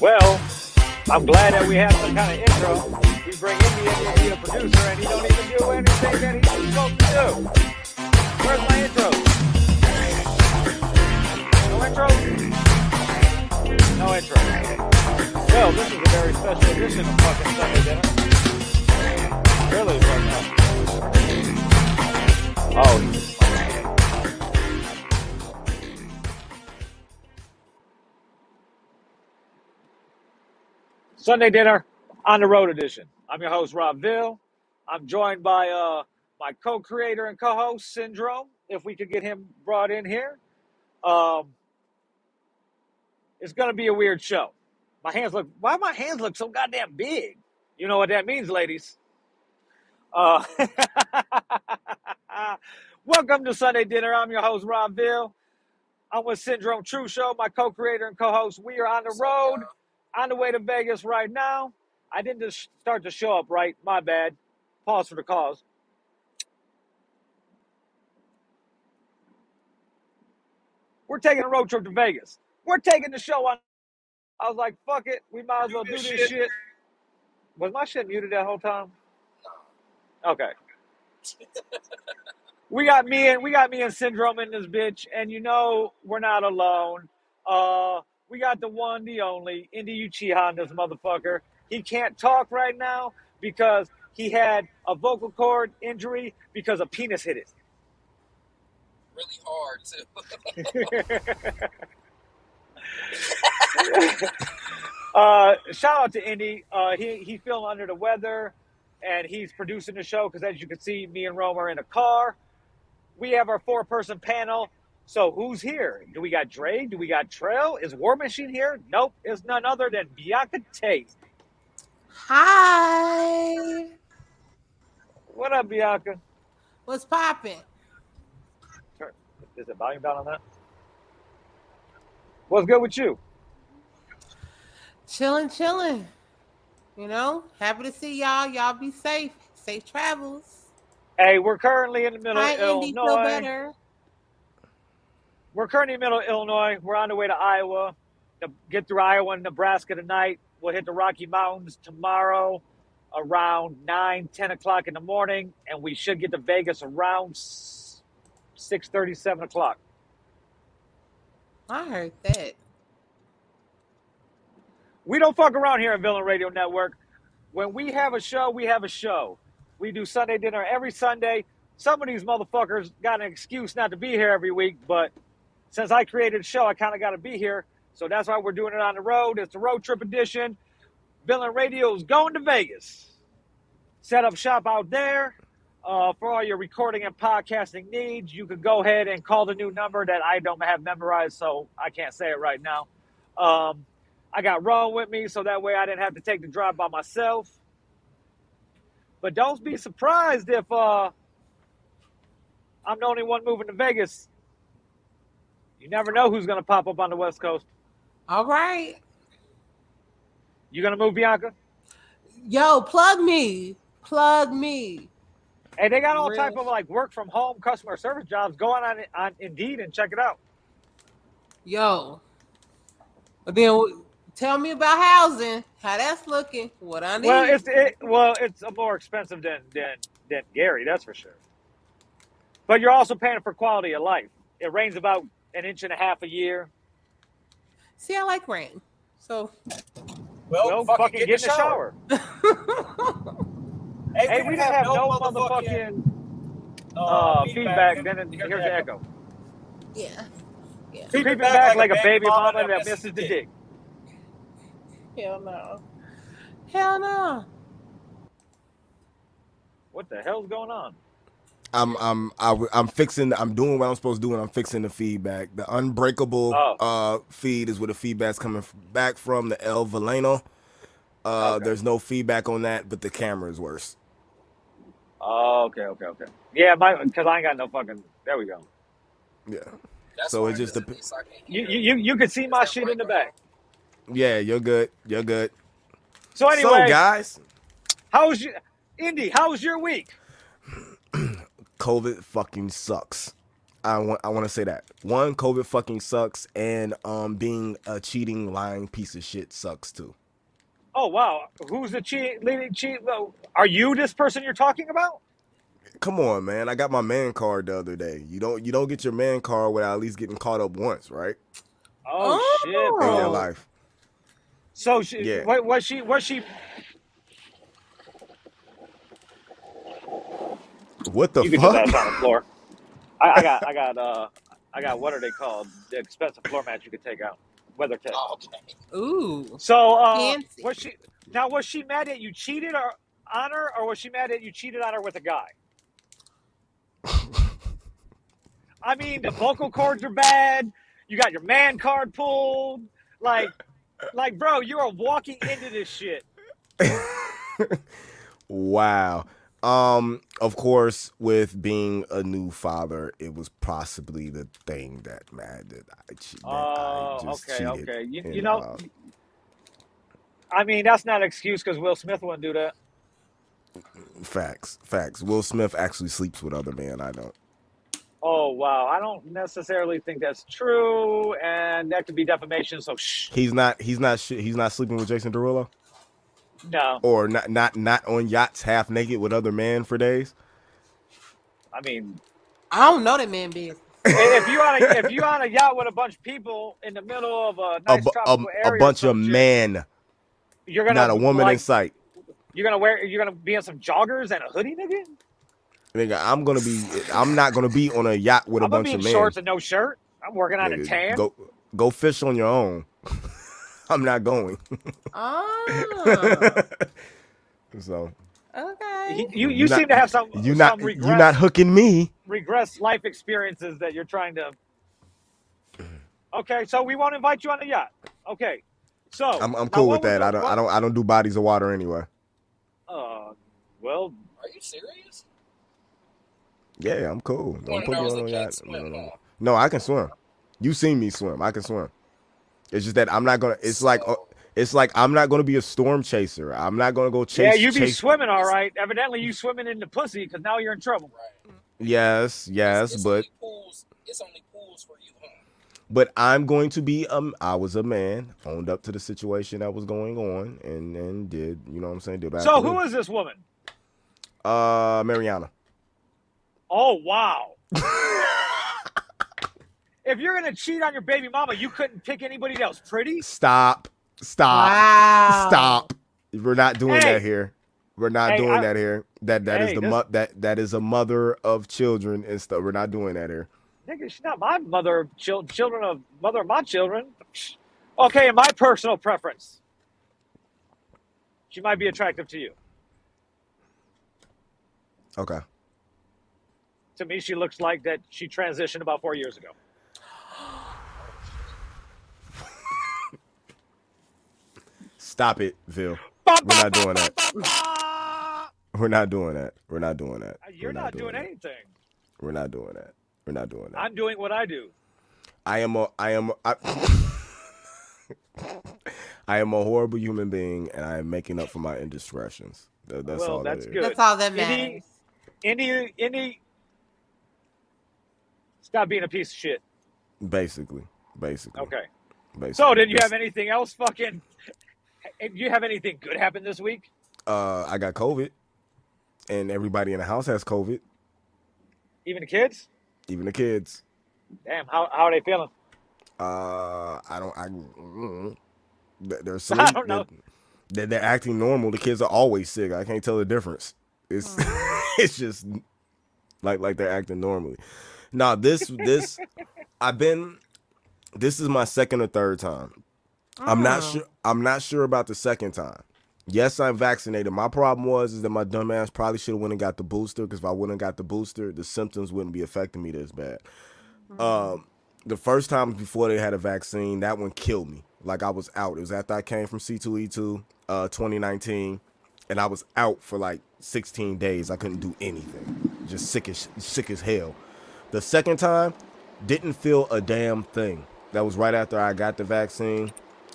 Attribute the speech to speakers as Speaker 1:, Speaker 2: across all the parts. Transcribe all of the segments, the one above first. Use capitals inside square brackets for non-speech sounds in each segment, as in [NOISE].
Speaker 1: Well, I'm glad that we have some kind of intro. We bring in the intro, be a producer, and he don't even do anything that he's supposed to do. Where's my intro? No intro? No intro. Well, this is a very special edition of fucking Sunday Dinner. Really, right now. Oh, Sunday Dinner on the Road Edition. I'm your host, Rob Ville. I'm joined by uh, my co creator and co host, Syndrome, if we could get him brought in here. Um, it's going to be a weird show. My hands look, why my hands look so goddamn big? You know what that means, ladies. Uh, [LAUGHS] welcome to Sunday Dinner. I'm your host, Rob Ville. I'm with Syndrome True Show, my co-creator and co-host. We are on the road, on the way to Vegas right now. I didn't just start the show up right. My bad. Pause for the cause. We're taking a road trip to Vegas. We're taking the show on. I was like, fuck it. We might as well do this shit. Was my shit muted that whole time? Okay. We got me and we got me and Syndrome in this bitch, and you know we're not alone. Uh, we got the one, the only Indy Uchiha in this motherfucker. He can't talk right now because he had a vocal cord injury because a penis hit it. uh, shout out to Indy. Uh, he he feeling under the weather, and he's producing the show because as you can see, me and Rome are in a car. we have our four person panel. So who's here? Do we got Dre? Do we got Trail? Is War Machine here? Nope. It's none other than Bianca Tate.
Speaker 2: Hi.
Speaker 1: What up, Bianca?
Speaker 2: What's poppin'?
Speaker 1: Sure. Is it volume down on that? What's good with you?
Speaker 2: Chillin', chillin'. You know, happy to see y'all. Y'all be safe. Safe travels.
Speaker 1: Hey, we're currently in the middle of
Speaker 2: Hi, Indy. Feel
Speaker 1: Illinois.
Speaker 2: better.
Speaker 1: We're currently in the middle of Illinois. We're on the way to Iowa. To get through Iowa and Nebraska tonight. We'll hit the Rocky Mountains tomorrow around 9, 10 o'clock in the morning. And we should get to Vegas around s- 6.30, 7 o'clock.
Speaker 2: I heard that.
Speaker 1: We don't fuck around here at Villain Radio Network. When we have a show, we have a show. We do Sunday dinner every Sunday. Some of these motherfuckers got an excuse not to be here every week, but since I created the show, I kind of got to be here. So that's why we're doing it on the road. It's the road trip edition. Villain Radio is going to Vegas. Set up shop out there. Uh, for all your recording and podcasting needs, you can go ahead and call the new number that I don't have memorized, so I can't say it right now. Um, I got Ron with me, so that way I didn't have to take the drive by myself. But don't be surprised if uh, I'm the only one moving to Vegas. You never know who's going to pop up on the West Coast.
Speaker 2: All right.
Speaker 1: You going to move, Bianca?
Speaker 2: Yo, plug me. Plug me.
Speaker 1: Hey, they got all type
Speaker 2: Real.
Speaker 1: of like work from home customer service jobs. Go on on, on Indeed and check it out.
Speaker 2: Yo. But then tell me about housing. How that's looking. What I
Speaker 1: Well,
Speaker 2: need.
Speaker 1: it's it, well, it's a more expensive than than than Gary, that's for sure. But you're also paying for quality of life. It rains about an inch and a half a year.
Speaker 2: See, I like rain. So [LAUGHS]
Speaker 3: Well,
Speaker 1: Well,
Speaker 3: fucking
Speaker 1: fucking
Speaker 3: get in
Speaker 1: get
Speaker 3: the
Speaker 1: in the
Speaker 3: shower.
Speaker 1: shower.
Speaker 3: Hey,
Speaker 1: Hey, we didn't have no motherfucking
Speaker 3: uh,
Speaker 1: uh,
Speaker 3: feedback.
Speaker 1: feedback. Then it,
Speaker 3: Here's
Speaker 1: here's
Speaker 3: the
Speaker 1: the
Speaker 3: echo.
Speaker 1: echo.
Speaker 2: yeah. Yeah.
Speaker 3: Creeping
Speaker 1: Creeping
Speaker 3: back
Speaker 1: back
Speaker 3: like a
Speaker 1: like a
Speaker 3: baby
Speaker 1: baby
Speaker 3: mama
Speaker 1: mama
Speaker 3: that
Speaker 1: that
Speaker 3: misses the
Speaker 1: misses the
Speaker 3: dick.
Speaker 1: dick.
Speaker 2: Hell no. Hell no.
Speaker 1: What the hell's going on?
Speaker 4: I'm I'm I, am i am fixing. I'm doing what I'm supposed to do, and I'm fixing the feedback. The unbreakable
Speaker 1: Oh,
Speaker 4: uh, feed is where the feedback's coming f- back from. The El Valeno. Uh,
Speaker 1: okay.
Speaker 4: there's no feedback on that, but the camera is worse.
Speaker 1: Oh, okay, okay, okay. Yeah, my because I ain't got no fucking. There we go.
Speaker 4: Yeah. So it just dep-
Speaker 1: You you you, you could see my shit in the back.
Speaker 4: Yeah, you're good. You're good.
Speaker 1: So
Speaker 4: So
Speaker 1: anyway,
Speaker 4: guys,
Speaker 1: how was you, Indy? How was your week?
Speaker 4: COVID fucking sucks. I want I want to say that one COVID fucking sucks, and um being a cheating lying piece of shit sucks too.
Speaker 1: Oh wow, who's the cheat leading cheat? well, Are you this person you're talking about?
Speaker 4: Come on, man! I got my man card the other day. You don't you don't get your man card without at least getting caught up once, right?
Speaker 1: Oh,
Speaker 2: Oh.
Speaker 1: shit,
Speaker 4: In
Speaker 1: bro.
Speaker 4: your
Speaker 2: Oh.
Speaker 4: life,
Speaker 1: So she,
Speaker 4: Yeah.
Speaker 1: what, was she, was she?
Speaker 4: what the
Speaker 1: you can do that
Speaker 4: fuck?
Speaker 1: on the floor. I, I got, I got, uh, I got. What are they called? The expensive floor mats you can take out. Weather test.
Speaker 2: Ooh.
Speaker 1: So, uh,
Speaker 2: Fancy.
Speaker 1: was she? Now, was she mad that you cheated or on her, or was she mad that you cheated on her with a
Speaker 4: [LAUGHS]
Speaker 1: guy? I mean, the vocal cords are bad. You got your man card pulled. Like, like, bro, you are walking into this shit.
Speaker 4: Wow. Um, of course, with being a new father, it was possibly the thing that mad that I, che- that
Speaker 1: Oh,
Speaker 4: I just
Speaker 1: okay,
Speaker 4: cheated.
Speaker 1: okay. You,
Speaker 4: and,
Speaker 1: you know,
Speaker 4: uh,
Speaker 1: I mean, that's not an excuse because Will Smith wouldn't do that.
Speaker 4: facts, facts. Will Smith actually sleeps with other men. I don't.
Speaker 1: Oh wow, I don't necessarily think that's true, and that could be defamation. So shh,
Speaker 4: He's not. He's not. sh- He's not sleeping with Jason Derulo,
Speaker 1: no.
Speaker 4: or not. Not. Not on yachts, half naked with other men for days.
Speaker 1: I mean,
Speaker 2: I don't know that man business.
Speaker 1: if you on a if you on a yacht with a bunch of people in the middle of a
Speaker 4: A
Speaker 1: nice
Speaker 4: bu- a,
Speaker 1: tropical
Speaker 4: a
Speaker 1: area, or
Speaker 4: bunch
Speaker 1: some
Speaker 4: of
Speaker 1: shit,
Speaker 4: men,
Speaker 1: you're gonna
Speaker 4: not a woman
Speaker 1: like,
Speaker 4: in sight.
Speaker 1: You're gonna wear. You're gonna be in some joggers and a hoodie, nigga.
Speaker 4: Nigga, I'm gonna be. I'm not gonna be on a yacht with a
Speaker 1: I'm gonna
Speaker 4: bunch
Speaker 1: be in
Speaker 4: of men.
Speaker 1: shorts and no shirt. I'm working on a
Speaker 4: Nigga,
Speaker 1: tan.
Speaker 4: Go go fish on your own. [LAUGHS] I'm not going.
Speaker 2: [LAUGHS] Oh,
Speaker 4: [LAUGHS] so
Speaker 1: He-
Speaker 2: okay.
Speaker 1: you you
Speaker 4: You're not-
Speaker 1: seem to have some
Speaker 4: you
Speaker 1: some
Speaker 4: not
Speaker 1: regress,
Speaker 4: you not hooking me.
Speaker 1: regress life experiences that you're trying
Speaker 4: [CLEARS THROAT]
Speaker 1: to. Okay, so we won't invite you on a yacht. Okay, so
Speaker 4: I'm I'm
Speaker 1: now
Speaker 4: cool
Speaker 1: what
Speaker 4: with
Speaker 1: was
Speaker 4: that.
Speaker 1: the-
Speaker 4: I don't
Speaker 1: what-
Speaker 4: I don't I don't do bodies of water anyway.
Speaker 1: Uh, well,
Speaker 3: Are you serious?
Speaker 4: Yeah, I'm cool.
Speaker 3: One
Speaker 4: Don't
Speaker 3: of
Speaker 4: put me
Speaker 3: those
Speaker 4: on
Speaker 3: that can't
Speaker 4: a yacht. No,
Speaker 3: swim,
Speaker 4: no, no.
Speaker 3: huh?
Speaker 4: No, I can swim. You seen me swim. I can swim. It's just that I'm not gonna. It's like uh,
Speaker 3: So-
Speaker 4: it's like I'm not gonna be a storm chaser. I'm not gonna go chase.
Speaker 1: yeah, you be
Speaker 4: chase.
Speaker 1: swimming all right. Evidently, you swimming in the pussy because now you're in trouble.
Speaker 3: Right.
Speaker 4: yes, yes,
Speaker 3: it's
Speaker 4: but
Speaker 3: only pools. It's only pools for you, huh?
Speaker 4: but I'm going to be um I was a man, owned up to the situation that was going on and and did, you know what I'm saying? Did what I
Speaker 1: So
Speaker 4: had to
Speaker 1: who
Speaker 4: do.
Speaker 1: is this woman?
Speaker 4: uh Mariana. [LAUGHS]
Speaker 1: Oh wow! if you're gonna cheat on your baby mama, you couldn't pick anybody else pretty.
Speaker 4: Stop. Stop.
Speaker 2: Wow.
Speaker 4: Stop. We're not doing
Speaker 1: Hey.
Speaker 4: that here. We're not
Speaker 1: Hey,
Speaker 4: doing
Speaker 1: I-
Speaker 4: that here. That that is
Speaker 1: Hey,
Speaker 4: the
Speaker 1: this-
Speaker 4: mo- that that is a mother of children and stuff. We're not doing that here.
Speaker 1: Nigga, she's not my mother. of Chil- children of mother of my children. Okay, in my personal preference, she might be attractive to you.
Speaker 4: Okay.
Speaker 1: To me, she looks like that she transitioned about four years ago.
Speaker 4: Stop it, Phil. We're not doing that. We're not doing that. We're not doing that.
Speaker 1: You're
Speaker 4: We're
Speaker 1: not, doing
Speaker 4: that.
Speaker 1: anything.
Speaker 4: We're not doing that. We're not doing that.
Speaker 1: I'm doing what I do.
Speaker 4: I am a I am I, [LAUGHS] I am a horrible human being and I am making up for my indiscretions. That, that's
Speaker 1: Well,
Speaker 4: all that
Speaker 1: that's
Speaker 4: is.
Speaker 1: good.
Speaker 2: That's all that
Speaker 1: Did he-
Speaker 2: matters.
Speaker 1: Any, any. Stop being a piece of shit.
Speaker 4: Basically. Basically.
Speaker 1: Okay.
Speaker 4: Basically.
Speaker 1: So, did you
Speaker 4: Just-
Speaker 1: have anything else? Fucking. Did you have anything good happen this week?
Speaker 4: uh, I got COVID, and everybody in the house has COVID,
Speaker 1: Even the kids?
Speaker 4: even the kids.
Speaker 1: Damn, how, how are they feeling?
Speaker 4: Uh, I don't. I, mm, they- they're
Speaker 1: [LAUGHS]
Speaker 4: sick.
Speaker 1: I don't know.
Speaker 4: They're, they're acting normal. The kids are always sick. I can't tell the difference. It's
Speaker 1: Hmm.
Speaker 4: [LAUGHS] it's just like like they're acting normally. Now this
Speaker 1: [LAUGHS]
Speaker 4: this I've been. This is my second or third time. I'm not
Speaker 2: Oh.
Speaker 4: sure. I'm not sure about the second time. Yes, I'm vaccinated. My problem was is that my dumbass probably should have went and got the booster because if I wouldn't have got the booster, the symptoms wouldn't be affecting me this bad. Um, the first time before they had a vaccine, that one killed me. Like I was out. It was after I came from C2E2, uh, 2019, and I was out for like 16 days. I couldn't do anything. Just sick as sick as hell. The second time, didn't feel a damn thing. That was right after I got the vaccine.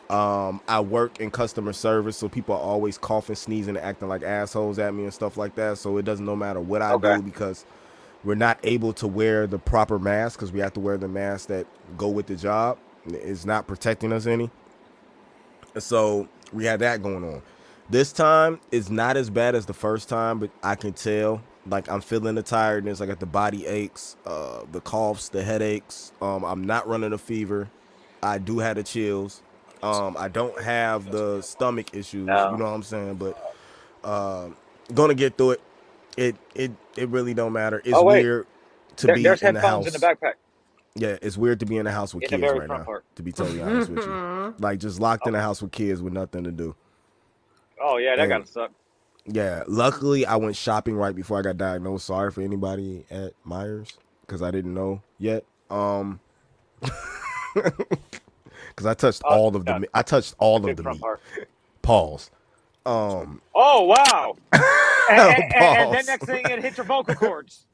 Speaker 4: Um, I work in customer service, so people are always coughing, sneezing, and acting like assholes at me and stuff like that. So it doesn't no matter what I
Speaker 1: Okay.
Speaker 4: do because we're not able to wear the proper mask because we have to wear the masks that go with the job. It's not protecting us any. So we had that going on. This time it's not as bad as the first time, but I can tell. Like I'm feeling the tiredness. I got the body aches, uh, the coughs, the headaches. Um, I'm not running a fever. I do have the chills. Um, I don't have the stomach issues.
Speaker 1: No.
Speaker 4: You know what I'm saying? But uh, gonna get through it. It it it really don't matter. It's
Speaker 1: Oh, wait.
Speaker 4: weird to
Speaker 1: There-
Speaker 4: be
Speaker 1: there's
Speaker 4: in the house.
Speaker 1: headphones in the backpack.
Speaker 4: Yeah, it's weird to be in the house with
Speaker 1: In the
Speaker 4: kids
Speaker 1: very
Speaker 4: right
Speaker 1: front
Speaker 4: now.
Speaker 1: part.
Speaker 4: To be totally honest
Speaker 2: [LAUGHS]
Speaker 4: with you,
Speaker 2: Mm-hmm.
Speaker 4: like just locked in the house with kids with nothing to do.
Speaker 1: Oh yeah, that
Speaker 4: Yeah.
Speaker 1: gotta suck.
Speaker 4: Yeah, luckily I went shopping right before I got diagnosed. Sorry for anybody at Myers because I didn't know yet. Um, [LAUGHS] because I touched
Speaker 1: Oh,
Speaker 4: all of the
Speaker 1: God.
Speaker 4: me- I touched all of
Speaker 1: Big
Speaker 4: the
Speaker 1: front
Speaker 4: meat.
Speaker 1: part.
Speaker 4: Pause. Um,
Speaker 1: Oh
Speaker 4: [LAUGHS]
Speaker 1: wow! and, [LAUGHS] and, and- and
Speaker 4: Balls.
Speaker 1: then next thing, it hit your vocal
Speaker 4: [LAUGHS]
Speaker 1: cords.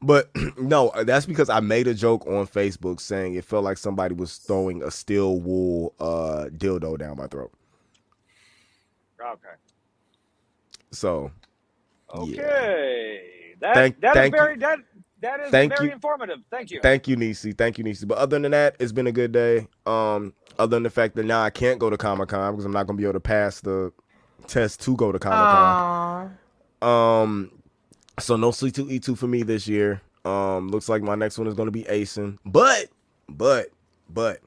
Speaker 4: But [CLEARS THROAT] no, that's because I made a joke on Facebook saying it felt like somebody was throwing a steel wool uh dildo down my throat.
Speaker 1: Okay.
Speaker 4: So
Speaker 1: Okay. That
Speaker 4: Thank-
Speaker 1: that is
Speaker 4: thank you.
Speaker 1: very that that is
Speaker 4: Thank
Speaker 1: very
Speaker 4: you.
Speaker 1: informative. Thank you.
Speaker 4: thank you, Nisi. Thank you, Nisi. But other than that, it's been a good day. Um, other than the fact that now I can't go to Comic Con because I'm not gonna be able to pass the test to go to Comic Con.
Speaker 2: Aw.
Speaker 4: Um, so no C two E two for me this year. Um, looks like my next one is gonna be Acing, but but but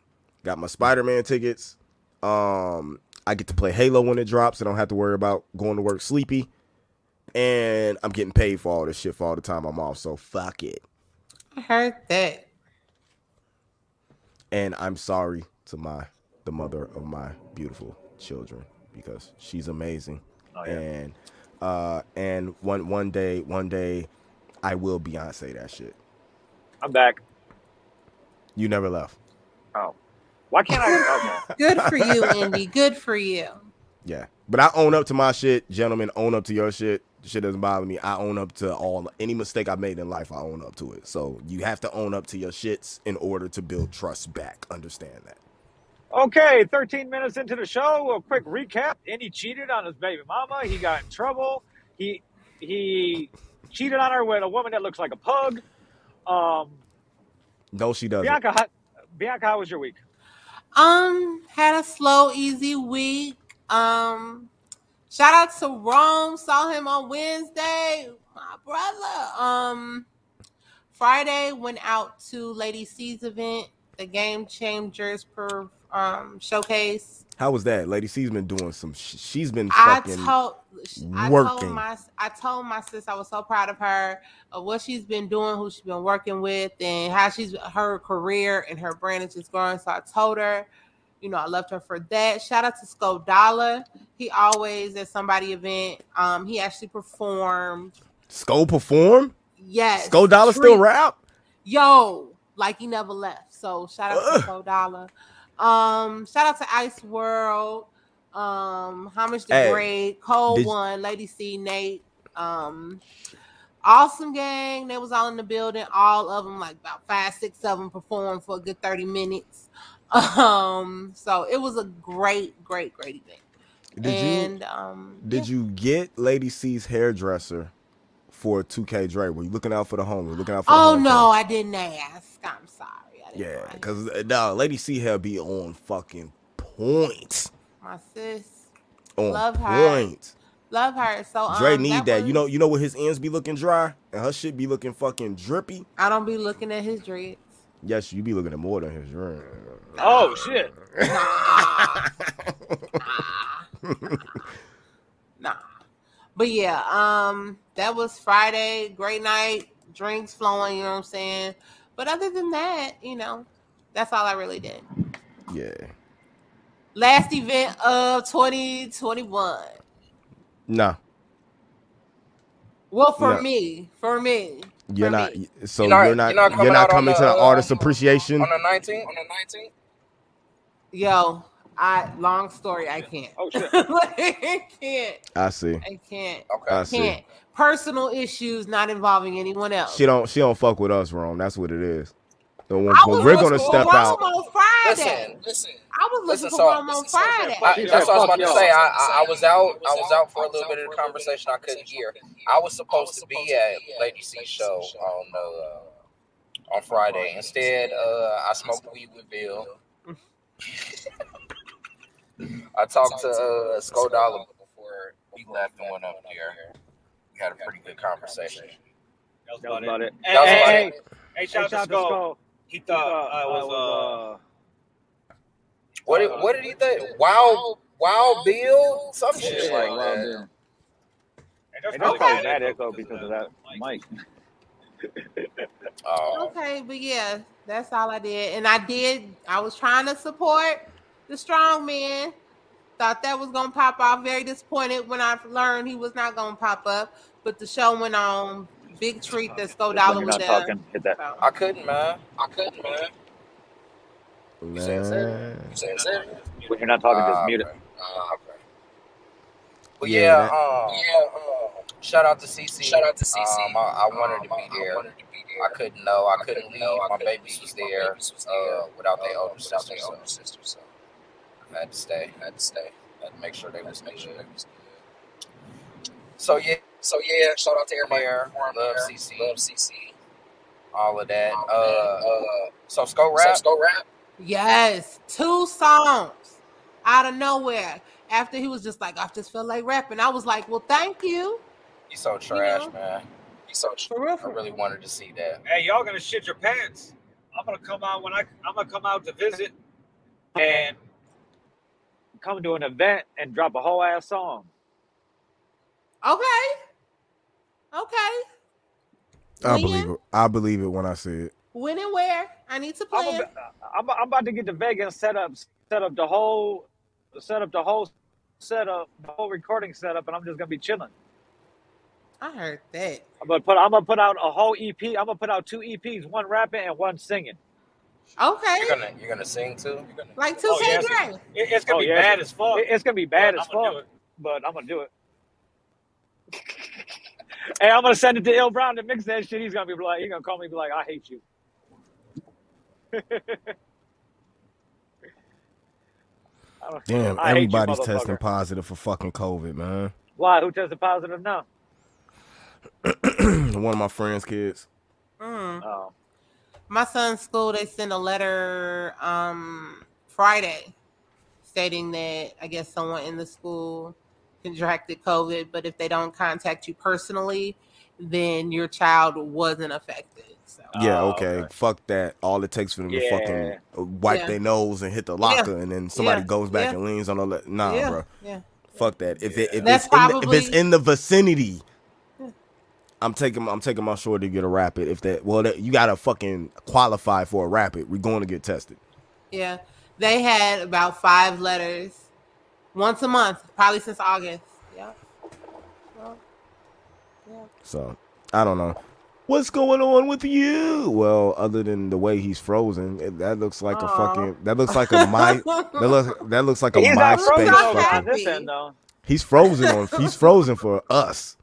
Speaker 4: got my Spider Man tickets. Um, I get to play Halo when it drops. I don't have to worry about going to work sleepy, and I'm getting paid for all this shit for all the time I'm off. So fuck it.
Speaker 2: I heard that.
Speaker 4: And I'm sorry to my the mother of my beautiful children because she's amazing.
Speaker 1: Oh, yeah.
Speaker 4: and uh and one one day one day I will Beyonce that shit.
Speaker 1: I'm back.
Speaker 4: You never left.
Speaker 1: Oh, why can't I? Okay.
Speaker 2: Good for you, Indy. Good for you.
Speaker 4: Yeah. But I own up to my shit, gentlemen. Own up to your shit. Shit doesn't bother me. I own up to all any mistake I made in life. I own up to it. So you have to own up to your shits in order to build trust back. Understand that.
Speaker 1: Okay, 13 minutes into the show, a quick recap. Indy cheated on his baby mama. He got in trouble. He he cheated on her with a woman that looks like a pug. Um,
Speaker 4: No, she doesn't.
Speaker 1: Bianca, how, Bianca, how was your week?
Speaker 2: Um, had a slow, easy week. Um, shout out to Rome. Saw him on Wednesday, my brother. Um, Friday went out to Lady C's event, the Game Changers per um showcase.
Speaker 4: How was that? Lady C's been doing some. Sh- she's been
Speaker 2: I
Speaker 4: fucking.
Speaker 2: told, I told
Speaker 4: working.
Speaker 2: my, I told my sis I was so proud of her, of what she's been doing, who she's been working with, and how she's her career and her brand is just growing. So I told her, you know, I loved her for that. Shout out to Skodala. He always at somebody event. Um, he actually performed.
Speaker 4: Sko perform.
Speaker 2: Yes,
Speaker 4: Sko Dollar still
Speaker 2: Treat-
Speaker 4: rap.
Speaker 2: yo, like he never left. So shout out
Speaker 4: Ugh.
Speaker 2: to Fo Dollar. Um, shout out to Ice World, um, Homage the
Speaker 4: Hey,
Speaker 2: Great, Cold
Speaker 4: did-
Speaker 2: One, Lady C, Nate, um, Awesome Gang. They was all in the building, all of them, like about five, six of them performed for a good 30 minutes. [LAUGHS] Um, so it was a great, great, great event.
Speaker 4: Did you?
Speaker 2: and um
Speaker 4: Did you get Lady C's hairdresser for 2K Dre? Were you looking out for the homie? Looking out for
Speaker 2: Oh
Speaker 4: the homie?
Speaker 2: no, I didn't ask. I'm sorry. I didn't
Speaker 4: Yeah,
Speaker 2: ask.
Speaker 4: because no, Lady C hair be on fucking point.
Speaker 2: my sis.
Speaker 4: On
Speaker 2: Love her.
Speaker 4: point.
Speaker 2: Love her. So um,
Speaker 4: Dre need that. You
Speaker 2: was-
Speaker 4: know, you know what his ends be looking dry and her shit be looking fucking drippy.
Speaker 2: [LAUGHS] I don't be looking at his dreads.
Speaker 4: Yes, you be looking at more than his ring.
Speaker 1: Oh shit!
Speaker 2: [LAUGHS] Nah, nah. But yeah, um, that was Friday. Great night. Drinks flowing. You know what I'm saying. But other than that, you know, that's all I really did.
Speaker 4: [LAUGHS] yeah.
Speaker 2: Last event of 2021.
Speaker 4: Nah,
Speaker 2: Well, for
Speaker 4: No.
Speaker 2: me, for me,
Speaker 4: you're
Speaker 2: For
Speaker 4: not.
Speaker 2: me.
Speaker 4: So
Speaker 3: You're not-
Speaker 4: you're not.
Speaker 3: you're not
Speaker 4: You're not,
Speaker 3: coming out on
Speaker 4: coming
Speaker 3: the,
Speaker 4: to the
Speaker 3: uh,
Speaker 4: artist appreciation.
Speaker 3: On the 19th? On the 19th?
Speaker 2: yo, I long story. I can't. [LAUGHS]
Speaker 1: Oh,
Speaker 5: [LAUGHS]
Speaker 1: shit.
Speaker 2: Like, I can't.
Speaker 4: I see.
Speaker 2: I can't.
Speaker 3: Okay.
Speaker 4: I see.
Speaker 2: Can't. Personal issues not involving anyone else.
Speaker 4: She don't. She don't fuck with us, Rome. That's what it is. So when, when we're gonna
Speaker 2: looking for
Speaker 4: step
Speaker 2: Rome
Speaker 4: out.
Speaker 2: on
Speaker 3: Listen,
Speaker 2: Friday.
Speaker 3: listen.
Speaker 2: I was looking
Speaker 3: listen,
Speaker 2: for
Speaker 3: so-
Speaker 2: Rome on
Speaker 3: listen, so-
Speaker 2: Friday.
Speaker 3: I, that's what I was about to
Speaker 1: Fuck
Speaker 3: say.
Speaker 1: y'all.
Speaker 3: I, I, I was out. I was out for a little bit of the conversation. I couldn't hear. I was supposed to be at Lady C show on uh, on Friday. Instead, uh, I smoked weed with Bill. [LAUGHS] I talked to uh, Skull Dollar before he left and went up there. We had a pretty good conversation.
Speaker 1: That was about it.
Speaker 5: Hey,
Speaker 3: That was
Speaker 5: hey,
Speaker 3: about
Speaker 5: hey,
Speaker 3: it.
Speaker 5: hey, shout out to Skull. He thought I
Speaker 1: uh,
Speaker 5: was, uh,
Speaker 3: What did, what did he think? Wild Wild Bill, some shit like that.
Speaker 5: uh,
Speaker 1: and they're probably mad echo because of that mic.
Speaker 3: Oh,
Speaker 2: Okay, but yeah, that's all I did. And I did, I was trying to support the strong man. Thought that was gonna pop off. Very disappointed when I learned he was not gonna pop up. But the show went on. Big treat Oh, that Skull
Speaker 1: When
Speaker 2: Dollar
Speaker 1: you're
Speaker 2: was
Speaker 1: not
Speaker 2: there.
Speaker 1: talking, hit that.
Speaker 2: So,
Speaker 3: I couldn't, man. I couldn't, man.
Speaker 4: Man.
Speaker 3: You saying serious?
Speaker 1: When you're not talking, just
Speaker 3: Ah,
Speaker 1: mute it.
Speaker 3: okay. Ah, okay. Well,
Speaker 4: Yeah,
Speaker 3: yeah,
Speaker 4: that-
Speaker 3: um, yeah. Um, shout out to CC.
Speaker 5: Shout out to CC.
Speaker 3: Um, I, I wanted to be there. I, couldn't know. I couldn't leave. my babies was there uh, without their older sister. So. I had to stay. I had to stay. I had to make sure they was make sure they was So yeah. So yeah. Shout out to everybody. There. Love CC. Love CC. All of that. Uh, uh, so Skull Rap. So Rap.
Speaker 2: yes, two songs out of nowhere. After he was just like, I just feel like rapping. I was like, Well, thank you.
Speaker 3: You so trash,
Speaker 2: know?
Speaker 3: man. You so. Trash.
Speaker 2: For real.
Speaker 3: I
Speaker 2: For real.
Speaker 3: really wanted to see that.
Speaker 5: Hey, y'all gonna shit your pants. I'm gonna come out when I I'm gonna come out to visit and
Speaker 1: Come to an event and drop a whole ass song.
Speaker 2: Okay. Okay.
Speaker 4: I
Speaker 2: When?
Speaker 4: believe it. I believe it when I see it.
Speaker 2: When and where? I need to
Speaker 1: I'm,
Speaker 2: plan.
Speaker 1: ab- I'm, I'm about to get to Vegas, set up, set up the whole, set up the whole, set up the whole recording setup, and I'm just gonna be chilling.
Speaker 2: I heard that.
Speaker 1: I'm gonna put, I'm gonna put out a whole EP. I'm gonna put out two EPs, one rapping and one singing.
Speaker 2: Okay.
Speaker 3: You're gonna you're gonna sing too. You're gonna,
Speaker 2: Like 2K
Speaker 5: Oh, yes.
Speaker 2: Gray.
Speaker 5: it, it's gonna
Speaker 1: Oh,
Speaker 5: be
Speaker 1: yeah.
Speaker 5: bad as fuck.
Speaker 1: It- it's gonna be bad
Speaker 5: but
Speaker 1: as
Speaker 5: I'm gonna do
Speaker 1: fuck,
Speaker 5: it.
Speaker 1: but I'm gonna do it. [LAUGHS] hey, I'm gonna send it to Il Brown to mix that shit. He's gonna be like, he's gonna call me and be like, I hate you. [LAUGHS] I don't-
Speaker 4: Damn,
Speaker 1: Oh, I hate you,
Speaker 4: everybody's testing
Speaker 1: motherfucker.
Speaker 4: positive for fucking COVID, man. [CLEARS THROAT]
Speaker 1: Why? Who tested positive now?
Speaker 4: One of my friends' kids.
Speaker 2: Mm.
Speaker 1: Oh,
Speaker 2: My son's school, they sent a letter um Friday stating that I guess someone in the school contracted COVID, but if they don't contact you personally, then your child wasn't affected. So
Speaker 4: Yeah,
Speaker 1: Oh,
Speaker 4: okay.
Speaker 1: okay.
Speaker 4: Fuck that. All it takes for them
Speaker 1: Yeah.
Speaker 4: to fucking uh, wipe
Speaker 2: Yeah.
Speaker 4: their nose and hit the locker, and then somebody
Speaker 2: Yeah.
Speaker 4: goes back
Speaker 2: Yeah.
Speaker 4: and leans on the le- nah,
Speaker 2: yeah,
Speaker 4: bro.
Speaker 2: yeah.
Speaker 4: Fuck that. If it, if,
Speaker 2: That's
Speaker 4: it's in the, if it's
Speaker 2: probably-
Speaker 4: in the vicinity,
Speaker 2: Yeah.
Speaker 4: I'm taking I'm taking my short to get a rapid. If that well, that, you gotta fucking qualify for a rapid. We're going to get tested.
Speaker 2: Yeah. They had about five letters once a month, probably since August. Yeah. Well, yeah.
Speaker 4: So I don't know. What's going on with you? Well, other than the way he's frozen, it- that looks like a
Speaker 2: Aw.
Speaker 4: fucking. That looks
Speaker 2: [LAUGHS]
Speaker 4: like a my. That looks that looks like a
Speaker 1: he's not frozen
Speaker 4: MySpace
Speaker 1: over
Speaker 4: fucking.
Speaker 1: on this end though.
Speaker 4: He's frozen on. He's frozen for us.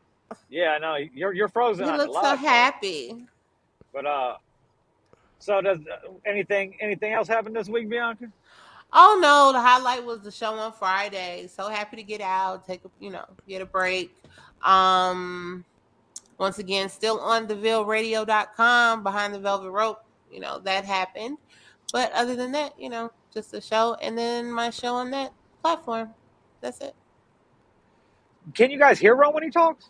Speaker 1: Yeah, I know you're you're frozen.
Speaker 2: He
Speaker 1: on
Speaker 2: looks
Speaker 1: a lot
Speaker 2: so
Speaker 1: of shit.
Speaker 2: happy.
Speaker 1: But uh, so does uh, anything anything else happen this week, Bianca?
Speaker 2: Oh no, the highlight was the show on Friday. So happy to get out, take a you know, get a break. Um once again, still on devilradio.com behind the velvet rope. You know, that happened. But other than that, you know, just a show and then my show on that platform. That's it.
Speaker 1: Can you guys hear Ron when he talks?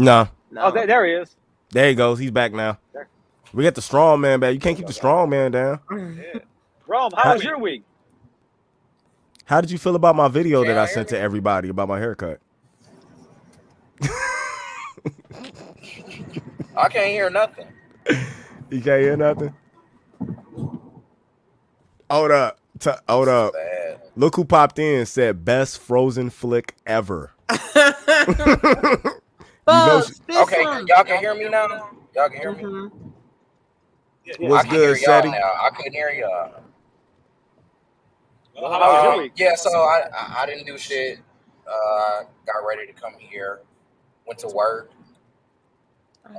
Speaker 4: Nah,
Speaker 2: No.
Speaker 1: Oh, there, there he is.
Speaker 4: there he goes. He's back now. We got the strong man back. You can't keep the strong man down.
Speaker 1: Rome, how
Speaker 4: Hi.
Speaker 1: was your week?
Speaker 4: How did you feel about my video that I sent to everybody about my haircut?
Speaker 3: I can't hear nothing.
Speaker 4: You can't hear nothing. Hold up. T- hold up.
Speaker 3: Bad.
Speaker 4: Look who popped in and said best frozen flick
Speaker 3: [LAUGHS]
Speaker 4: ever.
Speaker 2: Bugs, spit
Speaker 3: Okay,
Speaker 2: some.
Speaker 3: y'all can hear me now. Y'all can hear me.
Speaker 2: Mhm.
Speaker 4: Mm-hmm. What's
Speaker 3: I can
Speaker 4: good,
Speaker 3: hear y'all
Speaker 4: Sadie?
Speaker 3: now. I couldn't hear y'all.
Speaker 1: Well, how was your
Speaker 3: Um,
Speaker 1: week?
Speaker 3: yeah, so I, I I didn't do shit. Uh, got ready to come here. Went to work.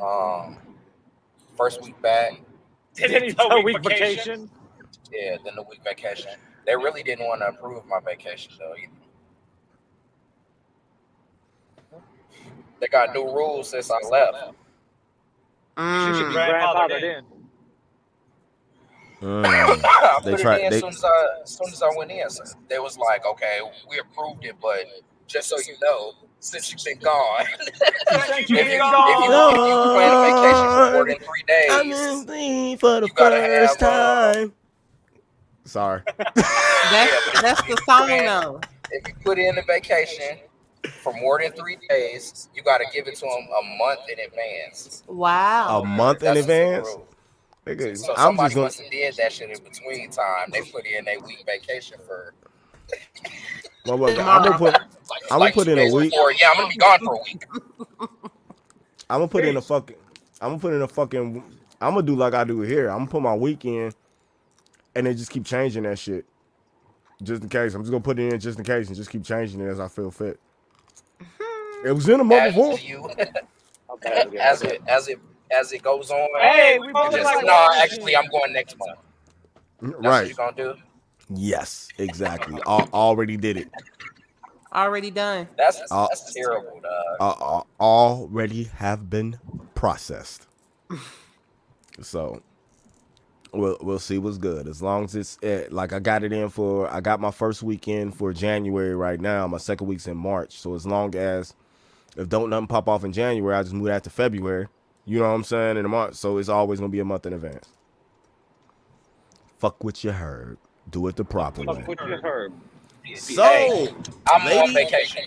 Speaker 3: Um, first week back.
Speaker 1: Did he
Speaker 5: tell
Speaker 1: a week vacation?
Speaker 3: Yeah, then the week vacation. They really didn't want to approve my vacation though either. They got new rules since I left.
Speaker 1: She should be grandfathered in.
Speaker 2: Mm.
Speaker 5: Grandfathered
Speaker 4: Mm.
Speaker 3: [LAUGHS] I
Speaker 4: They
Speaker 3: put
Speaker 4: tried-
Speaker 3: it in
Speaker 4: they-
Speaker 3: as soon as I as soon as I went in. So they was like, okay, we approved it, but just so you know, since you've been gone, [LAUGHS]
Speaker 1: Thank
Speaker 3: if you,
Speaker 1: you,
Speaker 3: if you, if you
Speaker 1: been gone.
Speaker 3: plan a vacation for more than three
Speaker 4: I'm
Speaker 3: days,
Speaker 4: in Spain for the
Speaker 3: You gotta
Speaker 4: first
Speaker 3: have, uh,
Speaker 4: time. Sorry.
Speaker 2: That's that's the song though.
Speaker 3: if you put in a vacation for more than three days, you got to give it to them a month in advance.
Speaker 4: A
Speaker 2: Wow.
Speaker 4: month in
Speaker 3: That's the
Speaker 4: advance.
Speaker 3: rule.
Speaker 4: Nigga,
Speaker 3: So
Speaker 4: I'm just
Speaker 3: somebody
Speaker 4: gonna.
Speaker 3: must have did that shit in between time. They put in a week vacation for
Speaker 4: motherfucker, I'm gonna put.
Speaker 3: like,
Speaker 4: I'ma
Speaker 3: like
Speaker 4: put
Speaker 3: two
Speaker 4: in a
Speaker 3: days
Speaker 4: week.
Speaker 3: before. Yeah, I'm gonna be gone for a week.
Speaker 4: I'm gonna put in a fucking. I'm gonna put in a fucking. I'm gonna do like I do here. I'm gonna put my weekend, and then just keep changing that shit, just in case. I'm just gonna put it in just in case, and just keep changing it as I feel fit.
Speaker 3: Mm-hmm.
Speaker 4: It was in the month
Speaker 3: As
Speaker 4: before.
Speaker 3: you,
Speaker 1: Okay.
Speaker 3: as it as it as it goes on.
Speaker 1: Hey, we
Speaker 3: you
Speaker 1: both
Speaker 3: just,
Speaker 1: Oh, like
Speaker 3: no, actually, I'm going next month. That's what
Speaker 4: Mm, Right.
Speaker 3: you gonna do?
Speaker 4: Yes. Exactly. I already did it.
Speaker 2: Already done. [LAUGHS]
Speaker 3: That's
Speaker 4: Uh,
Speaker 3: that's terrible, dog.
Speaker 4: I, I uh, already have been processed. so we'll we'll see what's good. As long as it's eh, like I got it in for I got my first weekend for January right now. My second week's in March. So as long as if don't nothing pop off in January, I just move that to February. You know what I'm saying? In a month. So it's always gonna be a month in advance. Fuck what you heard. Do it the proper
Speaker 1: Fuck
Speaker 4: way.
Speaker 1: with your herb.
Speaker 4: So
Speaker 3: I'm
Speaker 4: ladies-
Speaker 3: on vacation.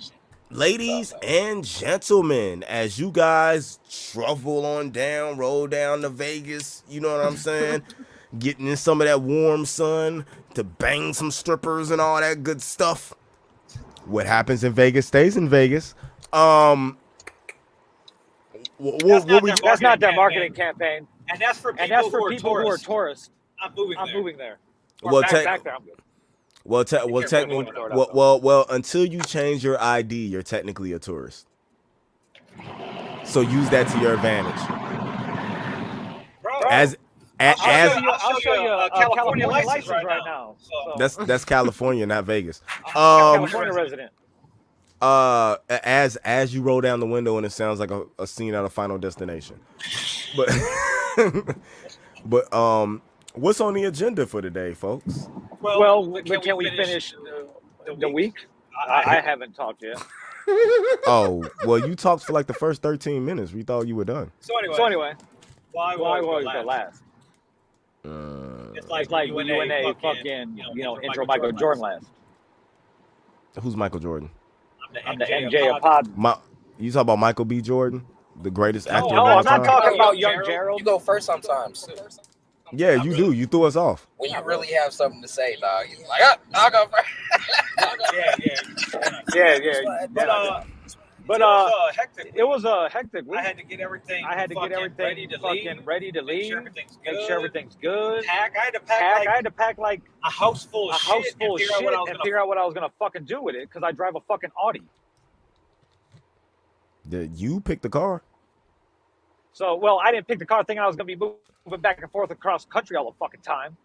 Speaker 4: Ladies and gentlemen, as you guys travel on down, roll down to Vegas, you know what I'm saying? Getting in some of that warm sun to bang some strippers and all that good stuff. What happens in Vegas stays in Vegas. Um, what,
Speaker 5: That's not
Speaker 4: we,
Speaker 5: that
Speaker 1: That's not that
Speaker 5: Marketing
Speaker 1: marketing campaign.
Speaker 5: And that's for people,
Speaker 1: And that's for
Speaker 5: who,
Speaker 1: people
Speaker 5: are
Speaker 1: who are
Speaker 5: tourists.
Speaker 1: tourists.
Speaker 5: I'm moving
Speaker 1: I'm
Speaker 5: there.
Speaker 1: moving there.
Speaker 4: well,
Speaker 1: back,
Speaker 4: tec-
Speaker 1: back there. I'm good.
Speaker 4: well, te- well,
Speaker 1: You're
Speaker 4: technically,
Speaker 1: moving toward
Speaker 4: well,
Speaker 1: us.
Speaker 4: well, well, until you change your ID, you're technically a tourist. So use that to your advantage.
Speaker 5: Bro,
Speaker 4: As, a,
Speaker 5: I'll
Speaker 4: as
Speaker 5: show you-
Speaker 1: I'll show you a California, license right, now. So, [LAUGHS]
Speaker 4: That's that's California, not Vegas. Um,
Speaker 1: California resident.
Speaker 4: uh, as as you roll down the window and it sounds like a, a scene out of Final Destination, but [LAUGHS] but um, what's on the agenda for today, folks?
Speaker 1: Well, but can, we finish, the, the week? I, I haven't talked yet.
Speaker 4: Oh, well, you talked for like the first thirteen minutes. We thought you were dere done.
Speaker 5: so anyway,
Speaker 1: So anyway,
Speaker 5: why
Speaker 1: why
Speaker 5: why
Speaker 1: was the last?
Speaker 5: It's like,
Speaker 1: It's like
Speaker 5: UNA,
Speaker 1: UNA, fucking, you know, intro Michael Jordan last.
Speaker 4: Who's Michael Jordan?
Speaker 1: I'm the MJ of pod.
Speaker 4: My, you talk about Michael B. Jordan, the greatest actor
Speaker 1: No,
Speaker 4: of all
Speaker 1: Oh, I'm not
Speaker 4: time.
Speaker 1: talking about young
Speaker 3: You
Speaker 1: Gerald.
Speaker 3: go first sometimes too.
Speaker 4: yeah, you do. You threw us off.
Speaker 3: When you really have something to say, dog, you're like, "Ah, I'll go first.
Speaker 1: [LAUGHS]
Speaker 5: Yeah, yeah.
Speaker 1: Yeah, yeah.
Speaker 5: But uh,
Speaker 1: But
Speaker 5: it
Speaker 1: uh,
Speaker 5: was, uh, hectic.
Speaker 1: it was a hectic week.
Speaker 5: I had to get everything.
Speaker 1: I had to get
Speaker 5: fucking
Speaker 1: everything
Speaker 5: ready to
Speaker 1: fucking
Speaker 5: leave.
Speaker 1: ready to
Speaker 5: Make
Speaker 1: leave.
Speaker 5: sure everything's good.
Speaker 1: Make sure everything's good.
Speaker 5: Pack. I had to pack,
Speaker 1: Pack. I
Speaker 5: like
Speaker 1: had to pack like
Speaker 5: a house full
Speaker 1: a
Speaker 5: of
Speaker 1: house
Speaker 5: shit
Speaker 1: full of
Speaker 5: and
Speaker 1: shit
Speaker 5: figure out what I was
Speaker 1: and
Speaker 5: gonna
Speaker 1: figure out what I was gonna fucking do with it because I drive a fucking Audi.
Speaker 4: Did you pick the car?
Speaker 1: So, well, I didn't pick the car, thinking I was gonna be moving back and forth across country all the fucking time.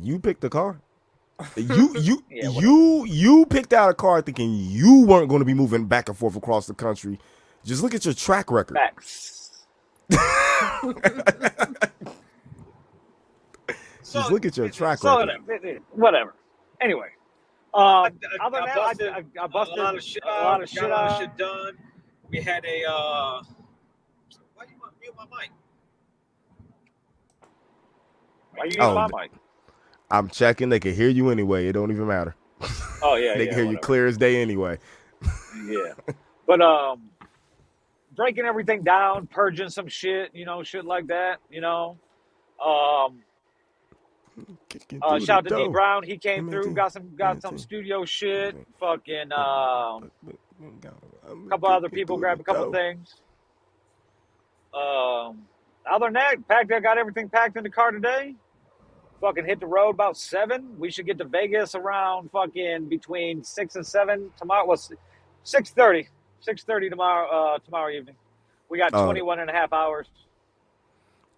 Speaker 4: You picked the
Speaker 1: [LAUGHS]
Speaker 4: car. You you
Speaker 1: Yeah, whatever.
Speaker 4: you you picked out a car thinking you weren't going to be moving back and forth across the country. Just look at your track record.
Speaker 1: Facts.
Speaker 4: Just look at your track
Speaker 1: So
Speaker 4: record.
Speaker 1: it- it- whatever. Anyway, um,
Speaker 5: I- I-
Speaker 1: other than
Speaker 5: I
Speaker 1: that, I-
Speaker 5: busted
Speaker 1: I, I busted
Speaker 5: a lot of shit.
Speaker 1: a lot of
Speaker 5: out,
Speaker 1: shit
Speaker 5: got a lot of
Speaker 1: out.
Speaker 5: shit done. We had a. Uh, why do you want mute my mic?
Speaker 1: Why you
Speaker 4: Oh,
Speaker 1: oh, my mic?
Speaker 4: I'm checking. They can hear you anyway. It don't even matter.
Speaker 1: Oh yeah,
Speaker 4: They
Speaker 1: yeah,
Speaker 4: can hear you
Speaker 1: whatever.
Speaker 4: clear as day anyway.
Speaker 1: yeah. But um breaking everything down, purging some shit, you know, shit like that, you know. Um
Speaker 4: Kicking
Speaker 1: uh,
Speaker 4: through
Speaker 1: shout
Speaker 4: the
Speaker 1: to D
Speaker 4: door.
Speaker 1: Brown, he came
Speaker 4: Me
Speaker 1: through,
Speaker 4: too.
Speaker 1: got some got
Speaker 4: Me
Speaker 1: some
Speaker 4: too.
Speaker 1: studio shit,
Speaker 4: Me too.
Speaker 1: fucking um
Speaker 4: I'm
Speaker 1: a couple other
Speaker 4: kicking
Speaker 1: people
Speaker 4: through
Speaker 1: grabbed
Speaker 4: the
Speaker 1: a couple
Speaker 4: door.
Speaker 1: things. Um other than that, packed I got everything packed in the car today. Fucking hit the road about seven. We should get to Vegas around fucking between six and seven tomorrow. Was six thirty. Six thirty tomorrow uh tomorrow evening. We got
Speaker 4: Oh.
Speaker 1: twenty one and a half hours.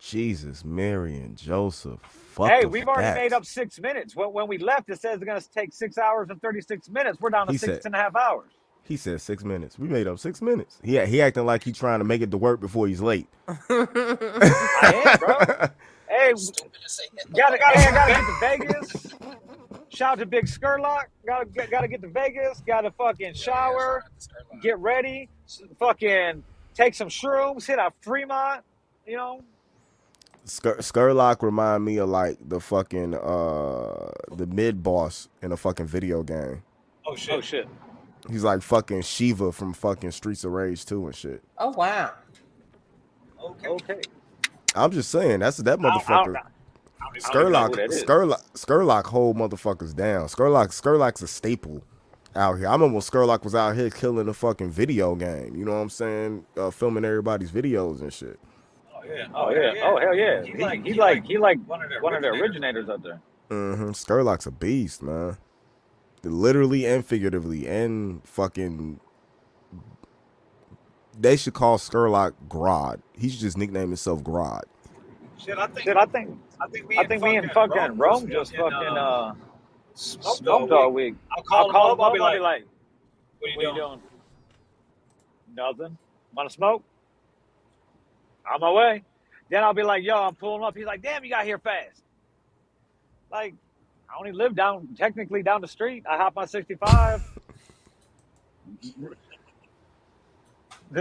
Speaker 4: Jesus, Mary, and Joseph. Fuck
Speaker 1: Hey,
Speaker 4: the
Speaker 1: we've already
Speaker 4: facts.
Speaker 1: made up six minutes. When, when we left, it says it's going to take six hours and 36 minutes. We're down to
Speaker 4: He
Speaker 1: six
Speaker 4: said-
Speaker 1: and a half
Speaker 4: [LAUGHS]
Speaker 1: hours.
Speaker 4: He said six minutes. We made up six minutes. He he acting like he trying to make it to work before he's late.
Speaker 1: I am, bro. Hey,
Speaker 3: Stupid to say that.
Speaker 1: gotta, gotta, gotta [LAUGHS] get to Vegas. Shout out to Big Skurlock. Gotta, get- gotta get to Vegas. Gotta fucking shower. Get ready. Fucking take some shrooms. Hit out Fremont. You know,
Speaker 4: Skur- Skurlock remind me of like the fucking uh the mid boss in a fucking video game.
Speaker 5: Oh shit.
Speaker 1: oh shit.
Speaker 4: He's like fucking Shiva from fucking Streets of Rage 2 and shit.
Speaker 2: oh wow.
Speaker 5: Okay.
Speaker 1: Okay.
Speaker 4: I'm just saying that's that
Speaker 1: I don't- I
Speaker 4: motherfucker.
Speaker 1: don't- I don't even know
Speaker 4: Skurlock,
Speaker 1: who that is.
Speaker 4: Skurlock, Skurlock, hold motherfuckers down. Skurlock, Skurlock's a staple out here. I remember when Skurlock was out here killing the fucking video game. You know what I'm saying? Uh, filming everybody's videos and shit.
Speaker 5: Oh yeah.
Speaker 1: Oh yeah. Oh hell yeah. He,
Speaker 5: He
Speaker 1: he like
Speaker 5: like-
Speaker 1: he
Speaker 5: he
Speaker 1: like,
Speaker 5: One of the
Speaker 1: one of the originators up there.
Speaker 4: Mm-hmm. Skurlock's a beast, man. Literally and figuratively and fucking. They should call Skurlock Grod. He should just nickname himself Grod.
Speaker 5: Shit, I think.
Speaker 1: Shit, I think
Speaker 5: I think me
Speaker 1: I think me and fucking Rome just fucking uh
Speaker 5: smoked,
Speaker 1: smoked all week.
Speaker 5: I'll call
Speaker 1: I'll
Speaker 5: him
Speaker 1: call
Speaker 5: up.
Speaker 1: him
Speaker 5: I'll
Speaker 1: up.
Speaker 5: be
Speaker 1: I'll be
Speaker 5: like,
Speaker 1: like,
Speaker 5: "What
Speaker 1: what
Speaker 5: you
Speaker 1: are you doing?
Speaker 5: doing?"
Speaker 1: Nothing. Want to smoke? On my way. Then I'll be like, yo, I'm pulling up. He's like, damn, you got here fast. Like, I only live down technically down the street. I hop on 65. [LAUGHS]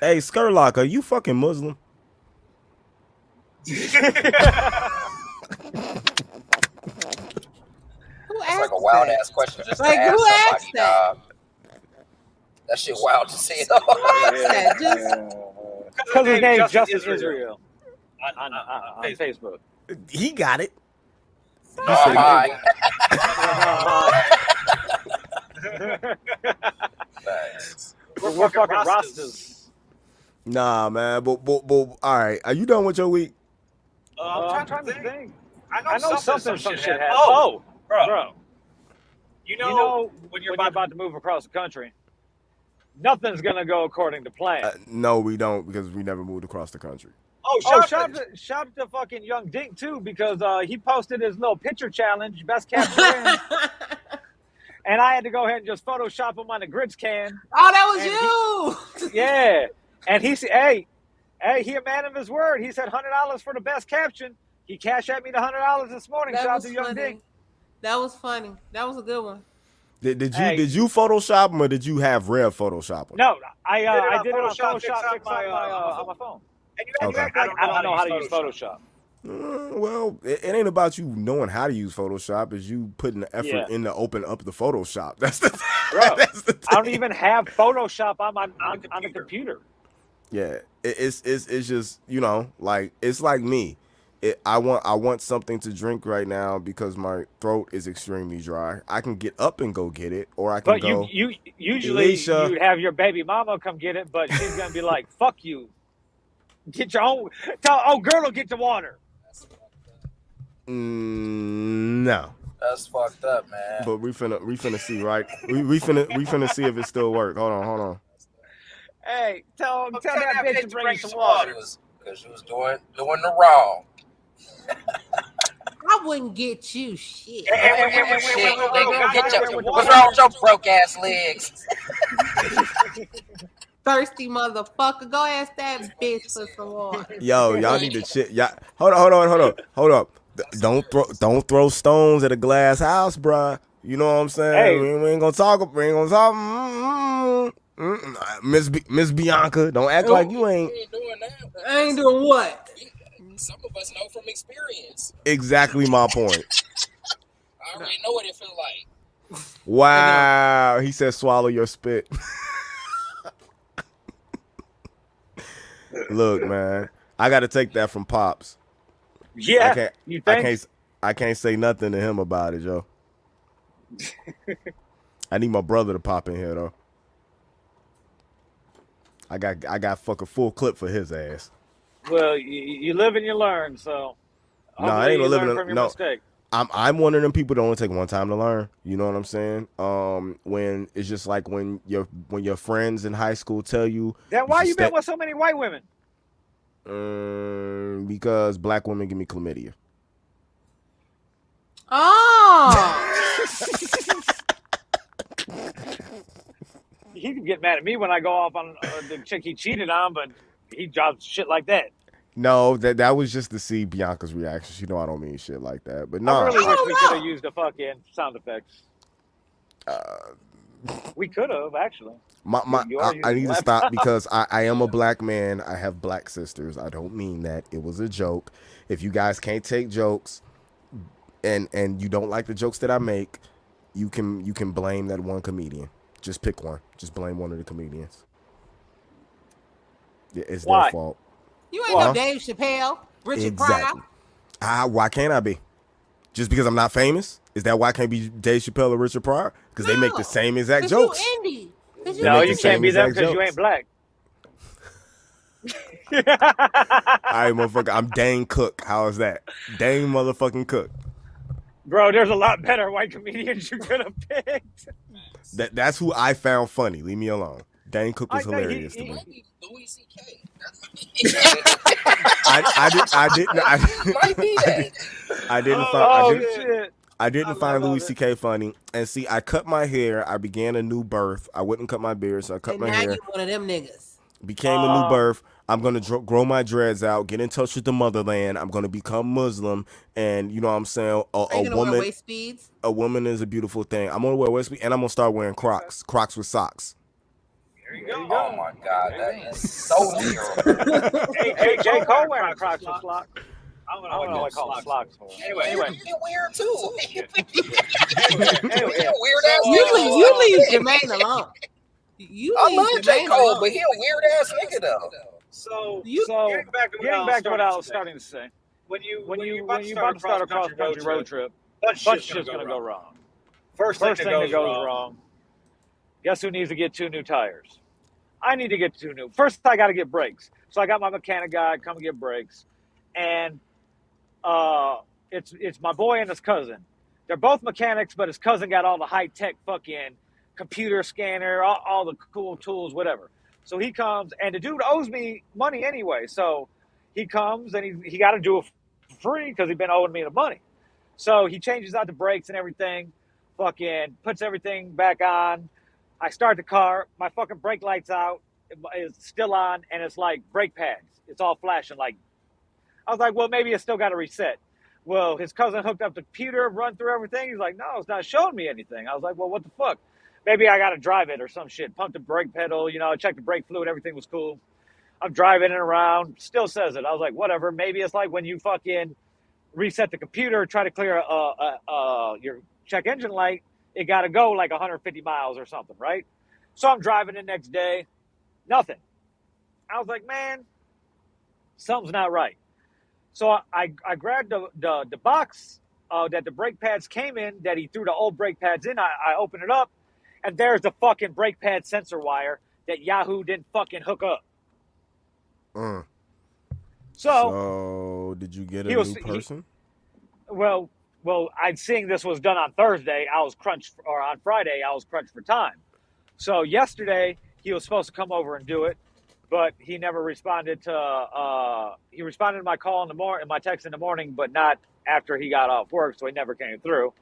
Speaker 4: Hey, Skurlock, are you fucking Muslim?
Speaker 2: Who
Speaker 3: It's
Speaker 2: asked
Speaker 3: like a wild
Speaker 2: that?
Speaker 3: ass question just
Speaker 2: Like,
Speaker 3: to ask
Speaker 2: who
Speaker 3: somebody,
Speaker 2: asked that?
Speaker 3: dog. That shit wild to see. [LAUGHS]
Speaker 2: Who asked that? Just
Speaker 1: Because his name's Justice Israel on, on, on
Speaker 5: Facebook.
Speaker 1: Facebook.
Speaker 4: He got it.
Speaker 3: oh my. Thanks.
Speaker 1: We're, we're fucking
Speaker 5: Rastas.
Speaker 1: rosters.
Speaker 4: Nah, man. But, but, but, all right. Are you done with your week?
Speaker 5: Uh,
Speaker 1: Uh,
Speaker 5: I'm trying to think. I know,
Speaker 1: I know
Speaker 5: something,
Speaker 1: something,
Speaker 5: some shit
Speaker 1: happened.
Speaker 5: happened. Oh,
Speaker 1: Oh,
Speaker 5: bro,
Speaker 1: bro.
Speaker 5: You
Speaker 1: You
Speaker 5: know,
Speaker 1: know,
Speaker 5: when you're about,
Speaker 1: to move across the country, nothing's going to go according to plan.
Speaker 4: Uh, no, we don't because we never moved across the country.
Speaker 1: oh,
Speaker 5: oh, shout
Speaker 1: shout
Speaker 5: out to-
Speaker 1: out, to, shout out to fucking Young Dink, too, because uh, he posted his little picture challenge,
Speaker 2: [LAUGHS]
Speaker 1: best capture in, and I had to go ahead and just Photoshop him on the grits can.
Speaker 2: oh, that was
Speaker 3: [LAUGHS]
Speaker 2: you.
Speaker 1: Yeah. And he said, hey, hey, he a man of his word. He said $100 for the best caption. He cashed at me the $100 this morning.
Speaker 2: That
Speaker 1: shout out
Speaker 2: was
Speaker 1: to Young Dink.
Speaker 2: funny. That was funny. That was a good one.
Speaker 4: Did, did you
Speaker 1: Hey.
Speaker 4: did you Photoshop him or did you have Rev Photoshop him?
Speaker 1: No, I uh,
Speaker 5: Did it
Speaker 1: I
Speaker 5: on
Speaker 1: did it on
Speaker 5: Photoshop,
Speaker 1: Photoshop,
Speaker 5: fix up
Speaker 1: fix up my, uh, on my phone.
Speaker 5: and you, and you
Speaker 4: Okay.
Speaker 5: act
Speaker 1: I,
Speaker 5: like
Speaker 1: I don't know how to use Photoshop.
Speaker 4: Mm, well, it, it ain't about you knowing how to use Photoshop. It's you putting the effort
Speaker 1: Yeah.
Speaker 4: in to open up the Photoshop. [LAUGHS] That's the.
Speaker 1: Bro,
Speaker 4: that's the
Speaker 1: I don't
Speaker 4: thing.
Speaker 1: even have Photoshop on my on,
Speaker 5: the
Speaker 1: on the
Speaker 5: computer.
Speaker 1: computer.
Speaker 4: Yeah, it, it's it's it's just you know like it's like me. It, I want I want something to drink right now because my throat is extremely dry. I can get up and go get it, or I can
Speaker 1: But
Speaker 4: go.
Speaker 1: you you usually
Speaker 4: Alicia.
Speaker 1: you'd have your baby mama come get it, but she's gonna be like, "Fuck you, get your own." Tell oh girl will get the water.
Speaker 4: Mm, no,
Speaker 3: That's fucked up, man.
Speaker 4: but we finna we finna see right. We we finna we finna see if it still work. Hold on, hold on.
Speaker 1: Hey, tell Oh, tell
Speaker 5: tell
Speaker 1: that,
Speaker 5: that
Speaker 1: bitch
Speaker 5: bitch
Speaker 1: to
Speaker 5: to
Speaker 1: bring,
Speaker 5: bring
Speaker 1: some
Speaker 5: some
Speaker 1: water.
Speaker 3: Because you was doing doing the wrong.
Speaker 2: I wouldn't get you shit.
Speaker 5: Hey, hey,
Speaker 3: Shit,
Speaker 5: wait, wait, wait, wait, wait, wait,
Speaker 3: nigga,
Speaker 5: wait,
Speaker 3: get
Speaker 5: wait,
Speaker 3: your-
Speaker 5: wait, wait,
Speaker 3: What's
Speaker 5: wait.
Speaker 3: wrong with your broke ass legs?
Speaker 2: Thirsty motherfucker. Go ask that bitch for some
Speaker 3: [LAUGHS]
Speaker 2: water.
Speaker 1: [LAUGHS]
Speaker 4: Yo, y'all need to chill. Y'all, hold on, hold on, hold on, hold up. Th- Don't throw, don't throw stones at a glass house, bruh. You know what I'm
Speaker 1: Hey.
Speaker 4: saying? We, we ain't gonna talk. We ain't gonna talk. Mm, mm, mm, mm. Miss Bi- Miss Bianca, don't act like you ain't
Speaker 3: ain't doing that.
Speaker 2: I ain't doing what?
Speaker 3: Some of us know from experience.
Speaker 4: exactly my point.
Speaker 3: I already know what it feel like.
Speaker 4: Wow, he said swallow your spit. [LAUGHS] Look, man, I got to take that from pops. I
Speaker 1: Yeah,
Speaker 4: can't.
Speaker 1: you
Speaker 4: I
Speaker 1: think?
Speaker 4: can't. I can't say nothing to him about
Speaker 1: [LAUGHS]
Speaker 4: it, yo. I need my brother to pop in here though. I got. I got fuck a full clip for his ass.
Speaker 1: Well, you, you live and you learn. So
Speaker 4: No, I
Speaker 1: hopefully
Speaker 4: ain't
Speaker 1: you
Speaker 4: living
Speaker 1: learn
Speaker 4: a-
Speaker 1: from your
Speaker 4: no.
Speaker 1: mistake.
Speaker 4: I'm I'm one of them people that only take one time to learn. You know what I'm saying? Um, when it's just like when your when your friends in high school tell you
Speaker 1: Then why
Speaker 4: should
Speaker 1: you been
Speaker 4: stay-
Speaker 1: with so many white women?
Speaker 4: um, because black women give me chlamydia.
Speaker 2: Oh,
Speaker 1: He could get mad at me when I go off on uh, the chick he cheated on, but he drops shit like that.
Speaker 4: No, that that was just to see Bianca's reaction. She know I don't mean shit like that. But no,
Speaker 1: I really
Speaker 2: I
Speaker 1: wish
Speaker 2: don't
Speaker 1: we
Speaker 2: know.
Speaker 1: could have used the fucking sound effects.
Speaker 4: Uh,
Speaker 1: we could have actually.
Speaker 4: my, my
Speaker 1: you are
Speaker 4: I, I
Speaker 1: using
Speaker 4: need to
Speaker 1: black- [LAUGHS]
Speaker 4: stop because I, I am a black man. I have black sisters. I don't mean that. It was a joke. If you guys can't take jokes and and you don't like the jokes that I make, you can you can blame that one comedian. Just pick one. Just blame one of the comedians. Yeah, it's
Speaker 1: Why?
Speaker 4: their fault.
Speaker 2: you ain't
Speaker 4: Well,
Speaker 2: no Dave Chappelle, Richard
Speaker 4: Exactly.
Speaker 2: Pryor.
Speaker 4: Ah, why can't I be? Just because I'm not famous? Is that why I can't be Dave Chappelle or Richard Pryor? Because they make
Speaker 2: No.
Speaker 4: the same exact
Speaker 2: Cause
Speaker 4: jokes.
Speaker 2: you indie. 'Cause you
Speaker 1: No,
Speaker 4: make
Speaker 1: you
Speaker 4: the
Speaker 1: can't
Speaker 2: indie.
Speaker 4: same
Speaker 1: be them
Speaker 4: exact
Speaker 1: because you
Speaker 4: jokes.
Speaker 1: ain't black.
Speaker 4: All right, motherfucker. I'm Dane Cook. How is that? Dane motherfucking Cook.
Speaker 1: [LAUGHS] Bro, there's a lot better white comedians you could have picked.
Speaker 4: That that's who I found funny. Leave me alone. Dane Cook was
Speaker 1: I know he-
Speaker 4: hilarious
Speaker 1: he-
Speaker 4: to me.
Speaker 3: Maybe Louis C.K. That's-
Speaker 4: I, I did I didn't
Speaker 3: Might
Speaker 4: I,
Speaker 3: be [LAUGHS]
Speaker 4: I,
Speaker 3: that.
Speaker 4: did, I
Speaker 1: [LAUGHS]
Speaker 4: didn't find I
Speaker 1: Oh,
Speaker 4: didn't,
Speaker 1: [LAUGHS] shit.
Speaker 4: I
Speaker 1: I
Speaker 4: didn't find
Speaker 1: love
Speaker 4: Louis
Speaker 1: it.
Speaker 4: C.K. funny. And see, I cut my hair. I began a new birth. I wouldn't cut my beard, so I cut
Speaker 2: And
Speaker 4: my
Speaker 2: now
Speaker 4: hair.
Speaker 2: you one of them niggas.
Speaker 4: became a
Speaker 1: Oh.
Speaker 4: new birth. I'm gonna dr- grow my dreads out, get in touch with the motherland. I'm gonna become Muslim, and you know what I'm saying a,
Speaker 2: Are you
Speaker 4: a
Speaker 2: gonna
Speaker 4: woman,
Speaker 2: wear waist beads?
Speaker 4: a woman is a beautiful thing. I'm gonna wear waist, and I'm gonna start wearing Crocs, Crocs
Speaker 1: [LAUGHS]
Speaker 4: with socks.
Speaker 5: There you go.
Speaker 3: oh my God, that is so terrible.
Speaker 1: Hey, hey, J. Cole wearing Crocs and
Speaker 5: Crocs slocks.
Speaker 1: slocks.
Speaker 5: I'm gonna
Speaker 1: I don't know what called slocks. [LAUGHS] for.
Speaker 5: [LAUGHS] Anyway,
Speaker 1: Anyway.
Speaker 3: you can wear them too. [LAUGHS] you
Speaker 1: Anyway,
Speaker 3: a weird ass.
Speaker 2: You leave, you leave
Speaker 3: nigga.
Speaker 2: Jermaine alone. You
Speaker 3: I
Speaker 2: leave
Speaker 3: love oh. J.
Speaker 2: Jermaine
Speaker 3: Cole,
Speaker 2: alone.
Speaker 3: but he a weird ass nigga though.
Speaker 5: So
Speaker 2: You-
Speaker 1: [LAUGHS] so
Speaker 5: getting back to what I
Speaker 1: getting
Speaker 5: was
Speaker 1: back to what I was
Speaker 5: starting
Speaker 1: starting to say,
Speaker 5: when you
Speaker 1: when you
Speaker 5: about
Speaker 1: when you about to start a cross country road trip,
Speaker 5: bunch
Speaker 1: bunch of
Speaker 5: of
Speaker 1: shit's gonna go wrong.
Speaker 5: First,
Speaker 1: First
Speaker 5: thing,
Speaker 1: thing that goes
Speaker 5: wrong.
Speaker 1: wrong. Guess who needs to get two new tires? I need to get two new. First, I got to get brakes. So I got my mechanic guy come get brakes, and uh, it's it's my boy and his cousin. They're both mechanics, but his cousin got all the high tech fucking computer scanner, all, all the cool tools, whatever. So he comes, and the dude owes me money anyway. So he comes, and he he got to do it for free because he been owing me the money. So he changes out the brakes and everything, fucking puts everything back on. I start the car, my fucking brake lights out, it's still on, and it's like brake pads. It's all flashing. Like I was like, well, maybe it's still got to reset. Well, his cousin hooked up the computer, run through everything. He's like, no, it's not showing me anything. I was like, well, what the fuck? Maybe I got to drive it or some shit. Pump the brake pedal, you know, check the brake fluid, everything was cool. I'm driving it around, still says it. I was like, whatever. Maybe it's like when you fucking reset the computer, try to clear uh, uh, uh, your check engine light, it got to go like 150 miles or something, right? So I'm driving the next day, nothing. I was like, man, something's not right. So I, I, I grabbed the, the, the box uh, that the brake pads came in, that he threw the old brake pads in. I, I open it up, and there's the fucking brake pad sensor wire that Yahoo didn't fucking hook up.
Speaker 4: Mm.
Speaker 1: so
Speaker 4: So did you get
Speaker 1: Oh.
Speaker 4: a
Speaker 1: He
Speaker 4: new
Speaker 1: was- he-
Speaker 4: person?
Speaker 1: Well, well, I'd seeing this was done on Thursday. I was crunched, or on Friday, I was crunched for time. So yesterday, he was supposed to come over and do it, but he never responded to. Uh, he responded to my call in the morning, my text in the morning, but not after he got off work. So he never came through.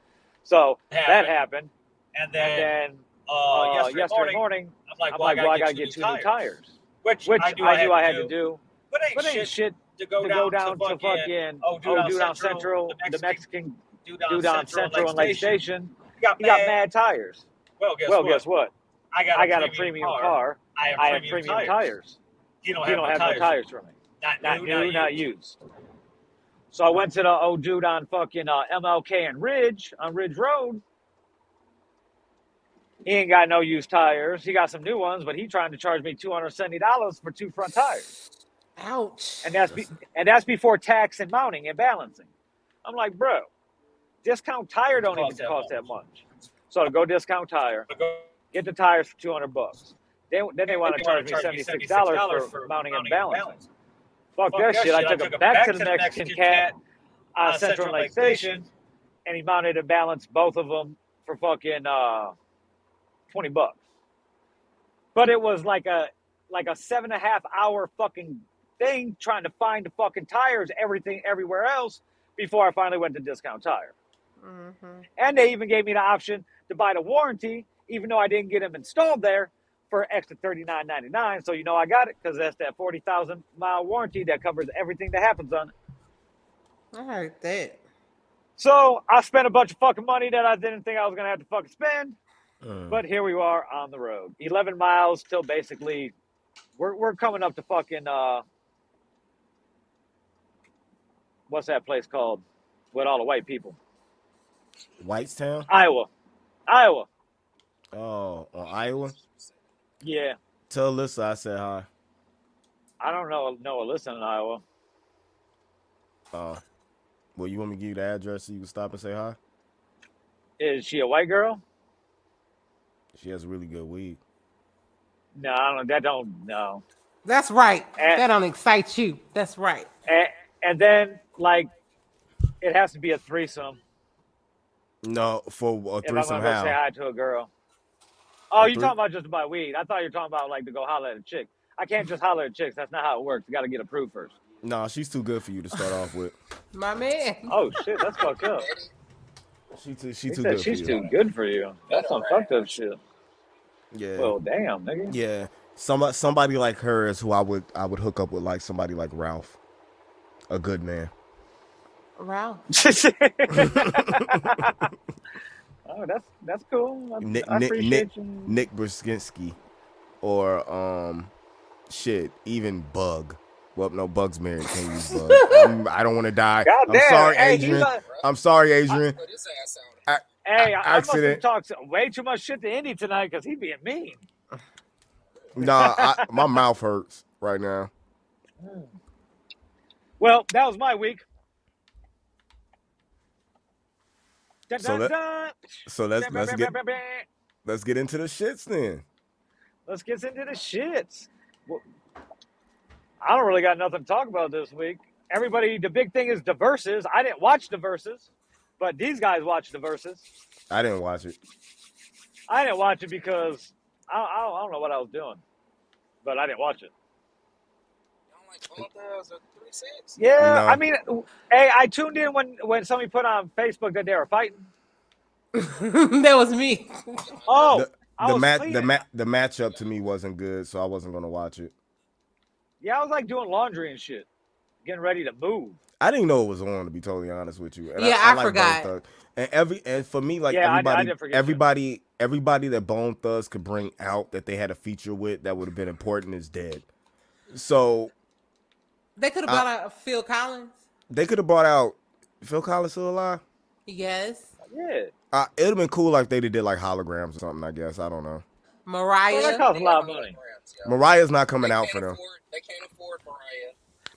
Speaker 1: So that
Speaker 5: Happened.
Speaker 1: happened,
Speaker 5: And
Speaker 1: and
Speaker 5: then
Speaker 1: then
Speaker 5: uh,
Speaker 1: uh,
Speaker 5: yesterday,
Speaker 1: yesterday, morning,
Speaker 5: morning, I'm like,
Speaker 1: I'm
Speaker 5: well,
Speaker 1: like, well,
Speaker 5: I
Speaker 1: I
Speaker 5: got to
Speaker 1: gotta get two new tires,
Speaker 5: which,
Speaker 1: which
Speaker 5: I
Speaker 1: I
Speaker 5: knew
Speaker 1: knew
Speaker 5: I had,
Speaker 1: had
Speaker 5: to, do. But ain't
Speaker 1: But ain't
Speaker 5: shit
Speaker 1: shit
Speaker 5: to go
Speaker 1: to
Speaker 5: down,
Speaker 1: go down to
Speaker 5: fucking,
Speaker 1: fucking
Speaker 5: Oh,
Speaker 1: oh,
Speaker 5: dude, on
Speaker 1: dude on
Speaker 5: Central,
Speaker 1: Central,
Speaker 5: the
Speaker 1: the Mexican
Speaker 5: dude
Speaker 1: dude on Central and Lake Station.
Speaker 5: He got
Speaker 1: He got
Speaker 5: mad.
Speaker 1: mad tires.
Speaker 5: Well, guess
Speaker 1: well,
Speaker 5: what?
Speaker 1: guess what?
Speaker 5: I got a
Speaker 1: I got
Speaker 5: premium, car. I have
Speaker 1: I have premium tires.
Speaker 5: You don't
Speaker 1: You
Speaker 5: have,
Speaker 1: don't
Speaker 5: no
Speaker 1: have no
Speaker 5: tires.
Speaker 1: tires for me.
Speaker 5: Not,
Speaker 1: Not
Speaker 5: new,
Speaker 1: new,
Speaker 5: not,
Speaker 1: not
Speaker 5: used.
Speaker 1: used. So I went to the old dude on fucking uh, MLK and Ridge on Ridge Road. He ain't got no used tires. He got some new ones, but he trying to charge me two hundred seventy dollars for two front tires,
Speaker 2: Ouch.
Speaker 1: and that's be- and that's before tax and mounting and balancing. I'm like, bro, discount tire don't
Speaker 5: Cost
Speaker 1: even
Speaker 5: that
Speaker 1: cost
Speaker 5: much.
Speaker 1: that much. So to go discount tire,
Speaker 5: But go-
Speaker 1: get the tires for 200 bucks. They, then they want to charge me $76 for, mounting and balancing. Fuck, that shit. I took it back, to the Mexican cat on Central Lake Station, uh, and he mounted and balanced both of them for fucking uh, twenty bucks. But it was like a like a seven and a half hour fucking thing trying to find the fucking tires, everything everywhere else before I finally went to Discount Tire.
Speaker 2: Mm-hmm.
Speaker 1: And they even gave me the option to buy the warranty, even though I didn't get them installed there for an extra thirty nine ninety nine. So you know I got it because that's that forty thousand mile warranty that covers everything that happens on it.
Speaker 2: I heard that.
Speaker 1: So I spent a bunch of fucking money that I didn't think I was gonna have to fucking spend.
Speaker 4: Mm.
Speaker 1: But here we are on the road, eleven miles till basically, we're we're coming up to fucking uh, what's that place called? With all the white people,
Speaker 4: Whitestown?
Speaker 1: Iowa, Iowa.
Speaker 4: Oh, on Iowa?
Speaker 1: Yeah,
Speaker 4: Tell Alyssa I said hi.
Speaker 1: I don't know no Alyssa in Iowa.
Speaker 4: Oh. Well, you want me to give you the address so you can stop and say hi?
Speaker 1: Is she a white girl?
Speaker 4: She has really good weed.
Speaker 1: No, I don't. That don't no.
Speaker 2: That's right.
Speaker 1: And-
Speaker 2: that don't excite you. That's right.
Speaker 1: And, and then like, it has to be a threesome.
Speaker 4: No, for a
Speaker 1: If I'm gonna
Speaker 4: threesome
Speaker 1: go say
Speaker 4: how?
Speaker 1: hi to a girl. Oh,
Speaker 4: A
Speaker 1: you
Speaker 4: three-
Speaker 1: talking about just to buy weed? I thought you were talking about like to go holler at a chick. I can't just holler at chicks. That's not how it works. You got to get approved first.
Speaker 4: No, she's too good for you to start
Speaker 1: [LAUGHS]
Speaker 4: off with.
Speaker 2: My man.
Speaker 1: Oh shit, that's fucked up.
Speaker 4: She too, she
Speaker 1: He
Speaker 4: too
Speaker 1: said
Speaker 4: good
Speaker 1: she's
Speaker 4: for you.
Speaker 1: too good for you. That's some fucked up shit.
Speaker 4: Yeah.
Speaker 1: Well, damn,
Speaker 4: [LAUGHS]
Speaker 1: nigga. [LAUGHS]
Speaker 4: Yeah, somebody somebody like her is who I would I would hook up with, like somebody like Ralph, a good man.
Speaker 2: Wow.
Speaker 1: oh, that's that's cool. I,
Speaker 4: Nick-
Speaker 1: I
Speaker 4: Nick-
Speaker 1: appreciate you.
Speaker 4: Nick Brzezinski, or um, shit, even Bug. Well, no, Bug's married. Can't use Bug. I'm, I do not want
Speaker 1: [LAUGHS]
Speaker 4: to die.
Speaker 1: God
Speaker 4: I'm
Speaker 1: damn.
Speaker 4: sorry,
Speaker 1: hey, he's
Speaker 4: Adrian.
Speaker 1: a-
Speaker 4: I'm sorry,
Speaker 1: [LAUGHS]
Speaker 4: Adrian.
Speaker 3: Put his ass out.
Speaker 1: hey, I, I must have
Speaker 4: accident.
Speaker 1: talked way too much shit to Indy tonight because he being mean.
Speaker 4: nah, I, my mouth hurts right now.
Speaker 1: Well, that was my week. Dun,
Speaker 4: So
Speaker 1: dun,
Speaker 4: that-
Speaker 1: dun.
Speaker 4: So let's let's get let's get into the shits then.
Speaker 1: Let's get into the shits. Well, I don't really got nothing to talk about this week. Everybody, the big thing is the verses. I didn't watch the verses, but these guys watched the verses.
Speaker 4: I didn't watch it.
Speaker 1: I didn't watch it because I, I, I don't know what I was doing, but I didn't watch it.
Speaker 3: Y'all like ball girls or three six?
Speaker 1: Yeah,
Speaker 4: No.
Speaker 1: I mean, hey, I tuned in when when somebody put on Facebook that they were fighting.
Speaker 2: [LAUGHS] that was me.
Speaker 1: Oh,
Speaker 4: The-
Speaker 1: I
Speaker 4: the
Speaker 1: was
Speaker 4: mat the
Speaker 1: cleaning.
Speaker 4: mat the matchup to me wasn't good, so I wasn't gonna watch it.
Speaker 1: yeah, I was like doing laundry and shit, getting ready to move.
Speaker 4: I didn't know it was on. To be totally honest with you, and
Speaker 2: Yeah, I
Speaker 4: like Bone
Speaker 2: forgot.
Speaker 4: Thugs. And every and for me, like
Speaker 1: Yeah, I- I
Speaker 4: everybody,
Speaker 1: did forget too.
Speaker 4: everybody, everybody that Bone Thugs could bring out that they had a feature with that would have been important is dead. So
Speaker 2: They could have bought out Phil Collins.
Speaker 4: they could have brought out Phil Collins still alive.
Speaker 2: Yes.
Speaker 1: Yeah,
Speaker 4: Uh, it would have been cool like they did like holograms or something. I guess I don't know.
Speaker 1: well, that
Speaker 2: Mariah.
Speaker 1: costs a lot of money.
Speaker 4: Mariah's not coming
Speaker 3: They
Speaker 4: out
Speaker 3: can't
Speaker 4: for them.
Speaker 3: afford- They can't afford Mariah.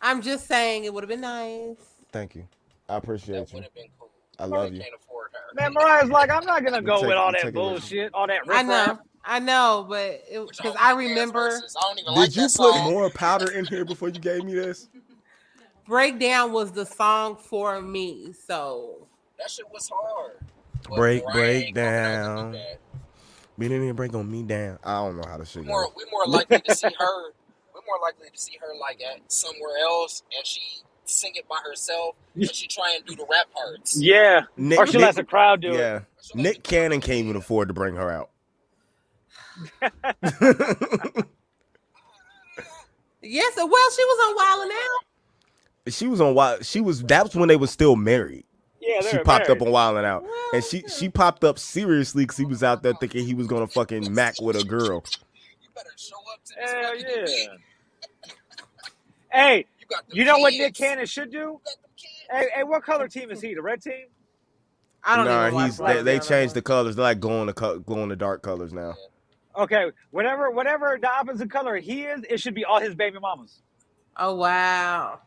Speaker 2: I'm just saying it would have been nice.
Speaker 4: Thank you. I appreciate
Speaker 3: That would
Speaker 4: you.
Speaker 3: have been cool.
Speaker 4: I love
Speaker 3: They
Speaker 4: you.
Speaker 3: can't afford her.
Speaker 1: Man, Mariah's like, I'm not gonna go
Speaker 4: Take-
Speaker 1: with all
Speaker 4: take
Speaker 1: that
Speaker 4: it with you.
Speaker 1: bullshit, all that.
Speaker 2: I
Speaker 1: riffraff.
Speaker 2: know. I know, but
Speaker 3: Which
Speaker 2: because
Speaker 3: don't
Speaker 2: I
Speaker 3: like
Speaker 2: remember
Speaker 3: ass verses. I don't even like
Speaker 4: Did you
Speaker 3: that
Speaker 4: put
Speaker 3: song.
Speaker 4: more powder in here before you gave me this?
Speaker 2: Breakdown was the song for me. So
Speaker 3: That shit was hard. But
Speaker 4: Break,
Speaker 3: Mariah
Speaker 4: break
Speaker 3: ain't coming out to do
Speaker 4: down.
Speaker 3: that.
Speaker 4: We didn't even break on me down. I don't know how to shit
Speaker 3: We
Speaker 4: goes.
Speaker 3: more, we more likely to see her. We're more likely to see her like at somewhere else, and she sing it by herself, and she try and do the rap parts.
Speaker 1: Yeah,
Speaker 4: Nick-
Speaker 1: or she
Speaker 4: Nick-
Speaker 1: lets the crowd do it.
Speaker 4: Yeah.
Speaker 3: She like
Speaker 4: Nick
Speaker 3: to-
Speaker 4: Cannon can't even afford to bring her out.
Speaker 2: yes, well, she was on Wild and Out.
Speaker 4: she was on Wild. She was. That's when they was still married.
Speaker 1: Yeah,
Speaker 4: she
Speaker 1: they're
Speaker 4: popped up
Speaker 1: married.
Speaker 4: on Wild and Out,
Speaker 2: Well,
Speaker 4: and she
Speaker 2: yeah.
Speaker 4: she popped up seriously because he was out there thinking he was gonna fucking mac with a girl.
Speaker 3: You better show up to this
Speaker 1: Hell
Speaker 3: fucking event.
Speaker 1: yeah. [LAUGHS] hey,
Speaker 3: You got them
Speaker 1: you know what
Speaker 3: kids.
Speaker 1: Nick Cannon should do?
Speaker 3: You got them kids.
Speaker 1: Hey, hey, what color team is he? The red team?
Speaker 2: I don't
Speaker 4: nah,
Speaker 2: even watch
Speaker 4: he's
Speaker 2: Wild
Speaker 4: they,
Speaker 2: and
Speaker 4: they
Speaker 2: Out no
Speaker 4: changed the
Speaker 2: more.
Speaker 4: colors. They're like glow in the co- glow in the dark colors now.
Speaker 1: Okay, whatever, whatever the opposite color he is, it should be all his baby mamas.
Speaker 2: Oh wow.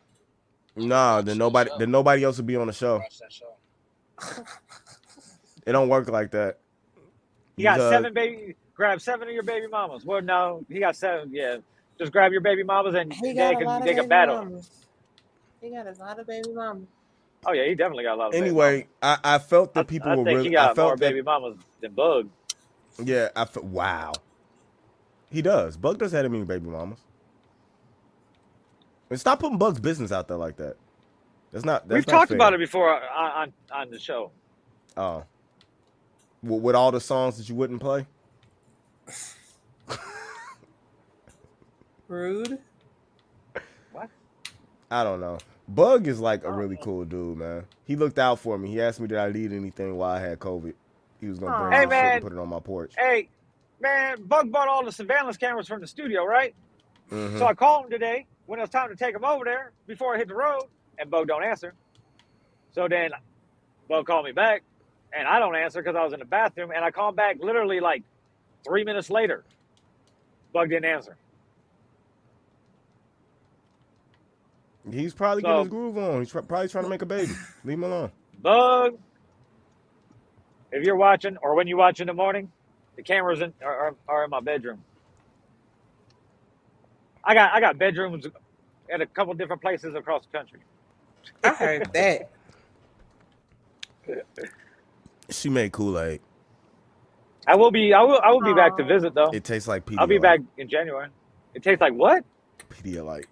Speaker 4: Nah, then nobody then nobody else would be on the show.
Speaker 3: Watch that show.
Speaker 4: It don't work like that.
Speaker 1: He got
Speaker 4: Because-
Speaker 1: seven baby. Grab seven of your baby mamas. Well, no, he got seven. Yeah, just grab your baby mamas and
Speaker 2: He
Speaker 1: they
Speaker 2: got a
Speaker 1: can
Speaker 2: lot of
Speaker 1: they
Speaker 2: baby
Speaker 1: can battle.
Speaker 2: mamas. He got a lot of baby mamas.
Speaker 1: Oh yeah, he definitely got a lot of. baby
Speaker 4: Anyway, I, I
Speaker 1: mamas.
Speaker 4: felt that people
Speaker 1: I, I
Speaker 4: were
Speaker 1: think
Speaker 4: really.
Speaker 1: he got
Speaker 4: I
Speaker 1: more
Speaker 4: felt that,
Speaker 1: baby mamas than Bug.
Speaker 4: Yeah, I fe- wow. He does. Bug does have many baby mamas. And stop putting Bug's business out there like that. That's not. That's
Speaker 1: We've
Speaker 4: not
Speaker 1: talked
Speaker 4: fair.
Speaker 1: about it before on, on on the show.
Speaker 4: Oh, W- with all the songs that you wouldn't play.
Speaker 2: Rude.
Speaker 4: I don't know. Bug is like a really cool dude, man. He looked out for me. He asked me did I need anything while I had COVID. He was gonna bring
Speaker 2: Aw.
Speaker 4: me
Speaker 2: Hey,
Speaker 4: shit and
Speaker 1: man.
Speaker 4: put it on my porch.
Speaker 1: Hey, man, Bug bought all the surveillance cameras from the studio, right?
Speaker 4: Mhm.
Speaker 1: So I called him today when it was time to take him over there before I hit the road, and Bug don't answer. So then Bug called me back, and I don't answer because I was in the bathroom, and I called back literally like three minutes later. Bug didn't answer.
Speaker 4: He's probably getting his
Speaker 1: So-
Speaker 4: groove on. He's tr- probably trying to make a baby. Leave him alone.
Speaker 1: Bug, if you're watching or when you watch in the morning, the cameras in, are, are, are in my bedroom. I got I got bedrooms at a couple different places across the country.
Speaker 2: I heard that.
Speaker 4: She made Kool Aid.
Speaker 1: I will be I will I will be back to
Speaker 2: Aw.
Speaker 1: visit though.
Speaker 4: It tastes like Pedialyte.
Speaker 1: I'll be back in January. It tastes like what?
Speaker 4: Pedialyte.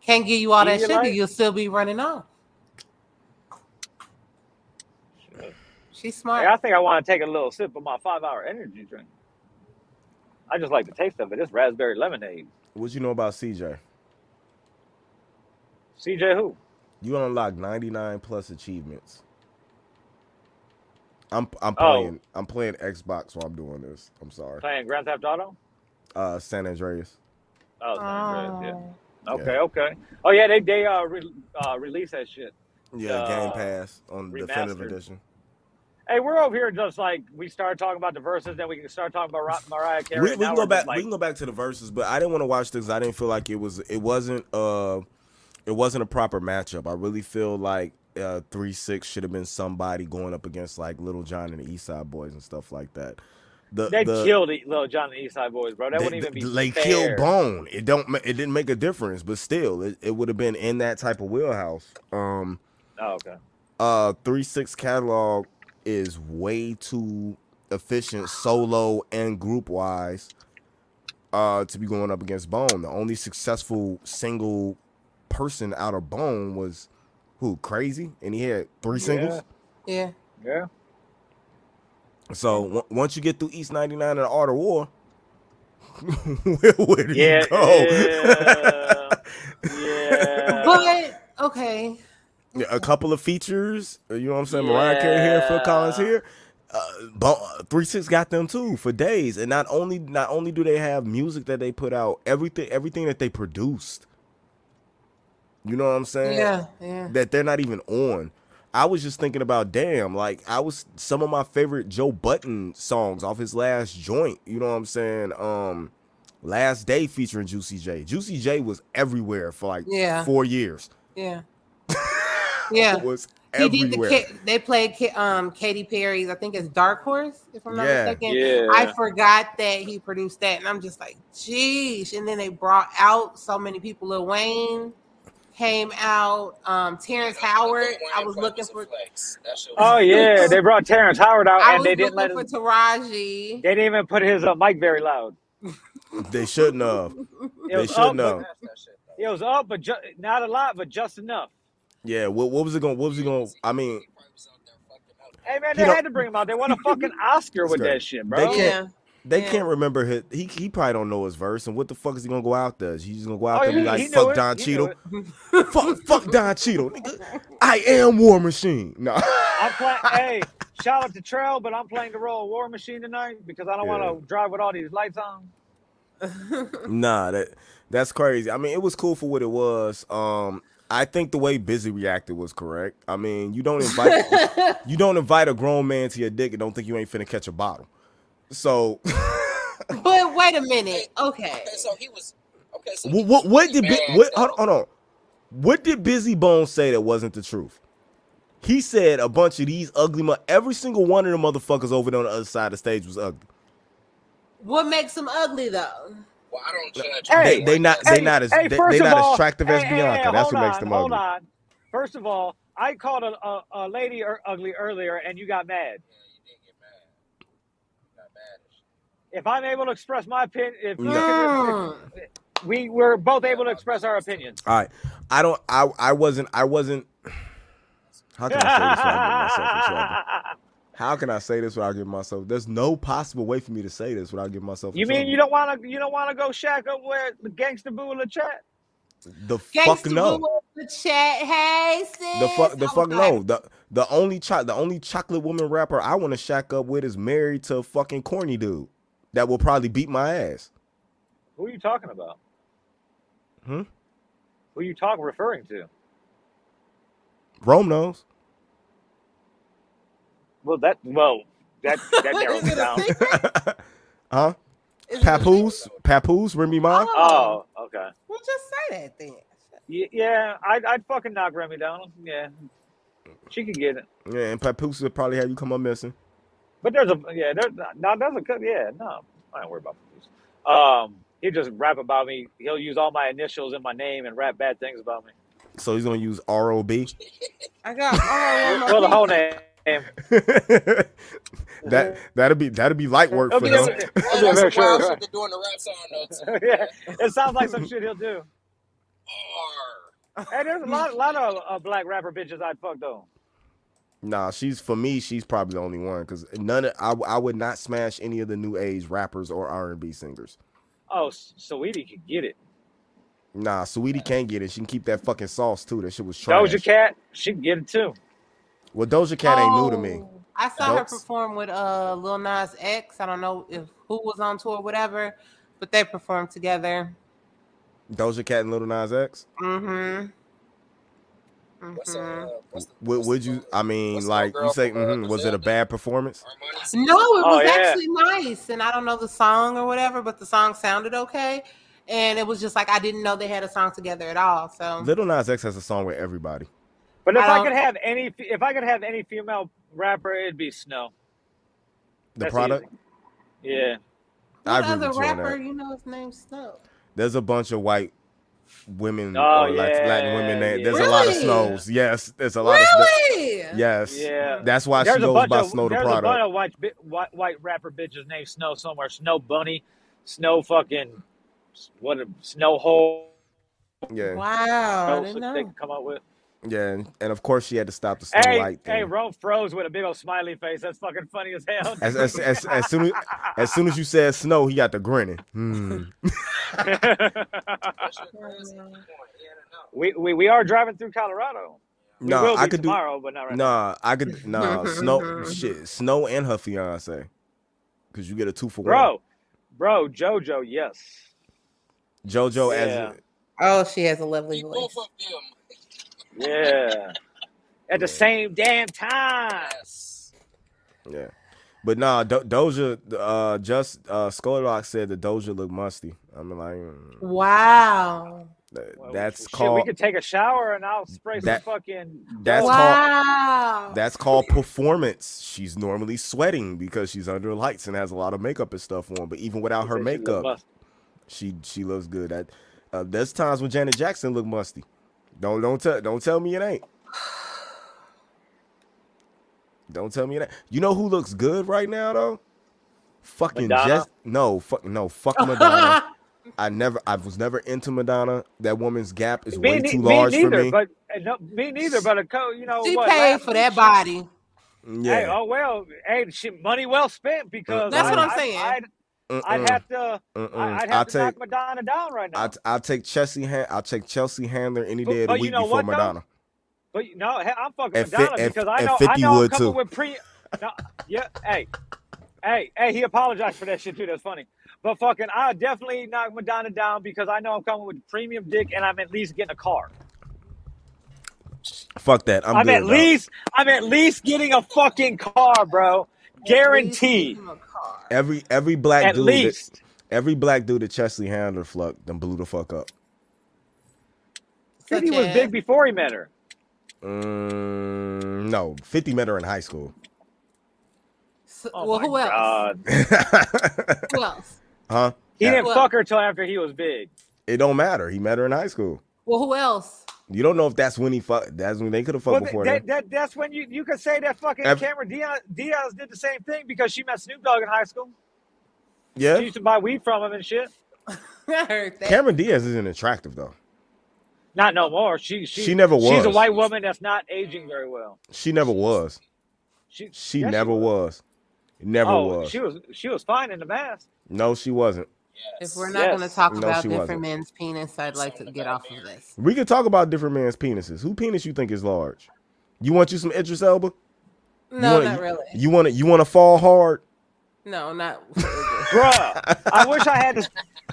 Speaker 2: Can't give you all that
Speaker 1: You're
Speaker 2: sugar.
Speaker 1: right.
Speaker 2: You'll still be running off. She's smart.
Speaker 1: Like, I think I want to take a little sip of my five hour energy drink. I just like the taste of it. It's raspberry lemonade.
Speaker 4: What you know about CJ?
Speaker 1: CJ who?
Speaker 4: You unlock 99 plus achievements. I'm I'm
Speaker 1: Oh.
Speaker 4: playing I'm playing Xbox while I'm doing this. I'm sorry.
Speaker 1: Playing Grand Theft Auto?
Speaker 4: Uh San Andreas.
Speaker 1: Oh, it's
Speaker 2: Oh.
Speaker 1: not good, yeah. Okay, okay. Oh yeah, they they uh, re- uh release that shit.
Speaker 4: Yeah,
Speaker 1: Uh,
Speaker 4: Game Pass on Definitive
Speaker 1: remastered.
Speaker 4: Edition.
Speaker 1: Hey, we're over here just like we started talking about the verses, then we can start talking about Ra- Mariah Carey.
Speaker 4: We,
Speaker 1: and
Speaker 4: we
Speaker 1: now
Speaker 4: can go
Speaker 1: we're just
Speaker 4: back.
Speaker 1: like-
Speaker 4: we can go back to the verses, but I didn't want to watch this. 'cause I didn't feel like it was. It wasn't. Uh, it wasn't a proper matchup. I really feel like uh, three six should have been somebody going up against like Little John and the East Side Boys and stuff like that. The,
Speaker 1: they
Speaker 4: the,
Speaker 1: killed the, little John and Eastside Boys, bro. That
Speaker 4: they,
Speaker 1: wouldn't even be
Speaker 4: they
Speaker 1: fair.
Speaker 4: killed Bone. It don't. ma- It didn't make a difference, but still, it, it would have been in that type of wheelhouse. Um,
Speaker 1: Oh, okay.
Speaker 4: uh three six catalog is way too efficient solo and group wise uh to be going up against bone the only successful single person out of bone was who crazy and he had three singles
Speaker 2: Oh, Yeah.
Speaker 1: Yeah.
Speaker 4: so w- once you get through east 99 and the art of war [LAUGHS] where, where do
Speaker 1: Yeah.
Speaker 4: you go
Speaker 1: Yeah.
Speaker 4: [LAUGHS]
Speaker 2: [LAUGHS]
Speaker 1: yeah.
Speaker 2: But okay.
Speaker 4: Yeah, a couple of features. uh, You know what I'm saying? Mariah Carey here, Phil Collins
Speaker 1: Yeah.
Speaker 4: here. Uh, Three Six got them too for days, and not only not only do they have music that they put out, everything everything that they produced. You know what I'm saying?
Speaker 2: Yeah. Yeah.
Speaker 4: That they're not even on. I was just thinking about damn, like I was some of my favorite Joe Button songs off his last joint. You know what I'm saying? Um, Last Day featuring Juicy J. Juicy J was everywhere for like
Speaker 2: Yeah.
Speaker 4: four years. [LAUGHS]
Speaker 2: Yeah. Yeah.
Speaker 4: was
Speaker 2: He
Speaker 4: everywhere.
Speaker 2: did the Ka- they played Ka- um Katy Perry's, I think it's Dark Horse, if I'm not
Speaker 4: Yeah.
Speaker 2: mistaken.
Speaker 1: Yeah.
Speaker 2: I forgot that he produced that, and I'm just like, geez. And then they brought out so many people. Lil Wayne came out, um, Terrence Howard. I was looking for
Speaker 3: Flex. That shit was
Speaker 1: Oh yeah, they brought Terrence Howard out,
Speaker 2: I
Speaker 1: and
Speaker 2: was
Speaker 1: they didn't let
Speaker 2: looking for
Speaker 1: him.
Speaker 2: Taraji.
Speaker 1: They didn't even put his uh, mic very loud.
Speaker 4: They shouldn't have.
Speaker 1: It
Speaker 4: They
Speaker 1: was
Speaker 4: should
Speaker 1: up, but-
Speaker 4: know.
Speaker 3: that shit, though.
Speaker 1: It was up, but ju- not a lot, but just enough.
Speaker 4: Yeah. What, what was it going? What was he going? I mean,
Speaker 3: He probably was out there fucking up.
Speaker 1: Hey man,
Speaker 4: You
Speaker 1: they
Speaker 4: know-
Speaker 1: had to bring him out. They [LAUGHS] won a fucking Oscar with
Speaker 4: That's
Speaker 1: that
Speaker 4: great.
Speaker 1: shit,
Speaker 4: They
Speaker 1: bro.
Speaker 4: can't-
Speaker 2: Yeah.
Speaker 4: they
Speaker 2: Yeah.
Speaker 4: can't remember his. He he probably don't know his verse. And what the fuck is he gonna go out there? He's just gonna go out
Speaker 1: Oh,
Speaker 4: there and be
Speaker 1: yeah,
Speaker 4: like,
Speaker 1: he knew
Speaker 4: "Fuck
Speaker 1: it.
Speaker 4: Don
Speaker 1: He knew
Speaker 4: Cheadle,
Speaker 1: it.
Speaker 4: [LAUGHS] fuck fuck Don Cheadle, nigga. I am War Machine." [LAUGHS] No.
Speaker 1: I'm playing. hey, shout out to Trail, but I'm playing the role of War Machine tonight because I don't
Speaker 4: Yeah.
Speaker 1: want to drive with all these lights on.
Speaker 4: nah, that that's crazy. I mean, it was cool for what it was. Um, I think the way Busy reacted was correct. I mean, you
Speaker 1: [LAUGHS]
Speaker 4: don't invite you don't invite a grown man to your dick and don't think you ain't finna catch a bottle. So,
Speaker 2: But wait a minute. Okay.
Speaker 3: Okay, so he was. Okay, so he
Speaker 4: what what, what did Bi-
Speaker 3: Man,
Speaker 4: what
Speaker 3: though.
Speaker 4: hold, hold on? What did Busy Bones say that wasn't the truth? He said a bunch of these ugly mu- every single one of the motherfuckers over there on the other side of the stage was ugly.
Speaker 2: What makes them ugly though?
Speaker 3: Well, I don't judge.
Speaker 1: Hey,
Speaker 4: they they not they not as they,
Speaker 1: hey,
Speaker 4: they
Speaker 1: first
Speaker 4: not
Speaker 1: of all-
Speaker 4: attractive as
Speaker 1: hey, hey,
Speaker 4: Bianca.
Speaker 1: hey,
Speaker 4: That's
Speaker 1: hold
Speaker 4: what makes
Speaker 1: on,
Speaker 4: them
Speaker 1: Hold
Speaker 4: ugly.
Speaker 1: on. First of all, I called a, a, a lady er, ugly earlier, and you got mad.
Speaker 3: Yeah, you did get mad. You got mad. as shit.
Speaker 1: If I'm able to express my opinion, if,
Speaker 4: No.
Speaker 2: Mm.
Speaker 1: we were both able to express our opinions.
Speaker 4: All right. I don't. I. I wasn't. I wasn't. How can I say this without getting myself
Speaker 1: [LAUGHS]
Speaker 4: in trouble? How can I say this without getting myself? There's no possible way for me to say this without getting myself. in
Speaker 1: You mean
Speaker 4: trouble.
Speaker 1: you don't want to? You don't want to go shack up where the gangster boo in the chat?
Speaker 4: The fuck
Speaker 2: Gangsta
Speaker 4: no.
Speaker 2: Boo in The chat. Hey, sis.
Speaker 4: The fuck.
Speaker 2: I
Speaker 4: The
Speaker 2: was like,
Speaker 4: fuck no. The the only cho- the only chocolate woman rapper I want to shack up with is married to a fucking corny dude that will probably beat my ass.
Speaker 1: Who are you talking about?
Speaker 4: Hmm?
Speaker 1: Who you talk referring to?
Speaker 4: Rome knows.
Speaker 1: Well, that well that
Speaker 4: [LAUGHS]
Speaker 1: that narrows
Speaker 2: Is
Speaker 1: it
Speaker 2: it a
Speaker 1: down.
Speaker 2: secret?
Speaker 4: huh?
Speaker 2: Is it a secret?
Speaker 4: Papoose. Papoose. Remy Ma.
Speaker 2: Oh,
Speaker 1: Oh, okay.
Speaker 2: well, just say that then.
Speaker 1: Y- Yeah, I'd, I'd fucking knock Remy down. Yeah, she could get it.
Speaker 4: Yeah, and Papoose would probably have you come up missing.
Speaker 1: But there's a yeah, there's no, there's a cut. Yeah, no, I don't worry about this. Um, he just rap about me. He'll use all my initials in my name and rap bad things about me.
Speaker 4: So he's gonna use R O B.
Speaker 2: I got
Speaker 1: Well,
Speaker 2: all
Speaker 1: the whole name.
Speaker 4: [LAUGHS]
Speaker 1: [LAUGHS]
Speaker 4: that that'd be that'd be light work
Speaker 1: It'll
Speaker 4: for
Speaker 1: be,
Speaker 4: them.
Speaker 1: it'll be-
Speaker 3: Hey,
Speaker 1: it'll be
Speaker 3: that's
Speaker 1: very
Speaker 3: some wild
Speaker 1: sure.
Speaker 3: shit they're doing the rap song though. too.
Speaker 1: yeah, it sounds like some shit he'll do.
Speaker 3: Arr.
Speaker 1: Hey, there's a lot, lot of uh, black rapper bitches I'd fuck though.
Speaker 4: Nah, she's for me. She's probably the only one because none. Of, I I would not smash any of the new age rappers or R and B singers.
Speaker 1: Oh, Sweetie could get it.
Speaker 4: Nah, Sweetie can't get it. She can keep that fucking sauce too. That shit was trash.
Speaker 1: Doja Cat, she can get it too.
Speaker 4: Well, Doja Cat ain't new to me.
Speaker 2: Oh, I saw her
Speaker 4: Nope.
Speaker 2: perform with uh Lil Nas X. I don't know if who was on tour, whatever, but they performed together.
Speaker 4: Doja Cat and Little Nas X.
Speaker 2: Mm-hmm.
Speaker 3: What's uh? What's the,
Speaker 4: Would,
Speaker 3: what's
Speaker 4: would
Speaker 3: the-
Speaker 4: you? I mean,
Speaker 3: what's the
Speaker 4: like you
Speaker 3: girl
Speaker 4: say,
Speaker 3: from, uh,
Speaker 4: mhm, was it
Speaker 3: Brazil
Speaker 4: a bad performance?
Speaker 3: Armani
Speaker 2: No, it
Speaker 1: Oh,
Speaker 2: was
Speaker 1: yeah.
Speaker 2: actually nice, and I don't know the song or whatever, but the song sounded okay, and it was just like I didn't know they had a song together at all. So
Speaker 4: Little Nas X has a song with everybody.
Speaker 1: But if
Speaker 2: I
Speaker 1: I,
Speaker 2: don't-
Speaker 1: could have any, if I could have any female rapper, it'd be Snow.
Speaker 4: The
Speaker 1: That's
Speaker 4: product.
Speaker 1: easy. Yeah,
Speaker 4: I
Speaker 2: what
Speaker 4: agree
Speaker 2: other
Speaker 4: with you on that.
Speaker 2: rapper you know his name Snow?
Speaker 4: There's a bunch of white women
Speaker 1: Oh,
Speaker 4: or Lat-
Speaker 1: yeah,
Speaker 4: Latin women. That,
Speaker 1: yeah.
Speaker 4: There's a lot of
Speaker 2: Really?
Speaker 4: snows. Yes, there's a lot of snow-
Speaker 2: Really?
Speaker 4: yes.
Speaker 1: yeah.
Speaker 4: That's why
Speaker 1: There's
Speaker 4: she
Speaker 1: a
Speaker 4: goes
Speaker 1: bunch
Speaker 4: by
Speaker 1: of
Speaker 4: Snow the
Speaker 1: there's a bunch
Speaker 4: product.
Speaker 1: of white, bi- white white rapper bitches named Snow somewhere. Snow Bunny, Snow fucking what a Snow Hole.
Speaker 4: yeah,
Speaker 2: Wow, I
Speaker 1: Else
Speaker 2: didn't
Speaker 1: that they
Speaker 2: know.
Speaker 1: can come up with.
Speaker 4: yeah, and- and of course she had to stop the Snow
Speaker 1: Hey,
Speaker 4: White thing.
Speaker 1: hey, Rome froze with a big old smiley face. That's fucking funny as hell. [LAUGHS]
Speaker 4: as, as, as, as soon as, as soon as you said snow, he got the grinning.
Speaker 1: [LAUGHS]
Speaker 4: Hmm.
Speaker 3: What's your crazy
Speaker 2: Mhm.
Speaker 3: point? Yeah, I
Speaker 1: we, we we are driving through Colorado. We
Speaker 4: Nah,
Speaker 1: will
Speaker 4: I
Speaker 1: be
Speaker 4: could
Speaker 1: tomorrow, but not right
Speaker 4: do.
Speaker 1: now.
Speaker 4: Nah, I could. Nah, snow. Shit, snow and her fiance, because you get a two for one.
Speaker 1: Bro, bro, JoJo, yes.
Speaker 4: JoJo
Speaker 1: Yeah.
Speaker 4: as
Speaker 2: Oh, she has a
Speaker 3: don't
Speaker 2: lovely
Speaker 3: know.
Speaker 2: voice.
Speaker 3: Both of them.
Speaker 1: Yeah. At the same damn time.
Speaker 3: Yes.
Speaker 4: yeah, but nah, Do- Doja. Uh, just uh, Skolok said the Doja looked musty. I'm like, mm,
Speaker 2: Wow.
Speaker 4: that-
Speaker 1: Well,
Speaker 4: that's
Speaker 1: shit,
Speaker 4: called
Speaker 1: We could take a shower and I'll spray
Speaker 4: That-
Speaker 1: some fucking.
Speaker 4: that's called
Speaker 2: wow.
Speaker 4: that's called performance. She's normally sweating because she's under lights and has a lot of makeup and stuff on. But even without
Speaker 1: She
Speaker 4: her
Speaker 1: said she was
Speaker 4: makeup,
Speaker 1: must-
Speaker 4: she she looks good. That uh, there's times when Janet Jackson look musty. Don't don't tell don't tell me it ain't. Don't tell me it ain't. You know who looks good right now though? Fucking
Speaker 1: Madonna?
Speaker 4: Jess. No fuck no fuck
Speaker 2: [LAUGHS]
Speaker 4: Madonna. I never I was never into Madonna. That woman's gap is way
Speaker 1: ne-
Speaker 4: too large
Speaker 1: neither,
Speaker 4: for me.
Speaker 1: But, uh, no, me neither, but a co, you know
Speaker 2: she
Speaker 1: what?
Speaker 2: paid
Speaker 1: last
Speaker 2: for
Speaker 1: week
Speaker 2: that
Speaker 1: she-
Speaker 2: body.
Speaker 4: yeah. Uh,
Speaker 1: Hey, oh well, hey, shit, money well spent because
Speaker 4: That's
Speaker 1: I,
Speaker 4: what I'm
Speaker 1: I-
Speaker 2: saying.
Speaker 1: I'd, I'd
Speaker 4: Mm-mm,
Speaker 1: have to,
Speaker 4: mm-mm.
Speaker 1: I- I'd
Speaker 4: Mm. I'll
Speaker 1: have to
Speaker 4: take
Speaker 1: knock Madonna down right now.
Speaker 4: I will take Chelsea Han- I'll take Chelsea Handler any
Speaker 1: But-
Speaker 4: day of the
Speaker 1: but you
Speaker 4: week
Speaker 1: know
Speaker 4: before
Speaker 1: what, though?
Speaker 4: Madonna.
Speaker 1: But you no, he- I'm fucking
Speaker 4: And fi-
Speaker 1: Madonna
Speaker 4: and-
Speaker 1: because I
Speaker 4: and
Speaker 1: know
Speaker 4: 50
Speaker 1: I know a
Speaker 4: would,
Speaker 1: couple
Speaker 4: too.
Speaker 1: with pre. No, yeah, hey, hey, hey, he apologized for that shit too. That's funny. But fucking, I'll definitely knock Madonna down because I know I'm coming with premium dick and I'm at least getting a car.
Speaker 4: Fuck that. I'm,
Speaker 1: I'm,
Speaker 4: good,
Speaker 1: at
Speaker 4: dog.
Speaker 1: least, I'm at least getting a fucking car, bro. Guaranteed.
Speaker 4: every every black
Speaker 1: At
Speaker 4: dude that-
Speaker 1: least.
Speaker 4: Every black dude that Chesley Handler fucked them blew the fuck up.
Speaker 1: Fifty was big before he met [LAUGHS] her.
Speaker 4: Mm, no, 50 met her in high school. [LAUGHS]
Speaker 1: Oh
Speaker 2: well,
Speaker 1: my
Speaker 2: who else?
Speaker 1: God.
Speaker 4: huh?
Speaker 2: Who else?
Speaker 1: He didn't
Speaker 2: Well-
Speaker 1: fuck her till after he was big.
Speaker 4: It don't matter. He met her in high school.
Speaker 2: Well, who else? [LAUGHS]
Speaker 4: You don't know if that's when he fuck. That's when they could have fucked
Speaker 1: Well,
Speaker 4: before
Speaker 1: that,
Speaker 4: then.
Speaker 1: that, that's when you, you could say that fucking
Speaker 4: Ev-
Speaker 1: Cameron Dion, Diaz did the same thing because she met Snoop Dogg in high school. She
Speaker 4: Yeah,
Speaker 1: used to buy weed from him and shit.
Speaker 2: I heard that.
Speaker 4: Cameron Diaz isn't attractive though.
Speaker 1: Not no more. She she,
Speaker 4: She never
Speaker 1: She's a
Speaker 4: was.
Speaker 1: white woman that's not aging very well.
Speaker 4: She never was.
Speaker 1: She
Speaker 4: She
Speaker 1: yes,
Speaker 4: never was. Never
Speaker 1: oh,
Speaker 4: was.
Speaker 1: She was she was fine in the mask.
Speaker 4: no, she wasn't.
Speaker 2: If we're not
Speaker 1: Yes.
Speaker 2: going to talk
Speaker 4: No,
Speaker 2: about
Speaker 4: she
Speaker 2: different
Speaker 4: wasn't.
Speaker 2: men's penis, I'd like to get off of this.
Speaker 4: We could talk about different man's penises. Who penis you think is large? You want you some Idris Elba?
Speaker 2: No,
Speaker 4: wanna-
Speaker 2: not really.
Speaker 4: You want to you want to fall hard?
Speaker 2: no,
Speaker 4: [LAUGHS]
Speaker 2: not.
Speaker 1: Bruh. I wish I had this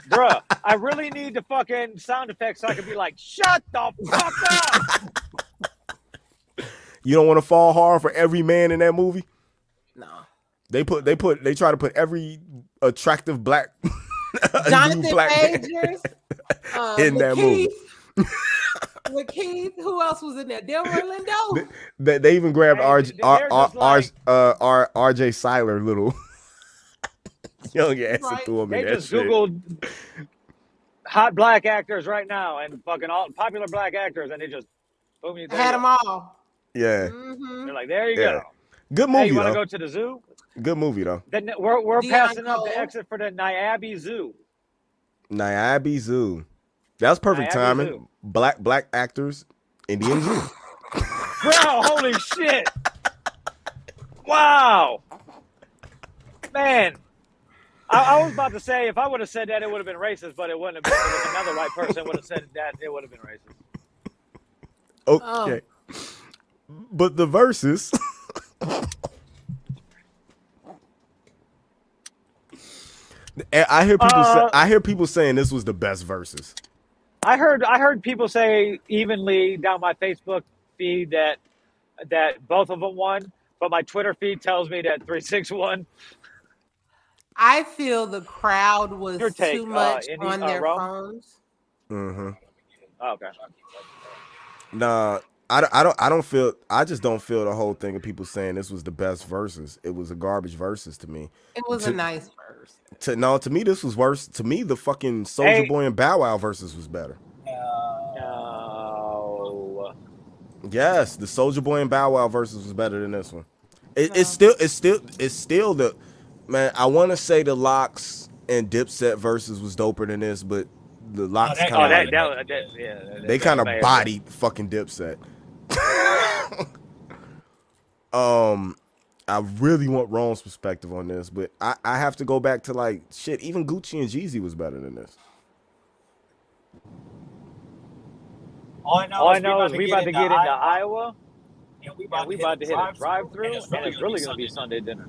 Speaker 1: Bruh, I really need the fucking sound effects so I could be like, shut the fuck up.
Speaker 4: You don't want to fall hard for every man in that movie.
Speaker 2: no.
Speaker 4: They put they put they try to put every attractive black [LAUGHS] new
Speaker 2: Jonathan
Speaker 4: man.
Speaker 2: Majors. Um,
Speaker 4: In that movie.
Speaker 2: With Keith, who else was in there?
Speaker 4: [LAUGHS]
Speaker 2: Del Orlando.
Speaker 4: [LAUGHS] They, they even grabbed
Speaker 1: Hey,
Speaker 4: RJ
Speaker 1: they're
Speaker 4: R, R,
Speaker 1: just
Speaker 4: R,
Speaker 1: like-
Speaker 4: uh, R, RJ Seiler little [LAUGHS] young ass and
Speaker 2: Right.
Speaker 4: threw him
Speaker 1: They
Speaker 4: in that
Speaker 1: just
Speaker 4: shit.
Speaker 1: Googled hot black actors right now and fucking all popular black actors and they just boom you
Speaker 2: I had
Speaker 1: there.
Speaker 2: them all.
Speaker 4: Yeah,
Speaker 2: hmm
Speaker 1: They're like, there you
Speaker 4: Yeah.
Speaker 1: go.
Speaker 4: good
Speaker 1: Hey,
Speaker 4: movie
Speaker 1: you want
Speaker 4: though.
Speaker 1: to go to the zoo?
Speaker 4: Good movie though.
Speaker 1: Then we're we're
Speaker 2: Deion
Speaker 1: passing up the
Speaker 2: Cole.
Speaker 1: exit for the Naiabi Zoo.
Speaker 4: Nairobi Zoo. That was perfect
Speaker 1: Nairobi
Speaker 4: timing.
Speaker 1: Zoo.
Speaker 4: Black black actors, Indian Zoo.
Speaker 1: Bro, holy shit! Wow, man. I, I was about to say if I would have said that it would have been racist, but it wouldn't have been. If another white person would have said that it would have been racist.
Speaker 4: Okay.
Speaker 1: Oh.
Speaker 4: But the verses. [LAUGHS] And I hear people.
Speaker 1: Uh,
Speaker 4: say, I hear people saying this was the best verses.
Speaker 1: I heard I heard people say evenly down my Facebook feed that that both of them won, but my Twitter feed tells me that three six one.
Speaker 2: I feel the crowd was
Speaker 1: Your take,
Speaker 2: too much
Speaker 1: uh, Indy,
Speaker 2: on
Speaker 1: uh,
Speaker 2: their
Speaker 1: Rome?
Speaker 2: phones.
Speaker 4: Mm-hmm.
Speaker 1: Okay,
Speaker 4: Nah, I, don't- I don't. I don't feel. I just don't feel the whole thing of people saying this was the best verses. It was a garbage verses to me.
Speaker 2: It was a
Speaker 4: To-
Speaker 2: nice verse.
Speaker 4: To no, to me this was worse. To me, the fucking Soldier
Speaker 1: Hey.
Speaker 4: Boy and Bow Wow verses was better.
Speaker 1: no,
Speaker 4: Yes, the Soldier Boy and Bow Wow versus was better than this one. It,
Speaker 2: No.
Speaker 4: It's still, it's still, it's still the man. I want to say the Locks and Dipset versus was doper than this, but the Locks
Speaker 5: that-
Speaker 4: kind of
Speaker 1: oh that,
Speaker 4: like,
Speaker 1: that, that yeah, that-
Speaker 4: they kind of
Speaker 1: that-
Speaker 4: bodied fucking Dipset. [LAUGHS] um, I really want Rome's perspective on this, but I, I have to go back to like shit. Even Gucci and Jeezy was better than this.
Speaker 5: All I know
Speaker 1: All I
Speaker 5: is
Speaker 1: know is we about to get into Iowa.
Speaker 5: and we
Speaker 1: Yeah, we about to hit a drive through, and it's really gonna be Sunday dinner.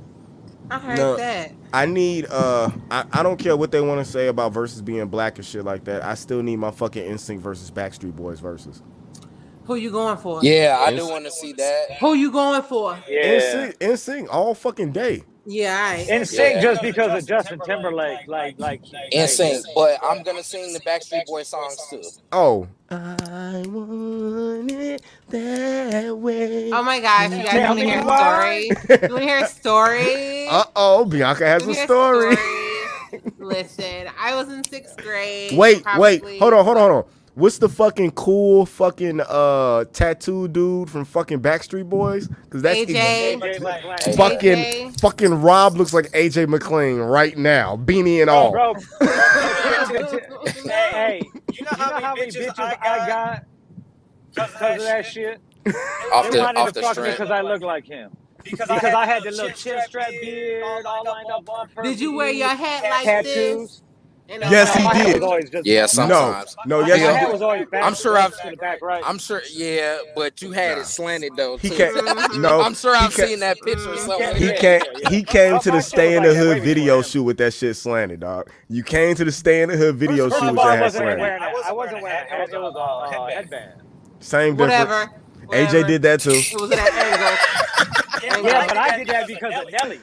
Speaker 2: I heard
Speaker 4: No.
Speaker 2: that.
Speaker 4: I need uh I, I don't care what they want to say about versus being black and shit like that. I still need my fucking instinct versus Backstreet Boys versus.
Speaker 2: Who you going for?
Speaker 3: Yeah, I do
Speaker 4: It's-
Speaker 3: want to see that.
Speaker 2: Who you going for?
Speaker 1: Yeah,
Speaker 4: NSYNC, NSYNC all fucking day.
Speaker 2: Yeah, all right.
Speaker 1: and sync
Speaker 3: Yeah.
Speaker 1: just because of Justin Timberlake, like like
Speaker 3: Insane, but I'm gonna sing the Backstreet Boy songs too.
Speaker 4: Oh. I want it that way.
Speaker 2: Oh my gosh, you guys
Speaker 1: Tell
Speaker 2: want to
Speaker 1: me
Speaker 2: hear a
Speaker 1: why.
Speaker 2: story? You want to hear a story?
Speaker 4: Uh oh, Bianca has a
Speaker 2: Here's the
Speaker 4: story.
Speaker 2: story. Listen, I was in sixth grade.
Speaker 4: Wait,
Speaker 2: probably-
Speaker 4: wait, hold on, hold on, hold on. What's the fucking cool fucking uh tattoo dude from fucking Backstreet Boys? Because that's
Speaker 2: AJ.
Speaker 1: AJ McClain.
Speaker 3: Fuck
Speaker 4: fucking
Speaker 2: AJ.
Speaker 4: fucking Rob looks like AJ McLean right now, beanie and all.
Speaker 1: Bro,
Speaker 2: No.
Speaker 1: hey, you know how, many bitches, I got because of that shit?
Speaker 3: Off
Speaker 1: they
Speaker 3: the
Speaker 1: wanted
Speaker 3: off
Speaker 1: to
Speaker 3: the
Speaker 1: fuck me because
Speaker 3: strip.
Speaker 1: I look like him.
Speaker 5: because
Speaker 1: Because I had the little chin strap beard all lined up on purpose.
Speaker 2: Did you wear your hat like this?
Speaker 1: tattoos?
Speaker 2: And a-
Speaker 4: Yes, he
Speaker 1: My hat
Speaker 4: did.
Speaker 1: was always just
Speaker 3: Yeah,
Speaker 4: No,
Speaker 3: sometimes.
Speaker 4: no,
Speaker 1: My
Speaker 4: yes,
Speaker 1: hat
Speaker 4: he
Speaker 1: was
Speaker 4: did.
Speaker 1: always back.
Speaker 3: I'm sure
Speaker 1: back
Speaker 3: I've-
Speaker 1: to the back right.
Speaker 3: I'm sure. Yeah, but you had it slanted though.
Speaker 4: He
Speaker 3: too.
Speaker 4: can't. No,
Speaker 3: Mm-hmm. I'm sure
Speaker 4: he
Speaker 3: I've
Speaker 4: can't-
Speaker 3: seen that picture somewhere.
Speaker 4: He
Speaker 1: Yeah,
Speaker 4: came.
Speaker 1: yeah,
Speaker 3: [LAUGHS]
Speaker 4: He came
Speaker 1: Oh,
Speaker 4: to
Speaker 1: my
Speaker 4: the
Speaker 1: shit
Speaker 4: Stay in
Speaker 1: was like that way
Speaker 4: the Hood
Speaker 1: before
Speaker 4: video
Speaker 1: him.
Speaker 4: shoot with that shit slanted, dog. You came to the Stay in the Hood video
Speaker 1: First
Speaker 4: shoot
Speaker 1: of
Speaker 4: with
Speaker 1: all, I
Speaker 4: that hat
Speaker 1: wasn't wearing
Speaker 4: slanted.
Speaker 1: that. I wasn't wearing a hat. It was a uh, headband.
Speaker 4: Same difference.
Speaker 2: whatever.
Speaker 4: AJ did that too.
Speaker 2: It was an angle.
Speaker 1: [LAUGHS]
Speaker 2: Angle.
Speaker 1: Yeah, but I did that because of Nelly.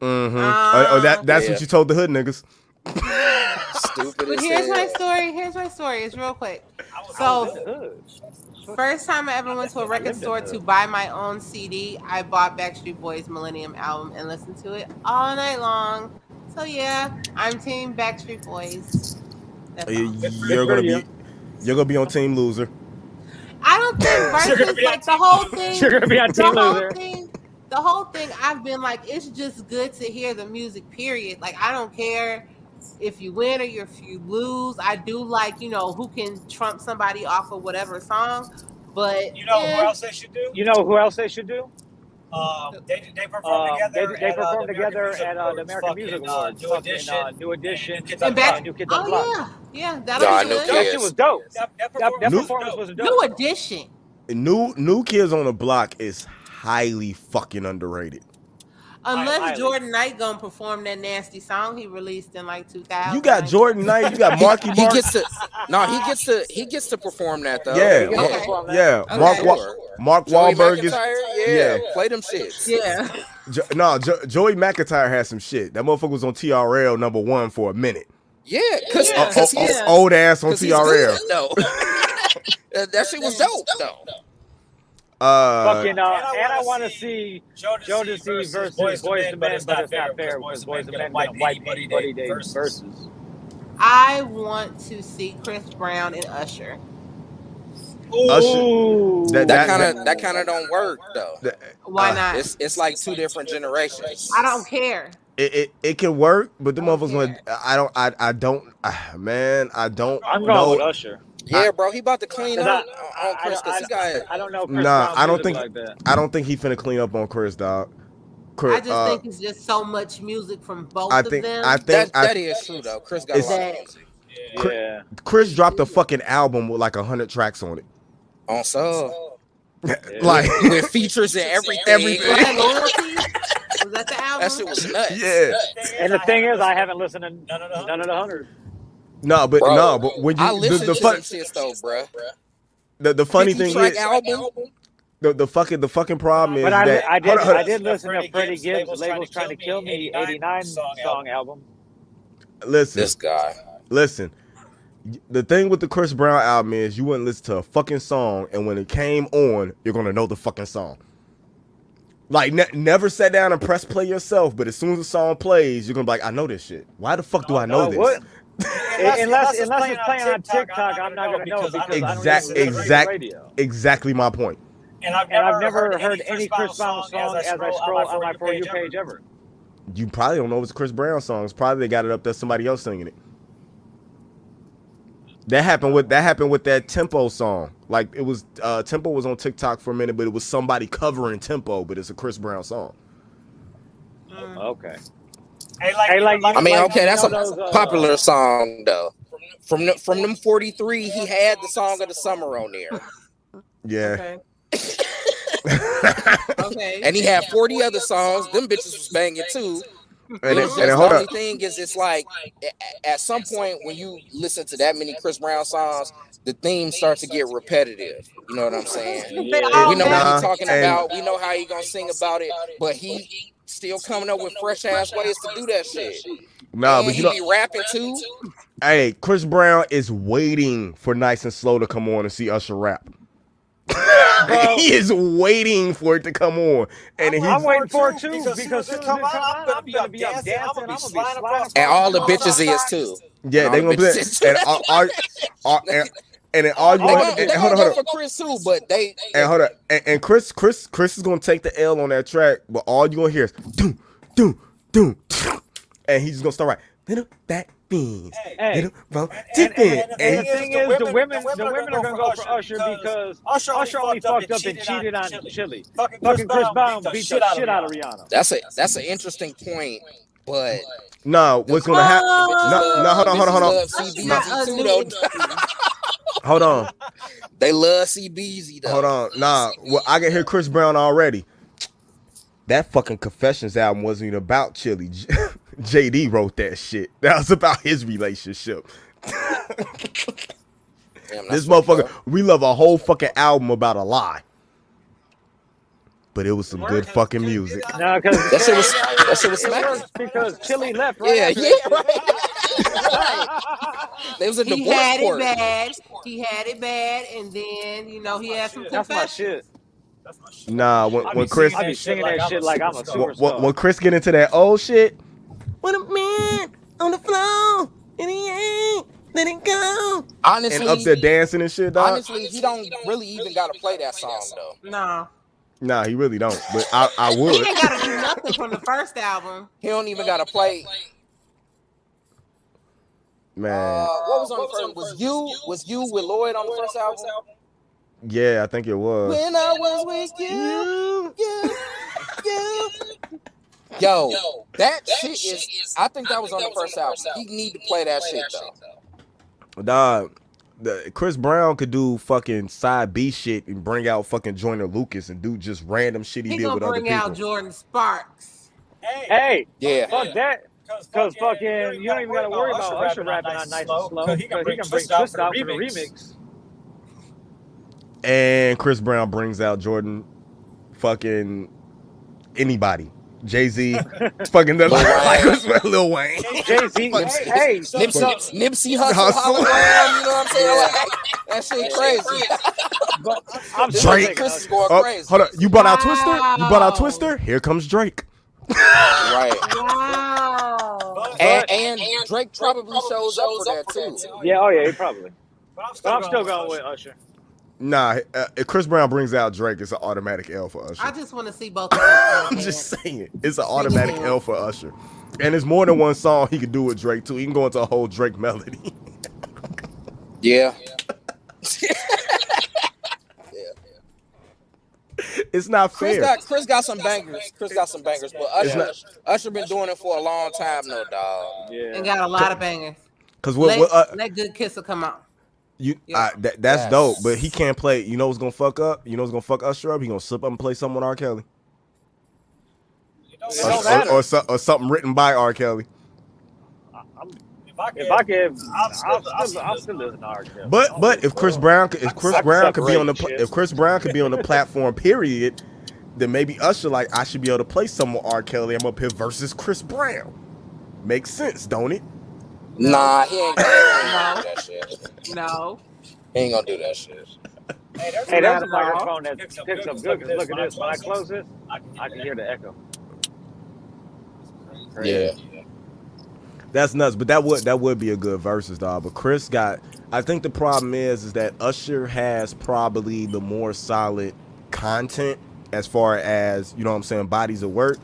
Speaker 4: Mm-hmm.
Speaker 2: Ah.
Speaker 4: oh, that, thats what
Speaker 3: Yeah.
Speaker 4: you told the hood niggas.
Speaker 3: Stupid
Speaker 2: But
Speaker 3: as
Speaker 2: here's my
Speaker 3: hell.
Speaker 2: story. Here's my story. It's real quick.
Speaker 5: Oh.
Speaker 1: It's
Speaker 2: So
Speaker 1: the hood.
Speaker 2: First time I ever went to a record store to buy my own CD, I bought Backstreet Boys Millennium album and listened to it all night long. So yeah, I'm team Backstreet Boys. That's all.
Speaker 4: You're gonna be. You're gonna be on team loser.
Speaker 2: I don't think versus like the whole thing.
Speaker 1: You're gonna be on
Speaker 2: the
Speaker 1: team
Speaker 2: whole
Speaker 1: loser.
Speaker 2: thing. The whole thing. I've been like, it's just good to hear the music. Period. Like I don't care if you win or if you lose. I do like you know who can trump somebody off of whatever song. But
Speaker 5: You know
Speaker 2: eh,
Speaker 5: what else they should do?
Speaker 1: You know who else they should do?
Speaker 5: Um, they they perform
Speaker 1: Uh, they
Speaker 5: together.
Speaker 1: they
Speaker 5: at, uh,
Speaker 1: performed
Speaker 5: the
Speaker 1: together
Speaker 5: American Music
Speaker 1: at uh,
Speaker 5: Awards.
Speaker 1: the American
Speaker 5: Fucking,
Speaker 1: Music
Speaker 5: uh,
Speaker 1: Awards.
Speaker 5: New
Speaker 1: Fucking,
Speaker 5: Edition.
Speaker 1: uh, New Edition.
Speaker 5: And Kids
Speaker 2: And
Speaker 5: on
Speaker 2: back-
Speaker 5: Block.
Speaker 1: New Kids on the Block.
Speaker 2: oh yeah, yeah, that'll
Speaker 3: Nah, I
Speaker 2: be
Speaker 3: knew
Speaker 2: good.
Speaker 1: That
Speaker 3: Yes.
Speaker 1: shit was dope.
Speaker 5: That, that
Speaker 1: That,
Speaker 5: performance
Speaker 1: that
Speaker 4: New-
Speaker 5: was
Speaker 1: performance
Speaker 5: dope.
Speaker 1: was
Speaker 2: New
Speaker 1: dope.
Speaker 2: edition.
Speaker 4: New new kids on the block is highly fucking underrated.
Speaker 2: Unless
Speaker 1: highly.
Speaker 2: Jordan Knight gonna perform that nasty song he released in like 2000.
Speaker 4: You got Jordan Knight,
Speaker 3: [LAUGHS]
Speaker 4: you got Marky
Speaker 3: He
Speaker 4: Mark.
Speaker 3: gets to no, he gets to he gets to perform that though.
Speaker 4: Yeah,
Speaker 3: He gets to
Speaker 2: okay.
Speaker 3: perform that.
Speaker 4: yeah,
Speaker 2: Okay.
Speaker 4: Mark Wa-
Speaker 3: Sure.
Speaker 4: Mark
Speaker 3: Joey
Speaker 4: Wahlberg is
Speaker 3: McIntyre? yeah.
Speaker 4: yeah.
Speaker 3: play them shits.
Speaker 2: Yeah.
Speaker 4: Jo- no jo- Joey McIntyre had some shit. That motherfucker was on TRL number one for a minute.
Speaker 3: Yeah, because
Speaker 2: Yeah.
Speaker 4: O-
Speaker 3: because
Speaker 4: o-
Speaker 3: he's
Speaker 2: Yeah.
Speaker 4: Old ass Uh, on
Speaker 3: 'cause he's
Speaker 4: TRL.
Speaker 3: good, though. that, that shit was dope though.
Speaker 4: Uh,
Speaker 1: Fucking uh,
Speaker 5: And I
Speaker 1: and I
Speaker 5: wanna
Speaker 1: want to
Speaker 5: see-
Speaker 1: see Joe
Speaker 5: Jordan
Speaker 1: Desi versus Boys to Men, but it's not fair because Boys to Men white white anybody they versus.
Speaker 2: I want to see Chris Brown and Usher.
Speaker 1: Ooh,
Speaker 3: That
Speaker 4: That- that-
Speaker 3: kind of that kind of don't work though.
Speaker 4: th-
Speaker 2: Why
Speaker 4: Uh,
Speaker 2: not?
Speaker 3: It's it's like two different generations.
Speaker 2: I don't care.
Speaker 4: it, it it can work, but the motherfuckers
Speaker 2: Okay.
Speaker 4: gonna. I don't. I I don't. ah, Man, I don't.
Speaker 1: I'm going with
Speaker 4: know.
Speaker 1: Usher.
Speaker 3: Yeah, bro, he about to clean
Speaker 1: Cause
Speaker 3: up
Speaker 1: I-
Speaker 3: on
Speaker 1: I-
Speaker 3: Chris because he got
Speaker 1: I don't know. Chris
Speaker 4: Nah,
Speaker 1: Brown
Speaker 4: I don't
Speaker 1: music
Speaker 4: think-
Speaker 1: like that.
Speaker 4: I don't think he finna clean up on Chris, dog. Chris,
Speaker 2: I just
Speaker 4: uh,
Speaker 2: think it's just so much music from both
Speaker 4: I
Speaker 2: of
Speaker 4: think
Speaker 2: them.
Speaker 4: I think
Speaker 3: that.
Speaker 4: I,
Speaker 3: That is true though. Chris got a
Speaker 4: It's-
Speaker 3: lot of music.
Speaker 4: Chris-
Speaker 1: Yeah,
Speaker 4: Chris dropped a fucking album with like a hundred tracks on it,
Speaker 3: on sub
Speaker 1: yeah.
Speaker 4: like
Speaker 3: with features and everything.
Speaker 4: Everything.
Speaker 2: Was that loyalty? Was that the album?
Speaker 3: That shit was nuts.
Speaker 4: yeah.
Speaker 1: And the thing is, I haven't listened to
Speaker 5: None of the
Speaker 1: none of the hundred.
Speaker 4: No, but
Speaker 3: Bro,
Speaker 4: no, but when you
Speaker 3: I
Speaker 4: the,
Speaker 3: listened
Speaker 4: the,
Speaker 3: to
Speaker 4: fun,
Speaker 3: them shits though, bro.
Speaker 4: the, the funny thing
Speaker 3: track
Speaker 4: is
Speaker 3: album.
Speaker 4: the, the fucking the fucking problem is
Speaker 1: But I,
Speaker 4: that
Speaker 1: I did
Speaker 4: hold on, hold
Speaker 1: I
Speaker 4: on.
Speaker 1: did listen to
Speaker 5: Freddie
Speaker 1: Freddie
Speaker 5: Gibbs'
Speaker 1: Gibbs'
Speaker 5: Labels
Speaker 1: labels trying to kill me '89
Speaker 5: song
Speaker 1: song album.
Speaker 4: listen
Speaker 3: This guy.
Speaker 4: listen. The thing with the Chris Brown album is you wouldn't listen to a fucking song, and when it came on, you're gonna know the fucking song. Like ne- never sat down and press play yourself, but as soon as the song plays, you're gonna be like, I know this shit. Why the fuck do I know
Speaker 1: no,
Speaker 4: this?
Speaker 1: what?
Speaker 5: Unless-
Speaker 1: Unless unless, it's playing on TikTok,
Speaker 5: TikTok,
Speaker 1: I'm not gonna know because
Speaker 5: I don't
Speaker 4: Exact-
Speaker 1: I don't listen to
Speaker 4: exact-
Speaker 1: radio.
Speaker 4: Exactly my point.
Speaker 5: And I've
Speaker 1: And I've never heard any Chris Brown song as I scroll on my for you page ever.
Speaker 4: You probably don't know it's a Chris Brown song. It's probably they got it up there somebody else singing it. That happened with that happened with that tempo song. Like it was uh tempo was on TikTok for a minute, but it was somebody covering tempo, but it's a Chris Brown song.
Speaker 2: Mm.
Speaker 1: Okay.
Speaker 5: Hey, like,
Speaker 1: Hey, like,
Speaker 3: I mean,
Speaker 1: Like,
Speaker 3: okay, that's a
Speaker 1: you know those, uh,
Speaker 3: popular song though. From the, from them forty three, he had the song of the summer on there,
Speaker 4: Yeah.
Speaker 3: [LAUGHS]
Speaker 2: Okay.
Speaker 4: [LAUGHS]
Speaker 2: okay.
Speaker 3: and he had forty other songs. Them bitches was banging too.
Speaker 4: And,
Speaker 3: It
Speaker 4: then,
Speaker 3: was
Speaker 4: and
Speaker 3: just
Speaker 4: then, hold
Speaker 3: the
Speaker 4: up.
Speaker 3: only thing is, it's like a- at some point when you listen to that many Chris Brown songs, the themes start to get repetitive. You know what I'm saying?
Speaker 2: They
Speaker 1: Yeah.
Speaker 2: all
Speaker 3: We know what
Speaker 4: Nah,
Speaker 3: he's talking
Speaker 4: and-
Speaker 3: about. We know how he gonna sing about it, but he still coming up with fresh ass ways to do that shit.
Speaker 4: Nah,
Speaker 3: And
Speaker 4: but
Speaker 3: he
Speaker 4: you know,
Speaker 3: be rapping too.
Speaker 4: hey, Chris Brown is waiting for Nice and Slow to come on and see Usher rap. [LAUGHS] he is waiting for it to come on, and
Speaker 5: I'm-
Speaker 4: he's
Speaker 1: I'm waiting for it too
Speaker 5: Because
Speaker 1: because soon
Speaker 5: soon as it
Speaker 1: as
Speaker 5: come
Speaker 1: it
Speaker 5: out,
Speaker 1: come
Speaker 5: I'm
Speaker 1: out,
Speaker 5: gonna
Speaker 1: I'm
Speaker 5: be
Speaker 1: gonna
Speaker 5: up
Speaker 1: be up
Speaker 5: dancing,
Speaker 1: dancing.
Speaker 5: I'm
Speaker 1: I'm
Speaker 5: gonna be
Speaker 1: gonna be
Speaker 5: sliding
Speaker 1: sliding
Speaker 5: across
Speaker 1: across
Speaker 3: And all the
Speaker 1: the
Speaker 3: bitches is too.
Speaker 4: Yeah,
Speaker 3: No,
Speaker 4: they
Speaker 3: the
Speaker 4: gonna play
Speaker 3: bitches.
Speaker 4: and all, all, all- and, and then all you
Speaker 3: They
Speaker 1: Oh,
Speaker 3: gonna,
Speaker 4: and,
Speaker 3: they
Speaker 4: and-
Speaker 3: gonna
Speaker 4: hold on,
Speaker 3: go
Speaker 4: hold on,
Speaker 3: for Chris too, but they
Speaker 4: and hold on, and, and Chris, Chris, Chris is gonna take the L on that track, but all you gonna hear is doom, doom, doom, and he's just gonna start right. Little that means,
Speaker 1: Hey.
Speaker 4: little vote, and,
Speaker 5: and- and-
Speaker 1: And the
Speaker 4: and,
Speaker 1: thing is, the women, the women are gonna go for Usher because
Speaker 5: Usher only,
Speaker 1: Usher only fucked up and cheated on Chili.
Speaker 5: Fucking
Speaker 1: Fucking Chris Brown beat the shit out of Rihanna.
Speaker 3: that's a that's an interesting point, but
Speaker 4: no, what's gonna happen? No, no, hold on, hold on, hold on.
Speaker 3: Bitches
Speaker 4: No.
Speaker 3: love
Speaker 2: Not
Speaker 3: CBZ
Speaker 2: a
Speaker 3: too, though.
Speaker 2: new-
Speaker 3: [LAUGHS]
Speaker 4: Hold on,
Speaker 3: They love CBZ though. [LAUGHS]
Speaker 4: hold on. Nah, well, I can hear Chris Brown already. That fucking Confessions album wasn't even about Chili. J- [LAUGHS] JD wrote that shit. That was about his relationship.
Speaker 3: Damn, that's
Speaker 4: This
Speaker 3: fucked
Speaker 4: motherfucker,
Speaker 3: up.
Speaker 4: we love a whole fucking album about a lie. But it was some good fucking music.
Speaker 1: No, because
Speaker 3: That shit was that shit was
Speaker 1: it
Speaker 3: smacking.
Speaker 1: worked because Chili left. Right
Speaker 3: Yeah,
Speaker 1: after
Speaker 3: yeah, [LAUGHS] right. They was a
Speaker 2: He
Speaker 3: divorce
Speaker 2: had it
Speaker 3: court.
Speaker 2: bad. He had it bad, and then you know he had some
Speaker 1: That's my
Speaker 2: confessions.
Speaker 1: shit.
Speaker 4: Nah, when, when Chris
Speaker 1: I be singing that shit like I'm a
Speaker 4: when,
Speaker 1: super-
Speaker 4: when- when Chris get into that old shit, what a man on the floor in the Let it go.
Speaker 3: Honestly,
Speaker 4: And up there dancing and shit, dog.
Speaker 3: honestly, he don't really even gotta play that song though.
Speaker 2: No.
Speaker 4: Nah, he really don't. But I,
Speaker 3: [LAUGHS]
Speaker 4: I
Speaker 2: He
Speaker 4: would.
Speaker 2: ain't gotta do nothing from the first album.
Speaker 3: He don't even gotta play. Uh,
Speaker 4: Man.
Speaker 3: what was on the first? Was you? Was you with Lloyd on the first album?
Speaker 4: Yeah, I think it was.
Speaker 3: When I was with you, you, you. Yo, that shit is. I think that was on the first album. He need to play that shit though.
Speaker 4: Dog. The, Chris Brown could do fucking side B shit and bring out fucking Joyner Lucas and do just random shit he,
Speaker 2: He
Speaker 4: did
Speaker 2: gonna
Speaker 4: with other
Speaker 2: bring out
Speaker 4: people.
Speaker 2: Jordan Sparks.
Speaker 1: Hey,
Speaker 3: Yeah,
Speaker 1: fuck that.
Speaker 5: Cause
Speaker 1: Because fucking, you don't even got to worry about Usher rapping on Nice and Slow. Because he can bring Twist out for the remix.
Speaker 4: And Chris Brown brings out Jordan, fucking anybody.
Speaker 2: [LAUGHS]
Speaker 4: Jay Z, fucking the, like, [LAUGHS] Lil Wayne.
Speaker 1: Jay Z,
Speaker 3: Nipsey-
Speaker 1: hey,
Speaker 3: Nipsey, Nipsey Hustle,
Speaker 4: Hustle.
Speaker 3: hologram. You know what I'm saying? Like, that shit crazy.
Speaker 1: I'm
Speaker 3: This
Speaker 1: still
Speaker 4: Drake.
Speaker 3: nigga
Speaker 1: thinking,
Speaker 3: Chris is
Speaker 1: okay.
Speaker 3: going
Speaker 4: Oh,
Speaker 3: crazy.
Speaker 4: hold on. You bought out Twister? You bought out
Speaker 2: Wow.
Speaker 4: Twister? Here comes Drake.
Speaker 3: Right.
Speaker 2: Wow.
Speaker 3: And, and Drake probably shows up for that too.
Speaker 1: Yeah, oh yeah, he probably. But I'm still
Speaker 5: going
Speaker 1: going with Usher.
Speaker 4: Nah, uh, if Chris Brown brings out Drake, it's an automatic L for Usher.
Speaker 2: I just want to see both of them.
Speaker 4: [LAUGHS] I'm just saying, it's an
Speaker 2: what I'm
Speaker 4: automatic
Speaker 2: saying.
Speaker 4: L for Usher. And it's more than one song he could do with Drake too. He can go into a whole Drake melody. [LAUGHS]
Speaker 3: Yeah.
Speaker 4: It's not
Speaker 3: Chris
Speaker 4: fair.
Speaker 3: got Chris got some bangers. Chris got some bangers, but
Speaker 4: It's
Speaker 3: Usher Usher been doing it for a long time though, dog.
Speaker 1: Yeah.
Speaker 2: and got a lot of bangers.
Speaker 4: Cause what,
Speaker 2: let,
Speaker 4: what uh,
Speaker 2: let Good Kisser come out.
Speaker 4: you
Speaker 2: Yeah.
Speaker 4: I- that, that's
Speaker 3: Yes.
Speaker 4: dope, but he can't play. You know what's gonna fuck up? You know what's gonna fuck Usher up? He gonna slip up and play something with R. Kelly,
Speaker 1: It
Speaker 4: or
Speaker 1: don't
Speaker 4: or,
Speaker 1: matter.
Speaker 4: or, so- or something written by R. Kelly.
Speaker 5: If I
Speaker 1: If I
Speaker 5: can,
Speaker 1: can,
Speaker 5: I'm
Speaker 1: I'm
Speaker 5: still-
Speaker 1: still,
Speaker 5: I'm
Speaker 1: I'm
Speaker 5: still-
Speaker 1: still, listening to R. Kelly.
Speaker 4: But but if Chris Brown could- if Chris
Speaker 1: suck
Speaker 4: Brown could be
Speaker 1: great
Speaker 4: on the pl-
Speaker 1: shit.
Speaker 4: if Chris Brown could be on the platform period, then maybe Usher like I should be able to play some with R. Kelly. I'm up here versus Chris Brown. Makes sense, don't it?
Speaker 3: Nah, he ain't gonna he ain't gonna do that shit.
Speaker 2: No.
Speaker 3: He ain't gonna do that shit.
Speaker 5: hey, there's
Speaker 1: hey, there's a
Speaker 2: Not at all.
Speaker 1: microphone that picks up good. 'cause Look at this. When I close this,
Speaker 5: I
Speaker 1: I can hear the echo.
Speaker 3: Yeah.
Speaker 4: That's nuts. But that would that would be a good versus, dog. But Chris got. I think the problem is is that Usher has probably the more solid content as far as you know what I'm saying bodies of work.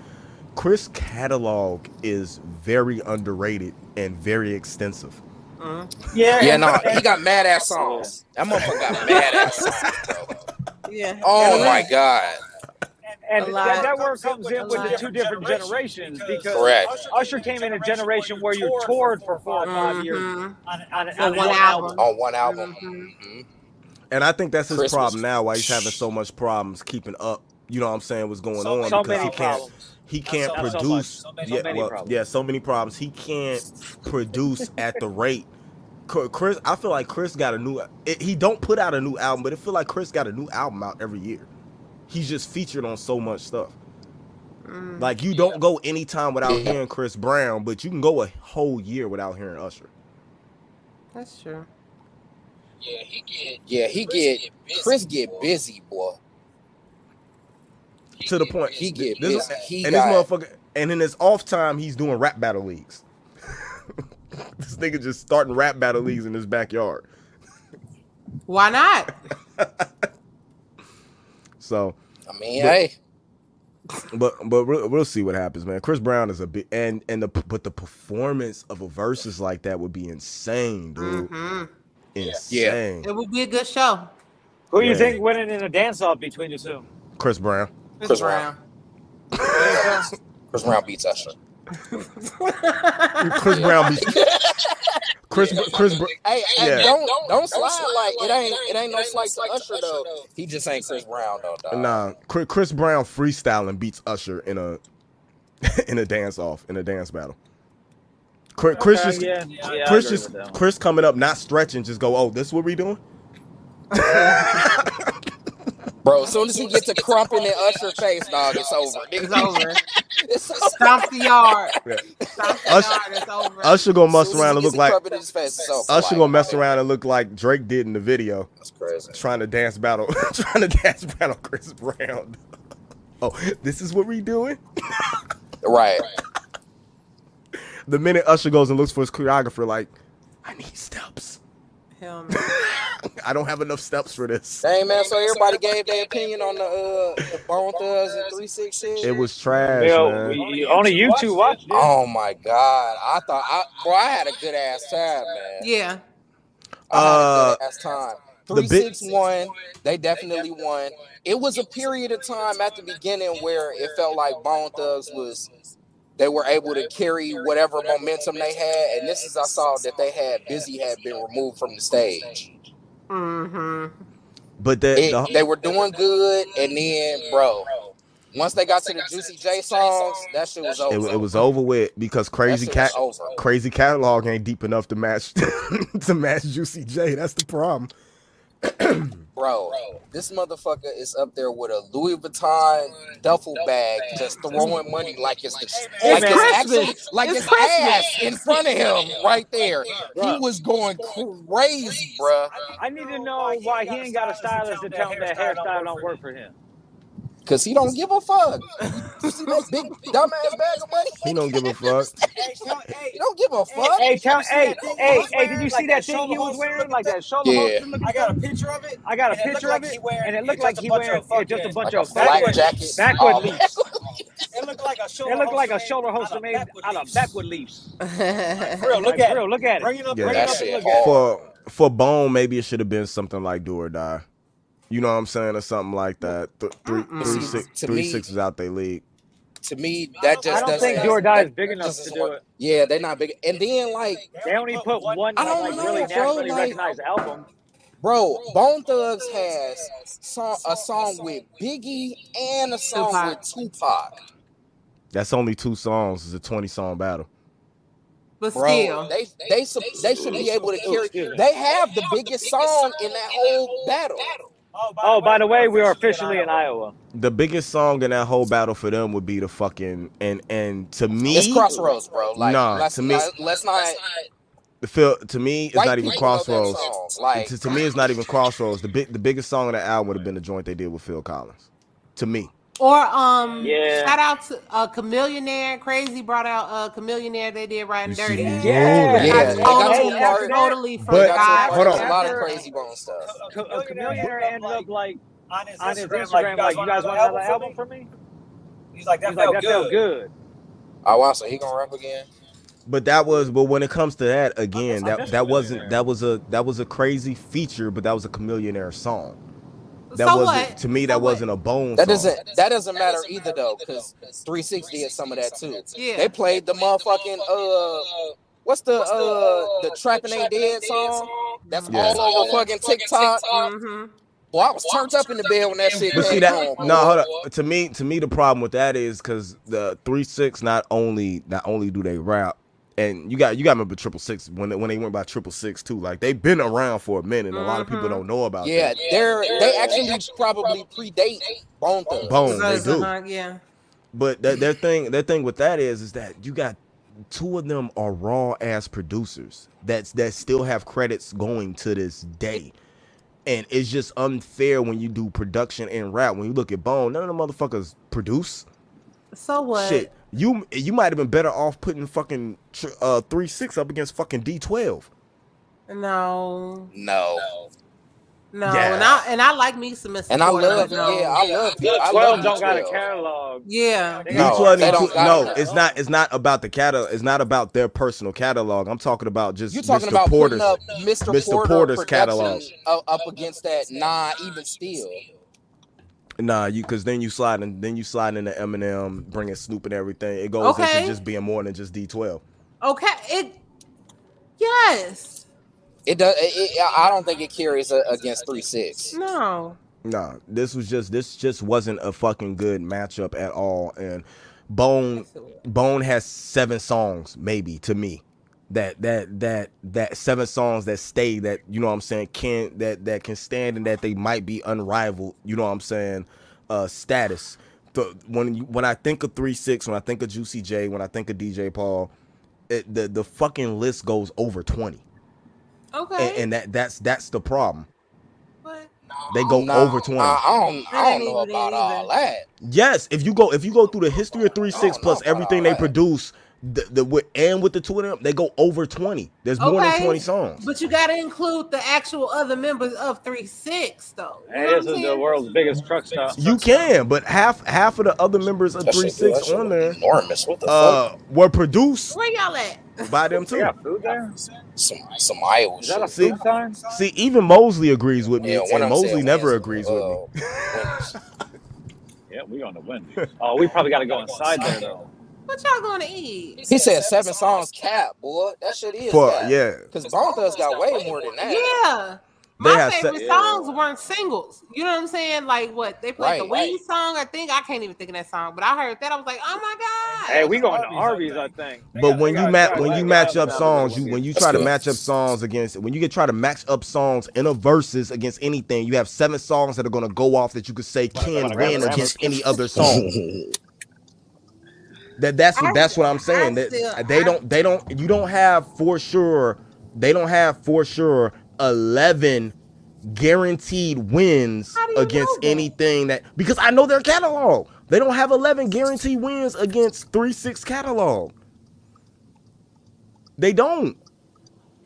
Speaker 4: Chris catalog is very underrated and very extensive.
Speaker 2: Mhm.
Speaker 1: Yeah,
Speaker 3: Yeah, no, he got mad ass songs. That motherfucker got mad ass songs.
Speaker 2: Yeah.
Speaker 3: Oh
Speaker 2: Yeah.
Speaker 3: my god.
Speaker 1: and
Speaker 2: A
Speaker 1: that,
Speaker 2: lot.
Speaker 1: that word comes in with the
Speaker 2: lot.
Speaker 1: two different generations because
Speaker 3: Correct.
Speaker 1: Usher came in a generation where you toured for four or five years
Speaker 2: Mhm.
Speaker 1: on, on, on,
Speaker 2: For one album.
Speaker 3: On one album.
Speaker 2: Mhm.
Speaker 3: Mhm.
Speaker 4: And I think that's his
Speaker 3: Chris was-
Speaker 4: problem now. Why he's having so much problems keeping up. You know what I'm saying? What's going
Speaker 5: So
Speaker 4: on?
Speaker 1: So
Speaker 4: because
Speaker 1: many
Speaker 4: he can't.
Speaker 1: problems.
Speaker 4: he can't
Speaker 5: so- not so
Speaker 4: produce.
Speaker 5: much. So many-
Speaker 1: so
Speaker 4: yeah,
Speaker 1: many
Speaker 4: well,
Speaker 1: problems.
Speaker 4: yeah, so many problems. He can't produce at the rate. Cr- Chris, I feel like Chris got a new. It, he don't put out a new album, but it feel like Chris got a new album out every year. He's just featured on so much stuff.
Speaker 2: Mm.
Speaker 4: Like you don't go any time without
Speaker 3: Yeah.
Speaker 4: hearing Chris Brown, but you can go a whole year without hearing Usher.
Speaker 2: That's true.
Speaker 3: Yeah, he get. Yeah, he get. Chris get busy, boy.
Speaker 4: to the point,
Speaker 3: He get
Speaker 4: this-
Speaker 3: busy. He
Speaker 4: and this
Speaker 3: got.
Speaker 4: motherfucker, and in his off time, he's doing rap battle leagues. [LAUGHS] this nigga just starting rap battle leagues in his backyard.
Speaker 2: Why not?
Speaker 4: So
Speaker 3: I mean, hey,
Speaker 4: But but we'll, we'll see what happens, man. Chris Brown is a big and and the but the performance of a versus like that would be insane, dude.
Speaker 1: Mm-hmm.
Speaker 2: hmm
Speaker 4: Insane.
Speaker 2: It would be a good show.
Speaker 1: Who do
Speaker 4: Yeah.
Speaker 1: you think winning in a dance off between the two?
Speaker 4: Chris Brown.
Speaker 2: Chris,
Speaker 3: Chris
Speaker 2: Brown.
Speaker 3: Chris Brown beats Usher.
Speaker 4: Chris
Speaker 1: [LAUGHS]
Speaker 4: Brown. Be, Chris Chris. Br-
Speaker 3: Hey, hey,
Speaker 4: Yeah.
Speaker 3: don't don't slide like it ain't it ain't no slight to Usher though. He just ain't Chris Brown though. Dog.
Speaker 4: Nah, Chris, Chris Brown freestyling beats Usher in a [LAUGHS] in a dance off in a dance battle. Chris, Chris
Speaker 1: Okay,
Speaker 4: just
Speaker 1: Uh, yeah, yeah, I
Speaker 4: Chris
Speaker 1: agree
Speaker 4: just
Speaker 1: with that one.
Speaker 4: Chris coming up, not stretching, just go. Oh, this what we doing?
Speaker 3: Bro, as soon as he gets to crumping in Usher face, dog, it's over.
Speaker 2: [LAUGHS]
Speaker 3: [LAUGHS]
Speaker 2: It's
Speaker 3: nigga. It's
Speaker 2: over.
Speaker 3: over.
Speaker 2: Stomp
Speaker 3: [LAUGHS]
Speaker 2: the yard.
Speaker 4: Yeah.
Speaker 2: Stomp the
Speaker 4: Usher-
Speaker 2: yard. It's over.
Speaker 4: Usher gonna
Speaker 3: As
Speaker 4: mess
Speaker 3: soon as
Speaker 4: around
Speaker 3: he
Speaker 4: and
Speaker 3: gets
Speaker 4: look
Speaker 3: to
Speaker 4: like
Speaker 3: crumping in his face, it's over.
Speaker 4: Usher
Speaker 3: Like,
Speaker 4: gonna mess
Speaker 3: man,
Speaker 4: around and look like Drake did in the video.
Speaker 3: That's crazy.
Speaker 4: trying to dance battle, [LAUGHS] trying to dance battle Chris Brown. [LAUGHS] Oh, this is what we doing.
Speaker 3: Right.
Speaker 4: The minute Usher goes and looks for his choreographer, like, I need steps.
Speaker 2: Hell no.
Speaker 4: I don't have enough steps for this.
Speaker 3: Dang man, so everybody gave their opinion on the uh the Bone Thugs and three six shit.
Speaker 4: It was trash,
Speaker 1: Hell,
Speaker 4: man.
Speaker 1: we- only you two watched it.
Speaker 3: Oh my god, I thought I bro, I had a good ass time, man.
Speaker 2: Yeah.
Speaker 3: Uh, last time.
Speaker 4: the
Speaker 3: Three
Speaker 4: big-
Speaker 3: six one, they definitely won. It was a period of time at the beginning where it felt like Bone Thugs was they were able to carry whatever momentum they had, and this is I saw that they had Busy had been removed from the stage.
Speaker 2: Mm-hmm. [LAUGHS]
Speaker 4: But that
Speaker 3: It-
Speaker 4: the,
Speaker 3: they were doing good, and then bro, once they got to the Juicy J songs, that shit was over.
Speaker 4: it, it was over with because crazy
Speaker 3: That shit
Speaker 4: cat
Speaker 3: was over.
Speaker 4: crazy catalog ain't deep enough to match [LAUGHS] to match Juicy J. That's the problem.
Speaker 3: Bro, this motherfucker is up there with a Louis Vuitton duffel bag, just throwing money like it's the, like it's
Speaker 2: Christmas.
Speaker 3: actually like
Speaker 2: It's
Speaker 3: it's,
Speaker 2: Christmas.
Speaker 3: ass in front of him right there. He
Speaker 1: Bruh.
Speaker 3: was going crazy, bruh,
Speaker 4: Oh.
Speaker 1: I need to know why he ain't got a stylist to tell him that hairstyle don't work for him.
Speaker 3: cause he don't give a fuck. You see that big dumbass bag of money?
Speaker 4: He don't give a fuck.
Speaker 3: He don't give a fuck.
Speaker 1: Hey, tell, hey,
Speaker 6: that thing he
Speaker 1: hey,
Speaker 6: was
Speaker 1: hey! Did you
Speaker 6: wearing?
Speaker 1: see
Speaker 6: Like that
Speaker 1: that thing he was
Speaker 6: Sholomon
Speaker 1: wearing,
Speaker 6: looking
Speaker 1: like that shoulder?
Speaker 3: Yeah.
Speaker 6: I got a picture of it.
Speaker 1: I got
Speaker 6: and
Speaker 1: a
Speaker 6: it looked
Speaker 1: picture of
Speaker 6: like he
Speaker 1: it,
Speaker 6: wearing-
Speaker 1: and it
Speaker 6: he
Speaker 1: looked
Speaker 6: just
Speaker 1: like
Speaker 6: a
Speaker 1: he
Speaker 6: bunch
Speaker 1: wearing
Speaker 6: of
Speaker 1: yeah, just a
Speaker 6: fucking-
Speaker 1: bunch
Speaker 3: Like a
Speaker 1: of
Speaker 3: flak
Speaker 1: backward,
Speaker 3: jacket.
Speaker 1: backward
Speaker 3: Oh,
Speaker 1: leaves.
Speaker 3: [LAUGHS]
Speaker 6: It looked like a shoulder.
Speaker 1: It looked like a
Speaker 6: host
Speaker 1: shoulder
Speaker 6: made
Speaker 1: hoster made out of
Speaker 6: leaves.
Speaker 1: backward leaves.
Speaker 6: Real, look
Speaker 1: Like,
Speaker 6: at
Speaker 1: real,
Speaker 6: it.
Speaker 1: look at it.
Speaker 6: Bring it up.
Speaker 4: Yeah,
Speaker 6: bring
Speaker 3: that
Speaker 6: it up
Speaker 3: shit
Speaker 6: and look
Speaker 3: hard.
Speaker 6: at it.
Speaker 4: For for Bone, maybe it should have been something like Do or Die. You know what I'm saying, or something like that. Th- three,
Speaker 2: Mm-mm.
Speaker 4: three,
Speaker 3: See,
Speaker 4: six,
Speaker 3: to
Speaker 4: three
Speaker 3: me-
Speaker 4: six is out they league.
Speaker 3: To me, that just
Speaker 1: I don't
Speaker 3: doesn't.
Speaker 1: think Do or Die is big
Speaker 3: that
Speaker 1: enough
Speaker 3: just
Speaker 1: to
Speaker 3: doesn't
Speaker 1: do
Speaker 3: work.
Speaker 1: it.
Speaker 3: Yeah, they're not big. And then like
Speaker 1: They only put one
Speaker 3: I don't
Speaker 1: like
Speaker 3: know,
Speaker 1: really
Speaker 3: bro,
Speaker 1: nationally
Speaker 3: like-
Speaker 1: recognized album.
Speaker 3: Bro, Bone Thugs has song, a song with Biggie and a song
Speaker 2: Tupac.
Speaker 3: with Tupac.
Speaker 4: That's only two songs. It's a 20 song battle.
Speaker 2: But
Speaker 3: Bro,
Speaker 2: still.
Speaker 3: they they should they should be able to carry. They have the biggest song in that whole battle.
Speaker 1: Oh, by the way, we are officially in Iowa.
Speaker 4: The biggest song in that whole battle for them would be the fucking and and to me
Speaker 3: It's Crossroads, bro. Like,
Speaker 4: Nah,
Speaker 3: let's,
Speaker 4: to me-
Speaker 3: let's, let's not.
Speaker 4: Phil, to me it's
Speaker 3: white
Speaker 4: not even
Speaker 3: people know that
Speaker 4: Crossroads.
Speaker 3: song. Like,
Speaker 4: to, to me it's not even Crossroads. The big the biggest song in the album would have been the joint they did with Phil Collins. To me.
Speaker 2: Or um
Speaker 1: Yeah.
Speaker 2: shout out to uh Chameleonaire. Crazy brought out uh Chameleonaire they did right and
Speaker 4: You see
Speaker 2: dirty.
Speaker 4: me?
Speaker 1: Yeah.
Speaker 3: yeah,
Speaker 2: I
Speaker 3: they got
Speaker 2: totally,
Speaker 3: to a part.
Speaker 2: totally
Speaker 3: They
Speaker 4: But-
Speaker 2: forgot.
Speaker 3: got to a
Speaker 4: hold
Speaker 3: part.
Speaker 4: on.
Speaker 3: There's a lot of
Speaker 2: After-
Speaker 3: crazy bone stuff.
Speaker 1: C- A chameleon
Speaker 6: Chameleon
Speaker 1: ended up like
Speaker 6: on his
Speaker 1: on his
Speaker 6: Instagram,
Speaker 1: Instagram, like, you guys want another album
Speaker 6: for
Speaker 1: from me?
Speaker 6: me? He's like, that
Speaker 1: He's like,
Speaker 6: felt
Speaker 1: that
Speaker 6: good.
Speaker 1: felt good.
Speaker 3: Oh wow, so he gonna rap again?
Speaker 4: But that was but when it comes to that again,
Speaker 1: I
Speaker 4: that
Speaker 1: missed
Speaker 4: that
Speaker 1: Chameleon
Speaker 4: wasn't
Speaker 1: Air.
Speaker 4: that was a that was a crazy feature, but that was a chameleonaire song. That
Speaker 2: so
Speaker 4: wasn't
Speaker 2: what?
Speaker 4: to me that
Speaker 2: So what?
Speaker 4: wasn't a bone
Speaker 3: That
Speaker 4: song.
Speaker 3: doesn't that doesn't matter either though, because 360 did some of that too.
Speaker 2: Yeah.
Speaker 3: They played the motherfucking uh, what's the uh the trapping ain't dead song? That's
Speaker 4: Yeah.
Speaker 3: all over fucking TikTok.
Speaker 2: Mhm.
Speaker 3: Boy, I was turned up in the bed when that shit
Speaker 4: But see
Speaker 3: came [LAUGHS]
Speaker 4: that
Speaker 3: on.
Speaker 4: no, hold up. To me, to me, the problem with that is because the three six not only not only do they rap, and you got you got to remember triple six when they, when they went by triple six too. Like they've been around for a minute. and A lot of people
Speaker 2: Mhm.
Speaker 4: don't know about
Speaker 3: Yeah,
Speaker 4: that.
Speaker 3: they're they actually probably predate Bone Thugs.
Speaker 4: Bone, they
Speaker 2: So,
Speaker 4: do.
Speaker 2: uh, yeah.
Speaker 4: But that, their thing, their thing with that is, is that you got two of them are raw ass producers that's that still have credits going to this day. And it's just unfair when you do production and rap. When you look at Bone, none of them motherfuckers produce.
Speaker 2: So what?
Speaker 4: Shit, you you might have been better off putting fucking tr- uh three six up against fucking D twelve.
Speaker 2: No,
Speaker 3: No,
Speaker 2: no,
Speaker 4: Yeah.
Speaker 2: and I and I like me some Mr.
Speaker 3: and I
Speaker 2: Porter,
Speaker 3: love
Speaker 2: but
Speaker 3: yeah,
Speaker 2: no.
Speaker 3: I love it. I
Speaker 1: 12
Speaker 3: love
Speaker 1: don't got a
Speaker 3: 12.
Speaker 1: catalog.
Speaker 2: yeah.
Speaker 1: They
Speaker 4: D
Speaker 1: got-
Speaker 3: No,
Speaker 4: twelve,
Speaker 3: they don't got
Speaker 4: no,
Speaker 3: it.
Speaker 4: it's not. It's not about the catalog. It's not about their personal catalog. I'm talking about just
Speaker 3: You talking
Speaker 4: Mr.
Speaker 3: about
Speaker 4: Porter's.
Speaker 3: putting up Mr.
Speaker 4: Mr.
Speaker 3: Porter
Speaker 4: Porter's
Speaker 3: production
Speaker 4: catalog.
Speaker 3: u- up against that? Nah, even still.
Speaker 4: Nah, you because then you slide and then you slide into Eminem, bringing Snoop and everything. It goes
Speaker 2: Okay.
Speaker 4: into just being more than just D twelve.
Speaker 2: Okay, it. Yes.
Speaker 3: It does. It, it, I don't think it carries a, against three six.
Speaker 2: No.
Speaker 4: Nah, this was just this just wasn't a fucking good matchup at all. And Bone Bone has seven songs, maybe to me. That that that that seven songs that stay that you know what I'm saying can that that can stand and that they might be unrivaled. You know what I'm saying? Uh, status. The, when you, when I think of three six, when I think of Juicy J, when I think of DJ Paul, it, the the fucking list goes over twenty,
Speaker 2: Okay.
Speaker 4: and, and that that's that's the problem.
Speaker 2: but
Speaker 4: They go
Speaker 3: Nah,
Speaker 4: over twenty.
Speaker 3: I, I don't.
Speaker 2: I
Speaker 3: I don't
Speaker 2: didn't
Speaker 3: know
Speaker 2: even
Speaker 3: about
Speaker 2: either.
Speaker 3: all that.
Speaker 4: Yes, if you go if you go through the history of three six
Speaker 3: Oh,
Speaker 4: plus
Speaker 3: no, but
Speaker 4: everything
Speaker 3: all
Speaker 4: they
Speaker 3: right.
Speaker 4: produce, the, the with, and with the two of them, they go over twenty. There's more than
Speaker 2: Okay.
Speaker 4: twenty songs.
Speaker 2: But you got to include the actual other members of Three Six, though. You know
Speaker 1: Hey, this
Speaker 2: what I'm
Speaker 1: is the
Speaker 2: saying?
Speaker 1: world's biggest truck stop.
Speaker 4: You can, but half half of the other members of
Speaker 3: That
Speaker 4: Three
Speaker 3: shit- that
Speaker 4: Six
Speaker 3: shit
Speaker 4: on there
Speaker 3: Enormous. What the
Speaker 4: uh, were produced
Speaker 2: Where y'all at?
Speaker 4: by them
Speaker 1: They
Speaker 4: too.
Speaker 1: got food there?
Speaker 3: fuck? Some some Iowa
Speaker 1: Is that a
Speaker 3: shit.
Speaker 4: See?
Speaker 1: food sign?
Speaker 4: See, even Mosley agrees with me,
Speaker 3: one
Speaker 4: and
Speaker 3: of them said
Speaker 4: Mosley never
Speaker 3: Wednesday,
Speaker 4: agrees with me.
Speaker 3: uh,
Speaker 4: [LAUGHS]
Speaker 3: Wednesday.
Speaker 1: Yeah, we on the [LAUGHS] Wendy's. Oh, we probably got to go inside there though.
Speaker 2: What y'all going to eat?
Speaker 3: He said seven songs cap, boy. That shit is
Speaker 4: Fuck
Speaker 3: cap.
Speaker 4: yeah,
Speaker 3: Cause Bone Thugs got way more than that.
Speaker 2: Yeah.
Speaker 4: They
Speaker 2: My
Speaker 4: had
Speaker 2: favorite
Speaker 4: se-
Speaker 2: songs weren't singles. You know what I'm saying? Like what they played the
Speaker 3: Right.
Speaker 2: Wayne song. I think I can't even think of that song, but I heard that I was like, oh my god.
Speaker 1: Hey, we going to Arby's, I think.
Speaker 4: but when you
Speaker 1: match
Speaker 4: match when you match up songs, you when you
Speaker 3: That's
Speaker 4: try to
Speaker 3: good.
Speaker 4: match up songs against when you get try to match up songs in a versus against anything, you have seven songs that are gonna go off that you could say can
Speaker 1: like,
Speaker 4: win
Speaker 1: like,
Speaker 4: against any other [LAUGHS] song. That that's what
Speaker 2: I-
Speaker 4: that's what I'm saying.
Speaker 2: I
Speaker 4: That
Speaker 2: still-
Speaker 4: they
Speaker 2: I-
Speaker 4: don't they don't you don't have for sure they don't have for sure eleven guaranteed wins
Speaker 2: How do you
Speaker 4: against
Speaker 2: know that?
Speaker 4: anything that because I know their catalog. They don't have eleven guaranteed wins against three six catalog. They don't.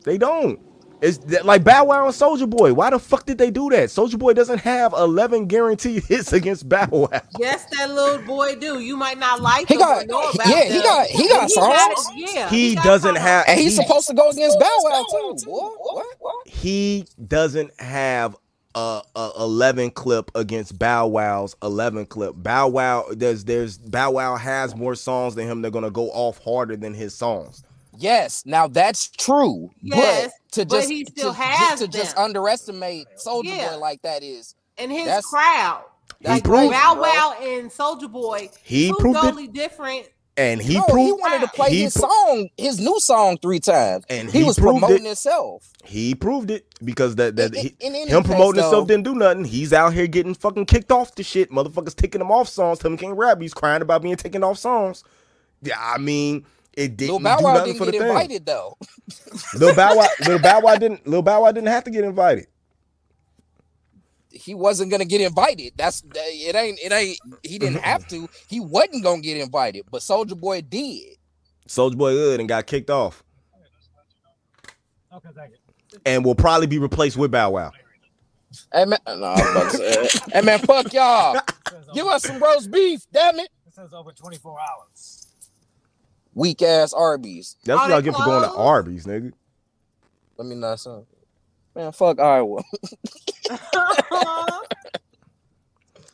Speaker 4: They don't. It's that, like Bow Wow and Soldier Boy. Why the fuck did they do that? Soldier Boy doesn't have eleven guaranteed [LAUGHS] hits against Bow Wow.
Speaker 2: Yes, that little boy do. You might not like
Speaker 3: He
Speaker 2: him or
Speaker 3: got-
Speaker 2: know about
Speaker 3: yeah, he
Speaker 2: them,
Speaker 3: got- he
Speaker 2: but
Speaker 3: got
Speaker 2: got-
Speaker 3: songs.
Speaker 2: yeah,
Speaker 4: He
Speaker 2: got
Speaker 4: doesn't
Speaker 2: songs.
Speaker 4: have.
Speaker 3: And he's
Speaker 4: he-
Speaker 3: supposed to go against Bow Wow too, boy. What? What?
Speaker 4: he doesn't have a, a 11 clip against Bow Wow's 11 clip. Bow Wow there's there's Bow Wow has more songs than him. They're gonna go off harder than his songs.
Speaker 3: Yes, now that's true.
Speaker 2: Yes,
Speaker 3: but to
Speaker 2: but
Speaker 3: just
Speaker 2: he still
Speaker 3: to,
Speaker 2: has
Speaker 3: to just
Speaker 2: them.
Speaker 3: underestimate Soldier
Speaker 2: Yeah.
Speaker 3: Boy like that is
Speaker 2: And his
Speaker 3: That's-
Speaker 2: crowd,
Speaker 4: He
Speaker 2: like
Speaker 4: proved
Speaker 2: Bow
Speaker 3: it,
Speaker 2: Wow and Soldier Boy,
Speaker 4: He
Speaker 2: two
Speaker 4: proved it.
Speaker 2: totally different.
Speaker 4: and he
Speaker 3: no, he
Speaker 4: proved
Speaker 3: wanted to play
Speaker 4: he
Speaker 3: his
Speaker 4: pro-
Speaker 3: song, his new song three times.
Speaker 4: And
Speaker 3: he,
Speaker 4: he
Speaker 3: was
Speaker 4: proved it.
Speaker 3: promoting himself.
Speaker 4: he proved it because that that
Speaker 3: In-
Speaker 4: he,
Speaker 3: in any
Speaker 4: him
Speaker 3: case,
Speaker 4: promoting himself
Speaker 3: though-
Speaker 4: didn't do nothing. He's out here getting fucking kicked off the shit. Motherfuckers taking him off songs. Him can't rap. He's crying about being taken off songs. Yeah, I mean it
Speaker 3: Lil
Speaker 4: didn't
Speaker 3: Bow
Speaker 4: do
Speaker 3: Wow
Speaker 4: nothing
Speaker 3: didn't
Speaker 4: for
Speaker 3: get
Speaker 4: the thing.
Speaker 3: invited though.
Speaker 4: Lil Bow Wow, Lil Bow Wow didn't Lil Bow Wow didn't have to get invited.
Speaker 3: He wasn't gonna get invited. That's it. Ain't it? Ain't he didn't have to. He wasn't gonna get invited, but Soldier Boy did.
Speaker 4: Soldier Boy Hood and got kicked off. And will probably be replaced with Bow Wow.
Speaker 3: Hey man, no, I'm about to say it. hey man, fuck y'all. Give us some roast beef, damn it.
Speaker 5: It says over 24 hours.
Speaker 3: Weak ass Arby's.
Speaker 4: That's what
Speaker 2: Are
Speaker 4: y'all
Speaker 2: they
Speaker 4: get for going to
Speaker 2: closed?
Speaker 4: Arby's, nigga.
Speaker 3: Let me know something. Man, fuck Iowa. [LAUGHS]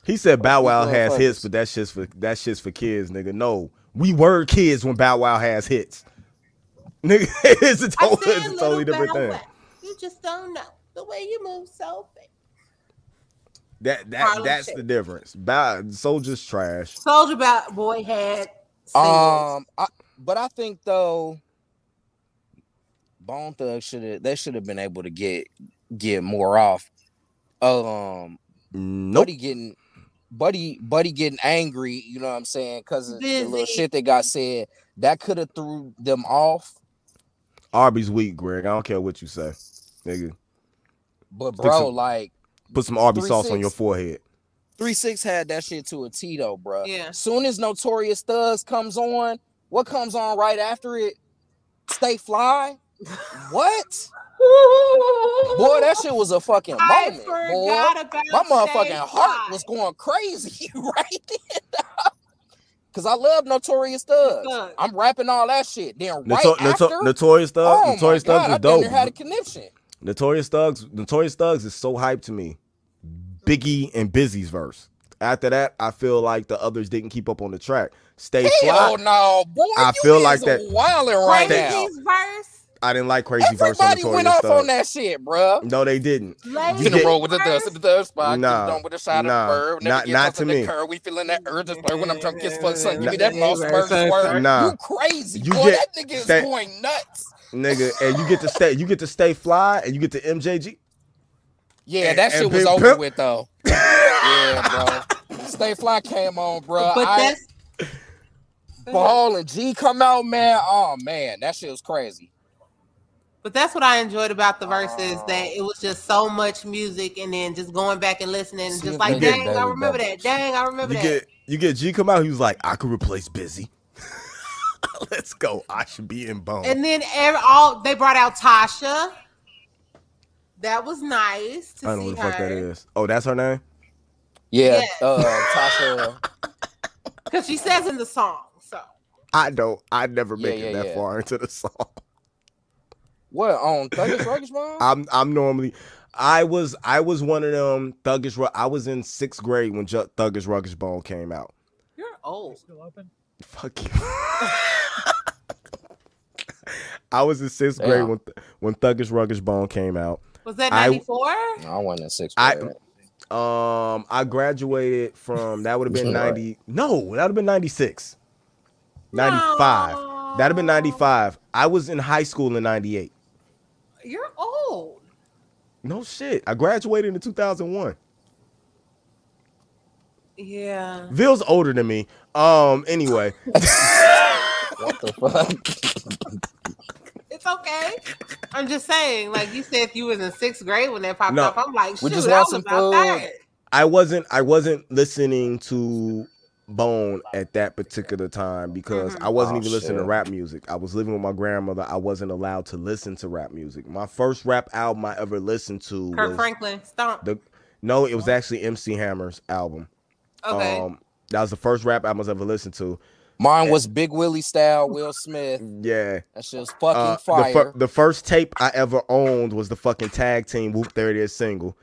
Speaker 4: He said Bow Wow
Speaker 3: these
Speaker 4: has
Speaker 3: motherfuckers.
Speaker 4: hits, but that's just for that's just for kids, nigga. No, we were kids when Bow Wow has hits. [LAUGHS] Nigga, it's a,
Speaker 2: I
Speaker 4: total,
Speaker 2: said,
Speaker 4: it's a
Speaker 2: "Little
Speaker 4: totally different
Speaker 2: Bow
Speaker 4: thing.
Speaker 2: Wow, You just don't know the way you move so fast.
Speaker 4: That that
Speaker 2: Harlem
Speaker 4: that's
Speaker 2: Shake.
Speaker 4: the difference. Bow Soldier's trash.
Speaker 2: Soldier Bow- Boy had. singles.
Speaker 3: Um, I, but I think though, Bone Thugs should have. They should have been able to get get more off. Um,
Speaker 4: Nope.
Speaker 3: Buddy getting, Buddy, Buddy getting angry. You know what I'm saying? Because of the little
Speaker 2: Busy.
Speaker 3: shit that got said. That could have threw them off.
Speaker 4: Arby's weak, Greg. I don't care what you say, nigga.
Speaker 3: But
Speaker 4: Stick
Speaker 3: bro,
Speaker 4: some-
Speaker 3: like
Speaker 4: Put some Arby's
Speaker 3: Three
Speaker 4: sauce on
Speaker 3: six.
Speaker 4: your forehead.
Speaker 3: Three Six had that shit to a T though, bro.
Speaker 2: Yeah.
Speaker 3: Soon as Notorious Thugs comes on, what comes on right after it? Stay
Speaker 2: [LAUGHS]
Speaker 3: Fly. What? Boy, that shit was a fucking
Speaker 2: I
Speaker 3: moment, boy.
Speaker 2: forgot about
Speaker 3: My motherfucking
Speaker 2: Stay
Speaker 3: heart was
Speaker 2: Fly.
Speaker 3: going crazy [LAUGHS] right then. Cause I love Notorious Thugs.
Speaker 2: Thugs.
Speaker 3: I'm rapping all that shit. Then right
Speaker 4: Noto-
Speaker 3: after,
Speaker 4: Noto- Notorious Thug,
Speaker 3: oh
Speaker 4: Notorious
Speaker 3: my God,
Speaker 4: Thugs
Speaker 3: I
Speaker 4: is
Speaker 3: damn
Speaker 4: dope.
Speaker 3: near had a conniption.
Speaker 4: Notorious Thugs, Notorious Thugs is so hyped to me. Biggie and Busy's verse. After that, I feel like the others didn't keep up on the track. Stay
Speaker 3: Hell
Speaker 4: fly.
Speaker 3: no, boy.
Speaker 4: I
Speaker 3: you
Speaker 4: feel
Speaker 3: is
Speaker 4: like that-
Speaker 3: wilding right
Speaker 2: Crazy
Speaker 3: now.
Speaker 2: verse.
Speaker 4: I didn't like Crazy verse on
Speaker 3: Everybody
Speaker 4: Notorious
Speaker 3: went off
Speaker 4: Thugs.
Speaker 3: on that shit, bruh.
Speaker 4: No, they didn't.
Speaker 2: Lady
Speaker 4: You
Speaker 3: Finna
Speaker 4: get-
Speaker 3: roll with the dust of the dust spot.
Speaker 4: Nah,
Speaker 3: Nah, done with a shot
Speaker 4: nah,
Speaker 3: of verb. Never
Speaker 4: not-
Speaker 3: get
Speaker 4: not
Speaker 3: lost
Speaker 4: to
Speaker 3: in the
Speaker 4: me.
Speaker 3: Curve. We feeling that urge of splurge when I'm trying to kiss fuck son. Give me
Speaker 4: Nah.
Speaker 3: that moss spur swerve.
Speaker 4: Nah.
Speaker 3: You crazy,
Speaker 4: You
Speaker 3: boy.
Speaker 4: get-
Speaker 3: that nigga is
Speaker 4: that-
Speaker 3: going nuts.
Speaker 4: Nigga, and you get to stay you get to stay fly and you get to MJG.
Speaker 3: Yeah,
Speaker 4: And-
Speaker 3: that
Speaker 4: and
Speaker 3: shit was
Speaker 4: Big
Speaker 3: over
Speaker 4: Pimp.
Speaker 3: with though. yeah, bro. Stay fly came on, bro.
Speaker 2: But
Speaker 3: I
Speaker 2: that's
Speaker 3: ball and G come out, man. Oh man, that shit was crazy.
Speaker 2: but that's what I enjoyed about the verses that it was just so much music and then just going back and listening and just
Speaker 3: Smith
Speaker 2: like
Speaker 4: and Baby
Speaker 2: dang, I
Speaker 3: Baby
Speaker 2: remember
Speaker 3: Baby.
Speaker 2: that. Dang, I remember
Speaker 4: You
Speaker 2: that.
Speaker 4: get you get G come out, he was like, I could replace Busy. [LAUGHS] Let's go. I should be in bone.
Speaker 2: And then ev- all they brought out Tasha. That was nice to
Speaker 4: I don't know
Speaker 2: see
Speaker 4: what the
Speaker 2: her.
Speaker 4: fuck that is. Oh, that's her name?
Speaker 3: Yeah,
Speaker 2: Yes.
Speaker 3: uh, Tasha.
Speaker 2: Because she says in the song. So
Speaker 4: I don't. I never
Speaker 3: Yeah,
Speaker 4: make
Speaker 3: yeah,
Speaker 4: it that
Speaker 3: yeah.
Speaker 4: far into the song.
Speaker 3: What on Thuggish Ruggish Mom?
Speaker 4: I'm I'm normally I was I was one of them thuggish Ru- I was in sixth grade when Ju- Thuggish Ruggish Bone came out.
Speaker 2: you're old.
Speaker 5: Still open?
Speaker 4: Fuck you. [LAUGHS] I was in sixth grade
Speaker 3: Damn.
Speaker 4: when when Thuggish Ruggish Bone came out.
Speaker 2: Was that
Speaker 4: I-
Speaker 2: 94?
Speaker 3: No, I wasn't in sixth
Speaker 4: I-
Speaker 3: grade.
Speaker 4: Um, I graduated from that would have been
Speaker 3: [LAUGHS] Right.
Speaker 4: ninety. No, that would have been ninety six. Ninety five.
Speaker 2: No.
Speaker 4: That'd have been ninety five. I was in high school in ninety eight.
Speaker 2: You're old.
Speaker 4: No shit. I graduated in two thousand one.
Speaker 2: Yeah.
Speaker 4: Ville's older than me. Um. Anyway,
Speaker 3: what the fuck?
Speaker 2: It's okay. I'm just saying, like you said, if you was in sixth grade when that popped
Speaker 4: No.
Speaker 2: up, I'm like,
Speaker 3: We
Speaker 2: shoot,
Speaker 3: just
Speaker 2: I
Speaker 3: want
Speaker 2: was
Speaker 3: some
Speaker 2: about that.
Speaker 3: food.
Speaker 4: I wasn't. I wasn't listening to Bone at that particular time because
Speaker 2: Mm-hmm.
Speaker 4: I wasn't
Speaker 3: Oh,
Speaker 4: even listening
Speaker 3: shit.
Speaker 4: to rap music. I was living with my grandmother. I wasn't allowed to listen to rap music. My first rap album I ever listened to
Speaker 2: Kirk
Speaker 4: was
Speaker 2: Franklin, stomp.
Speaker 4: the. No, it was actually MC Hammer's album.
Speaker 2: Okay.
Speaker 4: Um, that was the first rap album I was ever listened to.
Speaker 3: Mine was Big Willie style, Will Smith.
Speaker 4: Yeah.
Speaker 3: That shit was
Speaker 4: Uh,
Speaker 3: fucking
Speaker 4: the,
Speaker 3: fire.
Speaker 4: fir- the first tape I ever owned was the fucking tag team Whoop 30th single.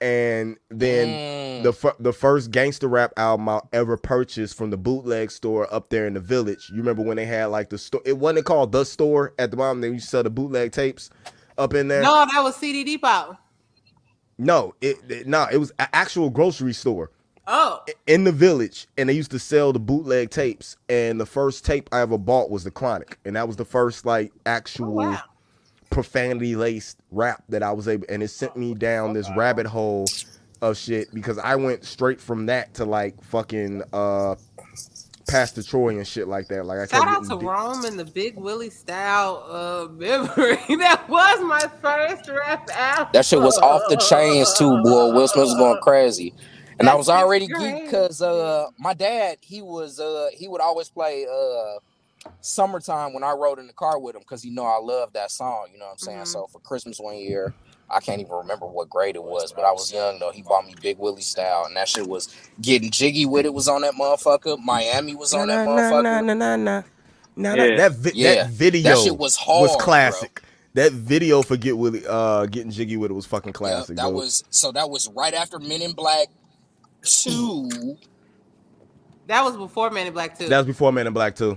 Speaker 4: And then
Speaker 3: Mm.
Speaker 4: the fir- the first gangster rap album I ever purchased from the bootleg store up there in the village. You remember when they had like the store? It wasn't called the store at the bottom. They used to sell the bootleg tapes up in there.
Speaker 2: no, that was CD Depot.
Speaker 4: No, it, it no, it was an actual grocery store
Speaker 2: Oh,
Speaker 4: in the village, and they used to sell the bootleg tapes. And the first tape I ever bought was the Chronic, and that was the first like
Speaker 2: oh,
Speaker 4: actual
Speaker 2: wow.
Speaker 4: profanity laced rap that I was able, and it sent me down this rabbit hole of shit because I went straight from that to like fucking uh Pastor Troy and shit like that. Like I
Speaker 2: Shout
Speaker 4: kept
Speaker 2: out to
Speaker 4: getting
Speaker 2: Rome and the Big Willie style uh, [LAUGHS] memory. that was my first rap album.
Speaker 3: That shit was off the chains too, boy. Will Smith was going crazy. And I was
Speaker 2: That's
Speaker 3: already
Speaker 2: sixth
Speaker 3: geeked
Speaker 2: grade.
Speaker 3: because uh my dad, he was uh he would always play uh summertime when I rode in the car with him because he know I love that song, you know what I'm saying?
Speaker 2: Mhm.
Speaker 3: So for Christmas one year, I can't even remember what grade it was, but I was young though. He bought me Big Willie style, and that shit was getting jiggy with it was on that motherfucker. Miami was on that motherfucker.
Speaker 4: Now
Speaker 5: Yeah.
Speaker 4: that that, vi-
Speaker 3: Yeah.
Speaker 4: that video
Speaker 3: That shit was hard. bro.
Speaker 4: classic. That video for Get Willie, uh, getting jiggy with it was fucking
Speaker 3: Yeah,
Speaker 4: classic.
Speaker 3: that
Speaker 4: dude.
Speaker 3: was so that was right after Men in Black 2.
Speaker 2: That was before Man in Black too.
Speaker 4: That was before Man in Black Two,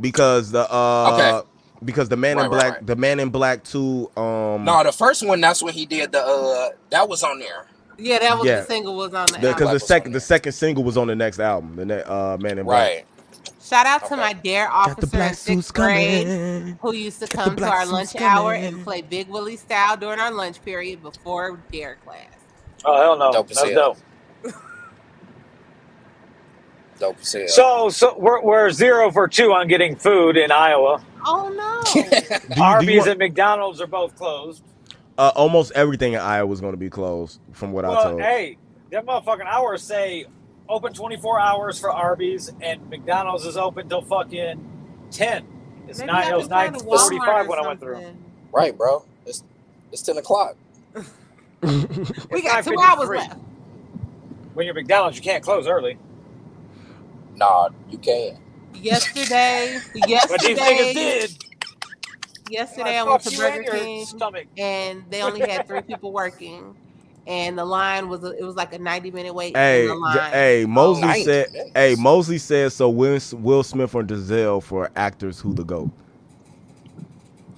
Speaker 4: because the uh,
Speaker 3: Okay.
Speaker 4: because the Man
Speaker 3: Right,
Speaker 4: in
Speaker 3: right,
Speaker 4: Black,
Speaker 3: right.
Speaker 4: the Man in Black Two, um,
Speaker 3: No, the first one, that's when he did the uh that was on there.
Speaker 2: yeah, that was
Speaker 4: yeah.
Speaker 2: the single was on the
Speaker 4: because
Speaker 2: album.
Speaker 4: the
Speaker 3: was on
Speaker 4: second the
Speaker 3: there.
Speaker 4: second single was on the next album, the ne- uh Man in Black.
Speaker 3: Right.
Speaker 2: Shout out to
Speaker 3: Okay.
Speaker 2: my dare officer in sixth grade who used to come to
Speaker 4: black
Speaker 2: our
Speaker 4: suits
Speaker 2: lunch
Speaker 4: coming.
Speaker 2: hour and play Big Willie style during our lunch period before dare class.
Speaker 1: Oh hell no,
Speaker 3: Dope as
Speaker 1: that's
Speaker 3: hell.
Speaker 1: dope.
Speaker 3: Dope as hell.
Speaker 1: So so we're, we're zero for two on getting food in Iowa.
Speaker 2: Oh no.
Speaker 4: Do you- do you
Speaker 1: Arby's
Speaker 4: want-
Speaker 1: and McDonald's are both closed.
Speaker 4: uh, almost everything in Iowa was going to be closed, from what I
Speaker 1: Well,
Speaker 4: told.
Speaker 1: hey, that motherfucking hours say open 24 hours for Arby's and McDonald's is open till fucking 10. It's
Speaker 2: Maybe
Speaker 1: nine.
Speaker 2: I
Speaker 1: It was
Speaker 2: can find
Speaker 1: nine
Speaker 2: a Walmart
Speaker 1: forty-five
Speaker 2: or
Speaker 1: when I went through.
Speaker 2: something.
Speaker 3: Right, bro. It's it's ten o'clock.
Speaker 2: We
Speaker 1: It's
Speaker 2: got two
Speaker 1: 9:53.
Speaker 2: hours left.
Speaker 1: When you're McDonald's, you can't close early.
Speaker 3: Nah, you can.
Speaker 2: Yesterday,
Speaker 1: But these niggas
Speaker 2: yesterday,
Speaker 1: did.
Speaker 2: yesterday I
Speaker 1: Like,
Speaker 2: went
Speaker 1: fuck
Speaker 2: to
Speaker 1: you and
Speaker 2: Burger
Speaker 1: your
Speaker 2: King
Speaker 1: stomach.
Speaker 2: and they only had three people working, and the line was it was like a ninety minute wait.
Speaker 4: Hey,
Speaker 2: in the
Speaker 4: J-
Speaker 2: line.
Speaker 4: hey, Mosley
Speaker 3: Nice.
Speaker 4: said. Hey, Mosley said. So Will, Will Smith or Denzel for actors who the goat?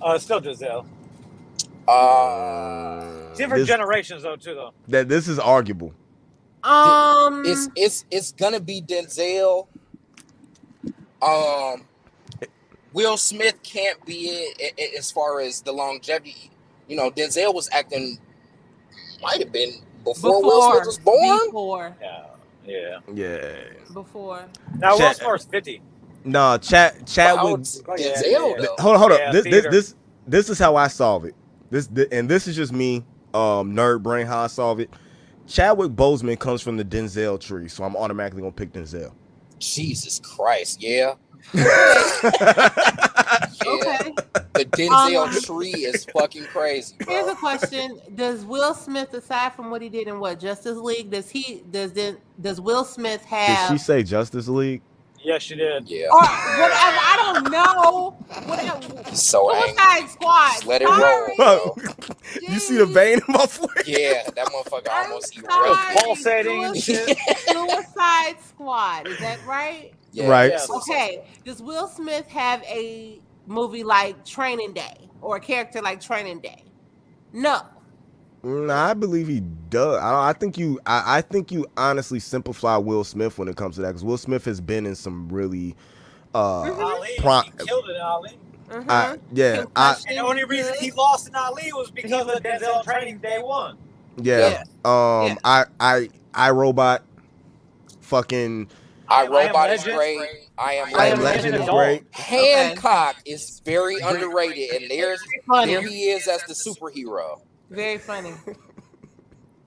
Speaker 1: Uh, still Giselle.
Speaker 3: Uh
Speaker 1: Different
Speaker 4: This-
Speaker 1: generations though, too though.
Speaker 4: That this is arguable.
Speaker 2: um,
Speaker 3: it's it's it's gonna be Denzel. Um Will Smith can't be it, a- a- as far as the longevity. You know, Denzel was acting might have been before, Will Smith was born.
Speaker 2: before,
Speaker 1: Yeah. Yeah.
Speaker 4: Yeah.
Speaker 2: before.
Speaker 1: Now Will
Speaker 4: Chat-
Speaker 1: Smith's 50.
Speaker 4: No, chat chat
Speaker 3: How
Speaker 4: would.
Speaker 3: is
Speaker 1: Oh, yeah,
Speaker 3: Denzel
Speaker 1: yeah.
Speaker 3: though?
Speaker 4: Hold on, hold
Speaker 1: Yeah,
Speaker 4: on. This this
Speaker 1: theater.
Speaker 4: this this is how I solve it. This th- and this is just me, um, nerd brain. How I solve it. Chadwick Boseman comes from the Denzel tree, so I'm automatically gonna pick Denzel.
Speaker 3: Jesus Christ, yeah.
Speaker 2: Okay.
Speaker 3: The Denzel
Speaker 2: Um,
Speaker 3: tree is fucking crazy.
Speaker 2: Here's
Speaker 3: Bro.
Speaker 2: a question: Does Will Smith, aside from what he did in what Justice League, does he does then does Will Smith
Speaker 4: Did
Speaker 2: have?
Speaker 4: she say Justice League? [LAUGHS]
Speaker 5: Yes, she did.
Speaker 3: Yeah,
Speaker 2: or whatever, I don't know.
Speaker 4: [LAUGHS]
Speaker 2: Whatever.
Speaker 3: he's so angry.
Speaker 2: Suicide Squad.
Speaker 3: Just let it
Speaker 2: Sorry.
Speaker 3: roll. Bro.
Speaker 4: you see the vein in my forehead?
Speaker 3: Yeah, that motherfucker
Speaker 2: I'm
Speaker 3: almost
Speaker 2: sorry,
Speaker 3: erupted.
Speaker 1: [LAUGHS]
Speaker 5: Pulsating and
Speaker 2: Sui-
Speaker 5: shit.
Speaker 2: Suicide Squad. Is that right?
Speaker 3: Yeah,
Speaker 4: Right.
Speaker 3: yes.
Speaker 2: Okay. Does Will Smith have a movie like Training Day or a character like Training Day? No.
Speaker 4: Mm, I believe he does. I, don't- I think you. I, I think you honestly simplify Will Smith when it comes to that because Will Smith has been in some really. Uh,
Speaker 6: Ali,
Speaker 5: Mm-hmm.
Speaker 4: Pro-
Speaker 6: he killed it, Ali.
Speaker 4: I, yeah,
Speaker 2: Kim
Speaker 4: I,
Speaker 6: And
Speaker 2: Kardashian
Speaker 6: the only
Speaker 2: was
Speaker 6: reason
Speaker 2: good.
Speaker 6: he lost in Ali was because
Speaker 5: Because
Speaker 6: of
Speaker 5: of Denzel training day one.
Speaker 4: yeah. Um,
Speaker 2: Yeah.
Speaker 4: I, I, I robot. Fucking,
Speaker 3: I,
Speaker 5: I Am
Speaker 3: Robot is
Speaker 5: Legend.
Speaker 3: great. I am
Speaker 4: I
Speaker 2: I
Speaker 4: am
Speaker 2: Am
Speaker 4: Legend
Speaker 5: Legend
Speaker 4: is
Speaker 5: is all-
Speaker 4: great.
Speaker 3: Hancock is very underrated, and there's
Speaker 2: funny.
Speaker 3: there he is as the superhero.
Speaker 2: Very funny.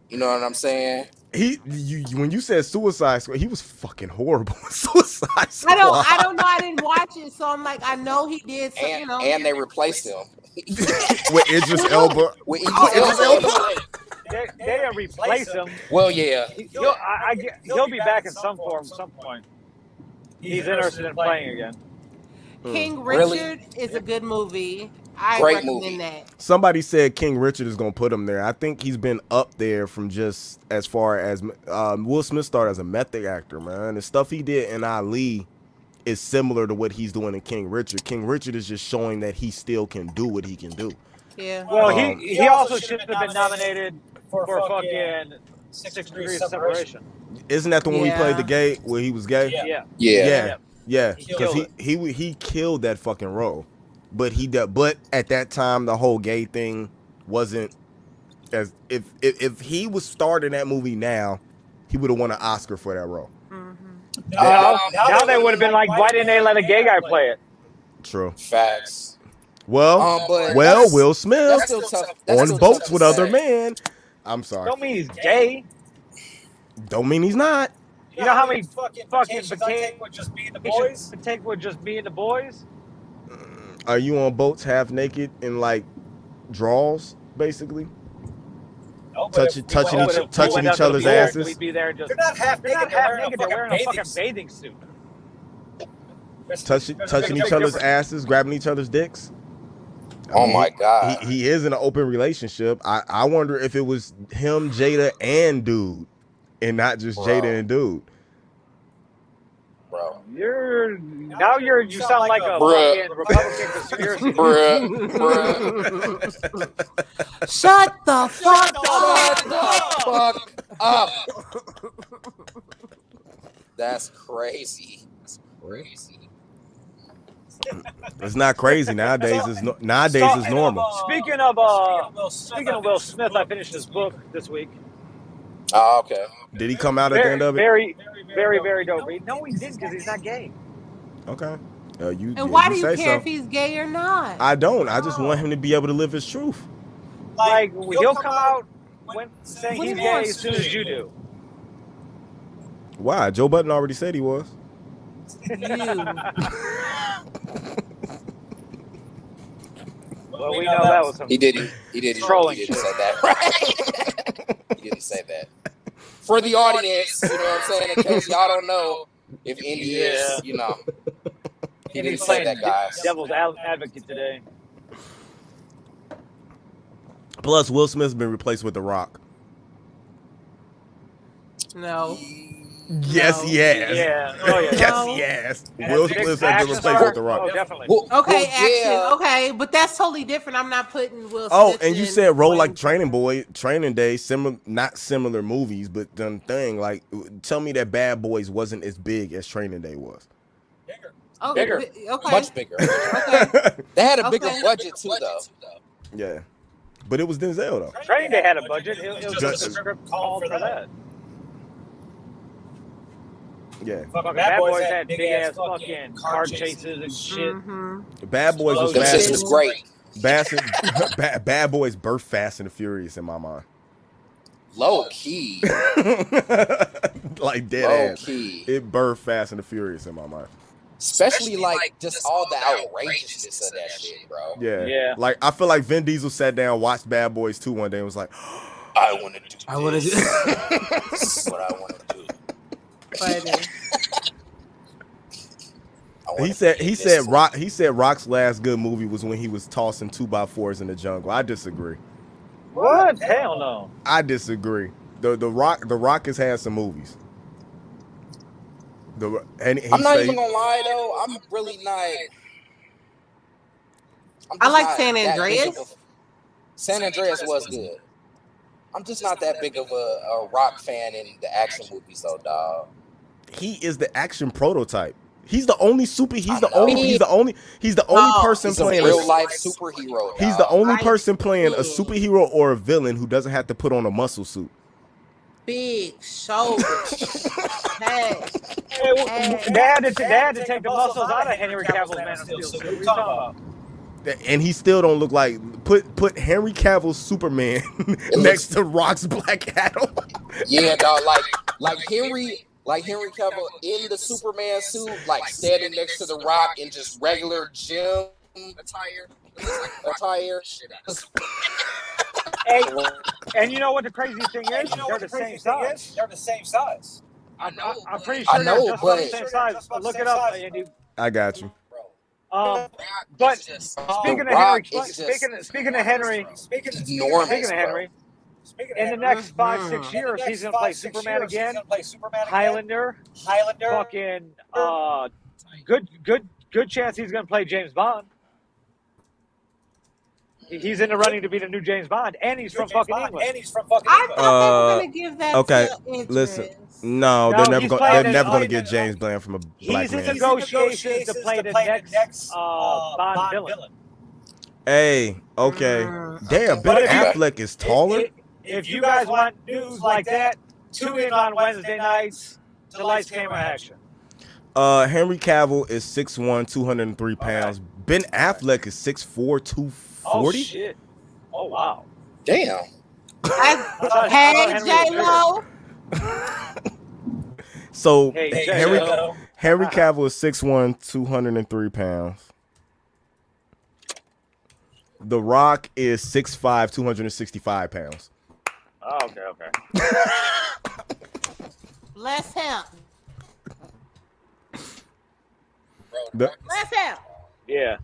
Speaker 3: You know what I'm saying?
Speaker 4: He, you, you- when you said Suicide Squad, he was fucking horrible. in [LAUGHS] Suicide Squad.
Speaker 2: I don't. I don't know. I didn't watch it, so I'm like, I know he did. So, you
Speaker 3: And
Speaker 2: know,
Speaker 3: and they replaced him
Speaker 4: With
Speaker 2: [LAUGHS]
Speaker 4: Idris Elba.
Speaker 3: with Idris
Speaker 4: Idris
Speaker 3: Elba.
Speaker 1: They, they didn't replace him.
Speaker 3: Well, yeah,
Speaker 1: He'll, I, I, get- he'll be back in some form, some point. He's interested in playing again.
Speaker 2: Hmm.
Speaker 4: Mm.
Speaker 2: King
Speaker 3: Really?
Speaker 2: Richard is a good movie. I
Speaker 3: Great
Speaker 2: recommend
Speaker 3: movie.
Speaker 2: that.
Speaker 4: Somebody said King Richard is gonna put him there. I think he's been up there from just as far as um, Will Smith started as a method actor, man. The stuff he did in Ali is similar to what he's doing in King Richard. King Richard is just showing that he still can do what he can do.
Speaker 2: Yeah.
Speaker 1: Well,
Speaker 4: Um,
Speaker 1: he, he also should have been nominated
Speaker 6: for,
Speaker 1: for
Speaker 6: fucking
Speaker 1: fucking
Speaker 6: six,
Speaker 1: Six
Speaker 6: degrees
Speaker 1: Degrees
Speaker 6: of separation.
Speaker 1: Separation.
Speaker 4: Isn't that the one we played
Speaker 2: Yeah.
Speaker 4: the gay where he was gay?
Speaker 6: Yeah.
Speaker 1: Yeah.
Speaker 3: yeah,
Speaker 4: yeah, yeah.
Speaker 6: He
Speaker 4: Because
Speaker 1: killed
Speaker 4: he, he wa- he killed that fucking role, but he de- but at that time the whole gay thing wasn't as if if, if he was starting that movie now, he would have won an Oscar for that role.
Speaker 2: Mm-hmm.
Speaker 1: Now,
Speaker 6: now
Speaker 1: now
Speaker 6: they
Speaker 1: they would have been like, why didn't they let a gay guy play it?
Speaker 4: True.
Speaker 3: Facts.
Speaker 4: Well,
Speaker 3: Um, but
Speaker 4: well,
Speaker 3: that's-
Speaker 4: Will
Speaker 3: that's
Speaker 4: Smith
Speaker 3: still tough. that's
Speaker 4: on
Speaker 3: still tough
Speaker 4: boats
Speaker 3: to
Speaker 4: with other
Speaker 3: say.
Speaker 4: men. I'm sorry.
Speaker 1: Don't mean he's gay.
Speaker 4: Don't mean he's not.
Speaker 1: You know how many
Speaker 6: fucking
Speaker 1: fucking
Speaker 6: vacations I
Speaker 1: vaca-
Speaker 6: take with just being the
Speaker 1: He
Speaker 6: boys?
Speaker 1: should take with just being the boys.
Speaker 4: Are you on boats half naked in like draws, basically?
Speaker 6: No, but
Speaker 4: Touch-
Speaker 6: if we
Speaker 4: touching
Speaker 6: went
Speaker 4: each-
Speaker 6: over to-
Speaker 4: touching
Speaker 6: went
Speaker 4: each
Speaker 6: up to the
Speaker 4: other's
Speaker 6: boys,
Speaker 4: asses.
Speaker 1: We'd be there just.
Speaker 6: They're not half
Speaker 1: They're
Speaker 6: naked.
Speaker 1: not half naked. They're
Speaker 6: They're
Speaker 1: wearing a fucking
Speaker 6: bathing
Speaker 1: bathing suit.
Speaker 6: suit.
Speaker 4: Touching
Speaker 6: There's a
Speaker 4: touching
Speaker 6: big
Speaker 4: each other's
Speaker 6: difference.
Speaker 4: asses, grabbing each other's dicks. I
Speaker 3: Oh
Speaker 4: mean,
Speaker 3: my god.
Speaker 1: Ah.
Speaker 4: He, he is in an open relationship. I, I wonder if it was him, Jada, and dude, and not just
Speaker 3: Bro.
Speaker 4: Jada and dude.
Speaker 3: bro.
Speaker 1: [LAUGHS] You're now you're you sound like a
Speaker 3: Bruh.
Speaker 1: fucking [LAUGHS] Republican conspiracy.
Speaker 3: Bruh, bruh,
Speaker 2: Shut the fuck
Speaker 3: shut
Speaker 2: up.
Speaker 3: the fuck up. That's crazy. That's crazy.
Speaker 4: It's not crazy nowadays. It's no, nowadays it's normal.
Speaker 1: Speaking of uh,
Speaker 6: Will Smith,
Speaker 1: speaking of Will Smith, I finished this book this week.
Speaker 3: Oh, okay.
Speaker 1: uh,
Speaker 4: Did he come out at the
Speaker 1: Very,
Speaker 4: end of it?
Speaker 1: very, very, very dope. No, he didn't because he's not gay.
Speaker 4: Okay. Uh, you,
Speaker 2: And why do
Speaker 4: you
Speaker 2: you
Speaker 4: say
Speaker 2: care if
Speaker 4: so.
Speaker 2: Oh. he's gay or not?
Speaker 4: I don't. I just want him to be able to live his truth.
Speaker 1: Like he'll come out when saying
Speaker 2: What do
Speaker 1: he's
Speaker 2: you
Speaker 1: gay
Speaker 2: want?
Speaker 1: as soon as you do.
Speaker 4: Why? Joe Button already said he was.
Speaker 2: You.
Speaker 1: Well, we know that was
Speaker 3: He
Speaker 1: something.
Speaker 3: didn't. He didn't.
Speaker 1: Trolling
Speaker 3: He didn't say that. Right? he didn't say that. For the audience, you know what I'm saying. In case y'all don't know, if Indy
Speaker 1: Yeah.
Speaker 3: is, you know, he
Speaker 1: And he
Speaker 3: didn't say
Speaker 1: played
Speaker 3: that, guys.
Speaker 1: Devil's ad- advocate today.
Speaker 4: Plus, Will Smith's been replaced with The Rock.
Speaker 2: No.
Speaker 4: Yes,
Speaker 2: No.
Speaker 4: he has.
Speaker 1: Yeah. Oh yeah.
Speaker 4: [LAUGHS] Yes,
Speaker 2: No.
Speaker 4: he has.
Speaker 1: And
Speaker 4: Will
Speaker 1: big
Speaker 4: Smith's has
Speaker 1: action
Speaker 4: been replaced
Speaker 1: star?
Speaker 4: with The Rock.
Speaker 1: Oh, definitely.
Speaker 3: Well-
Speaker 2: Okay,
Speaker 3: well,
Speaker 2: action.
Speaker 3: yeah.
Speaker 2: Okay, but that's totally different. I'm not putting Will.
Speaker 4: Oh,
Speaker 2: Smith
Speaker 4: and you
Speaker 2: in
Speaker 4: said roll like
Speaker 2: Wayne-
Speaker 4: Training Boy, Training Day, similar, not similar movies, but done thing. Like, tell me that Bad Boys wasn't as big as Training Day was.
Speaker 2: Oh,
Speaker 3: Bigger.
Speaker 2: wi- Okay.
Speaker 3: Much bigger.
Speaker 2: okay.
Speaker 3: They had a bigger
Speaker 2: Okay.
Speaker 3: budget too, though.
Speaker 4: [LAUGHS] yeah, but it was Denzel though.
Speaker 1: Training Day had a budget. It, it was
Speaker 4: Just-
Speaker 1: just a script called for that.
Speaker 4: Yeah,
Speaker 1: Fucking Bad Boys had big ass fucking car chases and Mm-hmm. shit.
Speaker 2: Mhm.
Speaker 4: Bad Boys was
Speaker 1: Them
Speaker 3: Them
Speaker 4: Bad,
Speaker 3: shits was great.
Speaker 4: Bad, [LAUGHS] Bad, Bad Boys birthed Fast and the Furious in my mind. [LAUGHS]
Speaker 3: Low key.
Speaker 4: like dead
Speaker 3: Low
Speaker 4: ass.
Speaker 3: key. Oh.
Speaker 4: It birthed Fast and the Furious in my mind.
Speaker 3: Especially like just all the outrageousness of that shit, bro.
Speaker 4: Yeah.
Speaker 1: Yeah.
Speaker 4: Like I feel like Vin Diesel sat down, watched Bad Boys 2 one day and was like,
Speaker 3: I want to do.
Speaker 7: I wanna
Speaker 3: this.
Speaker 7: do-
Speaker 4: [LAUGHS]
Speaker 3: This is what I want to do.
Speaker 2: But
Speaker 3: I wanna
Speaker 4: he said
Speaker 3: be
Speaker 4: he
Speaker 3: this
Speaker 4: said
Speaker 3: one.
Speaker 4: Rock he said Rock's last good movie was when he was tossing two by fours in the jungle. I disagree.
Speaker 1: What? Hell no.
Speaker 4: I disagree. The the Rock the Rock has had some movies. The and he
Speaker 3: I'm not
Speaker 4: say-
Speaker 3: even gonna lie though. I'm really not. I'm
Speaker 2: I
Speaker 3: just
Speaker 2: like
Speaker 3: not
Speaker 2: San
Speaker 3: that big of
Speaker 2: Andreas.
Speaker 3: a- San Andreas was good. I'm just not that big of a, a rock fan in the action movies though, dog.
Speaker 4: he is the action prototype. He's the only super. He's
Speaker 3: I
Speaker 4: the
Speaker 3: know.
Speaker 4: only. He's the only. He's the only
Speaker 2: No,
Speaker 4: person
Speaker 3: He's a
Speaker 4: playing.
Speaker 3: real
Speaker 4: A,
Speaker 3: life superhero.
Speaker 4: he's the
Speaker 3: dawg.
Speaker 4: only
Speaker 2: I
Speaker 4: person playing a
Speaker 2: see.
Speaker 4: superhero or a villain who doesn't have to put on a muscle suit.
Speaker 2: big shoulders. hey,
Speaker 1: Hey, w- w- they had to, they had to take the muscles out of Henry Cavill's Man of Steel. suit. What are you talking about?
Speaker 4: Th- And he still don't look like put put Henry Cavill's Superman [LAUGHS] next to Rock's Black Adam.
Speaker 3: Yeah, dog. Like, like Henry, like Henry Cavill in the Superman suit, like standing next to the Rock in just regular gym attire. Attire. [LAUGHS]
Speaker 1: Hey, and you know what the crazy thing is?
Speaker 6: You know
Speaker 1: They're
Speaker 6: what
Speaker 1: the
Speaker 6: the
Speaker 1: same
Speaker 6: crazy thing
Speaker 1: size.
Speaker 6: is? They're the same size.
Speaker 3: I
Speaker 1: I- I'm pretty
Speaker 3: I
Speaker 1: sure they're
Speaker 3: know,
Speaker 1: just about the
Speaker 3: but-
Speaker 1: same size. Look it up, Andy.
Speaker 4: I got you.
Speaker 1: Um, But
Speaker 3: Oh,
Speaker 1: speaking of Henry, speaking of, speaking of Henry,
Speaker 6: Speaking of,
Speaker 3: Enormous,
Speaker 1: speaking of Henry,
Speaker 6: speaking of
Speaker 1: in the
Speaker 6: Henry,
Speaker 1: next five
Speaker 2: Mhm.
Speaker 1: six
Speaker 6: in the
Speaker 1: years,
Speaker 6: next
Speaker 1: he's gonna play
Speaker 6: five, six
Speaker 1: Superman
Speaker 6: years, he's
Speaker 1: again,
Speaker 6: gonna play Superman again.
Speaker 1: Highlander,
Speaker 6: Highlander.
Speaker 1: fucking uh, good good good chance he's gonna play James Bond. He- He's in the running to be the new James Bond, and he's
Speaker 6: You're
Speaker 1: from
Speaker 6: James
Speaker 1: fucking
Speaker 6: Bond,
Speaker 1: England.
Speaker 6: And he's from fucking
Speaker 2: I
Speaker 4: [LAUGHS]
Speaker 6: England.
Speaker 2: thought
Speaker 4: Uh,
Speaker 2: they were gonna give that.
Speaker 4: okay,
Speaker 2: to
Speaker 4: listen. Mm,
Speaker 2: Idris.
Speaker 4: No,
Speaker 1: No,
Speaker 4: they're never
Speaker 1: he's
Speaker 4: gonna
Speaker 1: playing
Speaker 4: they're
Speaker 1: as-
Speaker 4: never gonna
Speaker 1: oh,
Speaker 4: get
Speaker 6: he's-
Speaker 4: James Bland from a black
Speaker 1: He's in
Speaker 4: man.
Speaker 1: negotiations to play the next, uh, Bond villain.
Speaker 4: Hey, okay.
Speaker 6: okay.
Speaker 2: Mm,
Speaker 4: Damn, Ben
Speaker 1: Mm-hmm. But if
Speaker 3: you-
Speaker 4: Affleck is taller.
Speaker 1: If, if you guys want news like that, tune in on Wednesday nights. The lights, camera, action.
Speaker 4: Uh, Henry Cavill is 6'1", 203 pounds. Ben Affleck is 6'4", 240.
Speaker 1: Oh shit! Oh wow!
Speaker 3: Damn.
Speaker 1: I thought- I
Speaker 2: I-
Speaker 1: thought
Speaker 2: Hey,
Speaker 1: Henry was
Speaker 2: J Lo.
Speaker 4: so
Speaker 1: Hey,
Speaker 4: Henry
Speaker 1: Jay,
Speaker 4: Henry,
Speaker 1: uh,
Speaker 4: Henry Cavill is 6'1", 203 pounds. The Rock is 6'5", 265 pounds.
Speaker 1: Oh, okay, okay.
Speaker 2: Bless him.
Speaker 4: The-
Speaker 2: Bless him.
Speaker 1: Yeah.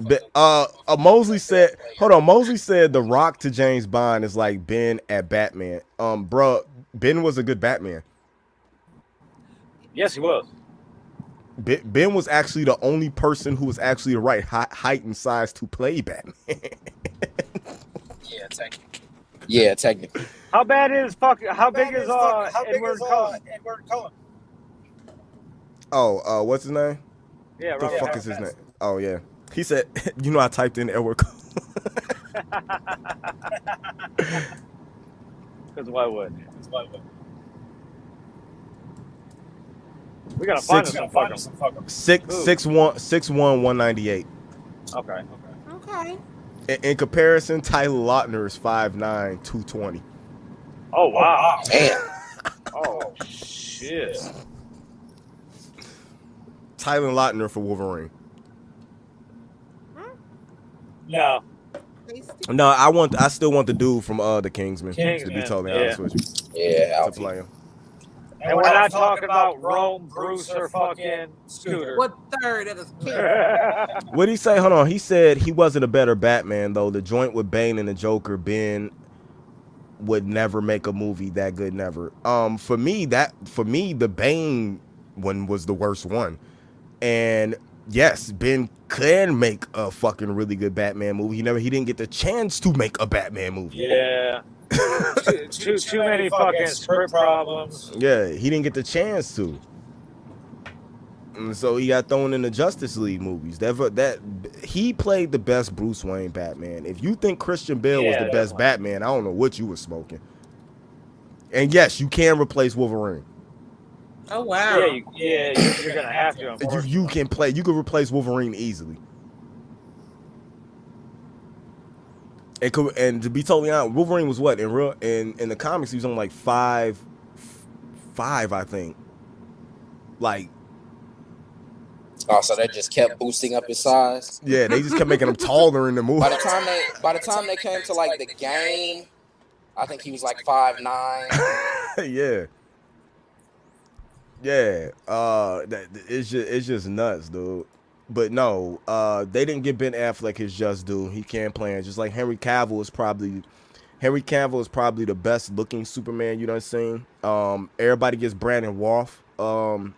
Speaker 4: But, uh, uh, Mosley said, hold on, Mosley said The Rock to James Bond is like Ben at Batman. Um, bro, Ben was a good Batman.
Speaker 1: Yes, he was.
Speaker 4: Ben, ben was actually the only person who was actually the right hei- height and size to play [LAUGHS] Batman.
Speaker 3: Yeah, technically. Yeah, technically.
Speaker 1: How bad is fuck? How big is uh
Speaker 6: how big
Speaker 1: Edward
Speaker 6: is, uh,
Speaker 1: Cullen?
Speaker 6: Edward Cullen?
Speaker 4: oh, uh, what's his name?
Speaker 1: Yeah,
Speaker 4: The
Speaker 1: Robert
Speaker 4: fuck
Speaker 1: Pattinson.
Speaker 4: is his name? Oh yeah, he said. [LAUGHS] You know, I typed in Edward. Cullen. [LAUGHS]
Speaker 1: Because why would? We gotta find
Speaker 4: Six-
Speaker 1: us some fucking.
Speaker 4: Six
Speaker 1: Who?
Speaker 4: six one six one one ninety eight.
Speaker 1: Okay. okay.
Speaker 2: Okay.
Speaker 4: In, in comparison, Tyler Lautner is 5'9", 220.
Speaker 1: Oh wow!
Speaker 3: Damn.
Speaker 1: Oh shit!
Speaker 4: Tyler Lautner for Wolverine.
Speaker 1: No.
Speaker 2: Tasty.
Speaker 4: No, I want. I still want the dude from uh the Kingsman, to be
Speaker 1: Kingsman,
Speaker 4: totally
Speaker 1: yeah.
Speaker 4: honest with you
Speaker 3: Yeah,
Speaker 4: to
Speaker 3: Alfie.
Speaker 4: play him.
Speaker 1: And we're not talking about Rome, Bruce, or fucking Scooter.
Speaker 2: What third of the
Speaker 1: yeah,
Speaker 4: What did he say? Hold on. He said he wasn't a better Batman though. The joint with Bane and the Joker, Ben would never make a movie that good. Never. Um, for me, that for me, the Bane one was the worst one. And yes, Ben can make a fucking really good Batman movie. He never he didn't get the chance to make a Batman movie.
Speaker 1: too, too, too many fucking script problems.
Speaker 4: Yeah, he didn't get the chance to. And so he got thrown in the Justice League movies. That that he played the best Bruce Wayne Batman. If you think Christian Bale was
Speaker 1: Yeah,
Speaker 4: the best
Speaker 1: definitely.
Speaker 4: Batman, I don't know what you were smoking. And yes, you can replace Wolverine.
Speaker 2: Oh wow.
Speaker 1: Yeah, you, yeah, you- you're gonna have to.
Speaker 4: You
Speaker 1: unfortunately.
Speaker 4: you can play. You can replace Wolverine easily. And could, and to be totally honest, Wolverine was what in real in in the comics he was on like five, five I think. Like
Speaker 3: Oh, so they just kept boosting up his size.
Speaker 4: Yeah, they just kept making him taller in the movie.
Speaker 3: By the time they by the time they came to like the game, I think he was like five nine.
Speaker 4: [LAUGHS] yeah. Yeah. Uh that, it's just it's just nuts, dude. But no, uh they didn't get Ben Affleck his just due. He can play it. Just like Henry Cavill is probably Henry Cavill is probably the best looking Superman you done seen. Um everybody gets Brandon Roth um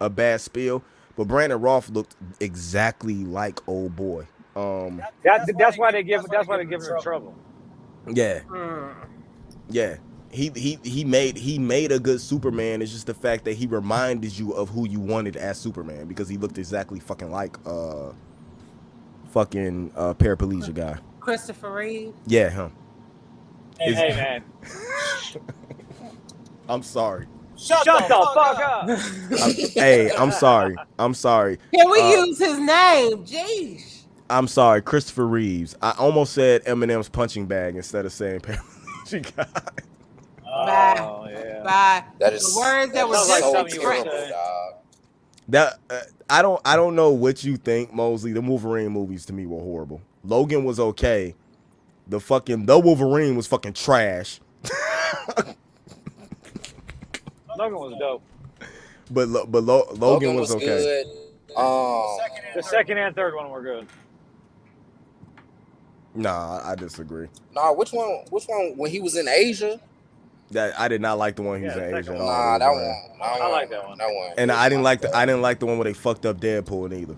Speaker 4: a bad spiel. But Brandon Roth looked exactly like old boy. Um
Speaker 1: That, that's, why they give. That's why they give him trouble.
Speaker 4: yeah.
Speaker 2: Mm.
Speaker 4: Yeah. He he he made he made a good Superman. It's just the fact that he reminded you of who you wanted as Superman because he looked exactly fucking like uh fucking uh paraplegia guy.
Speaker 2: Christopher Reeve.
Speaker 4: Yeah, him.
Speaker 5: Hey,
Speaker 4: Is-
Speaker 5: hey, man.
Speaker 4: I'm sorry.
Speaker 6: Shut,
Speaker 1: Shut the fuck up.
Speaker 4: I'm, hey, I'm sorry. I'm sorry.
Speaker 2: Can we
Speaker 4: Uh,
Speaker 2: use his name? Jeez.
Speaker 4: I'm sorry. Christopher Reeves. I almost said Eminem's punching bag instead of saying [LAUGHS] paraplegia guy.
Speaker 2: Bye.
Speaker 1: Oh yeah.
Speaker 2: By
Speaker 3: That is
Speaker 2: the words that were
Speaker 1: sounds like
Speaker 2: just
Speaker 3: so
Speaker 1: something you would
Speaker 2: expressed.
Speaker 1: say.
Speaker 3: terrible, dog.
Speaker 4: That uh, I don't I don't know what you think, Mosley. The Wolverine movies to me were horrible. Logan was okay. The fucking the Wolverine was fucking trash.
Speaker 1: Logan was dope.
Speaker 4: But Lo- but Lo- Logan,
Speaker 3: Logan
Speaker 4: was, okay.
Speaker 3: good. Um,
Speaker 1: The second and third one were good.
Speaker 4: Nah, I I disagree.
Speaker 3: nah, which one? Which one? When he was in Asia?
Speaker 4: That I did not like the one he was
Speaker 1: Yeah,
Speaker 4: in
Speaker 1: second one.
Speaker 4: Asian. all
Speaker 3: Nah,
Speaker 4: the
Speaker 3: that
Speaker 4: way
Speaker 3: one.
Speaker 4: around.
Speaker 3: That
Speaker 1: I
Speaker 3: one,
Speaker 1: like that one.
Speaker 3: That one.
Speaker 4: Oh, And I didn't like the I didn't like the one where they fucked up Deadpool neither.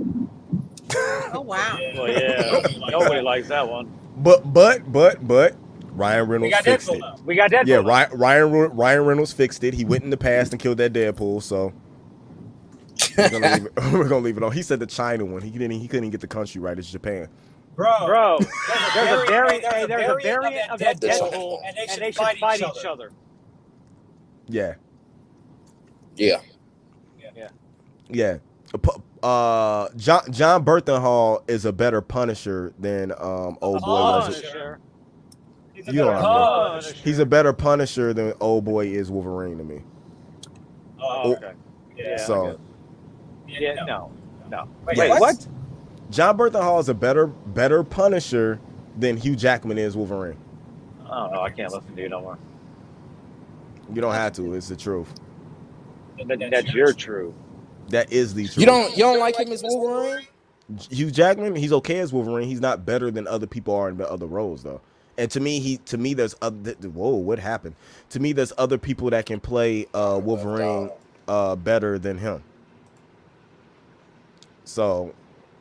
Speaker 2: Oh wow.
Speaker 1: Well, yeah. Nobody likes that one.
Speaker 4: But but but but Ryan
Speaker 5: We
Speaker 4: Reynolds
Speaker 5: got
Speaker 4: fixed
Speaker 5: Deadpool
Speaker 4: it.
Speaker 5: now.
Speaker 1: We got that.
Speaker 4: Yeah,
Speaker 1: one.
Speaker 4: Ryan, Ryan Re- Ryan Reynolds fixed it. He went in the past and killed that Deadpool. So we're gonna leave it, [LAUGHS] we're gonna leave it on. He said the China one. He didn't. He couldn't get the country right. It's Japan.
Speaker 6: bro.
Speaker 1: Bro, there's a variant.
Speaker 6: there's
Speaker 1: hey,
Speaker 6: a
Speaker 1: There's a variant of that
Speaker 3: Deadpool,
Speaker 1: Deadpool,
Speaker 6: and they
Speaker 1: and
Speaker 6: should
Speaker 1: they should fight each other.
Speaker 4: Yeah,
Speaker 3: Yeah.
Speaker 4: yeah. Uh, pu- Uh, John John Berthenhall is a better Punisher than um old boy
Speaker 1: Oh,
Speaker 4: was.
Speaker 1: Punisher.
Speaker 6: He's a
Speaker 4: You don't
Speaker 6: better-
Speaker 4: know.
Speaker 6: Oh,
Speaker 1: Punisher.
Speaker 4: He's a better Punisher than old boy is Wolverine to me.
Speaker 1: Oh, okay. Yeah.
Speaker 4: so
Speaker 1: Yeah. No. No.
Speaker 6: Wait,
Speaker 4: Wait,
Speaker 6: what?
Speaker 4: what? John Berthenhall is a better better Punisher than Hugh Jackman is Wolverine.
Speaker 1: Oh no, I can't listen to you no more.
Speaker 4: You don't have to. It's the truth.
Speaker 1: That- That's your true.
Speaker 4: That is the truth.
Speaker 3: You don't. You don't like him as Wolverine?
Speaker 4: Hugh Jackman, he's okay as Wolverine. He's not better than other people are in the other roles though. And to me, he to me there's other whoa, what happened? To me, there's other people that can play uh Wolverine uh better than him. So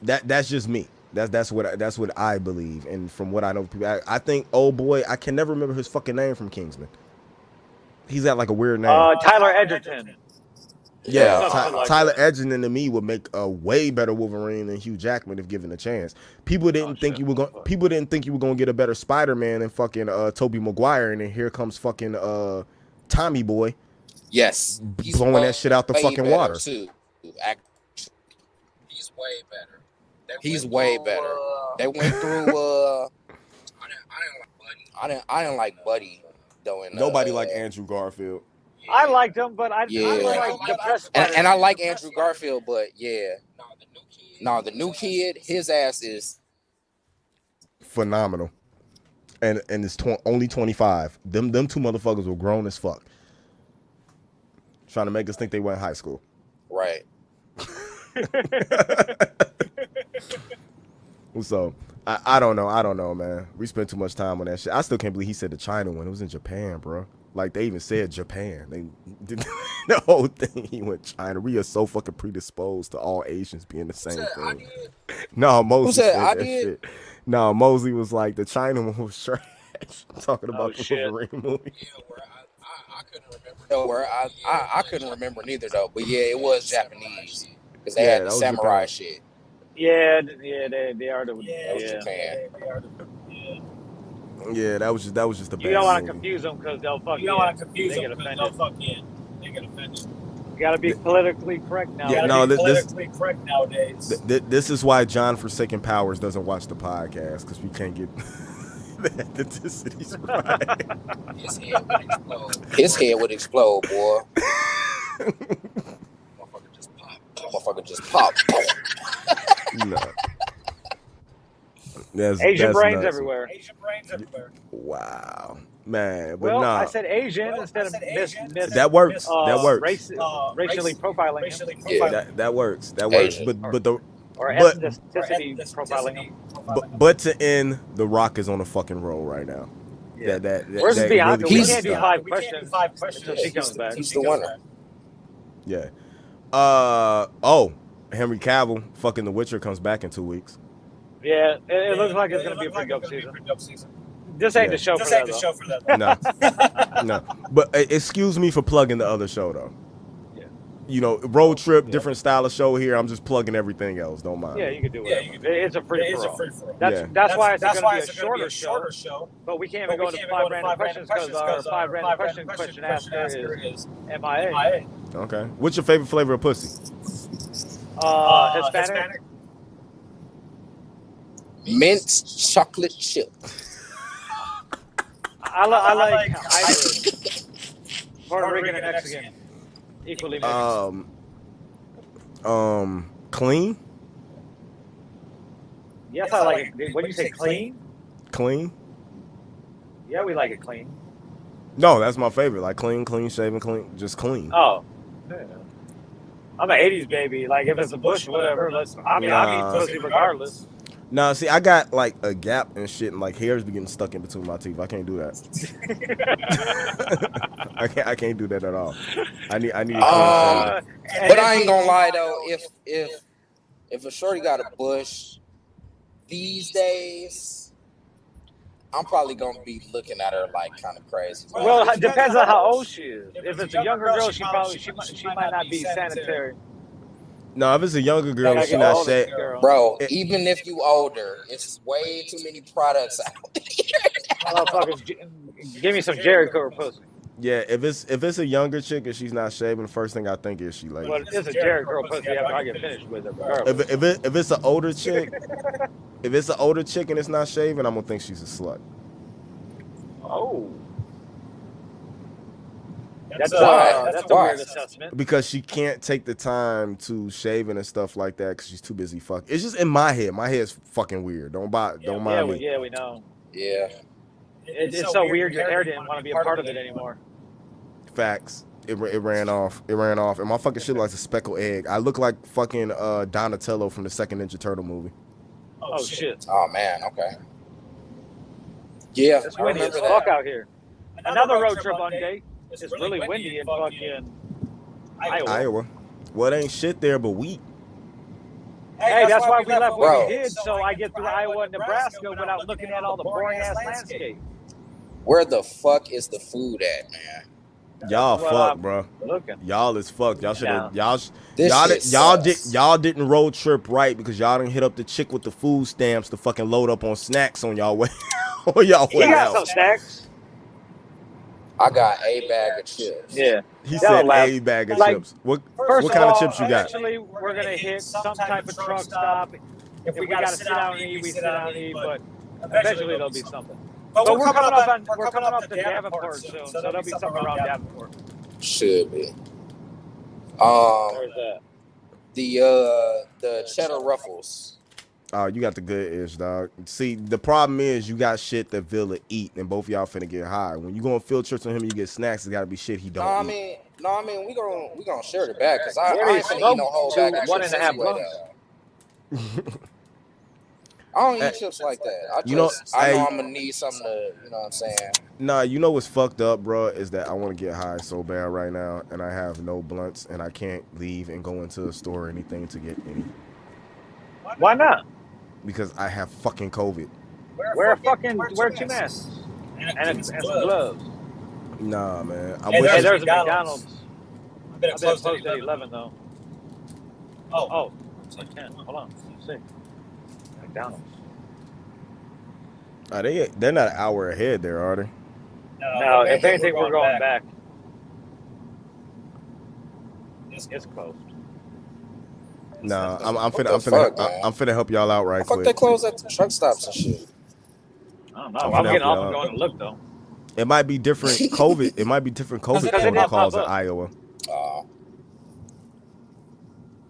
Speaker 4: that that's just me. That's that's what I, that's what I believe, and from what I know, people, I, I think old boy, I can never remember his fucking name from Kingsman. He's got like a weird name.
Speaker 1: Uh, Tyler Edgerton. Yeah,
Speaker 4: Yeah, Ty-
Speaker 1: something like
Speaker 4: Tyler Edgerton to me would make a way better Wolverine than Hugh Jackman if given a chance. People didn't
Speaker 1: Oh,
Speaker 4: think
Speaker 1: shit.
Speaker 4: you were going. People didn't think you were going to get a better Spider Man than fucking uh, Toby Maguire, and then here comes fucking uh, Tommy Boy
Speaker 3: Yes. He's
Speaker 4: blowing
Speaker 3: way-
Speaker 4: that shit out the
Speaker 3: way
Speaker 4: fucking
Speaker 3: better,
Speaker 4: water.
Speaker 3: Too. Act-
Speaker 7: He's way better. They
Speaker 3: He's
Speaker 7: went
Speaker 3: way
Speaker 7: through,
Speaker 3: better.
Speaker 7: uh,
Speaker 3: They went through. Uh,
Speaker 7: I didn't, I didn't like Buddy.
Speaker 3: I didn't. I didn't like Buddy. Though. In,
Speaker 4: Nobody
Speaker 3: uh,
Speaker 4: liked Andrew Garfield.
Speaker 7: Yeah.
Speaker 1: I liked him, but I,
Speaker 3: Yeah.
Speaker 1: I like the press.
Speaker 3: And,
Speaker 1: part.
Speaker 3: and I like Andrew Garfield, but yeah.
Speaker 7: Nah, the new kid.
Speaker 3: No, the new kid, his ass is
Speaker 4: Phenomenal, and and it's tw- only twenty five. Them them two motherfuckers were grown as fuck, trying to make us think they were in high school.
Speaker 3: right.
Speaker 4: So I, I don't know. I don't know, man. We spent too much time on that shit. I still can't believe he said the China one. It was in Japan, bro. Like they even said Japan. They did [LAUGHS] the whole thing. He went China. We are so fucking predisposed to all Asians being the same
Speaker 7: Said, I
Speaker 4: thing.
Speaker 7: did.
Speaker 4: No, Mosley
Speaker 3: said
Speaker 4: said
Speaker 3: I
Speaker 4: that
Speaker 3: did?
Speaker 4: shit. No, Mosley was like the China one was [LAUGHS] trash. Talking
Speaker 7: Oh,
Speaker 4: about the
Speaker 1: shit.
Speaker 4: Wolverine movie.
Speaker 7: Yeah, where I, I, I couldn't remember.
Speaker 3: No, where I, I I couldn't remember neither though. But yeah, it was Japanese because they
Speaker 4: Yeah,
Speaker 3: had
Speaker 4: that
Speaker 3: the
Speaker 4: was
Speaker 3: samurai
Speaker 4: Japan.
Speaker 3: shit.
Speaker 1: yeah, th- yeah, they, they are the.
Speaker 6: Yeah,
Speaker 3: That was
Speaker 1: Yeah.
Speaker 3: Japan.
Speaker 4: Yeah, that was just that was just the
Speaker 1: You don't want
Speaker 4: bad
Speaker 1: to
Speaker 4: movie.
Speaker 1: confuse them because they'll fuck
Speaker 5: You
Speaker 1: you.
Speaker 5: don't want to confuse
Speaker 1: They
Speaker 5: them.
Speaker 1: get
Speaker 5: but
Speaker 1: offended.
Speaker 5: they'll fuck in. They get offended.
Speaker 1: You got to be politically correct now.
Speaker 4: Yeah,
Speaker 5: Gotta
Speaker 4: no,
Speaker 5: be
Speaker 4: thi- this-
Speaker 5: politically correct nowadays.
Speaker 4: Th- th- this is why John Forsaken Powers doesn't watch the podcast because we can't get [LAUGHS] the ethnicities right.
Speaker 7: His head would explode.
Speaker 3: His head would explode, boy.
Speaker 7: Motherfucker just popped.
Speaker 3: motherfucker just popped.
Speaker 4: No. That's,
Speaker 1: Asian
Speaker 4: that's
Speaker 1: brains
Speaker 4: nuts.
Speaker 1: everywhere.
Speaker 6: Asian brains everywhere.
Speaker 4: Wow, man. But
Speaker 1: well,
Speaker 4: nah,
Speaker 1: I said Asian
Speaker 6: Well,
Speaker 1: instead
Speaker 6: I
Speaker 1: of
Speaker 6: said
Speaker 1: mis-
Speaker 6: Asian.
Speaker 1: mis-
Speaker 4: that works.
Speaker 1: uh,
Speaker 4: that works.
Speaker 1: raci-
Speaker 6: Uh,
Speaker 1: racially
Speaker 6: race-
Speaker 1: profiling him,
Speaker 6: Racially
Speaker 3: Yeah,
Speaker 6: profiling.
Speaker 4: That, that works. That works.
Speaker 3: Asian.
Speaker 4: But but the
Speaker 1: or
Speaker 4: but-
Speaker 6: or
Speaker 1: ethnicity profiling him.
Speaker 6: ethnicity
Speaker 4: but, but to end, the Rock is on a fucking roll right now.
Speaker 1: Yeah.
Speaker 4: That that, that
Speaker 1: Where's
Speaker 4: that
Speaker 1: Bianca?
Speaker 4: really
Speaker 1: we
Speaker 3: He's-
Speaker 4: can't
Speaker 1: can't do
Speaker 4: stop.
Speaker 1: five
Speaker 6: We can't do
Speaker 1: questions.
Speaker 6: five questions.
Speaker 1: until
Speaker 3: Yeah,
Speaker 1: she comes
Speaker 6: he's,
Speaker 1: back.
Speaker 6: he's
Speaker 3: the winner.
Speaker 4: Yeah. Uh oh, Henry Cavill, fucking The Witcher comes back in two weeks.
Speaker 1: Yeah, it, it looks like it's going to be a pretty dope season. This ain't
Speaker 4: Yeah.
Speaker 1: the show
Speaker 6: Just
Speaker 1: for
Speaker 6: ain't
Speaker 1: that.
Speaker 6: the
Speaker 1: though.
Speaker 6: show for that.
Speaker 1: [LAUGHS]
Speaker 4: No, no. But uh, excuse me for plugging the other show though.
Speaker 1: Yeah.
Speaker 4: You know, road trip,
Speaker 1: Yeah.
Speaker 4: different style of show here. I'm just plugging everything else. Don't mind.
Speaker 1: Yeah,
Speaker 4: me.
Speaker 1: you can do
Speaker 6: Yeah,
Speaker 1: whatever.
Speaker 6: you can
Speaker 1: It- it's a free
Speaker 6: It is
Speaker 1: for
Speaker 6: a
Speaker 1: all.
Speaker 6: free for all.
Speaker 1: That's
Speaker 4: Yeah.
Speaker 1: that's why it's
Speaker 6: that's
Speaker 1: going
Speaker 6: why
Speaker 1: to be
Speaker 6: it's
Speaker 1: a
Speaker 6: gonna be
Speaker 1: shorter
Speaker 6: a shorter
Speaker 1: show.
Speaker 6: show.
Speaker 1: But we can't
Speaker 6: But
Speaker 1: even go
Speaker 6: we
Speaker 1: into
Speaker 6: can't
Speaker 1: five
Speaker 6: even go
Speaker 1: random
Speaker 6: into
Speaker 1: questions because our
Speaker 6: because
Speaker 1: five random question
Speaker 6: question
Speaker 1: question asker is
Speaker 6: asker is
Speaker 1: MIA.
Speaker 6: MIA.
Speaker 4: Okay. What's your favorite flavor of pussy?
Speaker 1: Uh, Hispanic.
Speaker 3: Mint chocolate chip.
Speaker 1: I, li- I
Speaker 6: I
Speaker 1: like
Speaker 6: like-
Speaker 1: hybrid. Puerto
Speaker 6: Puerto Rican
Speaker 1: Rican and
Speaker 6: and
Speaker 1: Mexican. Equally
Speaker 3: Uh,
Speaker 1: mixed.
Speaker 4: Um, um, clean,
Speaker 1: yes, I like it. When you say clean,
Speaker 4: clean.
Speaker 1: yeah, we like it clean.
Speaker 4: No, that's my favorite. Like clean, clean shaven, clean, just clean.
Speaker 1: Oh. yeah. I'm an 80s baby. Like, if it's a bush, whatever. Let's, I mean, I
Speaker 4: Nah.
Speaker 1: eat pussy regardless.
Speaker 4: Nah, see, I got like a gap and shit, and like hairs be getting stuck in between my teeth. I can't do that. I can't. I can't do that at all. I need. I need. A clean
Speaker 3: Uh,
Speaker 4: shaven.
Speaker 3: But I ain't gonna lie though, if if if a shorty got a bush these days, I'm probably gonna be looking at her like kind of crazy.
Speaker 6: Well,
Speaker 1: Well,
Speaker 6: if
Speaker 1: it
Speaker 6: you got
Speaker 1: depends
Speaker 6: a
Speaker 1: on how
Speaker 6: house-
Speaker 1: old she is. If it's a younger girl, she probably she might, she might not be sanitary.
Speaker 4: no, if it's a younger girl,
Speaker 1: Like
Speaker 4: she
Speaker 1: an
Speaker 4: not
Speaker 1: older
Speaker 4: shaved.
Speaker 1: girl.
Speaker 3: Bro,
Speaker 4: It-
Speaker 3: even if you older, it's way too many products out.
Speaker 1: Motherfuckers, gi- give me some Jerry Curl pussy.
Speaker 4: Yeah, if it's if it's a younger chick and she's not shaving, the first thing I think is she lazy.
Speaker 1: But it's a Jerry Curl pussy after I get finished with it,
Speaker 4: If
Speaker 1: regardless.
Speaker 4: it- if it, if it's an older chick, if it's an older chick and it's not shaving, I'm gonna think she's a slut.
Speaker 1: Oh,
Speaker 6: That's
Speaker 1: that's
Speaker 6: a,
Speaker 3: Why?
Speaker 1: a, uh,
Speaker 6: that's
Speaker 1: that's
Speaker 6: a
Speaker 1: a
Speaker 3: why.
Speaker 1: weird assessment.
Speaker 4: because she can't take the time to shaving and stuff like that because she's too busy. Fuck, it's just in my head. My head's fucking weird. Don't buy, don't
Speaker 1: Yeah,
Speaker 4: mind
Speaker 1: we,
Speaker 4: me.
Speaker 1: yeah, we know.
Speaker 3: Yeah.
Speaker 1: It, it's so weird your hair didn't want to be a part of it anymore.
Speaker 4: Facts. It, ra- it ran off. It ran off, and my fucking shit looks like a speckled egg. I look like fucking uh, Donatello from the second Ninja Turtle movie.
Speaker 1: Oh shit,
Speaker 3: Oh man, okay. Yeah,
Speaker 1: it's
Speaker 3: I
Speaker 1: windy as
Speaker 3: remember
Speaker 1: fuck
Speaker 3: that.
Speaker 1: out here. Another road trip on day. It's really windy in fucking. Iowa.
Speaker 4: Iowa. Well, it ain't shit there, but wheat.
Speaker 1: Hey, that's why we left
Speaker 3: Bro.
Speaker 1: what we did, so I get through Iowa and Nebraska without looking at all the boring ass landscape.
Speaker 3: Where the fuck is the food at, man?
Speaker 4: Y'all
Speaker 1: Well,
Speaker 4: fuck,
Speaker 1: um,
Speaker 4: bro.
Speaker 1: Looking.
Speaker 4: Y'all is fucked. Y'all should have. Y'all. Sh-
Speaker 3: This
Speaker 4: y'all
Speaker 3: shit
Speaker 4: did, y'all did
Speaker 3: sucks.
Speaker 4: y'all didn't road trip right because y'all didn't hit up the chick with the food stamps to fucking load up on snacks on y'all way [LAUGHS] on y'all
Speaker 1: He
Speaker 4: way
Speaker 1: got
Speaker 4: out.
Speaker 1: some snacks.
Speaker 3: I got a bag of chips.
Speaker 1: Yeah.
Speaker 4: He
Speaker 1: Y'all
Speaker 4: said
Speaker 1: laugh.
Speaker 4: a bag of
Speaker 1: Like,
Speaker 4: chips. What
Speaker 1: First
Speaker 4: what
Speaker 1: of
Speaker 4: kind of
Speaker 1: all,
Speaker 4: chips you got?
Speaker 1: Eventually, we're gonna hit some type of truck stop. If we
Speaker 6: gotta
Speaker 1: gotta sit down and eat, we sit down and eat. But eventually, there'll be something.
Speaker 6: But,
Speaker 1: But we're coming up on we're coming up to Davenport soon, so there'll be something around
Speaker 6: that.
Speaker 1: Davenport.
Speaker 3: Should be. Um,
Speaker 1: There's that.
Speaker 3: the uh, the cheddar ruffles.
Speaker 4: Oh, you got the good ish, dog. See, the problem is you got shit that Villa eat, and both of y'all finna get high. When you go on field trips with him, you get snacks. It's gotta be shit he
Speaker 3: No,
Speaker 4: don't
Speaker 3: I
Speaker 4: eat.
Speaker 3: mean, no, I mean, we gonna we gonna share the bag because I,
Speaker 1: Yeah,
Speaker 3: I ain't
Speaker 1: it's
Speaker 3: finna eat no whole
Speaker 1: smoked
Speaker 3: bag
Speaker 1: to
Speaker 3: of
Speaker 1: one and
Speaker 3: chips
Speaker 1: a half
Speaker 3: anyway,
Speaker 1: months.
Speaker 3: though.
Speaker 4: [LAUGHS]
Speaker 3: I don't
Speaker 4: Eh.
Speaker 3: eat chips like that. I just,
Speaker 4: You know,
Speaker 3: I know
Speaker 4: hey.
Speaker 3: I'm gonna need something to, you know what I'm saying?
Speaker 4: Nah, you know what's fucked up, bro, is that I want to get high so bad right now, and I have no blunts, and I can't leave and go into a store or anything to get any
Speaker 1: Why not?
Speaker 4: because I have fucking COVID.
Speaker 1: Wear a fucking wear two masks and, a, and some gloves.
Speaker 4: Nah, man. I
Speaker 6: And
Speaker 4: wish.
Speaker 1: Hey,
Speaker 6: there's
Speaker 1: there's a
Speaker 6: McDonald's.
Speaker 1: McDonald's.
Speaker 6: I've
Speaker 1: I
Speaker 6: been
Speaker 1: bet it's
Speaker 6: closed at
Speaker 1: closed at
Speaker 6: 11.
Speaker 1: 11 though.
Speaker 6: Oh,
Speaker 1: Oh, it's like 10. Hold on. Let's see. McDonald's.
Speaker 4: Are Ah, they? They're not an hour ahead there, are they?
Speaker 1: No, if anything, we're going back.
Speaker 6: It's-
Speaker 1: It's closed.
Speaker 4: Nah, I'm, I'm finna,
Speaker 3: the
Speaker 4: I'm finna,
Speaker 3: fuck,
Speaker 4: I-
Speaker 3: man?
Speaker 4: I'm finna help y'all out right
Speaker 3: Fuck, they
Speaker 4: quick.
Speaker 3: close at the truck stops and shit.
Speaker 1: I don't
Speaker 4: I'm
Speaker 1: know. I'm
Speaker 4: finna
Speaker 1: getting
Speaker 4: help
Speaker 1: off and
Speaker 4: you
Speaker 1: going to look though.
Speaker 4: It might be
Speaker 3: [LAUGHS]
Speaker 4: different COVID. It might be different
Speaker 1: Because
Speaker 4: COVID
Speaker 1: it didn't have
Speaker 4: protocols in
Speaker 1: pop up.
Speaker 4: Iowa.
Speaker 3: Uh,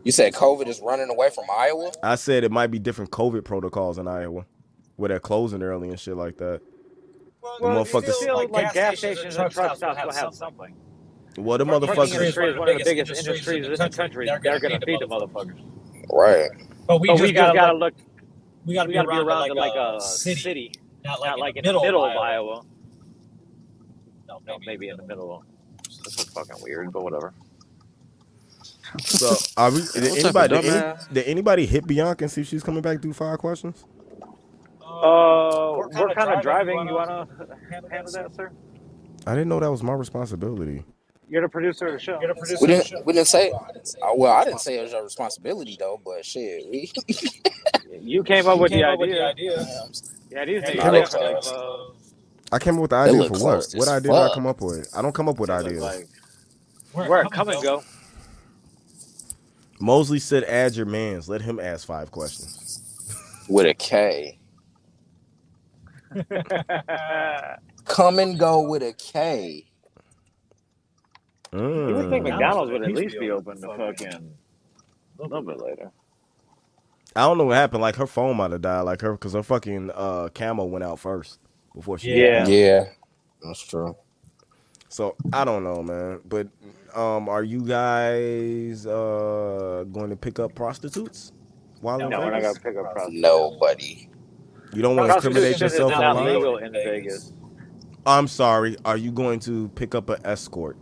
Speaker 3: You said COVID is running away from Iowa?
Speaker 4: I said it might be different COVID protocols in Iowa, where they're closing early and shit like that. The
Speaker 1: Well,
Speaker 4: motherfuckers-
Speaker 1: it's still, like gas stations and truck stops will have something.
Speaker 4: Well, the
Speaker 1: Trucking
Speaker 4: motherfuckers.
Speaker 1: industry is one of the biggest industries in the country. They're going to feed the motherfuckers.
Speaker 3: Right.
Speaker 6: But we
Speaker 1: So
Speaker 6: just
Speaker 1: we
Speaker 6: gotta,
Speaker 1: just got to
Speaker 6: look,
Speaker 1: look.
Speaker 6: we gotta be
Speaker 1: We got to be
Speaker 6: around,
Speaker 1: around
Speaker 6: like,
Speaker 1: it like a
Speaker 6: city,
Speaker 1: city,
Speaker 6: not like,
Speaker 1: not like
Speaker 6: in
Speaker 1: in the middle of
Speaker 6: Iowa.
Speaker 1: Iowa.
Speaker 6: No,
Speaker 1: No, maybe in the middle. of This is fucking weird, but whatever.
Speaker 4: So, are we, did,
Speaker 3: What type of
Speaker 4: anybody, did, any,
Speaker 3: dumbass?
Speaker 4: did anybody hit Bianca and see if she's coming back through five questions?
Speaker 1: Uh,
Speaker 6: What
Speaker 1: we're kind
Speaker 6: kinda
Speaker 1: of driving.
Speaker 6: driving
Speaker 1: You
Speaker 6: you
Speaker 1: want to handle that, sir?
Speaker 4: I didn't know that was my responsibility.
Speaker 1: You're the producer of the show.
Speaker 6: You're the producer
Speaker 3: We
Speaker 6: of the
Speaker 3: didn't
Speaker 6: show.
Speaker 3: we didn't say
Speaker 7: Well, I didn't say
Speaker 3: uh, well, I didn't say it was your responsibility though, but shit, we [LAUGHS]
Speaker 1: You came up with
Speaker 6: Came
Speaker 1: the
Speaker 6: up with the
Speaker 1: idea.
Speaker 6: idea.
Speaker 1: Yeah, these
Speaker 6: Hey,
Speaker 1: niggas
Speaker 3: I
Speaker 1: look
Speaker 3: look
Speaker 1: like,
Speaker 3: close.
Speaker 1: uh,
Speaker 4: I came up with the
Speaker 3: They
Speaker 4: idea
Speaker 3: look
Speaker 4: for what?
Speaker 3: close
Speaker 4: What
Speaker 3: as
Speaker 4: I did not
Speaker 3: fuck.
Speaker 4: come up with. I don't come up with
Speaker 1: they look
Speaker 4: ideas.
Speaker 1: like
Speaker 6: We're
Speaker 1: where
Speaker 6: at
Speaker 1: come and go.
Speaker 4: Mosley said, "Add your man's. Let him ask five questions."
Speaker 3: with a K. Come and go with a K.
Speaker 1: you would think
Speaker 4: Mm.
Speaker 1: McDonald's would at least be open to Hmm. fucking a little bit later.
Speaker 4: I don't know what happened. Like her phone might have died. Like her, because her fucking uh, camo went out first before she.
Speaker 1: Yeah.
Speaker 3: Yeah. That's true.
Speaker 4: So I don't know, man. But um, are you guys uh going to pick up prostitutes? While in
Speaker 1: No, we're not
Speaker 4: Vegas?
Speaker 1: gonna pick up prostitutes.
Speaker 3: Nobody.
Speaker 4: you don't want to incriminate
Speaker 1: Prostitution is
Speaker 4: yourself
Speaker 1: not
Speaker 4: online.
Speaker 1: legal in Vegas.
Speaker 4: I'm sorry. Are you going to pick up an escort?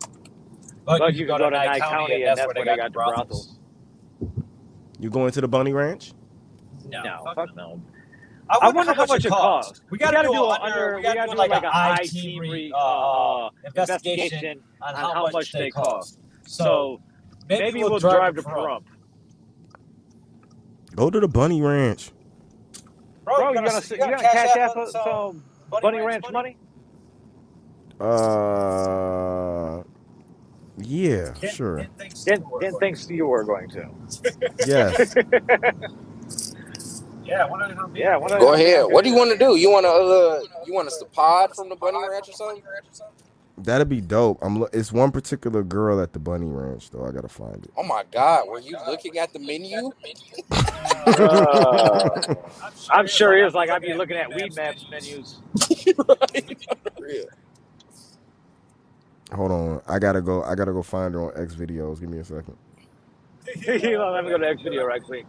Speaker 6: But,
Speaker 1: But you can go to Nye County, and that's where they got the brothels.
Speaker 4: You going to the bunny ranch?
Speaker 1: No,
Speaker 6: No.
Speaker 1: fuck no.
Speaker 6: I
Speaker 1: I wonder how much it costs.
Speaker 6: We
Speaker 1: We
Speaker 6: gotta, do, a
Speaker 1: a
Speaker 6: under.
Speaker 1: we gotta do like a high team re- uh,
Speaker 6: uh,
Speaker 1: uh,
Speaker 6: investigation
Speaker 1: investigation
Speaker 6: on
Speaker 1: on
Speaker 6: how much they cost. So
Speaker 1: So maybe we'll drive to Pahrump.
Speaker 4: Go to the bunny ranch.
Speaker 1: Bro, you gonna you gonna cash out some- some Bunny Ranch money?
Speaker 4: Uh, yeah,
Speaker 1: [LAUGHS]
Speaker 4: sure.
Speaker 1: Didn't didn't think you were going to.
Speaker 4: Yes.
Speaker 6: Yeah, what are they
Speaker 1: Yeah. what-
Speaker 3: Go ahead. What do you want to do? You want to uh, you want us to pod from the bunny ranch or something?
Speaker 4: That'd be dope. I'm. Lo- it's one particular girl at the bunny ranch though. I gotta find it.
Speaker 3: Oh my God, were you looking at the menu?
Speaker 1: Uh, I'm sure it is. Like I'd be
Speaker 6: at
Speaker 1: looking at
Speaker 6: Weed
Speaker 1: Weed Maps menus.
Speaker 4: Hold on. I gotta go. I gotta go find her on X videos. Give me a second.
Speaker 1: You know, Let me go to X video right quick.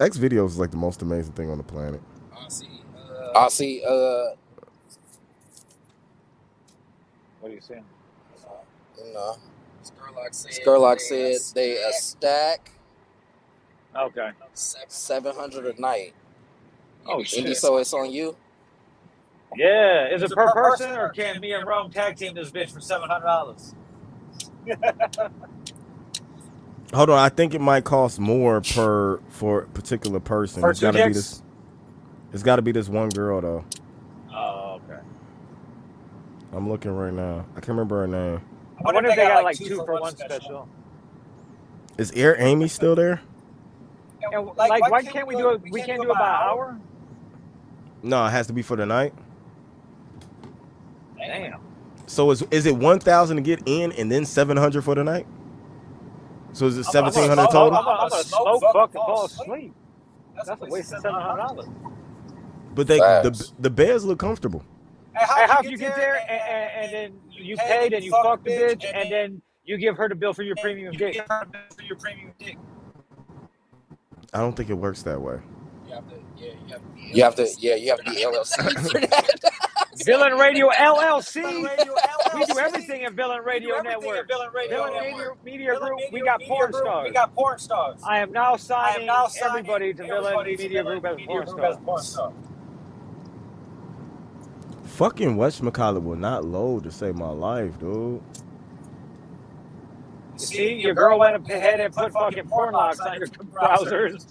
Speaker 4: X videos is like the most amazing thing on the planet.
Speaker 7: I see. Uh,
Speaker 3: I see. Uh,
Speaker 1: What are you saying?
Speaker 3: you know,
Speaker 7: Skurlock said.
Speaker 3: Skurlock
Speaker 7: they,
Speaker 3: said
Speaker 7: uh,
Speaker 3: they a stack
Speaker 1: Okay.
Speaker 3: seven hundred a night.
Speaker 1: Oh
Speaker 3: Indy,
Speaker 1: shit.
Speaker 3: so it's on you.
Speaker 1: Yeah. Is it per person or can me and Rome tag team this bitch for seven hundred dollars?
Speaker 4: Hold on. I think it might cost more per for a particular person.
Speaker 6: For
Speaker 4: it's
Speaker 6: two
Speaker 4: gotta be
Speaker 6: dicks?
Speaker 4: this. It's gotta be this one girl though.
Speaker 1: Oh, okay.
Speaker 4: I'm looking right now. I can't remember her name.
Speaker 1: I wonder if they got like two for one special.
Speaker 4: Is Air Amy still there?
Speaker 1: Yeah, like, why can't we do it? We can't do it by an hour.
Speaker 4: No, it has to be for the night.
Speaker 1: Damn.
Speaker 4: So is is it one thousand to get in and then seven hundred for the night? So is it seventeen hundred
Speaker 1: I'm
Speaker 4: total?
Speaker 1: gonna, I'm gonna smoke, fuck, and fall asleep. That's a waste of seven hundred dollars.
Speaker 4: But they the
Speaker 3: Facts.
Speaker 4: the beds look comfortable.
Speaker 1: Hey, how if you get there and, and, and then you paid and you fucked the bitch and then you give her the bill for your premium
Speaker 6: You
Speaker 1: gig?
Speaker 6: get her for your premium dick.
Speaker 4: I don't think it works that way.
Speaker 7: You have to. Yeah, you have to. be
Speaker 3: You have to,
Speaker 7: honest.
Speaker 3: yeah, you have to be LLC for that.
Speaker 1: Villain Radio LLC. We
Speaker 6: We
Speaker 1: do everything at Villain Radio Network.
Speaker 6: Villain Radio
Speaker 1: Villain
Speaker 6: Network.
Speaker 1: Radio Media
Speaker 6: Villain
Speaker 1: Group.
Speaker 6: Media-
Speaker 1: We got
Speaker 6: Media
Speaker 1: porn
Speaker 6: Group,
Speaker 1: stars.
Speaker 6: We got porn stars.
Speaker 1: I am
Speaker 6: I
Speaker 1: now
Speaker 6: am
Speaker 1: signing
Speaker 6: now signing
Speaker 1: everybody to Villain
Speaker 6: everybody to
Speaker 1: Media
Speaker 6: Villain
Speaker 1: Group as
Speaker 6: Media
Speaker 1: porn
Speaker 6: Group
Speaker 1: stars.
Speaker 6: as porn star.
Speaker 4: Fucking West McCullough will not load to save my life, dude.
Speaker 1: You see, your girl went ahead and put fucking porn locks on your browsers.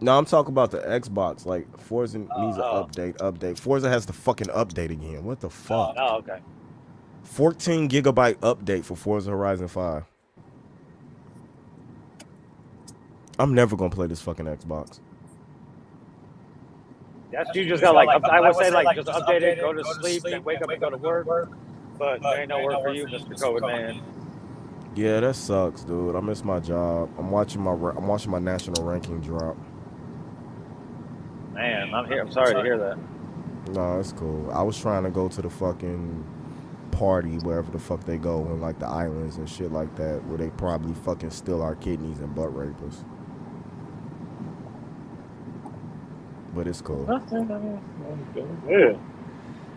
Speaker 4: No, I'm talking about the Xbox. Like Forza needs an
Speaker 1: oh.
Speaker 4: update. Update. Forza has to fucking update again. What the fuck?
Speaker 1: Oh, okay.
Speaker 4: 14 gigabyte update for Forza Horizon 5. I'm never gonna play this fucking Xbox.
Speaker 1: That's you just got like up- I would say like just update it, go to sleep, then wake up and go to work. But there ain't no work for you, Mr. COVID man.
Speaker 4: Yeah, that sucks, dude. I miss my job. I'm watching my ra- I'm watching my national ranking drop.
Speaker 1: Man, I'm here. I'm sorry to hear that.
Speaker 4: No, it's cool. I was trying to go to the fucking party wherever the fuck they go in like the islands and shit like that, where they probably fucking steal our kidneys and butt rape us. But it's cool.
Speaker 1: Yeah.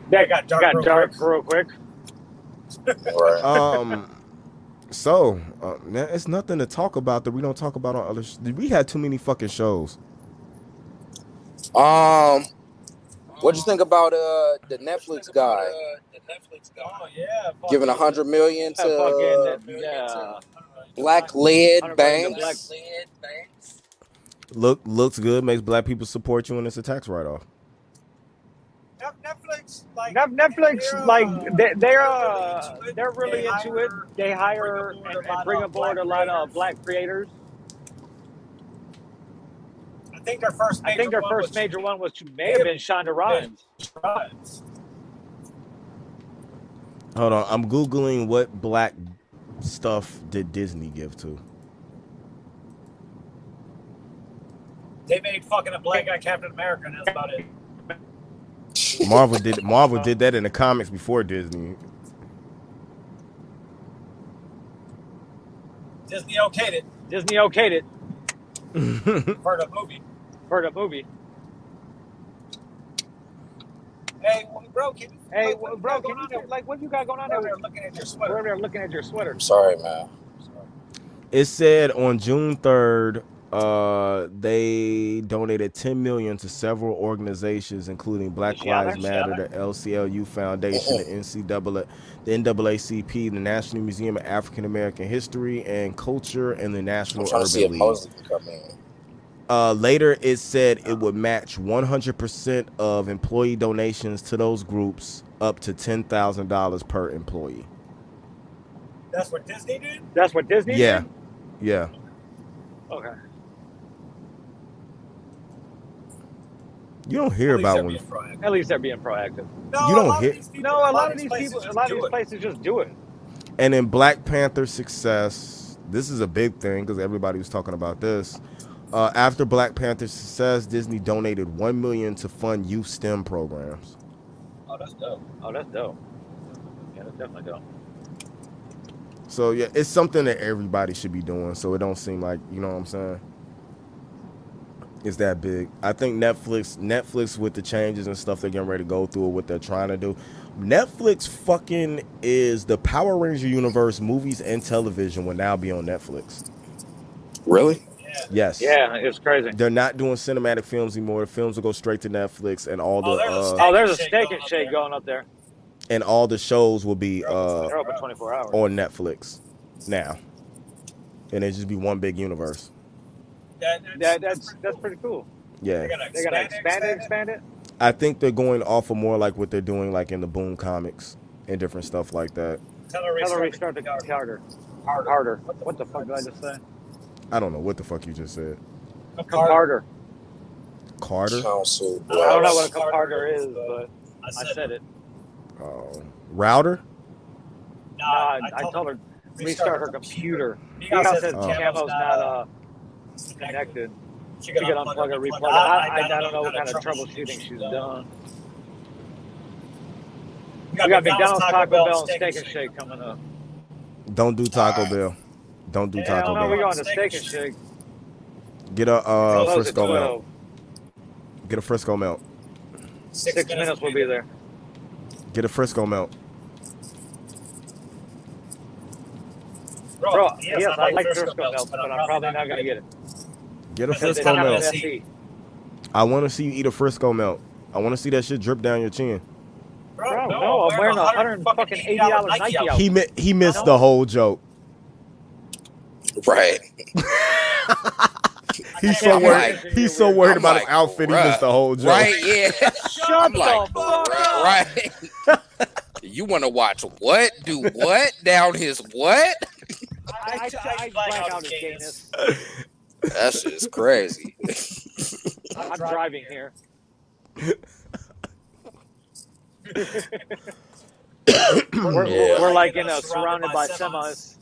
Speaker 1: That got dark. Got
Speaker 6: real
Speaker 1: dark real quick.
Speaker 3: Right.
Speaker 4: um so uh, man, it's nothing to talk about that we don't talk about on other sh- we had too many fucking shows
Speaker 3: Um, what'd you think about uh the Netflix guy
Speaker 7: uh, The Netflix guy.
Speaker 6: Oh yeah. fuck
Speaker 3: giving a
Speaker 6: yeah.
Speaker 3: hundred million
Speaker 1: That
Speaker 3: to
Speaker 1: fucking- yeah.
Speaker 3: Black Lead
Speaker 1: 100 million to Black
Speaker 3: Banks?
Speaker 7: Lead Banks.
Speaker 4: look looks good makes black people support you when it's a tax write-off
Speaker 6: Net- Netflix like
Speaker 1: Net- Netflix,
Speaker 6: they're, uh,
Speaker 1: like they, they're uh,
Speaker 6: really into it.
Speaker 1: they're really
Speaker 6: They
Speaker 1: into it.
Speaker 6: hire-
Speaker 1: They hire
Speaker 6: bring
Speaker 1: and,
Speaker 6: aboard a
Speaker 1: and
Speaker 6: lot
Speaker 1: bring
Speaker 6: of
Speaker 1: aboard a
Speaker 6: black
Speaker 1: lot of
Speaker 6: creators.
Speaker 1: black creators.
Speaker 6: I think their first.
Speaker 1: I think their first major one was may have been Shonda Rhimes.
Speaker 6: Rhimes.
Speaker 4: hold on i'm googling what black stuff did disney give to
Speaker 6: They made fucking a black guy Captain America, and that's about it.
Speaker 4: marvel did
Speaker 3: [LAUGHS]
Speaker 4: marvel did that in the comics before disney
Speaker 6: Disney okayed it
Speaker 1: Disney okayed it
Speaker 6: for the movie.
Speaker 1: for the movie.
Speaker 6: Hey, bro, can you,
Speaker 1: Hey,
Speaker 6: what- what you
Speaker 1: bro,
Speaker 6: got
Speaker 1: can
Speaker 6: going on
Speaker 1: you
Speaker 6: there?
Speaker 1: like what you got going on
Speaker 6: Bro,
Speaker 1: there?
Speaker 6: they're looking at your
Speaker 1: We're
Speaker 6: sweater.
Speaker 1: over there looking at your sweater.
Speaker 3: I'm sorry, man.
Speaker 4: it said on june 3rd uh they donated 10 million to several organizations including black
Speaker 1: Yeah,
Speaker 4: lives matter the lclu foundation the ncaa the naacp the national museum of african american history and culture and the
Speaker 3: I'm
Speaker 4: national
Speaker 3: trying to see if
Speaker 4: urban league
Speaker 3: Mosley can come in.
Speaker 4: uh, later it said it would match 100% of employee donations to those groups up to $10000 per employee
Speaker 6: That's what Disney did.
Speaker 1: That's what Disney.
Speaker 4: yeah
Speaker 1: did?
Speaker 4: yeah
Speaker 1: Okay.
Speaker 4: you don't hear about when
Speaker 6: Please don't be afraid.
Speaker 1: At least they're being proactive.
Speaker 6: No,
Speaker 4: You
Speaker 6: a
Speaker 4: don't
Speaker 6: lot of
Speaker 4: hear-
Speaker 6: these people-
Speaker 1: No, a lot of these people,
Speaker 6: places
Speaker 1: a lot of
Speaker 6: do
Speaker 1: these
Speaker 6: it.
Speaker 1: places just do it.
Speaker 4: And in Black Panther success, this is a big thing because everybody was talking about this. Uh, after Black Panther's success, Disney donated one million to fund youth STEM programs.
Speaker 1: Oh, that's dope. Oh, that's dope. Yeah, that's definitely dope.
Speaker 4: So yeah, it's something that everybody should be doing. So it don't seem like you know what I'm saying. It's that big. I think Netflix, Netflix with the changes and stuff they're getting ready to go through, what they're trying to do. Netflix fucking is the Power Ranger universe movies and television will now be on Netflix.
Speaker 3: Really?
Speaker 6: Yeah.
Speaker 4: Yes.
Speaker 1: Yeah, it's crazy.
Speaker 4: They're not doing cinematic films anymore. The films will go straight to Netflix, and all the
Speaker 6: Oh, there's a
Speaker 4: uh,
Speaker 6: stack.
Speaker 1: Oh, there's a
Speaker 6: Shake going
Speaker 1: steak and
Speaker 6: up
Speaker 1: shake
Speaker 6: there.
Speaker 1: going up there.
Speaker 4: and all the shows will be uh,
Speaker 1: They're open 24 hours.
Speaker 4: on Netflix now, and it just be one big universe.
Speaker 6: That,
Speaker 1: Yeah, that's that's pretty cool.
Speaker 4: Yeah,
Speaker 1: They gotta expand it, expand it.
Speaker 4: I think they're going off of more like what they're doing, like in the Boom comics and different stuff like that.
Speaker 1: Tell her
Speaker 6: Accelerate,
Speaker 1: restart the harder, hard, harder. What the fuck did I just say?
Speaker 4: I don't know what the fuck you just said,
Speaker 1: Harder.
Speaker 4: Carter.
Speaker 3: Council.
Speaker 1: I don't know what a
Speaker 3: Bluffs.
Speaker 1: cup harder is, but
Speaker 6: I
Speaker 1: I
Speaker 6: said,
Speaker 1: said it.
Speaker 4: Uh, router.
Speaker 6: nah,
Speaker 1: Nah, I,
Speaker 6: I, told
Speaker 1: told her restart her computer.
Speaker 6: He
Speaker 1: He
Speaker 6: got
Speaker 1: says
Speaker 6: says
Speaker 4: the
Speaker 1: camo's not uh, connected.
Speaker 6: She
Speaker 1: She can unplug it, replug it. I, I, I don't know what kind of troubleshooting she's done. We got McDonald's, Taco Bell, and Steak and Shake coming up.
Speaker 4: Don't do Taco Bell. Don't do
Speaker 6: Hell
Speaker 4: Taco
Speaker 1: no, we
Speaker 4: Bell.
Speaker 1: going to Steak and Shake.
Speaker 4: Get a uh,
Speaker 1: Close at
Speaker 4: Frisco melt.
Speaker 1: 12.
Speaker 4: Get a Frisco melt.
Speaker 6: Six,
Speaker 1: Six minutes we'll be there.
Speaker 4: Get a Frisco melt.
Speaker 1: Bro, yes, I like Frisco Melt, but I'm probably not going to get it.
Speaker 4: Get a
Speaker 1: Because they
Speaker 4: Frisco
Speaker 1: don't have
Speaker 4: melt.
Speaker 1: that seat.
Speaker 4: I want to see you eat a Frisco melt. I want to see that shit drip down your chin.
Speaker 1: Bro, no, I'm wearing a hundred fucking eighty dollars Nike outfit.
Speaker 4: He mi- he missed the whole joke.
Speaker 3: Right.
Speaker 4: He's
Speaker 1: can't
Speaker 4: so worried.
Speaker 1: imagine
Speaker 4: He's
Speaker 1: you
Speaker 4: so
Speaker 1: wearing-
Speaker 4: worried
Speaker 3: I'm
Speaker 4: about
Speaker 3: like,
Speaker 4: his outfit. He
Speaker 3: bruh.
Speaker 4: missed the whole joke.
Speaker 3: Right,
Speaker 1: [LAUGHS]
Speaker 3: yeah.
Speaker 1: Shut
Speaker 3: I'm like,
Speaker 1: the fuck up.
Speaker 3: right. right. you want to watch what? Do what? Down his what?
Speaker 1: I, I, I, I black out his gayness.
Speaker 3: That's just crazy.
Speaker 1: I'm driving here. [COUGHS] we're,
Speaker 3: Yeah.
Speaker 1: we're like in a surrounded by semis.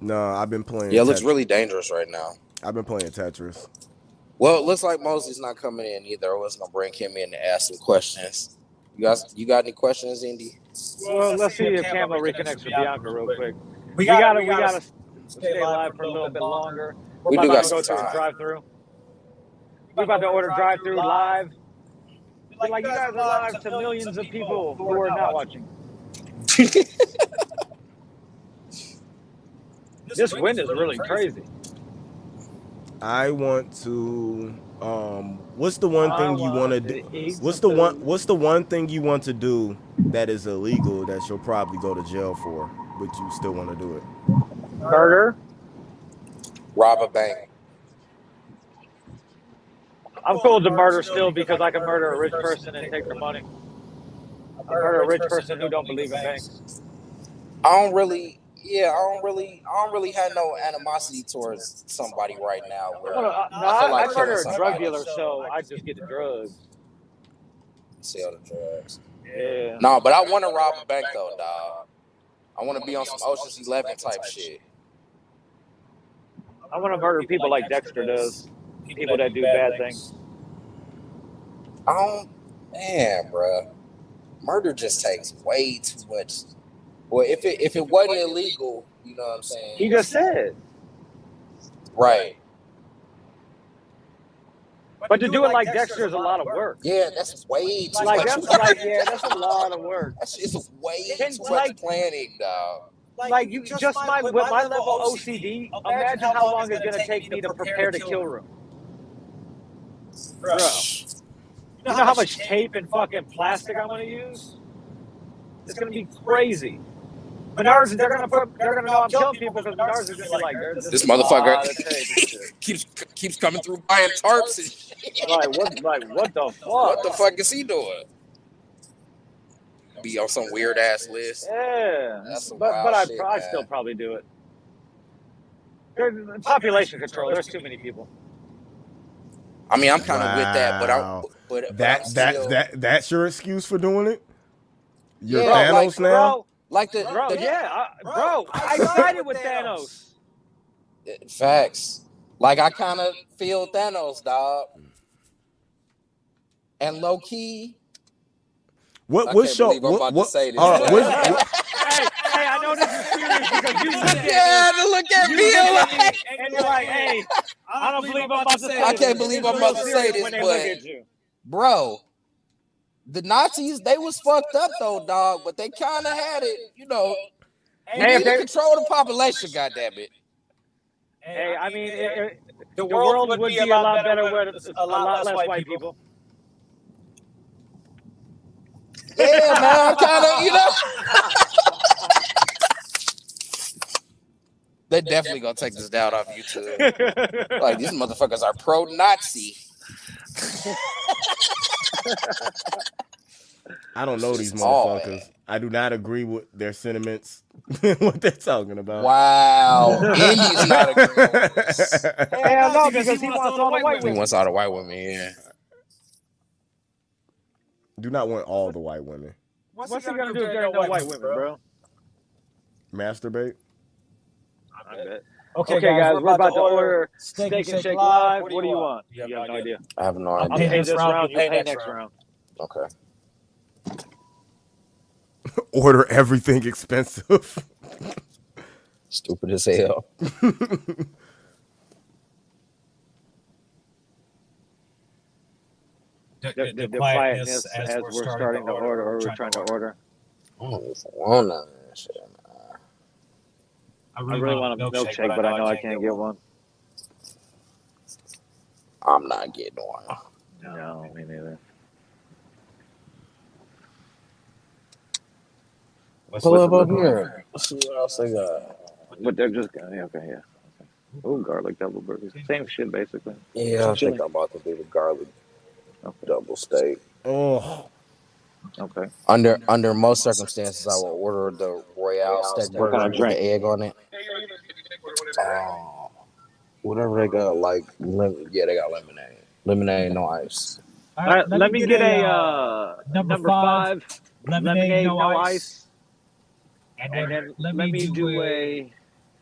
Speaker 4: No, I've been playing.
Speaker 3: Yeah, it looks
Speaker 4: Tetris.
Speaker 3: really dangerous right now.
Speaker 4: I've been playing Tetris.
Speaker 3: Well, it looks like Mosley's not coming in either. I was gonna bring him in to ask some questions. You guys, you got any questions, Indy?
Speaker 1: [LAUGHS] Well, let's see if Camo
Speaker 6: Campbell
Speaker 1: reconnects with Bianca real quick.
Speaker 6: We got
Speaker 1: we got to
Speaker 6: stay live for a little bit longer.
Speaker 3: We
Speaker 1: We're
Speaker 3: do
Speaker 1: about
Speaker 3: got
Speaker 1: to
Speaker 3: some
Speaker 1: go through the
Speaker 3: time.
Speaker 1: drive-through. We're about to order drive-through live. Like, you guys are live to millions of people who are not watching. This wind is really crazy.
Speaker 4: I want to. Um, what's the one
Speaker 1: I
Speaker 4: thing you want to do?
Speaker 1: eat
Speaker 4: What's the
Speaker 1: some
Speaker 4: one?
Speaker 1: food.
Speaker 4: What's the one thing you want to do that is illegal that you'll probably go to jail for, but you still want to do it?
Speaker 1: Burger.
Speaker 3: Rob a bank.
Speaker 1: I'm cool with the murder still because I can murder a rich person and take their money. I can murder a rich person who don't believe in banks.
Speaker 3: I don't really, yeah, I don't really, I don't really have no animosity towards somebody right now.
Speaker 1: I,
Speaker 3: Where,
Speaker 1: wanna, uh, no,
Speaker 3: I feel
Speaker 1: I, I murder
Speaker 3: like killing
Speaker 1: a drug
Speaker 3: somebody.
Speaker 1: dealer, so I just get the drugs.
Speaker 3: sell the drugs.
Speaker 1: Yeah.
Speaker 3: No, but I want to rob a bank though, dog. I want to be on some Ocean's Eleven type shit.
Speaker 1: I want to murder people like Dexter does. People that do bad things.
Speaker 3: I don't, man, bruh. Murder just takes way too much. Well, if it if it wasn't illegal, you know what I'm saying?
Speaker 1: He just said.
Speaker 3: right.
Speaker 1: But to do it like Dexter is a lot of work.
Speaker 3: Yeah, that's way too
Speaker 1: Like,
Speaker 3: much.
Speaker 1: that's like, [LAUGHS] yeah, that's a lot of work.
Speaker 3: That's just way
Speaker 1: Can-
Speaker 3: too much
Speaker 1: like-
Speaker 3: planning, dog.
Speaker 1: Like, you just my, with my level OCD, imagine how long it's going to take me to prepare to kill room.
Speaker 6: Bro.
Speaker 1: Bro. You know how much tape and fucking plastic I'm gonna use? It's gonna be crazy. Menards, they're gonna put, they're gonna know I'm killing people because Menards is gonna be like, there's
Speaker 3: This motherfucker.
Speaker 1: Ah, that's crazy shit.
Speaker 3: Keeps keeps coming through buying tarps and shit.
Speaker 1: like what, like what the fuck?
Speaker 3: What the fuck is he doing? Be on some weird ass list.
Speaker 1: Yeah,
Speaker 3: That's some
Speaker 1: but but
Speaker 3: wild
Speaker 1: I
Speaker 3: shit,
Speaker 1: I
Speaker 3: man.
Speaker 1: still probably do it. There's population control. There's too many people.
Speaker 3: I mean, I'm kind of with that, but I'm
Speaker 4: Wow.
Speaker 3: but but
Speaker 4: That
Speaker 3: I'm
Speaker 4: that
Speaker 3: still-
Speaker 4: that that's your excuse for doing it. You're
Speaker 3: Yeah,
Speaker 4: Thanos
Speaker 3: like,
Speaker 4: now.
Speaker 3: like the,
Speaker 1: Bro, bro,
Speaker 3: the-
Speaker 1: yeah, I, bro, I sided with Thanos.
Speaker 3: facts. Like I kind of feel Thanos, dog.
Speaker 4: Mm.
Speaker 3: And low key, I
Speaker 4: What what
Speaker 3: can't
Speaker 4: show?
Speaker 3: believe I'm about
Speaker 4: What,
Speaker 3: to
Speaker 4: what,
Speaker 3: say this,
Speaker 4: uh,
Speaker 3: [LAUGHS] but-
Speaker 4: what- what-
Speaker 1: Hey, hey, I know this is serious because you look at me
Speaker 3: [LAUGHS] yeah, to look at
Speaker 1: You
Speaker 3: me,
Speaker 1: look at
Speaker 3: like,
Speaker 1: me and you're like, hey, I don't believe I'm about to say
Speaker 3: I
Speaker 1: this.
Speaker 3: can't believe I'm
Speaker 1: It's
Speaker 3: about to
Speaker 1: real
Speaker 3: say
Speaker 1: serious when
Speaker 3: this,
Speaker 1: they look
Speaker 3: but
Speaker 1: at you.
Speaker 3: bro, the Nazis they was fucked up though, dog. But they kind of had it, you know. You
Speaker 1: Hey,
Speaker 3: need
Speaker 1: if
Speaker 3: to
Speaker 1: they-
Speaker 3: control the population, goddamn it.
Speaker 1: Hey, I mean, it, it,
Speaker 6: the
Speaker 1: the world would be a lot better with a lot less white people.
Speaker 3: Yeah, man, I'm kind of, you know. [LAUGHS] They're definitely gonna take this down off YouTube. Like these motherfuckers are pro-Nazi.
Speaker 4: I don't know these
Speaker 3: It's all
Speaker 4: motherfuckers.
Speaker 3: bad.
Speaker 4: I do not agree with their sentiments. [LAUGHS] what they're talking about.
Speaker 3: Wow, Indy's not agreeing.
Speaker 1: [LAUGHS]
Speaker 3: with this.
Speaker 4: [LAUGHS]
Speaker 1: Hell no, because he wants all the white
Speaker 3: He
Speaker 1: women.
Speaker 3: wants all the white women. Yeah,
Speaker 4: do not want all the white women
Speaker 1: What's he gonna do if there ain't no white women, bro?
Speaker 4: masturbate.
Speaker 6: Okay,
Speaker 1: Okay, guys, we're about to order Steak and Shake Live. What do you want? You have no idea.
Speaker 3: I have no
Speaker 1: I'll
Speaker 6: Yeah.
Speaker 1: pay
Speaker 3: idea.
Speaker 1: this round. You pay next round.
Speaker 3: Okay.
Speaker 4: Order everything [LAUGHS] expensive.
Speaker 3: Stupid as hell.
Speaker 1: The, the, the quietness as we're starting to order, or we're trying to order.
Speaker 3: I don't even want none of that shit.
Speaker 6: I
Speaker 1: I really want a milkshake, but I know I can't get one.
Speaker 3: I'm not getting one.
Speaker 1: No, me neither.
Speaker 3: Pull up up here. Let's see what else they got.
Speaker 1: But they're just gonna yeah, okay, yeah. Okay. Oh, garlic double burgers. Same shit basically.
Speaker 3: Yeah, I think I'm about to do the garlic double steak.
Speaker 4: oh,
Speaker 1: Okay.
Speaker 3: Under under most circumstances, I will order the Royale steak burger
Speaker 1: kind of
Speaker 3: with
Speaker 1: drink?
Speaker 3: the egg on it. Uh, whatever they got, like lemon. Yeah, they got lemonade. Lemonade, no ice.
Speaker 1: All right, let, me get, a uh,
Speaker 6: number
Speaker 1: number five lemonade, no ice,
Speaker 6: and
Speaker 1: and then let me do a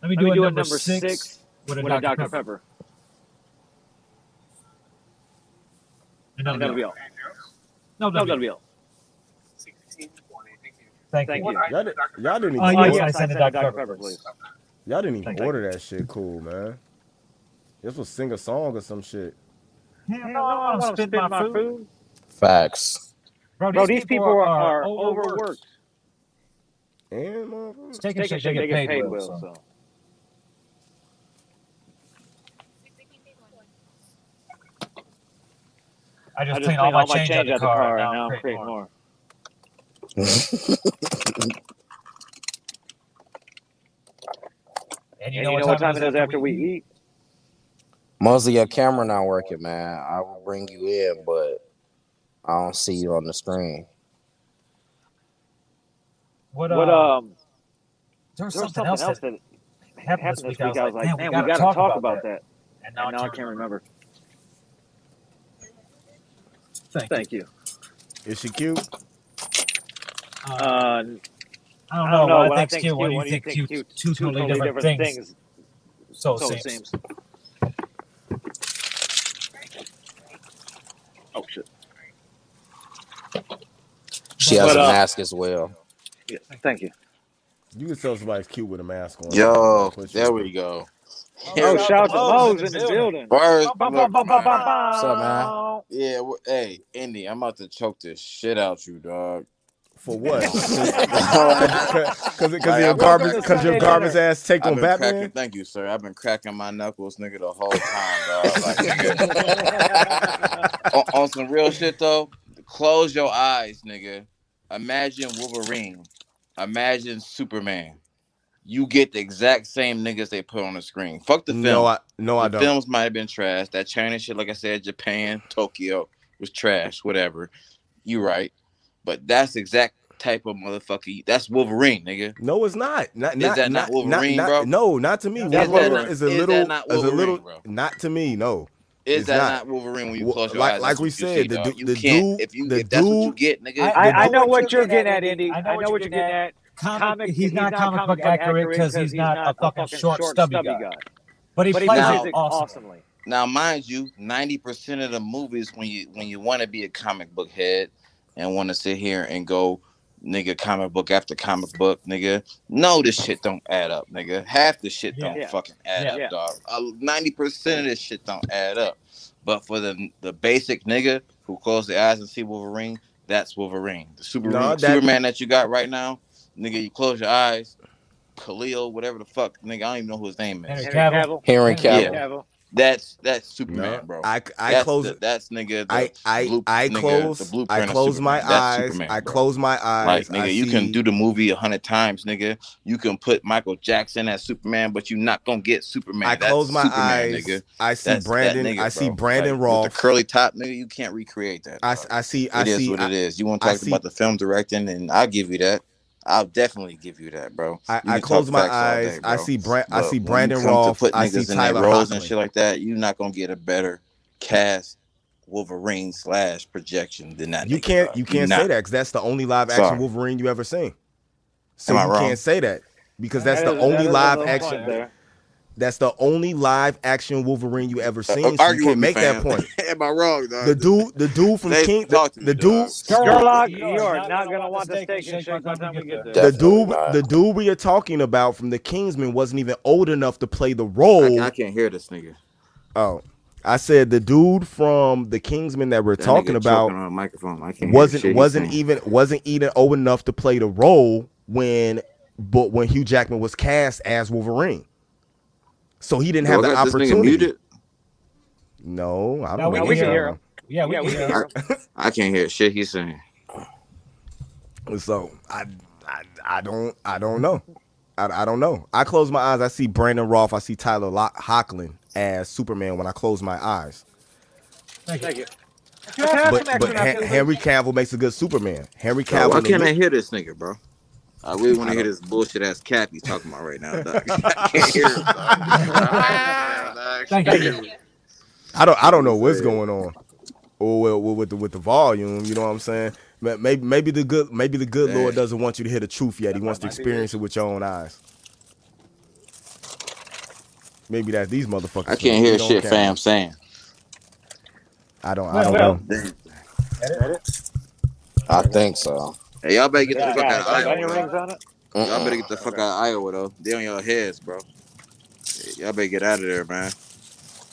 Speaker 5: Let me
Speaker 1: Let
Speaker 5: do,
Speaker 1: me
Speaker 5: a,
Speaker 1: do a
Speaker 5: number,
Speaker 1: number
Speaker 5: six,
Speaker 1: six
Speaker 5: with a
Speaker 1: with a Dr.
Speaker 5: Dr. Pepper.
Speaker 1: Pepper.
Speaker 5: And
Speaker 1: And that'll be all.
Speaker 5: No,
Speaker 1: No,
Speaker 5: that'll
Speaker 1: that'll
Speaker 5: be
Speaker 1: be all.
Speaker 5: Thank
Speaker 1: Thank
Speaker 5: you.
Speaker 1: you.
Speaker 4: Y'all, did, y'all didn't even,
Speaker 5: Uh,
Speaker 4: order,
Speaker 5: yes, I sent a Dr. Pepper,
Speaker 1: please.
Speaker 4: y'all didn't even
Speaker 5: Thank you.
Speaker 4: order that shit cool, man. This was sing a song or some shit.
Speaker 5: Hell
Speaker 1: Hell
Speaker 5: no, I don't
Speaker 1: wanna
Speaker 5: spit
Speaker 1: spit
Speaker 5: my food.
Speaker 8: Facts.
Speaker 5: Bro,
Speaker 1: Bro, these people are, are overworked.
Speaker 4: And motherfucker,
Speaker 5: Taking
Speaker 1: Taking
Speaker 5: shit
Speaker 1: shit
Speaker 5: they
Speaker 1: they get paid
Speaker 5: well.
Speaker 1: well.
Speaker 5: so.
Speaker 1: So.
Speaker 5: I
Speaker 1: I
Speaker 5: just
Speaker 1: just
Speaker 5: cleaned
Speaker 1: clean
Speaker 5: all my change
Speaker 1: out
Speaker 5: out
Speaker 1: the car and now I'm
Speaker 5: creating
Speaker 1: creating
Speaker 5: more.
Speaker 1: more. And
Speaker 5: And
Speaker 1: you know what time it is after we eat?
Speaker 8: Mostly your camera not working, man. I will bring you in, but I don't see you on the screen.
Speaker 5: What, uh,
Speaker 1: What um
Speaker 5: there was
Speaker 1: there was
Speaker 5: something else that
Speaker 1: that
Speaker 5: happened this week. I was like, man,
Speaker 1: man, we gotta talk about that. And
Speaker 5: And
Speaker 1: now I
Speaker 5: can't
Speaker 1: can't remember.
Speaker 5: think.
Speaker 1: Thank you.
Speaker 4: is she cute?
Speaker 1: Uh,
Speaker 5: Uh, I don't
Speaker 1: I
Speaker 5: know.
Speaker 1: don't know.
Speaker 5: When
Speaker 1: When
Speaker 5: I think cute, what do you think cute? Two totally different things. So
Speaker 1: So it
Speaker 5: same.
Speaker 1: seems. Oh shit!
Speaker 8: She has
Speaker 1: But,
Speaker 8: a
Speaker 1: uh,
Speaker 8: mask as well.
Speaker 1: Yeah, thank you.
Speaker 4: You can tell somebody's cute with a mask on.
Speaker 8: Yo,
Speaker 4: Push
Speaker 8: there
Speaker 4: it.
Speaker 8: we go.
Speaker 1: Oh,
Speaker 8: What's
Speaker 1: shout out to Moe's in the building.
Speaker 8: First,
Speaker 1: Ba, ba,
Speaker 8: look,
Speaker 1: ba, ba,
Speaker 8: man.
Speaker 1: ba.
Speaker 8: What's up, man? Yeah, w- hey, Indy, I'm about to choke this shit out you, dog.
Speaker 4: For
Speaker 8: [LAUGHS]
Speaker 4: what? [LAUGHS] Because
Speaker 8: Like,
Speaker 4: your
Speaker 8: I'm-
Speaker 4: garbage,
Speaker 1: Welcome to
Speaker 4: because your
Speaker 1: Sunday
Speaker 4: garbage
Speaker 1: dinner.
Speaker 4: ass take
Speaker 8: I've
Speaker 4: on
Speaker 8: been cracking.
Speaker 4: Batman.
Speaker 8: Thank you, sir. I've been cracking my knuckles, nigga, the whole time, dog.
Speaker 7: [LAUGHS]
Speaker 8: Like, nigga, on, on some real shit though. Close your eyes, nigga. Imagine Wolverine. Imagine Superman. You get the exact same niggas they put on the screen. Fuck the film.
Speaker 4: No, I no, I
Speaker 8: the
Speaker 4: don't.
Speaker 8: films might have been trash. That China shit, like I said, Japan, Tokyo was trash. Whatever. You right. But that's the exact type of motherfucker. That's Wolverine, nigga.
Speaker 4: No, it's not. Not
Speaker 8: Is
Speaker 4: not
Speaker 8: that
Speaker 4: not
Speaker 8: not Wolverine,
Speaker 4: not,
Speaker 8: bro?
Speaker 4: No, not to me.
Speaker 5: Is
Speaker 8: that
Speaker 4: Wolverine
Speaker 8: not-
Speaker 4: is a
Speaker 8: is that
Speaker 4: little
Speaker 8: not
Speaker 4: is a little
Speaker 8: Wolverine, bro?
Speaker 4: not to me. No,
Speaker 8: Is
Speaker 4: It's
Speaker 8: that
Speaker 4: not.
Speaker 8: not Wolverine when you
Speaker 4: Wo-
Speaker 8: close your
Speaker 4: like-
Speaker 8: eyes?
Speaker 4: like
Speaker 8: That's
Speaker 4: we
Speaker 8: what you
Speaker 4: said,
Speaker 8: see,
Speaker 4: the
Speaker 8: dog.
Speaker 4: du-
Speaker 8: you
Speaker 4: the
Speaker 8: can't
Speaker 4: dude-
Speaker 8: if you
Speaker 4: the
Speaker 8: if that's what you
Speaker 4: dude-
Speaker 8: get, nigga.
Speaker 5: I-
Speaker 1: I,
Speaker 4: The
Speaker 1: I
Speaker 4: dude-
Speaker 1: know what you're getting at, Indy. I know what you're getting at.
Speaker 5: Comic,
Speaker 1: Comic,
Speaker 5: he's, not comic, book accurate because he's, not, a fucking, short, stubby, guy. But he
Speaker 1: But he
Speaker 5: plays
Speaker 8: now-
Speaker 1: plays
Speaker 5: it
Speaker 1: it
Speaker 5: awesome.
Speaker 1: awesomely.
Speaker 8: Now, mind you, ninety percent of the movies when you when you want to be a comic book head and want to sit here and go, nigga, comic book after comic book, nigga. No, this shit don't add up, nigga. Half the shit don't
Speaker 1: Yeah.
Speaker 8: fucking add
Speaker 5: Yeah.
Speaker 1: Yeah.
Speaker 8: up, dog. Ninety percent of this shit don't add up. But for the the basic nigga who closed their eyes and see Wolverine, that's Wolverine. The Super
Speaker 4: Nah, that-
Speaker 8: Superman that you got right now, nigga. You close your eyes, Khalil, whatever the fuck, nigga. I don't even know who his name is.
Speaker 5: Henry
Speaker 1: Henry
Speaker 5: Cavill.
Speaker 1: Cavill.
Speaker 8: Henry
Speaker 1: Henry
Speaker 8: Cavill.
Speaker 1: Cavill.
Speaker 8: That's that's Superman,
Speaker 4: no.
Speaker 8: bro.
Speaker 4: I I
Speaker 8: That's
Speaker 4: close
Speaker 8: the-
Speaker 4: it.
Speaker 8: That's nigga. The
Speaker 4: I I
Speaker 8: blue-
Speaker 4: I
Speaker 8: nigga, the
Speaker 4: close I
Speaker 8: blueprint of
Speaker 4: close my
Speaker 8: Superman. That's
Speaker 4: eyes.
Speaker 8: Superman,
Speaker 4: I
Speaker 8: bro.
Speaker 4: close my
Speaker 8: Like
Speaker 4: eyes.
Speaker 8: nigga,
Speaker 4: I
Speaker 8: you can
Speaker 4: see-
Speaker 8: do the movie a hundred times, nigga. You can put Michael Jackson as Superman, but you're not gonna get Superman.
Speaker 4: I
Speaker 8: That's
Speaker 4: close my
Speaker 8: Superman,
Speaker 4: eyes.
Speaker 8: nigga.
Speaker 4: I see
Speaker 8: That's that
Speaker 4: Brandon.
Speaker 8: nigga,
Speaker 4: I see
Speaker 8: bro.
Speaker 4: Brandon
Speaker 8: like,
Speaker 4: Roth.
Speaker 8: With the curly top, nigga, you can't recreate that.
Speaker 4: I,
Speaker 8: dog.
Speaker 4: I see. I
Speaker 8: It is
Speaker 4: see.
Speaker 8: what
Speaker 4: I,
Speaker 8: it is. You want to
Speaker 4: I
Speaker 8: talk
Speaker 4: see-
Speaker 8: about the film directing, and I'll give you that. I'll definitely give you that, bro.
Speaker 4: I,
Speaker 8: You
Speaker 4: I
Speaker 8: can
Speaker 4: close
Speaker 8: talk
Speaker 4: my
Speaker 8: facts all
Speaker 4: eyes.
Speaker 8: day,
Speaker 4: I
Speaker 8: bro.
Speaker 4: see. Bra- I
Speaker 8: But
Speaker 4: see
Speaker 8: when you
Speaker 4: Brandon
Speaker 8: come to
Speaker 4: Roth.
Speaker 8: put
Speaker 4: I see
Speaker 8: niggas in their
Speaker 4: Tyler
Speaker 8: roles and
Speaker 4: Hoechlin.
Speaker 8: shit like that. You're not gonna get a better cast Wolverine slash projection than that.
Speaker 4: You
Speaker 8: nigga,
Speaker 4: can't.
Speaker 8: dog.
Speaker 4: You
Speaker 8: You're
Speaker 4: can't
Speaker 8: not.
Speaker 4: say that because that's the only live action
Speaker 8: Sorry.
Speaker 4: Wolverine you ever seen. So
Speaker 8: Am I
Speaker 4: you
Speaker 8: wrong?
Speaker 4: can't say that because that's
Speaker 1: That
Speaker 4: the
Speaker 1: is- that
Speaker 4: only
Speaker 1: is a
Speaker 4: live
Speaker 1: little
Speaker 4: action.
Speaker 1: point there.
Speaker 4: That's the only live action Wolverine you ever
Speaker 8: Uh,
Speaker 4: seen. so
Speaker 8: argue
Speaker 4: you can't
Speaker 8: with me,
Speaker 4: make that
Speaker 8: fam.
Speaker 4: point.
Speaker 8: [LAUGHS] Am I wrong, dog?
Speaker 4: The dude. The dude from
Speaker 8: They
Speaker 4: King. The,
Speaker 8: talk to me,
Speaker 4: the
Speaker 8: dog.
Speaker 4: dude.
Speaker 1: Sherlock, you are not gonna want to steak and shake by the time we get there.
Speaker 4: The
Speaker 8: Definitely
Speaker 4: dude,
Speaker 8: not.
Speaker 4: the dude we are talking about from the Kingsman wasn't even old enough to play the role.
Speaker 8: I, I can't hear this nigga.
Speaker 4: oh, I said the dude from the Kingsman that we're
Speaker 8: That
Speaker 4: talking
Speaker 8: nigga
Speaker 4: about
Speaker 8: choking on the microphone. I can't hear
Speaker 4: wasn't
Speaker 8: shit
Speaker 4: wasn't
Speaker 8: he's
Speaker 4: even wasn't even old enough to play the role when but when Hugh Jackman was cast as Wolverine. So he didn't have
Speaker 8: saying.
Speaker 4: the
Speaker 8: Do I got this nigga
Speaker 4: opportunity.
Speaker 8: muted?
Speaker 4: No, I don't
Speaker 5: No,
Speaker 4: know.
Speaker 1: we can
Speaker 4: what's
Speaker 1: hear
Speaker 4: going
Speaker 5: Yeah, we
Speaker 1: Yeah, we
Speaker 5: can
Speaker 1: can
Speaker 5: hear
Speaker 1: hear
Speaker 5: him.
Speaker 1: him.
Speaker 8: I can't hear shit he's saying.
Speaker 4: on. So I, I I don't I don't know. I, I don't know. I close my eyes. I see Brandon Roth. I see Tyler Lo- Hoechlin as Superman when I close my eyes.
Speaker 1: Thank you.
Speaker 4: But but Hen- Henry Cavill makes a good Superman. Henry
Speaker 8: Yo,
Speaker 4: Cavill.
Speaker 8: why
Speaker 4: to
Speaker 8: can't
Speaker 4: me-
Speaker 8: I hear this nigga, bro? I really want
Speaker 4: I
Speaker 8: to hear
Speaker 4: don't-
Speaker 8: this bullshit ass cap he's talking about right now. Dog. [LAUGHS] I can't hear him. Dog. I don't
Speaker 5: Thank
Speaker 8: understand,
Speaker 5: you.
Speaker 8: dog.
Speaker 4: I don't I don't know what's
Speaker 8: Yeah.
Speaker 4: going on. Or well, well, with the with the volume, you know what I'm saying? Ma- Maybe maybe the good maybe the good
Speaker 8: Yeah.
Speaker 4: Lord doesn't want you to hear the truth yet. He wants to experience it with your own eyes. Maybe that's these motherfuckers.
Speaker 8: I can't
Speaker 4: We
Speaker 8: hear
Speaker 4: don't
Speaker 8: shit
Speaker 4: count.
Speaker 8: fam saying.
Speaker 4: I don't. I
Speaker 1: Well,
Speaker 4: don't
Speaker 1: well.
Speaker 4: know.
Speaker 3: I think so.
Speaker 8: Hey, y'all better get the
Speaker 1: Yeah,
Speaker 8: fuck out
Speaker 1: got,
Speaker 8: of
Speaker 1: got
Speaker 8: Iowa.
Speaker 1: onion
Speaker 8: bro.
Speaker 1: rings on it.
Speaker 8: Y'all better
Speaker 3: Mm-mm.
Speaker 8: get the fuck out of Iowa though. They on your heads, bro. Y'all better get out of there, man.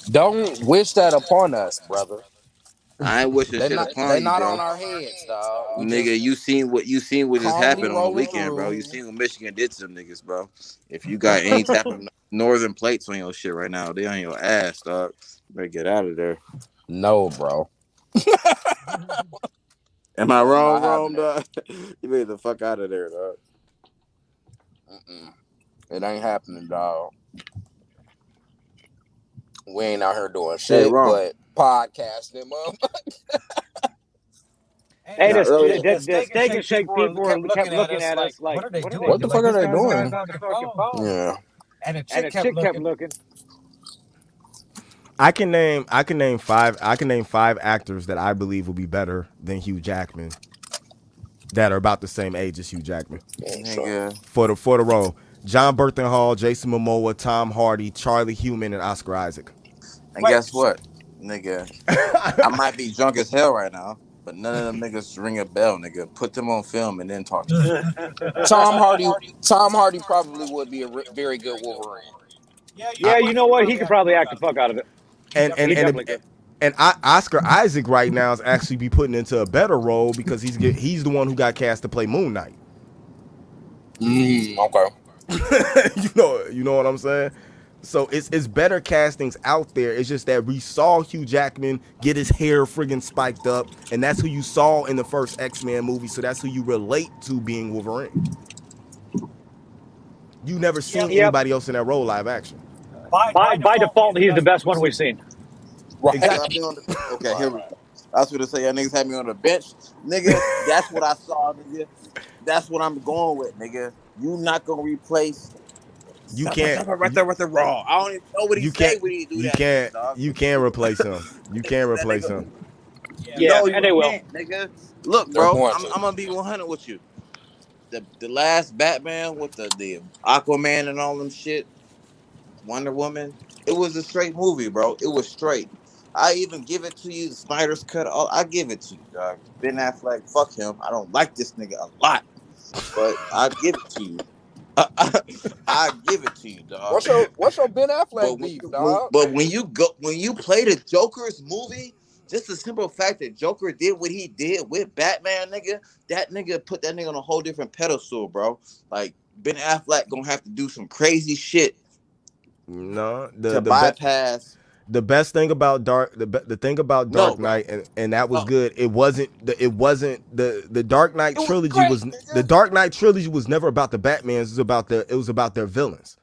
Speaker 3: Don't wish that upon us, brother.
Speaker 8: I ain't wishing
Speaker 3: They're
Speaker 8: shit
Speaker 3: not,
Speaker 8: upon
Speaker 3: they're
Speaker 8: you,
Speaker 3: not
Speaker 8: bro.
Speaker 3: on our heads, dog. We
Speaker 8: Nigga,
Speaker 3: just-
Speaker 8: you seen what you seen what just
Speaker 3: Calmly
Speaker 8: happened on the
Speaker 3: roll
Speaker 8: weekend, bro. You
Speaker 3: through.
Speaker 8: seen what Michigan did to them niggas, bro. If you got any type of northern plates on your shit right now, they on your ass, dog. You better get out of there.
Speaker 3: no, bro.
Speaker 8: Am I wrong,
Speaker 3: Not happening.
Speaker 8: wrong, dog? [LAUGHS] you better get the fuck out of there, dog.
Speaker 3: Mm-mm. It ain't happening, dog. We ain't out here doing shit,
Speaker 8: wrong.
Speaker 3: but podcasting, mom.
Speaker 1: Hey,
Speaker 8: Nah,
Speaker 1: this,
Speaker 8: earlier-
Speaker 1: the, the, the steak and shake people were, kept looking at us like,
Speaker 6: what are they doing?
Speaker 3: What the
Speaker 6: Like,
Speaker 3: fuck are
Speaker 6: this
Speaker 3: they
Speaker 6: guy's
Speaker 3: doing?
Speaker 6: on their
Speaker 1: Fucking
Speaker 6: phone.
Speaker 1: phone.
Speaker 3: Yeah.
Speaker 6: And a
Speaker 1: And the
Speaker 6: chick kept
Speaker 1: chick kept
Speaker 6: looking.
Speaker 1: looking.
Speaker 4: I can name. I can name five. I can name five actors that I believe will be better than Hugh Jackman. That are about the same age as Hugh Jackman
Speaker 3: Yeah, sure.
Speaker 8: Nigga.
Speaker 4: for the for the role. John Hall, Jason Momoa, Tom Hardy, Charlie Human, and Oscar Isaac.
Speaker 8: And
Speaker 6: Wait.
Speaker 8: guess what? Nigga, I might be drunk as hell right now, but none of them niggas ring a bell, nigga. Put them on film and then talk to them.
Speaker 3: Tom Hardy. Tom Hardy probably would be a re- very good Wolverine.
Speaker 6: Yeah,
Speaker 1: Yeah, you know what? He could probably act the fuck out of it.
Speaker 4: and and
Speaker 1: He
Speaker 4: and,
Speaker 1: definitely could.
Speaker 4: and, I, Oscar Isaac right now is actually be putting into a better role because he's get, he's the one who got cast to play Moon Knight.
Speaker 3: Mm, okay.
Speaker 4: [LAUGHS] you know you know what I'm saying. So it's it's better castings out there. It's just that we saw Hugh Jackman get his hair friggin' spiked up, and that's who you saw in the first X Men movie. So that's who you relate to being Wolverine. You never seen
Speaker 1: Yep.
Speaker 4: anybody else in that role live action.
Speaker 1: By, by default, he's the best one we've seen.
Speaker 3: Right.
Speaker 8: Y'all got me on the- okay, here we go. I was gonna say y'all niggas had me on the bench, nigga. That's what
Speaker 4: [LAUGHS]
Speaker 8: I saw, nigga. That's what I'm going with, nigga. You not gonna replace.
Speaker 4: You can't-
Speaker 8: Right there, right there, raw. I don't even know what he
Speaker 4: You
Speaker 8: say
Speaker 4: can't.
Speaker 8: when he do
Speaker 4: You
Speaker 8: that.
Speaker 4: can't.
Speaker 8: dog.
Speaker 4: You can replace him. You can
Speaker 8: [LAUGHS] That
Speaker 4: replace
Speaker 8: nigga-
Speaker 4: him.
Speaker 1: Yeah,
Speaker 8: no, you
Speaker 1: and they will.
Speaker 8: can't, nigga. Look,
Speaker 3: They're
Speaker 8: bro,
Speaker 3: going
Speaker 8: I'm,
Speaker 3: to.
Speaker 8: I'm gonna be 100 with you. The the last Batman with the, the Aquaman and all them shit, Wonder Woman, it was a straight movie, bro. It was straight. I even give it to you, the Snyder's cut. All, I give it to you, dog. Ben Affleck, fuck him. I don't like this nigga a lot, but I give it to you. [LAUGHS] I, I, I give it to you, dog.
Speaker 3: What's your What's your Ben
Speaker 8: But
Speaker 3: Affleck
Speaker 8: when,
Speaker 3: beef,
Speaker 8: you- when-
Speaker 3: dog?
Speaker 8: but when you go when you play the Joker's movie, just the simple fact that Joker did what he did with Batman, nigga, that nigga put that nigga on a whole different pedestal, bro. Like Ben Affleck gonna have to do some crazy shit
Speaker 4: No, the
Speaker 8: to
Speaker 4: the, be-
Speaker 8: bypass.
Speaker 4: the best thing about dark the, be- the thing about
Speaker 8: No,
Speaker 4: dark
Speaker 8: bro.
Speaker 4: knight and, and that was
Speaker 8: No.
Speaker 4: good it wasn't the it wasn't the the dark knight
Speaker 8: It was
Speaker 4: trilogy
Speaker 8: great,
Speaker 4: was
Speaker 8: nigga.
Speaker 4: the dark knight trilogy was never about the batmans it was about the it was about their villains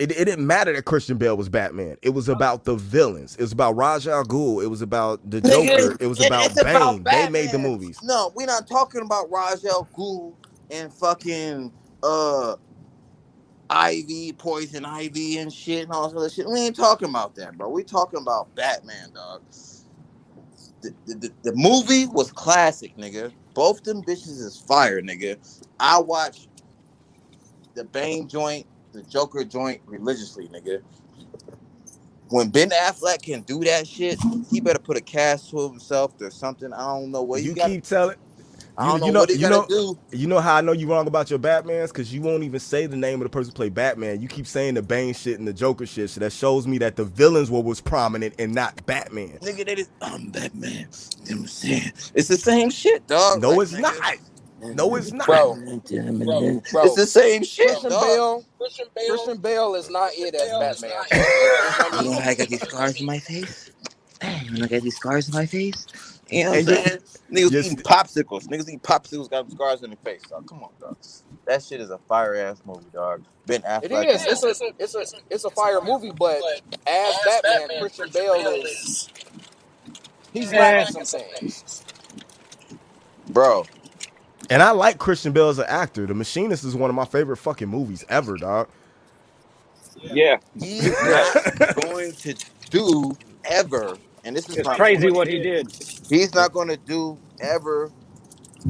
Speaker 4: it, it didn't matter that christian bale was batman it was about the villains it was about Ra's al Ghul. it was about the
Speaker 8: Nigga,
Speaker 4: joker it was
Speaker 8: and
Speaker 4: about
Speaker 8: it's about
Speaker 4: bane they made the
Speaker 8: Batman.
Speaker 4: movies
Speaker 8: No, we're not talking about Rajel Ghul and fucking uh Ivy, Poison Ivy, and shit, and all this other shit. We ain't talking about that, bro. We talking about Batman, dog. The, the, the, the movie was classic, nigga. Both them bitches is fire, nigga. I watch the Bane joint, the Joker joint religiously, nigga. When Ben Affleck can do that shit, he better put a cast to himself or something. I don't know what
Speaker 4: you
Speaker 8: you got.
Speaker 4: keep telling
Speaker 8: I don't
Speaker 4: you- you
Speaker 8: know,
Speaker 4: know-
Speaker 8: what he
Speaker 4: you
Speaker 8: gotta
Speaker 4: know-
Speaker 8: do.
Speaker 4: you know how I know you wrong about your Batmans? Because you won't even say the name of the person who played Batman. You keep saying the Bane shit and the Joker shit. So that shows me that the villains were was prominent and not Batman.
Speaker 8: Nigga, they just [CLEARS THROAT] I'm Batman. You know what I'm saying? It's the same shit, dog.
Speaker 4: No,
Speaker 8: Like,
Speaker 4: it's
Speaker 8: nigga.
Speaker 4: not. No, it's not.
Speaker 3: Bro, bro, bro.
Speaker 8: It's the same shit,
Speaker 3: Christian
Speaker 8: dog.
Speaker 3: Bale. Christian Bale. is not it as Batman. [LAUGHS]
Speaker 8: You know how I got these scars in my face? Hey, you know I got these scars in my face? You know what I'm
Speaker 4: And you-
Speaker 8: saying? Niggas
Speaker 4: you're
Speaker 8: eating
Speaker 4: st-
Speaker 8: popsicles. Niggas eating popsicles got scars in their face, dog. Come on, dog. That shit is a fire ass movie, dog. Ben Affleck.
Speaker 3: It is. It's a it's a it's a fire movie, but as Batman, Christian Bale is he's lacking some things.
Speaker 8: Bro,
Speaker 4: And I like Christian Bale as an actor. The Machinist is one of my favorite fucking movies ever, dog.
Speaker 1: Yeah,
Speaker 8: he's
Speaker 4: [LAUGHS]
Speaker 8: not going to do ever, and this is
Speaker 1: it's
Speaker 8: my
Speaker 1: crazy
Speaker 8: point.
Speaker 1: what he did.
Speaker 8: He's not going to do ever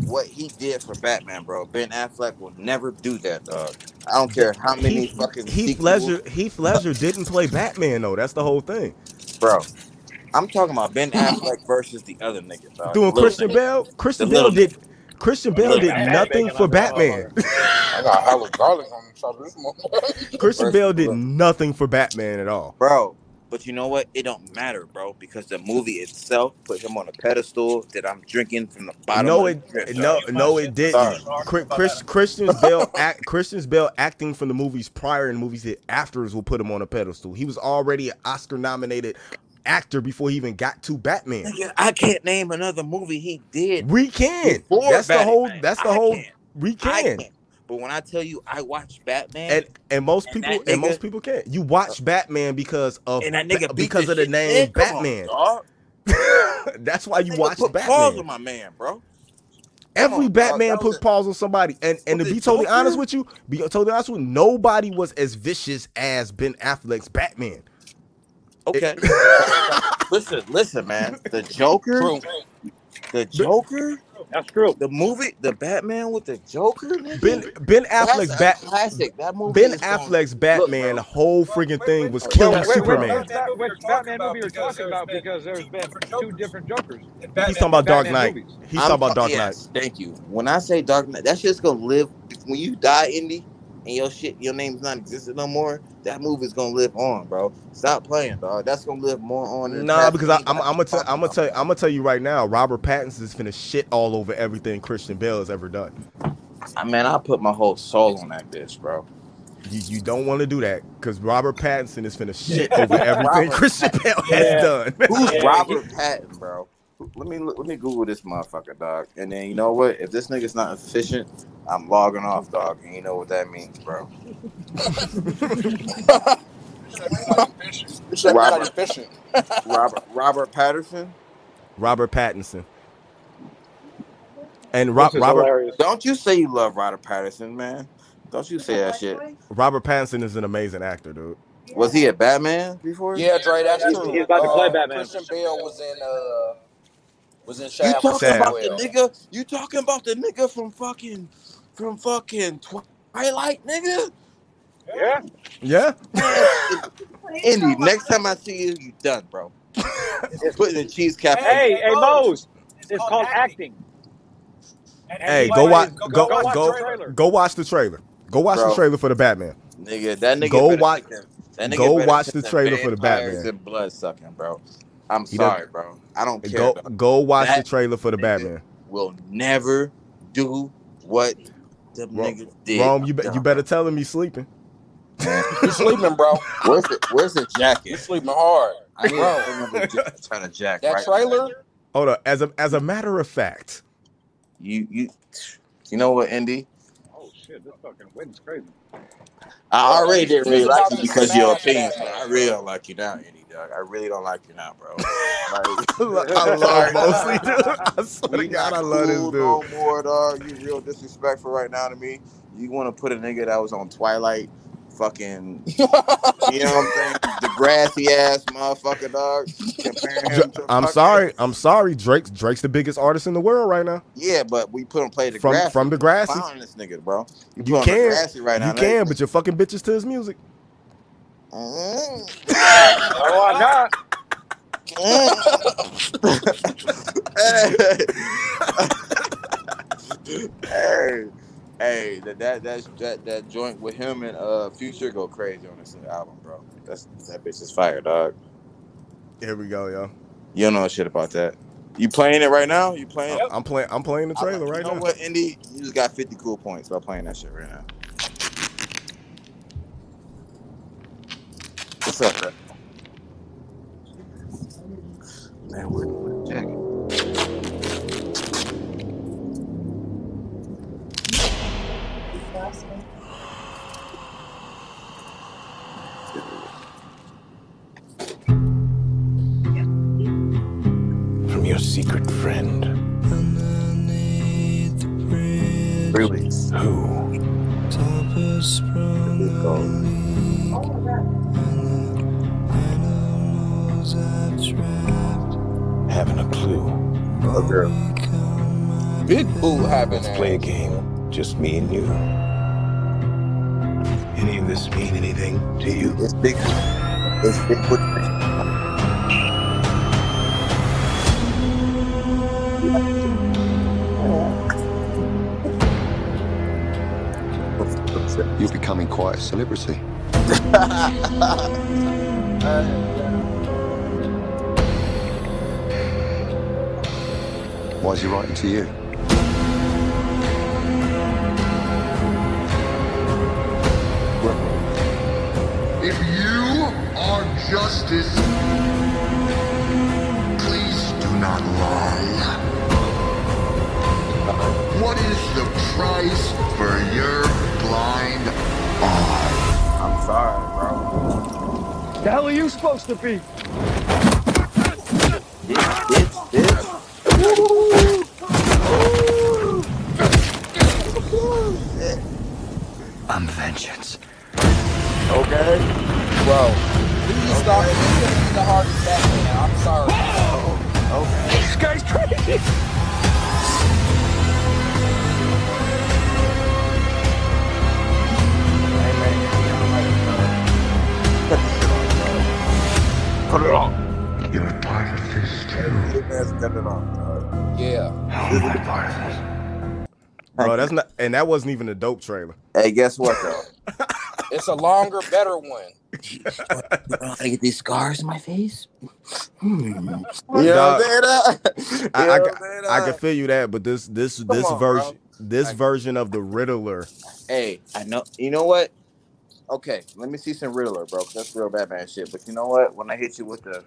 Speaker 8: what he did for Batman, bro. Ben Affleck will never do that, dog. I don't care how many
Speaker 4: Heath
Speaker 8: fucking
Speaker 4: Heath
Speaker 8: sequels,
Speaker 4: Ledger Heath Ledger didn't play Batman though. That's the whole thing.
Speaker 8: bro. I'm talking about
Speaker 4: [COUGHS]
Speaker 8: Ben Affleck versus the other nigga, dog.
Speaker 4: Doing
Speaker 8: Little
Speaker 4: Christian
Speaker 8: nigga.
Speaker 4: Bale. Christian
Speaker 8: The
Speaker 4: Bale
Speaker 8: little
Speaker 4: did. Christian Bale
Speaker 8: Look,
Speaker 4: did
Speaker 8: man,
Speaker 4: nothing for Batman.
Speaker 3: I got hella garlic on the top of this [LAUGHS] motherfucker.
Speaker 4: Christian
Speaker 8: Versus
Speaker 4: Bale did
Speaker 8: little-
Speaker 4: nothing for Batman at all.
Speaker 8: bro. But you know what? It don't matter, bro, because the movie itself put him on a pedestal that I'm drinking from the bottom.
Speaker 4: No,
Speaker 8: of
Speaker 4: it
Speaker 8: the drip,
Speaker 4: no
Speaker 8: dog.
Speaker 4: no it didn't.
Speaker 6: Sorry.
Speaker 4: Chri- Chris, Christian
Speaker 8: [LAUGHS]
Speaker 4: Bale act, Christian Bale acting from the movies prior and movies that afterwards will put him on a pedestal. He was already an Oscar nominated actor before he even got to Batman.
Speaker 8: Nigga, I can't name another movie he did.
Speaker 4: We can.
Speaker 8: Before
Speaker 4: That's the
Speaker 8: Batman.
Speaker 4: whole. That's the
Speaker 8: I
Speaker 4: whole.
Speaker 8: can't.
Speaker 4: We
Speaker 8: I
Speaker 4: can.
Speaker 8: can't. But when I tell you I watched Batman,
Speaker 4: And and most
Speaker 8: And
Speaker 4: people
Speaker 8: that
Speaker 4: and
Speaker 8: nigga-
Speaker 4: most people can't. You watch Batman because of
Speaker 8: and that nigga
Speaker 4: Ba-
Speaker 8: beat
Speaker 4: because
Speaker 8: the
Speaker 4: of the
Speaker 8: shit
Speaker 4: name
Speaker 8: in, come on,
Speaker 4: Batman.
Speaker 8: dog.
Speaker 4: [LAUGHS] That's why you
Speaker 8: Nigga
Speaker 4: watch
Speaker 8: put paws
Speaker 4: Batman.
Speaker 8: on my man, bro. Come
Speaker 4: Every
Speaker 8: on, dog.
Speaker 4: Batman
Speaker 8: That was
Speaker 4: puts
Speaker 8: a-
Speaker 4: paws on somebody. And and to
Speaker 8: Was
Speaker 4: be
Speaker 8: it
Speaker 4: totally honest
Speaker 8: Joker?
Speaker 4: with you, be totally honest with you, nobody was as vicious as Ben Affleck's Batman.
Speaker 8: Okay. listen, listen, man.
Speaker 4: [LAUGHS]
Speaker 8: The Joker,
Speaker 3: True.
Speaker 8: the Joker,
Speaker 1: That's true.
Speaker 8: the movie, the Batman with the Joker. Nigga,
Speaker 4: Ben Ben
Speaker 8: that's
Speaker 4: Affleck's
Speaker 8: a
Speaker 4: Bat
Speaker 8: classic. That movie.
Speaker 4: Ben
Speaker 8: is going-
Speaker 4: Affleck's
Speaker 8: Look,
Speaker 4: Batman,
Speaker 8: bro.
Speaker 4: the whole friggin' thing was
Speaker 8: wait,
Speaker 4: killing
Speaker 8: wait, wait,
Speaker 4: Superman.
Speaker 1: Which, Bat- which Batman movie you're talking about? Because there's been two different Jokers
Speaker 4: He's talking about
Speaker 1: in
Speaker 4: Dark
Speaker 1: Batman
Speaker 4: Knight.
Speaker 1: movies.
Speaker 4: He's
Speaker 8: I'm
Speaker 4: talking about
Speaker 8: talking.
Speaker 4: Dark Knight.
Speaker 8: yes, thank you. When I say Dark Knight, that shit's gonna live. When you die, Indy, and your shit, your name's not existing no more. That movie's gonna live on, bro. Stop playing, dog. That's gonna live more on. than
Speaker 4: Nah,
Speaker 8: past
Speaker 4: because I,
Speaker 8: things
Speaker 4: I'm,
Speaker 8: I
Speaker 4: I'm gonna
Speaker 8: keep
Speaker 4: tell I'm
Speaker 8: talking
Speaker 4: gonna
Speaker 8: about.
Speaker 4: tell I'm gonna tell you right now. Robert Pattinson is finna shit all over everything Christian Bale has ever done.
Speaker 8: I mean, I put my whole soul on that bitch, bro.
Speaker 4: You you don't want to do that because Robert Pattinson is finna shit over everything
Speaker 8: [LAUGHS] Robert
Speaker 4: Christian Bale
Speaker 6: Yeah.
Speaker 4: has done. [LAUGHS]
Speaker 8: Who's
Speaker 6: Yeah,
Speaker 8: Robert Patton, bro? Let me let me Google this motherfucker, dog. And then you know what? If this nigga's not efficient, I'm logging off, dog. And you know what that means, bro.
Speaker 3: [LAUGHS] It's everybody
Speaker 8: Robert
Speaker 3: fishing.
Speaker 8: Robert Robert Patterson.
Speaker 4: Robert Pattinson and Ro-
Speaker 1: This is
Speaker 4: Robert
Speaker 1: hilarious.
Speaker 8: Don't you say you love Robert Patterson, man? Don't you say that shit?
Speaker 4: Robert Pattinson is an amazing actor, dude.
Speaker 8: Was he a Batman before?
Speaker 3: Yeah, Dre, that's
Speaker 1: He's,
Speaker 3: true.
Speaker 1: he's about to play
Speaker 3: Uh,
Speaker 1: Batman.
Speaker 3: Christian Bale was in uh was in
Speaker 8: You
Speaker 3: Shaft
Speaker 8: talking
Speaker 4: Sam.
Speaker 3: as
Speaker 8: about the
Speaker 3: well.
Speaker 8: nigga? You talking about the nigga from fucking from fucking Twilight, nigga?
Speaker 1: Yeah.
Speaker 4: Yeah,
Speaker 8: Man, Indy, next time I see you, you done, bro. I'm putting a cheese cap on you.
Speaker 1: Hey, hey, Mose. It's,
Speaker 6: called
Speaker 1: called
Speaker 6: acting. And
Speaker 1: acting.
Speaker 4: hey,
Speaker 6: everybody-
Speaker 4: go watch
Speaker 6: Go,
Speaker 4: go
Speaker 1: Go watch
Speaker 4: go
Speaker 1: the trailer.
Speaker 4: go watch the trailer. Go watch the
Speaker 8: Bro.
Speaker 4: trailer for the Batman.
Speaker 8: Nigga, that nigga
Speaker 4: Go
Speaker 8: better
Speaker 4: watch-
Speaker 8: sit there- That nigga
Speaker 4: Go
Speaker 8: better
Speaker 4: watch
Speaker 8: sit
Speaker 4: the
Speaker 8: there
Speaker 4: trailer for the
Speaker 8: vampires
Speaker 4: Batman.
Speaker 8: and blood sucking, bro. I'm
Speaker 4: He does.
Speaker 8: sorry, bro. I don't care.
Speaker 4: Go
Speaker 8: Though.
Speaker 4: go watch the
Speaker 8: That
Speaker 4: trailer for the
Speaker 8: nigga
Speaker 4: Batman.
Speaker 8: will never do what them
Speaker 4: Rome,
Speaker 8: niggas did.
Speaker 4: Rome you
Speaker 8: I'm
Speaker 4: be, you
Speaker 8: done,
Speaker 4: better tell him he's sleeping.
Speaker 8: man.
Speaker 3: You sleeping, bro.
Speaker 8: Where's the Where's the
Speaker 3: You
Speaker 8: jacket?
Speaker 3: sleeping hard.
Speaker 8: I need
Speaker 3: Bro.
Speaker 8: to remember trying to jack
Speaker 3: That
Speaker 8: right.
Speaker 3: trailer,
Speaker 4: Hold on. As a as a matter of fact, [LAUGHS]
Speaker 8: You you you know what, Indy?
Speaker 1: Oh shit, this fucking wind's crazy.
Speaker 8: I already didn't really
Speaker 3: He's
Speaker 8: like
Speaker 3: about
Speaker 8: you
Speaker 3: to
Speaker 8: because of your
Speaker 3: smash
Speaker 8: opinions, but
Speaker 3: that.
Speaker 8: I really don't like you now, Indy dog. I really don't like you now,
Speaker 1: [LAUGHS]
Speaker 8: bro. Like,
Speaker 4: [LAUGHS] I love
Speaker 8: [LAUGHS]
Speaker 4: Mosley, dude. [LAUGHS] I swear to
Speaker 8: We
Speaker 4: God,
Speaker 8: not
Speaker 4: I love this
Speaker 8: cool no
Speaker 4: dude.
Speaker 8: more, dog. You real disrespectful right now to me. You want to put a nigga that was on Twilight, fucking, you know what I'm saying? The grassy ass motherfucker,
Speaker 4: [LAUGHS]
Speaker 8: dog. Comparing
Speaker 4: Dra-
Speaker 8: him to
Speaker 4: I'm
Speaker 8: fucking,
Speaker 4: sorry. I'm sorry. Drake's Drake's the biggest artist in the world right now.
Speaker 8: yeah, but we put him play the
Speaker 4: From
Speaker 8: grass.
Speaker 4: from the grassy,
Speaker 8: Clowning this nigga, bro. You put
Speaker 4: you
Speaker 8: him the
Speaker 4: can,
Speaker 8: grassy right now.
Speaker 4: you
Speaker 8: and they-
Speaker 4: can, but you're fucking bitches to his music.
Speaker 8: Mm,
Speaker 1: Oh, I'm not.
Speaker 8: mm. hey, [LAUGHS] hey, hey, that that that that that joint with him and uh Future go crazy on this album, bro. That's that bitch is fire, dog.
Speaker 4: Here we go, yo.
Speaker 8: You don't know shit about that. You playing it right now? You playing?
Speaker 4: I'm playing. I'm playing the
Speaker 8: I,
Speaker 4: trailer
Speaker 8: you
Speaker 4: right
Speaker 8: know
Speaker 4: now.
Speaker 8: what, Indy? You just got fifty cool points by playing that shit right now. What's up, bro? man? Where the jacket?
Speaker 9: From your secret friend,
Speaker 8: Release.
Speaker 9: who
Speaker 8: This is called
Speaker 9: haven't a clue.
Speaker 8: a girl.
Speaker 3: big poo happened.
Speaker 9: Let's play a game, just me and you. Any of this mean anything to you?
Speaker 8: It's big. It's big.
Speaker 10: You're becoming quite a celebrity. Why is he writing to you?
Speaker 11: If you are justice, please do not lie. What is the price for your blind eye?
Speaker 8: I'm sorry, bro.
Speaker 1: The hell are you supposed to be?
Speaker 8: This, this, this.
Speaker 10: I'm vengeance.
Speaker 8: Okay, bro. Please stop. This is gonna be the hardest battle now. I'm sorry. Okay.
Speaker 1: This guy's crazy.
Speaker 8: Hey, man. Cut it off.
Speaker 9: You're a part of this too.
Speaker 8: Big man's cut it off, dog.
Speaker 3: Yeah.
Speaker 9: How am I part of this?
Speaker 4: Bro, that's not, and that wasn't even a dope
Speaker 8: [LAUGHS]
Speaker 4: trailer.
Speaker 8: Hey, guess what, though?
Speaker 3: It's a longer, better one.
Speaker 8: I get these scars in my face. Hmm. You know what I'm saying?
Speaker 4: I,
Speaker 8: You
Speaker 4: I,
Speaker 8: know
Speaker 4: ca-
Speaker 8: what I'm
Speaker 4: I
Speaker 8: saying?
Speaker 4: can feel you that, but this this this
Speaker 8: on, bro.
Speaker 4: version this version of the Riddler.
Speaker 8: Hey, I know. You know what? Okay, let me see some Riddler, bro. 'cause that's real Batman shit. But you know what? When I hit you with the,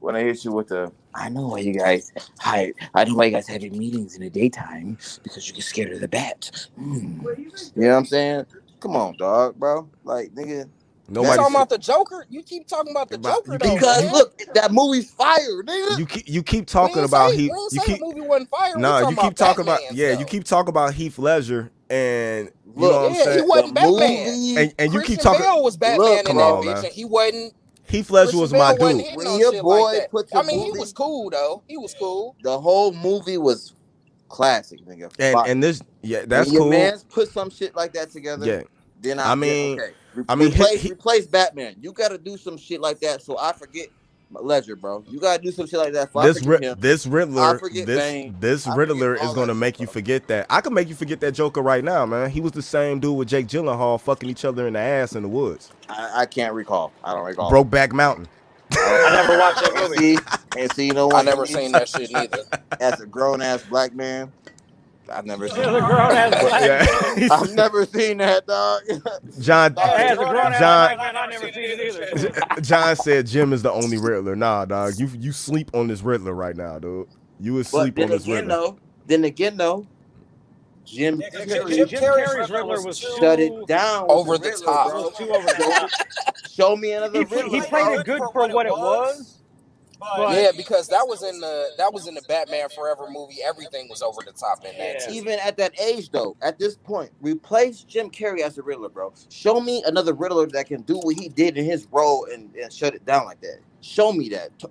Speaker 8: when I hit you with the, I know why you guys hide. I know why you guys having meetings in the daytime because you get scared of the bat. Mm. You know what I'm saying? Come on, dog, bro. Like nigga,
Speaker 3: You
Speaker 4: Nobody.
Speaker 3: talking about the Joker? You keep talking about the
Speaker 4: About-
Speaker 3: Joker though.
Speaker 8: because
Speaker 3: man.
Speaker 8: look, that movie's fire, nigga.
Speaker 4: you keep you keep
Speaker 3: We
Speaker 4: talking
Speaker 3: ain't
Speaker 4: about
Speaker 3: say,
Speaker 4: he.
Speaker 3: we ain't
Speaker 4: You
Speaker 3: say
Speaker 4: keep
Speaker 3: the movie wasn't fire. We
Speaker 4: nah.
Speaker 3: talking
Speaker 4: You keep talking about
Speaker 3: Batman,
Speaker 4: yeah.
Speaker 3: though.
Speaker 4: You keep talking about Heath Ledger, and you
Speaker 8: Look,
Speaker 4: know what I'm
Speaker 3: yeah, he
Speaker 4: saying.
Speaker 3: wasn't
Speaker 8: the
Speaker 3: Batman.
Speaker 8: movie.
Speaker 4: And and you
Speaker 3: Christian
Speaker 4: keep talking.
Speaker 3: Bale was Batman
Speaker 8: Look,
Speaker 3: in
Speaker 4: come
Speaker 3: that
Speaker 4: on,
Speaker 3: bitch,
Speaker 4: man.
Speaker 3: and he wasn't.
Speaker 4: Heath Ledger
Speaker 3: Christian
Speaker 4: was my
Speaker 3: Bale wasn't
Speaker 4: dude.
Speaker 3: hitting
Speaker 8: When
Speaker 3: on
Speaker 8: your
Speaker 3: shit
Speaker 8: boy
Speaker 3: like that.
Speaker 8: puts a
Speaker 3: I mean,
Speaker 8: movie-
Speaker 3: he was cool though. He was cool.
Speaker 8: The whole movie was classic, nigga.
Speaker 4: And
Speaker 8: Fire.
Speaker 4: and this yeah, that's
Speaker 8: when your
Speaker 4: cool.
Speaker 8: man's put some shit like that together,
Speaker 4: Yeah,
Speaker 8: then
Speaker 4: I
Speaker 8: I,
Speaker 4: mean-
Speaker 8: mean, okay. Re-
Speaker 4: I mean, he-
Speaker 8: replace
Speaker 4: he-
Speaker 8: replace Batman. You got to do some shit like that. So I forget my Ledger, bro. You got to do some shit like that. So I
Speaker 4: this
Speaker 8: forget
Speaker 4: Ri-
Speaker 8: him.
Speaker 4: this Riddler,
Speaker 8: forget
Speaker 4: this
Speaker 8: Bane.
Speaker 4: this
Speaker 8: I forget
Speaker 4: Riddler is
Speaker 8: all
Speaker 4: gonna
Speaker 8: that
Speaker 4: make
Speaker 8: shit,
Speaker 4: you
Speaker 8: bro.
Speaker 4: forget that. I can make you forget that Joker right now, man. He was the same dude with Jake Gyllenhaal fucking each other in the ass in the woods,
Speaker 8: I, I can't recall. I don't recall.
Speaker 4: Brokeback Mountain.
Speaker 8: I
Speaker 6: I never watched that
Speaker 8: don't- and
Speaker 6: movie.
Speaker 8: see, and see, you know
Speaker 3: I
Speaker 8: what?
Speaker 3: never
Speaker 8: Nigga?
Speaker 3: seen that shit neither.
Speaker 8: [LAUGHS] As a grown ass black man, I've never seen.
Speaker 1: As a
Speaker 8: That.
Speaker 1: grown ass black man.
Speaker 4: yeah, [LAUGHS]
Speaker 8: [LAUGHS] I've never seen that, dog. [LAUGHS]
Speaker 4: John
Speaker 1: As a grown ass black
Speaker 4: John-
Speaker 1: man, I never seen it either.
Speaker 4: John said Jim is the only Riddler. Nah, dog, you you sleep on this Riddler right now, dude. You
Speaker 8: but
Speaker 4: asleep on
Speaker 8: then
Speaker 4: this
Speaker 8: again,
Speaker 4: Riddler.
Speaker 8: though, then again, though, Jim
Speaker 6: Yeah, 'cause
Speaker 8: Carrey
Speaker 1: Jim
Speaker 6: Jim
Speaker 1: Carrey's Riddler was
Speaker 8: shut
Speaker 1: too-
Speaker 8: it down.
Speaker 3: Over
Speaker 8: with
Speaker 3: the
Speaker 8: Riddler,
Speaker 3: top.
Speaker 8: bro.
Speaker 1: was too over the top.
Speaker 8: Show me another
Speaker 1: He, pl- [LAUGHS] he
Speaker 8: Riddler,
Speaker 1: played
Speaker 8: dog.
Speaker 1: it good for what it was.
Speaker 6: But
Speaker 1: but-
Speaker 3: Yeah, because that was in the that was in the Batman Forever movie. Everything was over the top in that
Speaker 1: Yeah.
Speaker 3: too.
Speaker 8: even at that age, though, at this point, replace Jim Carrey as the Riddler, bro. Show me another Riddler that can do what he did in his role and, and shut it down like that. Show me that, T-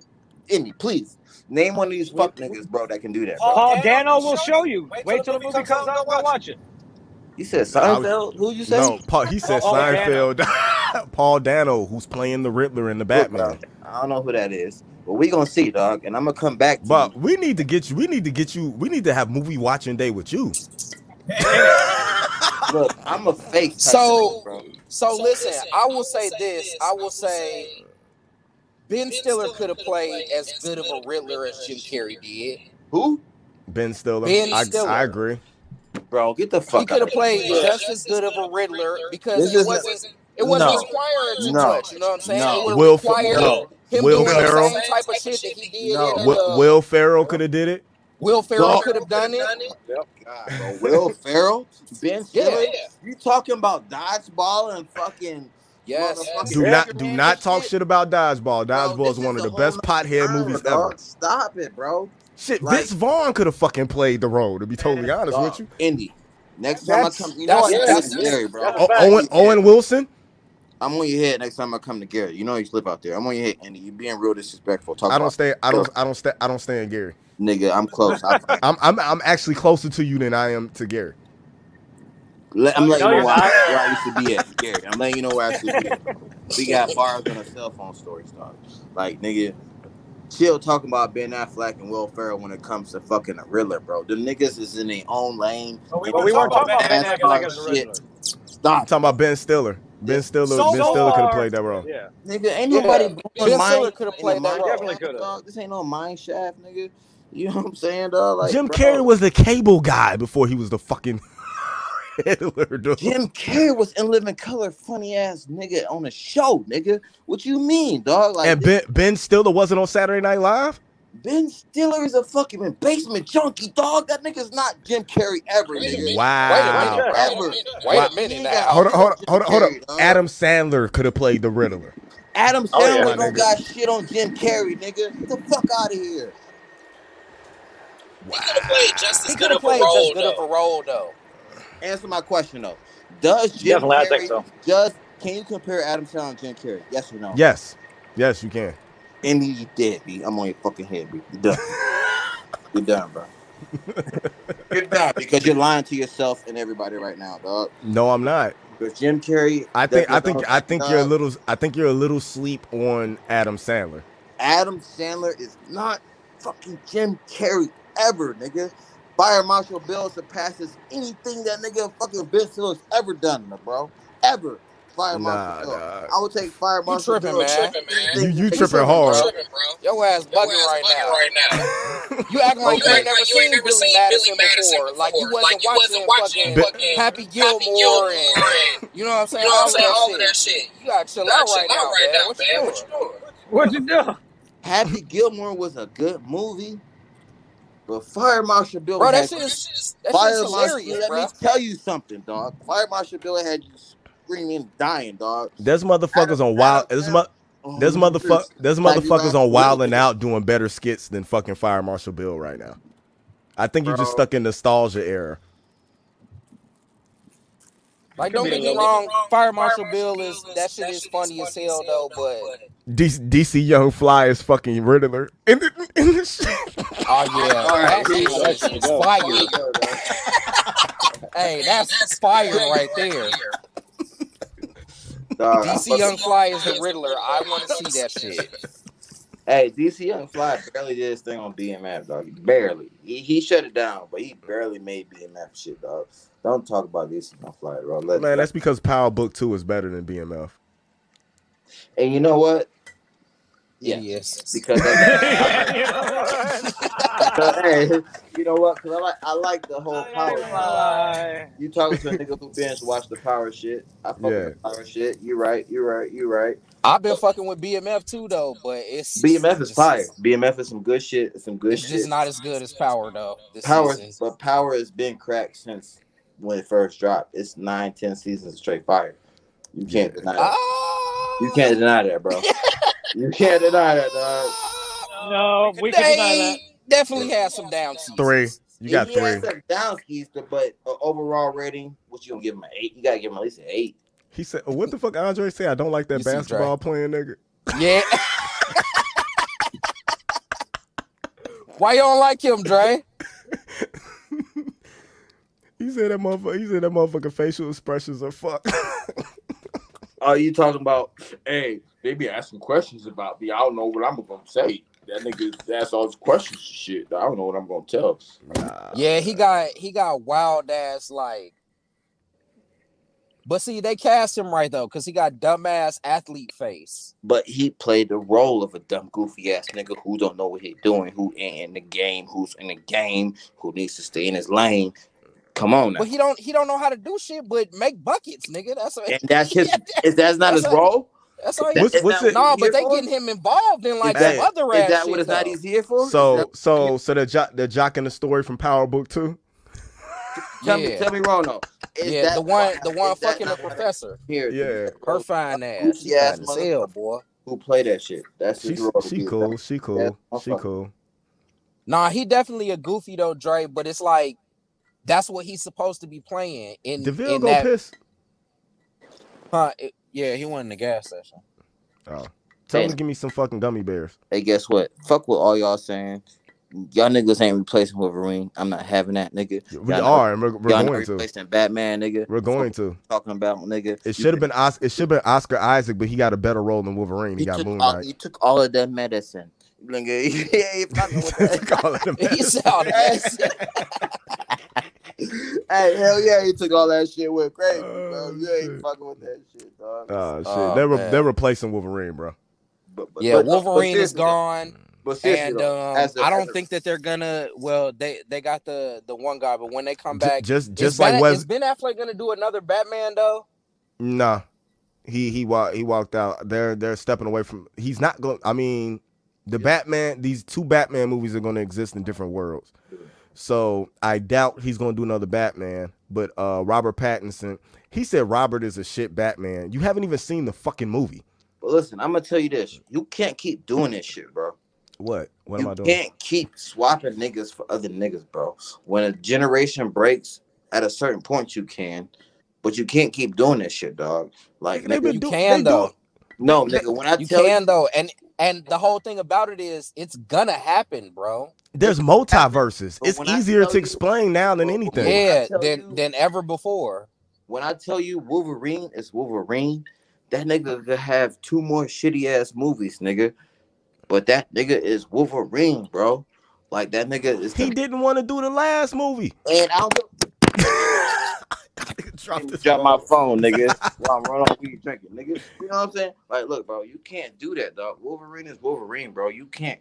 Speaker 8: Indy, please. Name one of these fuck niggas, bro, that can do that, bro.
Speaker 1: Paul Dano will show you. Wait till the movie comes out. Go watch it.
Speaker 8: You
Speaker 4: I
Speaker 8: said
Speaker 4: was-
Speaker 8: Seinfeld? Who you said?
Speaker 4: No, Paul. He said
Speaker 1: Paul Dano.
Speaker 4: Seinfeld. [LAUGHS] Paul Dano, who's playing the Riddler in the
Speaker 8: Look,
Speaker 4: Batman.
Speaker 8: dog, I don't know who that is, but we gonna see, dog, and I'm gonna come back to
Speaker 4: But
Speaker 8: you.
Speaker 4: we need to get you. We need to get you. We need to have movie watching day with you.
Speaker 8: Look, I'm a fake type of nigga,
Speaker 3: So
Speaker 8: bro.
Speaker 3: so listen, I will say this. I will say Ben Stiller could have played as good of a Riddler as Jim Carrey did.
Speaker 8: Who,
Speaker 4: Ben Stiller.
Speaker 3: Ben
Speaker 4: I,
Speaker 3: Stiller.
Speaker 4: I agree.
Speaker 8: bro? Get the
Speaker 3: He
Speaker 8: fuck
Speaker 3: could have
Speaker 8: out. of here.
Speaker 3: played just as good of a Riddler because
Speaker 8: This
Speaker 3: it
Speaker 8: is-
Speaker 3: wasn't it wasn't
Speaker 8: No.
Speaker 3: requiring too
Speaker 8: No.
Speaker 3: much. You know what I'm saying?
Speaker 8: No.
Speaker 3: It would
Speaker 4: Will F-
Speaker 3: require
Speaker 8: No.
Speaker 3: him
Speaker 4: Will
Speaker 3: doing the
Speaker 4: Ferrell.
Speaker 3: same type of shit that he did
Speaker 8: No.
Speaker 3: in
Speaker 4: Will,
Speaker 3: uh,
Speaker 4: Will Ferrell could have did it.
Speaker 3: Will Ferrell
Speaker 8: Dog.
Speaker 3: could have done it.
Speaker 8: God, bro. Will Ferrell, Ben Stiller,
Speaker 3: Yeah.
Speaker 8: you talking about dodgeball and fucking
Speaker 3: Yes.
Speaker 8: motherfucking
Speaker 4: Do not do
Speaker 8: Superman
Speaker 4: not
Speaker 8: and
Speaker 4: talk shit about Dodgeball.
Speaker 8: Bro,
Speaker 4: Dodgeball
Speaker 8: this
Speaker 4: is one of
Speaker 8: a
Speaker 4: the
Speaker 8: whole
Speaker 4: best
Speaker 8: nother
Speaker 4: pothead
Speaker 8: genre,
Speaker 4: movies
Speaker 8: dog.
Speaker 4: ever.
Speaker 8: Stop it, bro.
Speaker 4: Shit,
Speaker 8: Like-
Speaker 4: Vince Vaughn could have fucking played the role. To be totally honest with
Speaker 8: Dog,
Speaker 4: you,
Speaker 8: Indy. Next time I
Speaker 1: That's-
Speaker 8: come, you
Speaker 3: that's-
Speaker 8: know what? I'm
Speaker 3: that's-
Speaker 8: with Gary, bro.
Speaker 1: that's
Speaker 4: O-
Speaker 1: fact.
Speaker 4: Owen
Speaker 8: I'm on your head.
Speaker 4: Owen Wilson.
Speaker 8: I'm on your head next time I come to Gary. You know you slip out there. I'm on your head, Indy. You being real disrespectful. Talk
Speaker 4: I don't
Speaker 8: about
Speaker 4: stay. I don't. I don't stay. I don't stand Gary.
Speaker 8: nigga. I'm close. I,
Speaker 4: I'm I'm I'm actually closer to you than I am to Gary.
Speaker 12: Let- I'm letting
Speaker 8: No,
Speaker 12: you know
Speaker 8: you're
Speaker 12: where
Speaker 8: not.
Speaker 12: I, where I used to be at, Gary. I'm letting you know where I used to be. At. We got bars on a cell phone story star. Like nigga, chill talking about Ben Affleck and Will Ferrell when it comes to fucking a Riddler, bro. Them niggas is in their own lane.
Speaker 1: But we
Speaker 12: They
Speaker 1: weren't
Speaker 12: talk
Speaker 1: talking about Ben
Speaker 12: basketball
Speaker 1: Affleck as a
Speaker 12: shit.
Speaker 1: Riddler.
Speaker 12: Stop.
Speaker 4: talking about Ben Stiller. Ben Stiller.
Speaker 1: So
Speaker 4: ben Stiller could have
Speaker 1: far-
Speaker 4: played that role.
Speaker 1: Yeah.
Speaker 12: Nigga, ain't
Speaker 1: Yeah.
Speaker 12: nobody
Speaker 1: Ben Stiller
Speaker 12: going mind.
Speaker 1: coulda
Speaker 12: in
Speaker 1: played
Speaker 12: the
Speaker 1: that
Speaker 12: mind
Speaker 1: role.
Speaker 12: shaft,
Speaker 1: Definitely coulda.
Speaker 12: dog. This ain't no mind shaft, nigga. [LAUGHS] You know what I'm saying, dog? Like
Speaker 4: Jim
Speaker 12: bro,
Speaker 4: Carrey was the cable guy before he was the fucking [LAUGHS] Hitler. Dude.
Speaker 12: Jim Carrey was in Living Color, funny ass nigga on a show, nigga. What you mean, dog? Like
Speaker 4: and Ben Ben Stiller wasn't on Saturday Night Live.
Speaker 12: Ben Stiller is a fucking basement junkie, dog. That nigga's not Jim Carrey ever, nigga.
Speaker 4: Wow.
Speaker 12: Wait,
Speaker 3: Wait a
Speaker 12: ever.
Speaker 3: minute. Wait a minute now.
Speaker 4: Hold on, hold on, hold on, hold on.
Speaker 12: uh,
Speaker 4: Adam Sandler could have played the Riddler.
Speaker 12: Adam Sandler
Speaker 4: Oh, yeah,
Speaker 12: don't
Speaker 4: nigga.
Speaker 12: got shit on Jim Carrey, nigga. Get the fuck out of here.
Speaker 3: He could have played just as
Speaker 12: He
Speaker 3: good
Speaker 12: coulda
Speaker 3: of a
Speaker 12: played
Speaker 3: role,
Speaker 12: just good of
Speaker 3: though. role, though.
Speaker 12: Answer my question though. Does Jim
Speaker 1: Definitely, I
Speaker 12: Carrey
Speaker 1: think so.
Speaker 12: just can you compare Adam Sandler and Jim Carrey? Yes or no?
Speaker 4: Yes, yes, you can.
Speaker 12: And he dead, B. I'm on your fucking head, B.
Speaker 4: [LAUGHS]
Speaker 12: You're done. You're done, bro. You're done because you're lying to yourself and everybody right now, dog.
Speaker 4: No, I'm not.
Speaker 12: Because Jim Carrey,
Speaker 4: I think I think
Speaker 12: Definitely.
Speaker 4: I think you're a
Speaker 12: No.
Speaker 4: little I think you're a little sleep on Adam Sandler.
Speaker 12: Adam Sandler is not fucking Jim Carrey ever, nigga. Fire Marshal Bill surpasses anything that nigga fucking Ben Stiller's ever done, bro. Ever. Fire
Speaker 4: Nah,
Speaker 12: Marshal Bill.
Speaker 4: dog.
Speaker 12: I would take Fire
Speaker 3: You
Speaker 12: Marshal
Speaker 3: tripping,
Speaker 12: Bill.
Speaker 3: man.
Speaker 4: You you
Speaker 12: Hey,
Speaker 4: tripping
Speaker 12: you
Speaker 4: hard.
Speaker 3: Your ass bugging right, now. you acting like you
Speaker 4: Okay.
Speaker 3: ain't never seen Billy Madison, before. Like you wasn't watching, fucking,
Speaker 4: But-
Speaker 3: Happy Gilmore, and you know what I'm saying? all, of that shit. You gotta chill out right now, man. What you doing?
Speaker 8: What you do?
Speaker 12: Happy Gilmore was a good movie, but Fire Marshal Bill.
Speaker 3: Bro, that
Speaker 12: had-
Speaker 3: shit is that shit
Speaker 12: Fire
Speaker 3: is
Speaker 12: Marshal.
Speaker 3: hilarious,
Speaker 12: Let
Speaker 3: bro.
Speaker 12: me tell you something, dog. Fire Marshal Bill had you screaming, dying, dog.
Speaker 4: There's motherfuckers on wild. There's mo- there's motherfuck there's
Speaker 12: Like, you
Speaker 4: motherfuckers
Speaker 12: laugh-
Speaker 4: on Wild and Out doing better skits than fucking Fire Marshal Bill right now. I think you're just
Speaker 12: Bro.
Speaker 4: stuck in nostalgia era.
Speaker 3: Like,
Speaker 13: Could
Speaker 3: don't
Speaker 13: be a
Speaker 3: get me
Speaker 13: little-
Speaker 3: wrong, Fire Marshal Bill is that shit is funny as hell though, but
Speaker 4: D- DC Young Fly is fucking Riddler. [LAUGHS] In the, in the shit.
Speaker 3: oh yeah,
Speaker 12: Alright,
Speaker 3: that
Speaker 12: that's
Speaker 3: shit is
Speaker 12: good.
Speaker 3: fire. Hey, that's fire right there.
Speaker 12: Dog,
Speaker 3: DC
Speaker 12: I fucking-
Speaker 3: Young Fly is the Riddler. I want to see that shit.
Speaker 12: Hey, DC Young Fly barely did his thing on BMF, dog. Barely. He, he shut it down, but he barely made BMF shit, dog. Don't talk about DC Young Fly, bro. Let,
Speaker 4: Man, that's because Power Book Two is better than BMF.
Speaker 12: and you know what? Yeah,
Speaker 3: Yes.
Speaker 5: [LAUGHS]
Speaker 12: because
Speaker 4: [LAUGHS]
Speaker 12: But, [LAUGHS] hey, you know what? Because I like I like the
Speaker 1: Oh,
Speaker 3: Oh,
Speaker 12: whole power. You talking to a nigga who binge watch the power shit. I fuck
Speaker 4: Yeah.
Speaker 12: with the power shit. You right. You right. You right.
Speaker 3: I've been fucking with BMF too though, but it's
Speaker 12: BMF is
Speaker 3: just-
Speaker 12: fire. BMF is some good shit. It's some good
Speaker 3: It's
Speaker 12: shit.
Speaker 3: just not as good as Power though. This
Speaker 12: power,
Speaker 3: season.
Speaker 12: but power has been cracked since when it first dropped. It's nine, ten seasons of straight fire. You can't deny it.
Speaker 3: Ah!
Speaker 12: You can't deny
Speaker 3: [LAUGHS]
Speaker 12: that, bro. you can't deny that, dog.
Speaker 8: No, we can deny
Speaker 3: They definitely had some down seasons.
Speaker 4: Three. You got
Speaker 12: he Had
Speaker 4: three.
Speaker 12: some down Easter, but uh, overall rating, what you gonna give him an eight? You gotta give him at least an eight.
Speaker 4: He said, "What the fuck, Andre? Say I don't like that
Speaker 3: You see, Dre.
Speaker 4: basketball playing nigga."
Speaker 3: Yeah. [LAUGHS] Why you don't like him, Dre?
Speaker 4: He said that motherfucker. He said that motherfucker facial expressions are fucked. [LAUGHS]
Speaker 12: Oh, you talking about? Hey, they be asking questions about me. I don't know what I'm gonna say. That nigga asked all these questions and shit. I don't know what I'm gonna tell.
Speaker 3: Yeah, he got he got wild ass like. But see, they cast him right though, cause he got dumbass athlete face.
Speaker 12: But he played the role of a dumb, goofy ass nigga who don't know what he's doing, who ain't in the game, who's in the game, who needs to stay in his lane. Come on now.
Speaker 3: But he don't he don't know how to do shit, but make buckets, nigga. That's
Speaker 12: and that's his. Is that's not his
Speaker 3: That's a-
Speaker 12: role?
Speaker 3: that's all.
Speaker 4: What's-
Speaker 12: Is
Speaker 4: what's
Speaker 12: that
Speaker 4: it-
Speaker 3: No,
Speaker 12: what he's
Speaker 3: but they
Speaker 12: here for?
Speaker 3: getting him involved in like
Speaker 12: Is that-
Speaker 3: some other
Speaker 12: Is
Speaker 3: ass
Speaker 12: that what
Speaker 3: shit,
Speaker 12: it's not
Speaker 3: though.
Speaker 12: easy here for? Is
Speaker 4: So, so, so the jock, the jock in the story from Power Book Two.
Speaker 12: that- tell me,
Speaker 3: yeah.
Speaker 12: tell me wrong though. Is
Speaker 3: yeah,
Speaker 12: that
Speaker 3: the one
Speaker 12: why-
Speaker 3: the one
Speaker 12: is that
Speaker 3: fucking the
Speaker 12: not
Speaker 3: professor.
Speaker 12: here.
Speaker 4: Yeah,
Speaker 3: Her fine ass.
Speaker 12: Goofy
Speaker 3: She
Speaker 12: ass
Speaker 3: fine as hell,
Speaker 12: motherfucker.
Speaker 3: boy.
Speaker 12: who play that shit? That's his
Speaker 4: she's
Speaker 12: role. to
Speaker 4: she
Speaker 12: be a
Speaker 4: cool. She
Speaker 12: Yeah,
Speaker 4: cool. She
Speaker 12: motherfucker.
Speaker 4: cool.
Speaker 3: Nah, he definitely a goofy though, Dre. But it's like that's what he's supposed to be playing in
Speaker 4: Deville
Speaker 3: in
Speaker 4: go
Speaker 3: that.
Speaker 4: piss.
Speaker 3: [LAUGHS] Huh, it- yeah, he went in the gas [LAUGHS] station.
Speaker 4: Oh, tell him to give me some fucking gummy bears.
Speaker 12: Hey, guess what? Fuck what all y'all saying.
Speaker 8: y'all niggas ain't replacing Wolverine. I'm not having that, nigga.
Speaker 4: We
Speaker 8: Y'all not-
Speaker 4: are, and we're, we're
Speaker 8: y'all not
Speaker 4: going to.
Speaker 8: replacing Batman, nigga.
Speaker 4: We're going to.
Speaker 8: Talking about nigga.
Speaker 4: It should have been Os- it should have been Oscar Isaac, but he got a better role than Wolverine. He, got
Speaker 8: took
Speaker 4: Moon
Speaker 8: all,
Speaker 4: Knight.
Speaker 8: you took all of that medicine. Nigga, [LAUGHS] yeah, you
Speaker 4: [LAUGHS]
Speaker 8: fucking with that.
Speaker 4: all of them.
Speaker 3: [LAUGHS]
Speaker 8: he took all that shit. hey, hell yeah, he took all that shit with crazy, bro. You ain't fucking with that shit, dog.
Speaker 4: Oh shit,
Speaker 3: Oh,
Speaker 4: they're re-
Speaker 3: man.
Speaker 4: they're replacing Wolverine, bro.
Speaker 3: yeah, Wolverine is gone.
Speaker 4: Mm.
Speaker 8: But seriously,
Speaker 3: And
Speaker 8: though,
Speaker 3: um,
Speaker 8: as a-
Speaker 3: I
Speaker 8: as
Speaker 3: don't
Speaker 8: a-
Speaker 3: think that they're gonna. Well, they they got the the one guy, but when they come
Speaker 4: J-
Speaker 3: back,
Speaker 4: just-
Speaker 3: is
Speaker 4: just like
Speaker 3: Ben,
Speaker 4: Wes-
Speaker 3: is Ben Affleck gonna do another Batman though?
Speaker 4: Nah, he he walked he walked out. They're they're stepping away from. He's not going. I mean, the Batman. These two Batman movies are going to exist in different worlds. So I doubt he's going to do another Batman. But uh Robert Pattinson, he said Robert is a shit Batman. You haven't even seen the fucking movie.
Speaker 8: But listen, I'm gonna tell you this: you can't keep doing this shit, bro.
Speaker 4: What? What
Speaker 8: you
Speaker 4: am I doing?
Speaker 8: can't keep swapping niggas for other niggas, bro. When a generation breaks at a certain point, you can, but you can't keep doing this shit, dog. Like
Speaker 3: They
Speaker 8: nigga,
Speaker 3: been
Speaker 8: you
Speaker 3: do-
Speaker 8: can
Speaker 3: they
Speaker 8: though.
Speaker 3: do-
Speaker 8: no, nigga. When I
Speaker 3: You
Speaker 8: tell
Speaker 3: can
Speaker 8: you,
Speaker 3: though, and and the whole thing about it is it's gonna happen, bro.
Speaker 4: There's multiverses.
Speaker 8: But
Speaker 4: It's
Speaker 8: when I
Speaker 4: easier
Speaker 8: tell
Speaker 4: to
Speaker 8: you-
Speaker 4: explain now than anything.
Speaker 3: Yeah,
Speaker 8: tell
Speaker 3: than than ever before.
Speaker 8: when I tell you Wolverine is Wolverine, that nigga could have two more shitty ass movies, nigga. But that nigga is Wolverine, bro. Like that nigga is.
Speaker 4: He
Speaker 8: the-
Speaker 4: didn't want to do the last
Speaker 8: [LAUGHS]
Speaker 4: movie. [LAUGHS]
Speaker 8: and I don't give
Speaker 3: [LAUGHS]
Speaker 4: Drop this
Speaker 8: drop my
Speaker 4: phone.
Speaker 8: phone, nigga.
Speaker 3: [LAUGHS]
Speaker 8: While I'm running off weed drinking, nigga. You know what I'm saying? Like, look, bro, you can't do that, dog. Wolverine is Wolverine, bro. You can't,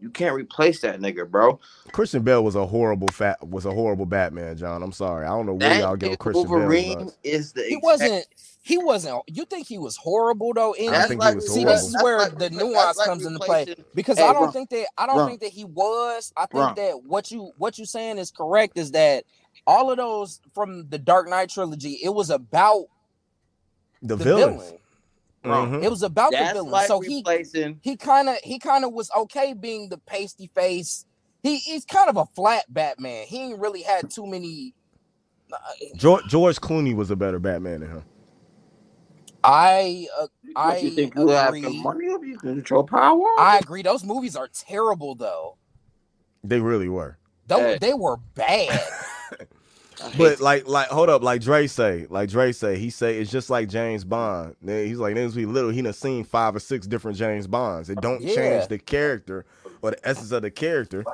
Speaker 8: you can't replace that nigga, bro.
Speaker 4: Christian Bell was a horrible fat was a horrible Batman, John. I'm sorry. I don't know where
Speaker 8: That
Speaker 4: y'all get
Speaker 8: nigga
Speaker 4: Christian Bell.
Speaker 8: Wolverine
Speaker 4: nuts.
Speaker 8: is the.
Speaker 3: He
Speaker 8: exact-
Speaker 3: wasn't. He wasn't. You think he was horrible though? In
Speaker 4: I
Speaker 8: That's
Speaker 4: think he
Speaker 8: like
Speaker 4: was
Speaker 3: See,
Speaker 8: replacing-
Speaker 3: this
Speaker 4: horrible.
Speaker 3: is
Speaker 8: that's
Speaker 3: where
Speaker 8: like
Speaker 3: the
Speaker 8: replacing-
Speaker 3: nuance
Speaker 8: that's like
Speaker 3: comes into play
Speaker 8: replacing-
Speaker 3: because
Speaker 8: Hey,
Speaker 3: I don't
Speaker 8: Ron,
Speaker 3: think that I don't
Speaker 8: Ron.
Speaker 3: think that he was. I think
Speaker 8: Ron.
Speaker 3: that what you what you saying is correct is that all of those from the Dark Knight trilogy, it was about
Speaker 4: The,
Speaker 3: the, villain.
Speaker 4: villains. Mhm.
Speaker 3: It was about the
Speaker 8: That's
Speaker 3: villain.
Speaker 8: like
Speaker 3: so he
Speaker 8: replacing.
Speaker 3: he kind of he kind of was okay being the pasty face. He he's kind of a flat Batman. He ain't really had too many.
Speaker 4: George, George Clooney was a better Batman than him.
Speaker 3: I uh, I
Speaker 8: What, you think you have the
Speaker 3: agree.
Speaker 8: money or you can control power?
Speaker 3: I agree. Those movies are terrible though.
Speaker 4: They really were.
Speaker 3: Tho-
Speaker 8: Hey.
Speaker 3: they were bad.
Speaker 4: But like, like, hold up, like Dre say, like Dre say, he say it's just like James Bond. Then He's like, niggas we little, he done seen five or six different James Bonds. It don't
Speaker 3: Yeah.
Speaker 4: change the character or the essence of the character.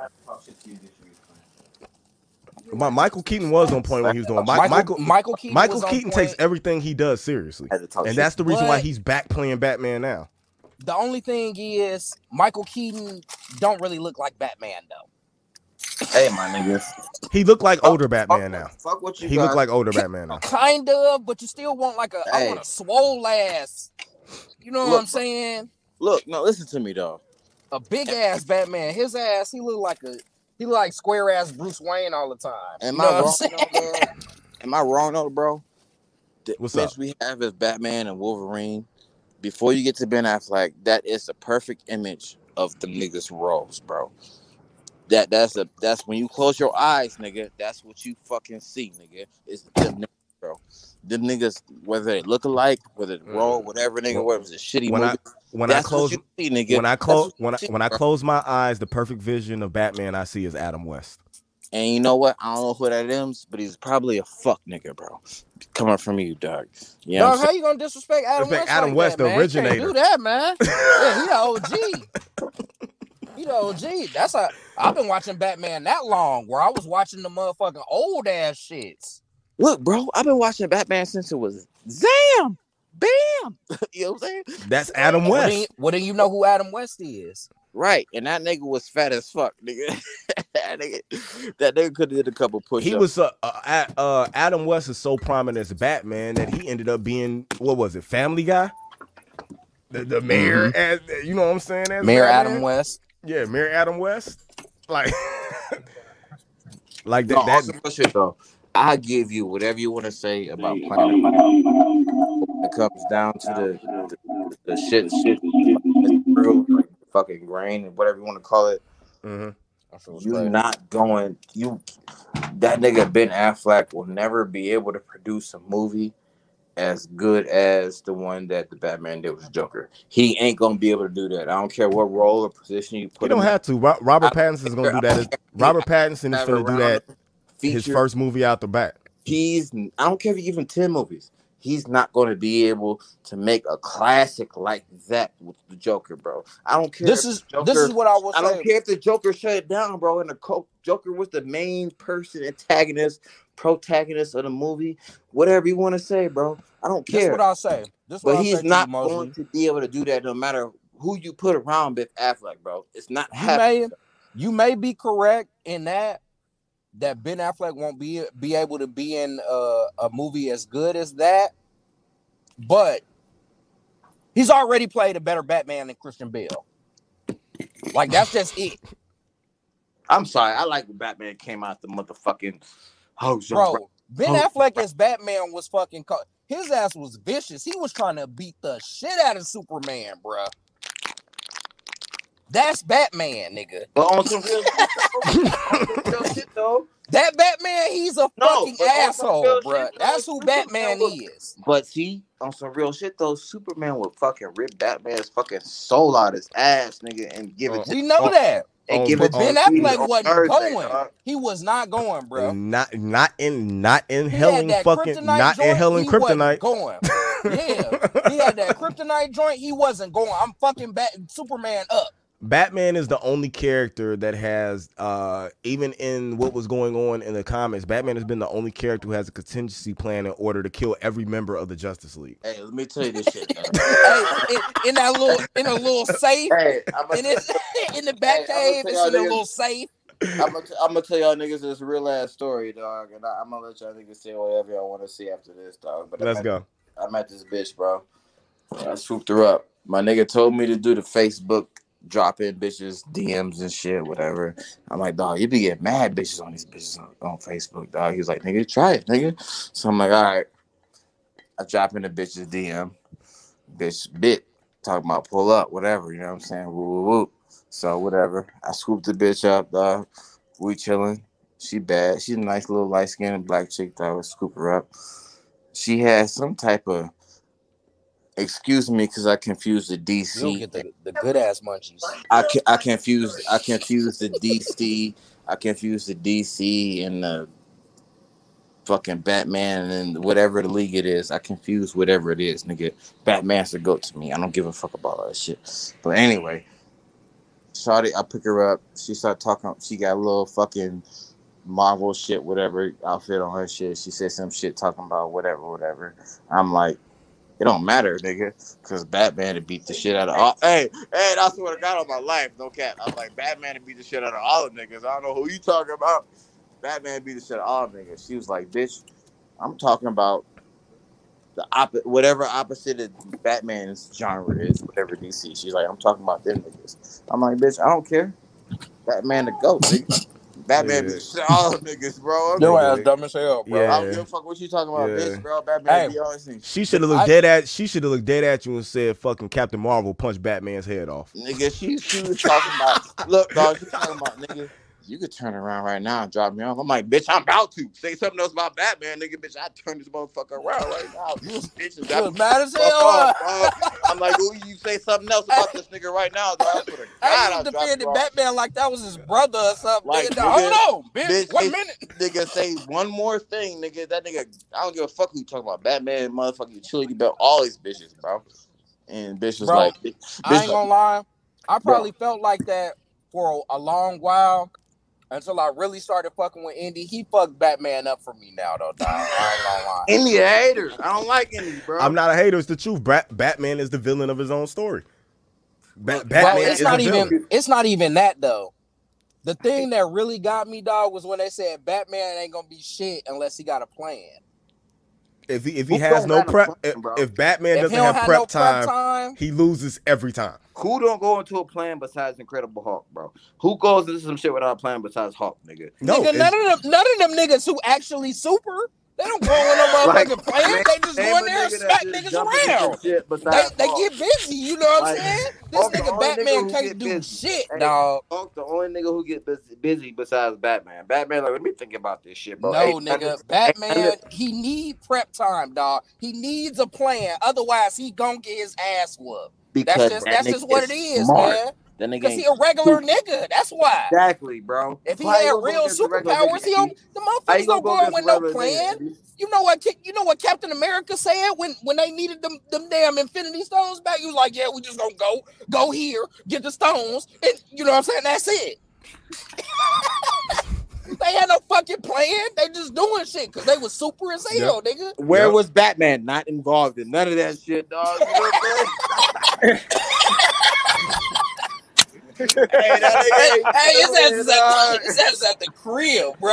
Speaker 4: My Michael Keaton was on point when he was doing. Mi-
Speaker 3: Michael
Speaker 4: Michael
Speaker 3: Michael Keaton.
Speaker 4: Michael
Speaker 3: was on
Speaker 4: Keaton
Speaker 3: point.
Speaker 4: takes everything he does seriously,
Speaker 8: I had to talk
Speaker 4: and
Speaker 8: Oh, shit.
Speaker 4: that's the reason why
Speaker 3: But-
Speaker 4: he's back playing Batman now.
Speaker 3: The only thing is Michael Keaton don't really look like Batman though.
Speaker 8: hey, my niggas.
Speaker 4: He looked like older
Speaker 8: Fuck,
Speaker 4: Batman now.
Speaker 8: Fuck what Oh, you
Speaker 4: He
Speaker 8: guys
Speaker 4: looked like older Batman now.
Speaker 3: Kind of, but you still want like a I
Speaker 8: Hey.
Speaker 3: want a swole ass. You know what
Speaker 8: Look,
Speaker 3: I'm saying?
Speaker 8: Look, no, listen to me, dog.
Speaker 3: A big ass Batman. His ass, he look like a he look like square ass Bruce Wayne all the time.
Speaker 8: Am
Speaker 3: You know
Speaker 8: I
Speaker 3: what I'm
Speaker 8: wrong?
Speaker 3: saying?
Speaker 8: though, bro? Am I wrong though, bro? The
Speaker 4: What's
Speaker 8: image
Speaker 4: up?
Speaker 8: we have is Batman and Wolverine. Before you get to Ben Affleck, that is the perfect image of the niggas roles, bro. That that's a that's when you close your eyes, nigga. That's what you fucking see, nigga. It's them niggas, bro. Them niggas, whether they look alike, whether they roll, whatever, nigga, whether it's a shitty
Speaker 4: Mm. When I-
Speaker 8: movie.
Speaker 4: When
Speaker 8: that's
Speaker 4: I close,
Speaker 8: what you see, nigga.
Speaker 4: when I
Speaker 8: That's
Speaker 4: close,
Speaker 8: what you
Speaker 4: when I,
Speaker 8: see,
Speaker 4: when I
Speaker 8: bro.
Speaker 4: close my eyes, the perfect vision of Batman I see is Adam West.
Speaker 8: And you know what? I don't know who that is, but he's probably a fuck nigga, bro. Coming from you, dog. You know what
Speaker 3: Dog,
Speaker 8: I'm
Speaker 3: how you gonna disrespect Adam
Speaker 4: Respect
Speaker 3: West?
Speaker 4: Adam
Speaker 3: like
Speaker 4: West,
Speaker 3: that,
Speaker 4: the
Speaker 3: man? You can't
Speaker 4: originator.
Speaker 3: do that,
Speaker 4: [LAUGHS]
Speaker 3: man. yeah, he the OG. He the OG. That's a. I've been watching Batman that long, where I was watching the motherfucking old ass shits.
Speaker 8: Look, bro, I've been watching Batman since it was Zam, Bam. [LAUGHS] you know what I'm saying?
Speaker 4: That's Adam
Speaker 3: What do you,
Speaker 4: West.
Speaker 3: well, then you know who Adam West is?
Speaker 8: Right. And that nigga was fat as fuck, nigga. [LAUGHS] that nigga, that nigga could have did a couple push
Speaker 4: He was uh, uh, A- uh, Adam West is so prominent as Batman that he ended up being what was it, Family Guy? The, the mayor, as
Speaker 8: Mm-hmm.
Speaker 4: you know what I'm saying? As
Speaker 3: Mayor
Speaker 4: Batman?
Speaker 3: Adam West.
Speaker 4: Yeah, Mayor Adam West. [LAUGHS] Like, like that.
Speaker 8: No,
Speaker 4: that
Speaker 8: also real shit, though. I give you whatever you want to say about Planet. It comes down to the the, the shit, shit, real, like, fucking grain and whatever you want to call it.
Speaker 4: Mhm.
Speaker 8: you not going you that nigga Ben Affleck will never be able to produce a movie as good as the one that the Batman did with the Joker. He ain't gonna be able to do that. I don't care what role or position you
Speaker 4: You
Speaker 8: put
Speaker 4: don't
Speaker 8: him. in.
Speaker 4: have to. Ro- Robert Pattinson's gonna do that. Robert Pattinson is
Speaker 8: Have
Speaker 4: gonna do that. His
Speaker 8: feature.
Speaker 4: first movie out the bat.
Speaker 8: He's I don't care if you give him ten movies. He's not gonna be able to make a classic like that with the Joker, bro. I don't care.
Speaker 3: This
Speaker 8: if
Speaker 3: is-
Speaker 8: the Joker,
Speaker 3: this is what I was
Speaker 8: I don't
Speaker 3: saying.
Speaker 8: care if the Joker shut it down, bro. And the co- Joker was the main person, antagonist, protagonist of the movie, whatever you want to say, bro. I don't care.
Speaker 3: This what I say. This what
Speaker 8: but
Speaker 3: I
Speaker 8: he's
Speaker 3: say to you,
Speaker 8: not
Speaker 3: Mosley.
Speaker 8: going to be able to do that no matter who you put around Biff Affleck, bro. It's not
Speaker 3: you may
Speaker 8: happening.
Speaker 3: you may be correct in that that Ben Affleck won't be be able to be in a, a movie as good as that, but he's already played a better Batman than Christian Bale. Like that's just it,
Speaker 8: I'm sorry. I like when Batman came out the motherfucking house,
Speaker 3: bro. Ben
Speaker 8: Oh.
Speaker 3: Affleck as Batman was fucking co- his ass was vicious. He was trying to beat the shit out of Superman, bro. That's Batman, nigga.
Speaker 8: But on some real, [LAUGHS] real shit [LAUGHS] though.
Speaker 3: That Batman, he's a
Speaker 8: No,
Speaker 3: fucking
Speaker 8: but on some real
Speaker 3: asshole,
Speaker 8: shit,
Speaker 3: bro.
Speaker 8: though,
Speaker 3: That's who Batman is.
Speaker 8: But see, on some real shit though, Superman would fucking rip Batman's fucking soul out his ass, nigga, and give it. To
Speaker 3: We know that.
Speaker 8: And
Speaker 4: on-
Speaker 8: give it
Speaker 3: But
Speaker 8: to
Speaker 3: Ben
Speaker 8: Peter
Speaker 3: Affleck
Speaker 8: on
Speaker 3: wasn't
Speaker 8: Thursday,
Speaker 3: going.
Speaker 8: dog.
Speaker 3: He was not going, bro.
Speaker 4: Not not in not in
Speaker 3: He
Speaker 4: hell
Speaker 3: had
Speaker 4: and
Speaker 3: that
Speaker 4: fucking
Speaker 3: kryptonite
Speaker 4: not in
Speaker 3: joint,
Speaker 4: hell and
Speaker 3: he wasn't
Speaker 4: kryptonite. [LAUGHS]
Speaker 3: Going. Yeah. he had that kryptonite joint. He wasn't going. I'm fucking bat- Superman up.
Speaker 4: Batman is the only character that has, uh, even in what was going on in the comics, Batman has been the only character who has a contingency plan in order to kill every member of the Justice League.
Speaker 8: Hey, let me tell you this shit. man.
Speaker 3: Hey, in, in that little in a little safe.
Speaker 8: [LAUGHS] hey, I'm
Speaker 3: in,
Speaker 8: gonna,
Speaker 3: his, [LAUGHS] in the back
Speaker 8: Hey, I'ma
Speaker 3: cave.
Speaker 8: tell
Speaker 3: It's
Speaker 8: y'all
Speaker 3: in a
Speaker 8: niggas-
Speaker 3: little safe.
Speaker 8: I'm gonna, I'm gonna tell y'all niggas this real ass story, dog, and I, I'm gonna let y'all niggas say whatever y'all want to see after this, dog. But I'm
Speaker 4: Let's
Speaker 8: at-
Speaker 4: go.
Speaker 8: I'm at this bitch, bro. I swooped her up. My nigga told me to do the Facebook drop in bitches, DMs and shit, whatever. I'm like, dog, you be getting mad bitches on these bitches on, on Facebook, dog. He was like, nigga, try it, nigga. So I'm like, all right. I drop in the bitch's DM. Bitch bit. Talking about pull up, whatever, you know what I'm saying? Woo woo woo. So whatever. I scooped the bitch up, dog. We chilling. She bad. She's a nice little light skinned black chick, dog. I scoop her up. She has some type of excuse me because I confused the
Speaker 3: You'll
Speaker 8: DC.
Speaker 3: get the, the good ass munchies.
Speaker 8: I, ca- I confused I confused the DC. I confused the DC and the fucking Batman and whatever the league it is. I confuse whatever it is, nigga. Batman's the goat to me. I don't give a fuck about all that shit. But anyway, Shawty, I pick her up. She start talking. She got a little fucking Marvel shit, whatever outfit on her shit. She said some shit talking about whatever, whatever. I'm like, it don't matter, nigga, because Batman to beat the shit out of all. Hey, hey, I swear to God on my life, no cap. I'm like, Batman to beat the shit out of all the niggas. I don't know who you talking about. Batman beat the shit out of all niggas. She was like, bitch, I'm talking about the op- whatever opposite of Batman's genre is, whatever DC. She's like, I'm talking about them niggas. I'm like, bitch, I don't care. Batman the goat, nigga. Batman beat the shit out of all niggas, bro. I'm
Speaker 3: Your
Speaker 8: like,
Speaker 3: ass dumb as hell, bro.
Speaker 8: I don't
Speaker 4: Yeah.
Speaker 8: give a fuck what you talking about,
Speaker 4: Yeah.
Speaker 8: bitch, bro. Batman
Speaker 3: Hey.
Speaker 8: be all this thing.
Speaker 4: She should have looked
Speaker 3: I-
Speaker 4: dead at. She should have looked dead at you and said, "Fucking Captain Marvel punched Batman's head off."
Speaker 8: Nigga, she she was talking about look, dog, she talking about nigga, you could turn around right now and drop me off. I'm like, bitch, I'm about to say something else about Batman, nigga, bitch. I turn this motherfucker around right now. You bitches
Speaker 3: You
Speaker 8: got
Speaker 3: was mad as
Speaker 8: fuck
Speaker 3: hell.
Speaker 8: off, dog. I'm like, who you say something else about this nigga right now, dog? I swear to God,
Speaker 3: I
Speaker 8: I'll
Speaker 3: ain't
Speaker 8: drop
Speaker 3: defended
Speaker 8: you off.
Speaker 3: Batman like that was his brother or something.
Speaker 8: Like,
Speaker 3: nigga,
Speaker 8: nigga,
Speaker 3: hold on, bitch.
Speaker 8: bitch,
Speaker 3: One
Speaker 8: it's-
Speaker 3: minute.
Speaker 8: Nigga, say one more thing, nigga. That nigga, I don't give a fuck who you talking about. Batman, motherfucking chili, you bet all these bitches, bro. And bitch was
Speaker 3: Bro,
Speaker 8: like, bitch,
Speaker 3: I ain't gonna lie. I
Speaker 8: Bro.
Speaker 3: probably felt like that for a long while until I really started fucking with Indy. He fucked Batman up for me now, though. Dog. I ain't
Speaker 8: India haters. I don't like any, bro.
Speaker 4: I'm not a hater. It's the truth. Bra- Batman is the villain of his own story. Ba-
Speaker 3: gonna lie.
Speaker 4: Batman
Speaker 3: Bro,
Speaker 4: is
Speaker 3: it's not
Speaker 4: the villain.
Speaker 3: even. It's not even that though. The thing that really got me, dog, was when they said Batman ain't gonna be shit unless he got a plan.
Speaker 4: If he if he
Speaker 8: Who
Speaker 4: has
Speaker 8: don't
Speaker 4: no
Speaker 8: have a
Speaker 4: prep,
Speaker 8: plan,
Speaker 4: if,
Speaker 8: bro?
Speaker 4: if Batman
Speaker 3: if he
Speaker 4: doesn't
Speaker 3: don't
Speaker 4: have
Speaker 3: have
Speaker 4: prep
Speaker 3: no
Speaker 4: time,
Speaker 3: prep time,
Speaker 4: he loses every time.
Speaker 8: Who don't go into a plan besides Incredible Hulk, bro? Who goes into some shit without a plan besides Hulk, nigga?
Speaker 4: No,
Speaker 3: nigga,
Speaker 4: it's-
Speaker 3: none of them, none of them niggas who actually super,
Speaker 12: They don't go on no
Speaker 8: [LAUGHS] Like,
Speaker 12: motherfucking planes. They just
Speaker 8: name
Speaker 12: go in
Speaker 8: a
Speaker 12: there and
Speaker 8: nigga that
Speaker 12: smack
Speaker 8: just
Speaker 12: niggas
Speaker 8: jump into some
Speaker 12: around.
Speaker 8: shit
Speaker 12: They,
Speaker 8: besides
Speaker 12: they
Speaker 8: Hawk.
Speaker 12: get busy, you know what I'm
Speaker 8: Like,
Speaker 12: saying? This
Speaker 8: Hawk the
Speaker 12: nigga
Speaker 8: only
Speaker 12: Batman
Speaker 8: who
Speaker 12: can't
Speaker 8: get
Speaker 12: do
Speaker 8: busy.
Speaker 12: shit,
Speaker 8: Hey,
Speaker 12: dog.
Speaker 8: Hawk the only nigga who get busy, busy besides Batman. Batman, like, let me think about this shit, bro.
Speaker 12: No,
Speaker 8: Hey, I
Speaker 12: nigga.
Speaker 8: just- I
Speaker 12: Batman,
Speaker 8: just-
Speaker 12: he need prep time, dog. He needs a plan. Otherwise, he gonna get his ass whooped.
Speaker 8: because
Speaker 12: that's just
Speaker 8: that
Speaker 12: that's
Speaker 8: nigga
Speaker 12: just what it is,
Speaker 8: smart.
Speaker 12: man.
Speaker 8: That nigga
Speaker 12: Because he
Speaker 8: ain't
Speaker 12: a regular nigga. That's why.
Speaker 8: exactly, bro.
Speaker 12: If he
Speaker 8: How you
Speaker 12: had
Speaker 8: gonna go
Speaker 12: real
Speaker 8: against a regular nigga,
Speaker 12: superpowers, he don't,
Speaker 8: Andy?
Speaker 12: the
Speaker 8: How you
Speaker 12: motherfuckers
Speaker 8: gonna
Speaker 12: don't
Speaker 8: go
Speaker 12: go in
Speaker 8: against a
Speaker 12: with no
Speaker 8: regular nigga,
Speaker 12: plan.
Speaker 8: Andy?
Speaker 12: You know what? Cap- You know what Captain America said when when they needed them them damn Infinity Stones back. He was like, "Yeah, we just gonna go go here, get the stones, and you know what I'm saying. That's it. [LAUGHS] They had no fucking plan. They just doing shit because they was super as hell, nigga.
Speaker 8: Where
Speaker 4: Yep.
Speaker 8: was Batman not involved in none of that shit, dog? You know what I'm saying? [LAUGHS]
Speaker 12: hey, hey, his ass is at
Speaker 8: dog.
Speaker 12: the, his ass is at the crib, bro.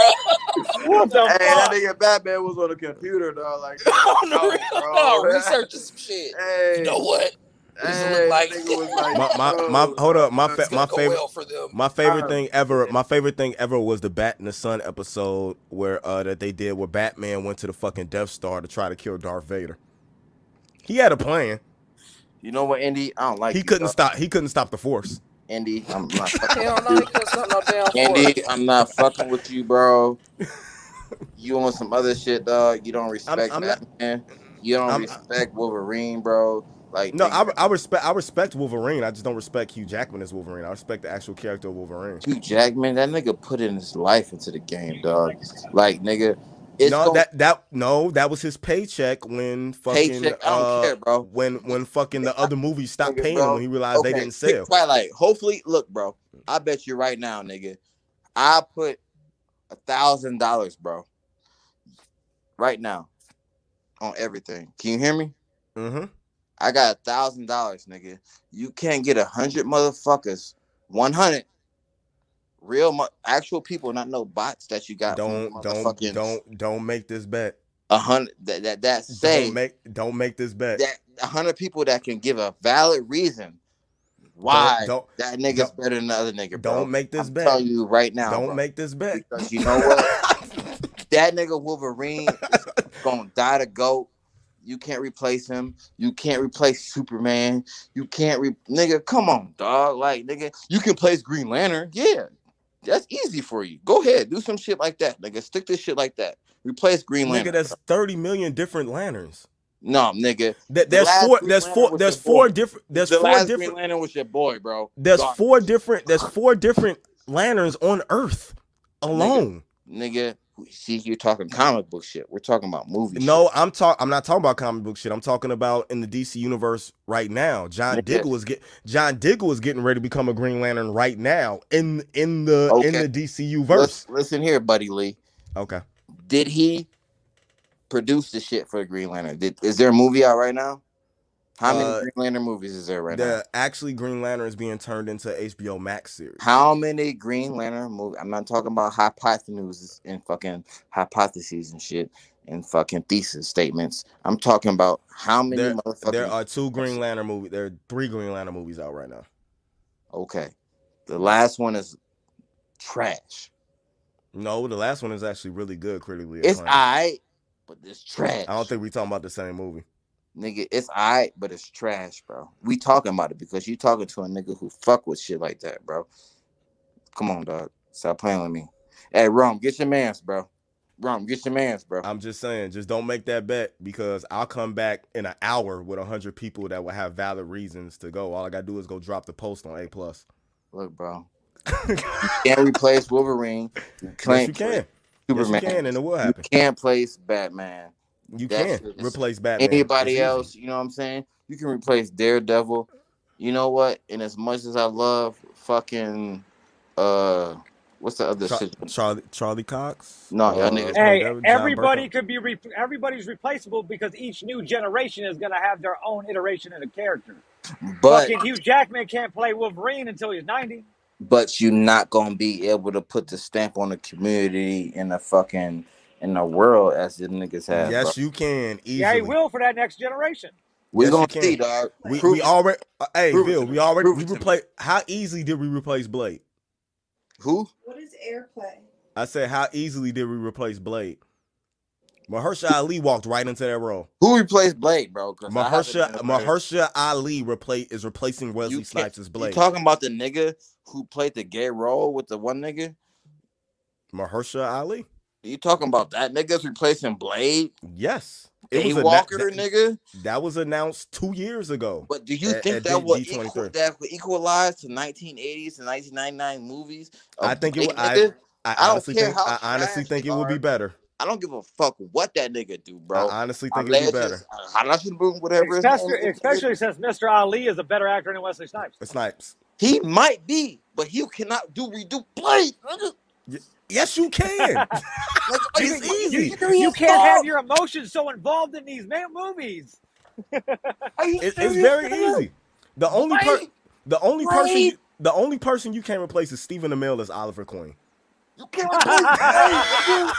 Speaker 1: What the
Speaker 8: [LAUGHS] Hey, that
Speaker 1: fuck?
Speaker 8: nigga Batman was on a computer, dog. Like,
Speaker 12: [LAUGHS] [LAUGHS] On the
Speaker 8: oh,
Speaker 12: real,
Speaker 8: bro.
Speaker 12: dog, researching some shit.
Speaker 8: Hey,
Speaker 12: You know what? This
Speaker 8: hey,
Speaker 12: look like-
Speaker 8: that nigga was like,
Speaker 4: My my,
Speaker 8: bro,
Speaker 4: my hold up, my fa-
Speaker 12: It's
Speaker 4: my
Speaker 12: gonna go
Speaker 4: favorite
Speaker 12: well for them.
Speaker 4: My favorite
Speaker 8: Uh,
Speaker 4: thing ever, my favorite thing ever was the Bat in the Sun episode where uh that they did where Batman went to the fucking Death Star to try to kill Darth Vader. He had a plan.
Speaker 8: You know what, Andy? I don't like
Speaker 4: He
Speaker 8: you,
Speaker 4: couldn't
Speaker 8: dog.
Speaker 4: stop. He couldn't stop the Force.
Speaker 8: Andy, I'm not.
Speaker 12: Hell no, he couldn't suck no damn fork.
Speaker 8: Andy, I'm not fucking with you, bro. You on some other shit, dog. You don't
Speaker 4: I'm,
Speaker 8: respect
Speaker 4: I'm not.
Speaker 8: Batman. You don't
Speaker 4: I'm,
Speaker 8: respect Wolverine, bro. Like,
Speaker 4: no, I,
Speaker 8: nigga,
Speaker 4: I respect. I respect Wolverine. I just don't respect Hugh Jackman as Wolverine. I respect the actual character of Wolverine.
Speaker 8: Hugh Jackman, that nigga put in his life into the game, dog. Like, nigga, it's
Speaker 4: no,
Speaker 8: going
Speaker 4: that that no, that was his paycheck when fucking
Speaker 8: paycheck. I don't
Speaker 4: uh
Speaker 8: care, bro.
Speaker 4: when when fucking the other movies stopped
Speaker 8: nigga,
Speaker 4: paying him
Speaker 8: bro.
Speaker 4: when he realized
Speaker 8: Okay,
Speaker 4: they didn't
Speaker 8: pick
Speaker 4: sell.
Speaker 8: Twilight. Hopefully, look, bro. I bet you right now, nigga. I put a thousand dollars, bro, right now on everything. Can you hear me?
Speaker 4: Mm-hmm.
Speaker 8: I got a thousand dollars, nigga. You can't get a hundred motherfuckers, one hundred real mo- actual people, not no bots that you got. from
Speaker 4: Don't don't
Speaker 8: motherfucking
Speaker 4: don't don't make this bet.
Speaker 8: a hundred that that that say
Speaker 4: Don't make don't make this bet.
Speaker 8: that a hundred people that can give a valid reason why
Speaker 4: Don't
Speaker 8: that nigga's
Speaker 4: don't-
Speaker 8: better than the other nigga,
Speaker 4: don't,
Speaker 8: bro.
Speaker 4: don't make this
Speaker 8: I'm
Speaker 4: bet.
Speaker 8: telling you right now,
Speaker 4: Don't
Speaker 8: bro.
Speaker 4: make this bet.
Speaker 8: Because you
Speaker 4: [LAUGHS]
Speaker 8: know what? that nigga Wolverine is gonna die to goat. You can't replace him. You can't replace Superman. You can't re nigga. Come on, dog. Like nigga, you can place Green Lantern. Yeah, that's easy for you. Go ahead, do some shit like that, nigga. Stick this shit like that. Replace Green
Speaker 4: Nigga,
Speaker 8: Lantern.
Speaker 4: that's thirty million different lanterns.
Speaker 8: No, nigga.
Speaker 4: That
Speaker 8: The
Speaker 4: there's
Speaker 8: last
Speaker 4: four
Speaker 8: Green
Speaker 4: there's
Speaker 8: Lantern
Speaker 4: four
Speaker 8: was
Speaker 4: there's
Speaker 8: your
Speaker 4: four
Speaker 8: boy.
Speaker 4: different there's
Speaker 8: The
Speaker 4: four
Speaker 8: last Green
Speaker 4: different
Speaker 8: Lantern was your boy, bro.
Speaker 4: there's
Speaker 8: Garbage.
Speaker 4: four different there's four different lanterns on Earth alone.
Speaker 8: nigga. See, you're talking comic book shit. We're talking about movie shit.
Speaker 4: No, I'm talk. I'm not talking about comic book shit. I'm talking about in the DC universe right now. John
Speaker 8: Nigga,
Speaker 4: Diggle is get John Diggle is getting ready to become a Green Lantern right now in in the in
Speaker 8: okay.
Speaker 4: the DCU verse.
Speaker 8: Let's listen here, buddy Lee.
Speaker 4: Okay.
Speaker 8: Did he produce the shit for the Green Lantern? Did, is there a movie out right now? How many
Speaker 4: Uh,
Speaker 8: Green Lantern movies is there right now?
Speaker 4: the actually Green Lantern is being turned into HBO Max series.
Speaker 8: How many Green Lantern movies? I'm not talking about hypotheses and fucking hypotheses and shit and fucking thesis statements. I'm talking about how many
Speaker 4: There, there
Speaker 8: motherfucking.
Speaker 4: are two Green Lantern movies. There are three Green Lantern movies out right now.
Speaker 8: Okay, the last one is trash.
Speaker 4: No, the last one is actually really good, critically
Speaker 8: It's
Speaker 4: acclaimed.
Speaker 8: alright, but it's trash.
Speaker 4: I don't think we're talking about the same movie.
Speaker 8: nigga, it's alright, but it's trash, bro. We talking about it because you talking to a nigga who fuck with shit like that, bro. Come on, dog. Stop playing with me. Hey, Rum, get your mans, bro. Rum, get your mans, bro.
Speaker 4: I'm just saying, just don't make that bet because I'll come back in an hour with hundred people that will have valid reasons to go. All I gotta do is go drop the post on A plus.
Speaker 8: Look, bro.
Speaker 4: [LAUGHS]
Speaker 8: Can't replace Wolverine. You
Speaker 4: yes,
Speaker 8: can't
Speaker 4: you
Speaker 8: replace
Speaker 4: can. Yes, you
Speaker 8: Superman.
Speaker 4: can, and it will
Speaker 8: You
Speaker 4: happen.
Speaker 8: can't place Batman.
Speaker 4: You
Speaker 8: That
Speaker 4: can
Speaker 8: shit is
Speaker 4: replace Batman. It's
Speaker 8: anybody
Speaker 4: easy.
Speaker 8: else. You know what I'm saying? You can replace Daredevil. You know what? And as much as I love fucking uh, what's the other
Speaker 4: Char-
Speaker 8: shit?
Speaker 4: Charlie Charlie Cox,
Speaker 8: No, y'all
Speaker 4: uh,
Speaker 8: niggas
Speaker 4: Blaine
Speaker 1: Hey,
Speaker 4: Devil, John Burkham.
Speaker 1: everybody could be re- everybody's replaceable because each new generation is gonna have their own iteration of the character.
Speaker 8: But
Speaker 1: Fucking Hugh Jackman can't play Wolverine until he's ninety.
Speaker 8: but you're not gonna be able to put the stamp on the community in the fucking in the world as the niggas have, bro.
Speaker 4: Yes, you can
Speaker 1: Yeah, he
Speaker 4: easily.
Speaker 1: will for that next generation.
Speaker 8: We're
Speaker 4: Yes, you
Speaker 8: gonna see,
Speaker 4: can.
Speaker 8: dog.
Speaker 4: We
Speaker 8: Prove
Speaker 4: we
Speaker 8: it.
Speaker 4: already. Uh, hey,
Speaker 8: Prove it
Speaker 4: Bill,
Speaker 8: to me.
Speaker 4: we already
Speaker 8: Prove
Speaker 4: we
Speaker 8: it to me.
Speaker 4: replace. How easy did we replace Blade?
Speaker 8: Who?
Speaker 4: I said, how easily did we replace Blade? Mahershala Ali walked right into that role.
Speaker 8: Who replaced Blade, bro? 'Cause I haven't
Speaker 4: Mahershala
Speaker 8: been a Blade.
Speaker 4: Mahershala Ali replace is replacing Wesley
Speaker 8: You can't-
Speaker 4: Snipes as Blade.
Speaker 8: You talking about the nigga who played the gay role with the one nigga?
Speaker 4: Mahershala Ali.
Speaker 8: You talking about that nigga's replacing Blade?
Speaker 4: Yes.
Speaker 8: Day
Speaker 4: annou-
Speaker 8: Walker,
Speaker 4: that-
Speaker 8: nigga.
Speaker 4: That was announced two years ago.
Speaker 8: But do you
Speaker 4: at-
Speaker 8: think
Speaker 4: at
Speaker 8: that
Speaker 4: D-
Speaker 8: will
Speaker 4: D23.
Speaker 8: equal, that will equalize to 1980s and 1999 movies? of
Speaker 4: I think it.
Speaker 8: Blade,
Speaker 4: would- I,
Speaker 8: nigga?
Speaker 4: I
Speaker 8: I don't
Speaker 4: honestly
Speaker 8: care
Speaker 4: think.
Speaker 8: how
Speaker 4: I honestly
Speaker 8: trash
Speaker 4: think
Speaker 8: they
Speaker 4: it would be
Speaker 8: are.
Speaker 4: better.
Speaker 8: I don't give a fuck what that nigga do, bro.
Speaker 4: I honestly
Speaker 8: I
Speaker 4: think it'd be better.
Speaker 8: legends, I I should boom whatever his name
Speaker 1: Especially,
Speaker 8: is.
Speaker 1: especially since Mr. Ali is a better actor than Wesley Snipes.
Speaker 4: Snipes.
Speaker 8: He might be, but he cannot do redo Blade. nigga.
Speaker 4: Yes, you can.
Speaker 8: Like, are you-
Speaker 4: it's easy.
Speaker 1: You, you can't have your emotions so involved in these man movies.
Speaker 8: [LAUGHS]
Speaker 4: It- it's very easy. The only per- the only person you,
Speaker 1: Blade.
Speaker 4: the only person you can replace is Stephen Amell as Oliver Queen.
Speaker 8: You can't replace
Speaker 4: [LAUGHS]
Speaker 8: Blade, nigga.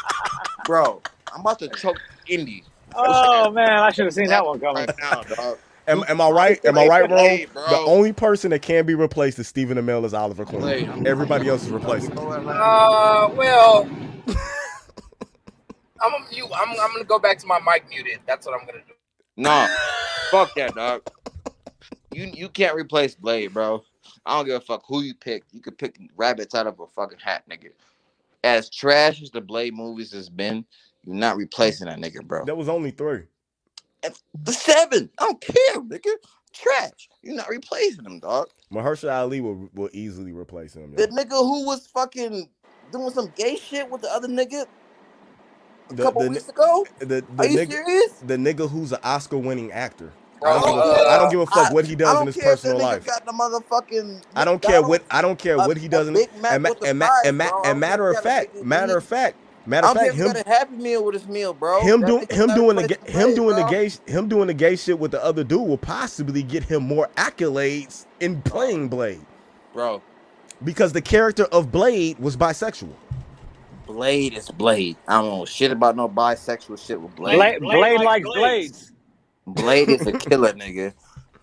Speaker 8: bro. I'm about to choke Indy.
Speaker 1: Oh man, I should have seen that one coming.
Speaker 8: Right now, dog.
Speaker 4: Am, am I right? Am I right,
Speaker 8: Blade,
Speaker 4: bro?
Speaker 8: bro.
Speaker 4: The only person that can be replaced is Stephen Amell as Oliver Queen.
Speaker 8: Blade, I'm-
Speaker 4: Everybody else is replaceable.
Speaker 3: Uh, well, I'm gonna mute. I'm, I'm gonna go back to my mic muted. That's what I'm gonna do.
Speaker 8: Nah, fuck that, dog. You you can't replace Blade, bro. I don't give a fuck who you pick. You could pick rabbits out of a fucking hat, nigga. As trash as the Blade movies has been, you're not replacing that nigga, bro.
Speaker 4: That was only three.
Speaker 8: The seven, I don't care, nigga. Trash. You're not replacing him, dog.
Speaker 4: Mahershala Ali will will easily replace him. yo.
Speaker 8: The nigga who was fucking doing some gay shit with the other nigga a
Speaker 4: The-
Speaker 8: couple
Speaker 4: the-
Speaker 8: weeks ago.
Speaker 4: The, the
Speaker 8: Are you
Speaker 4: nigga,
Speaker 8: serious?
Speaker 4: the nigga who's an Oscar-winning actor. I
Speaker 8: Bro,
Speaker 4: don't, give a
Speaker 8: uh,
Speaker 4: fuck. I don't give a fuck what he
Speaker 8: I
Speaker 4: does
Speaker 8: don't
Speaker 4: in his
Speaker 8: care if that
Speaker 4: personal
Speaker 8: nigga
Speaker 4: life.
Speaker 8: Got the motherfucking
Speaker 4: I don't care what I don't care what he does. in-
Speaker 8: Big Mac
Speaker 4: and, ma-
Speaker 8: with the
Speaker 4: and, ma-
Speaker 8: fries,
Speaker 4: and, ma-
Speaker 8: bro. I don't
Speaker 4: and
Speaker 8: care if
Speaker 4: matter of
Speaker 8: you got a
Speaker 4: fact,
Speaker 8: nigga
Speaker 4: matter
Speaker 8: eat.
Speaker 4: of fact,
Speaker 8: I
Speaker 4: matter
Speaker 8: don't
Speaker 4: of
Speaker 8: care
Speaker 4: fact,
Speaker 8: if you
Speaker 4: him
Speaker 8: got a happy meal with his meal, bro.
Speaker 4: him
Speaker 8: That
Speaker 4: doing
Speaker 8: nigga's
Speaker 4: him
Speaker 8: not
Speaker 4: doing the
Speaker 8: replacing
Speaker 4: ga- him
Speaker 8: Blade,
Speaker 4: doing the
Speaker 8: bro.
Speaker 4: gay sh- him doing the gay shit with the other dude will possibly get him more accolades in playing Blade
Speaker 8: Bro,
Speaker 4: because the character of Blade was bisexual.
Speaker 8: Blade is Blade. I don't know shit about no bisexual shit with Blade.
Speaker 1: Blade, Blade likes blades.
Speaker 4: [LAUGHS]
Speaker 8: Blade is a killer, nigga.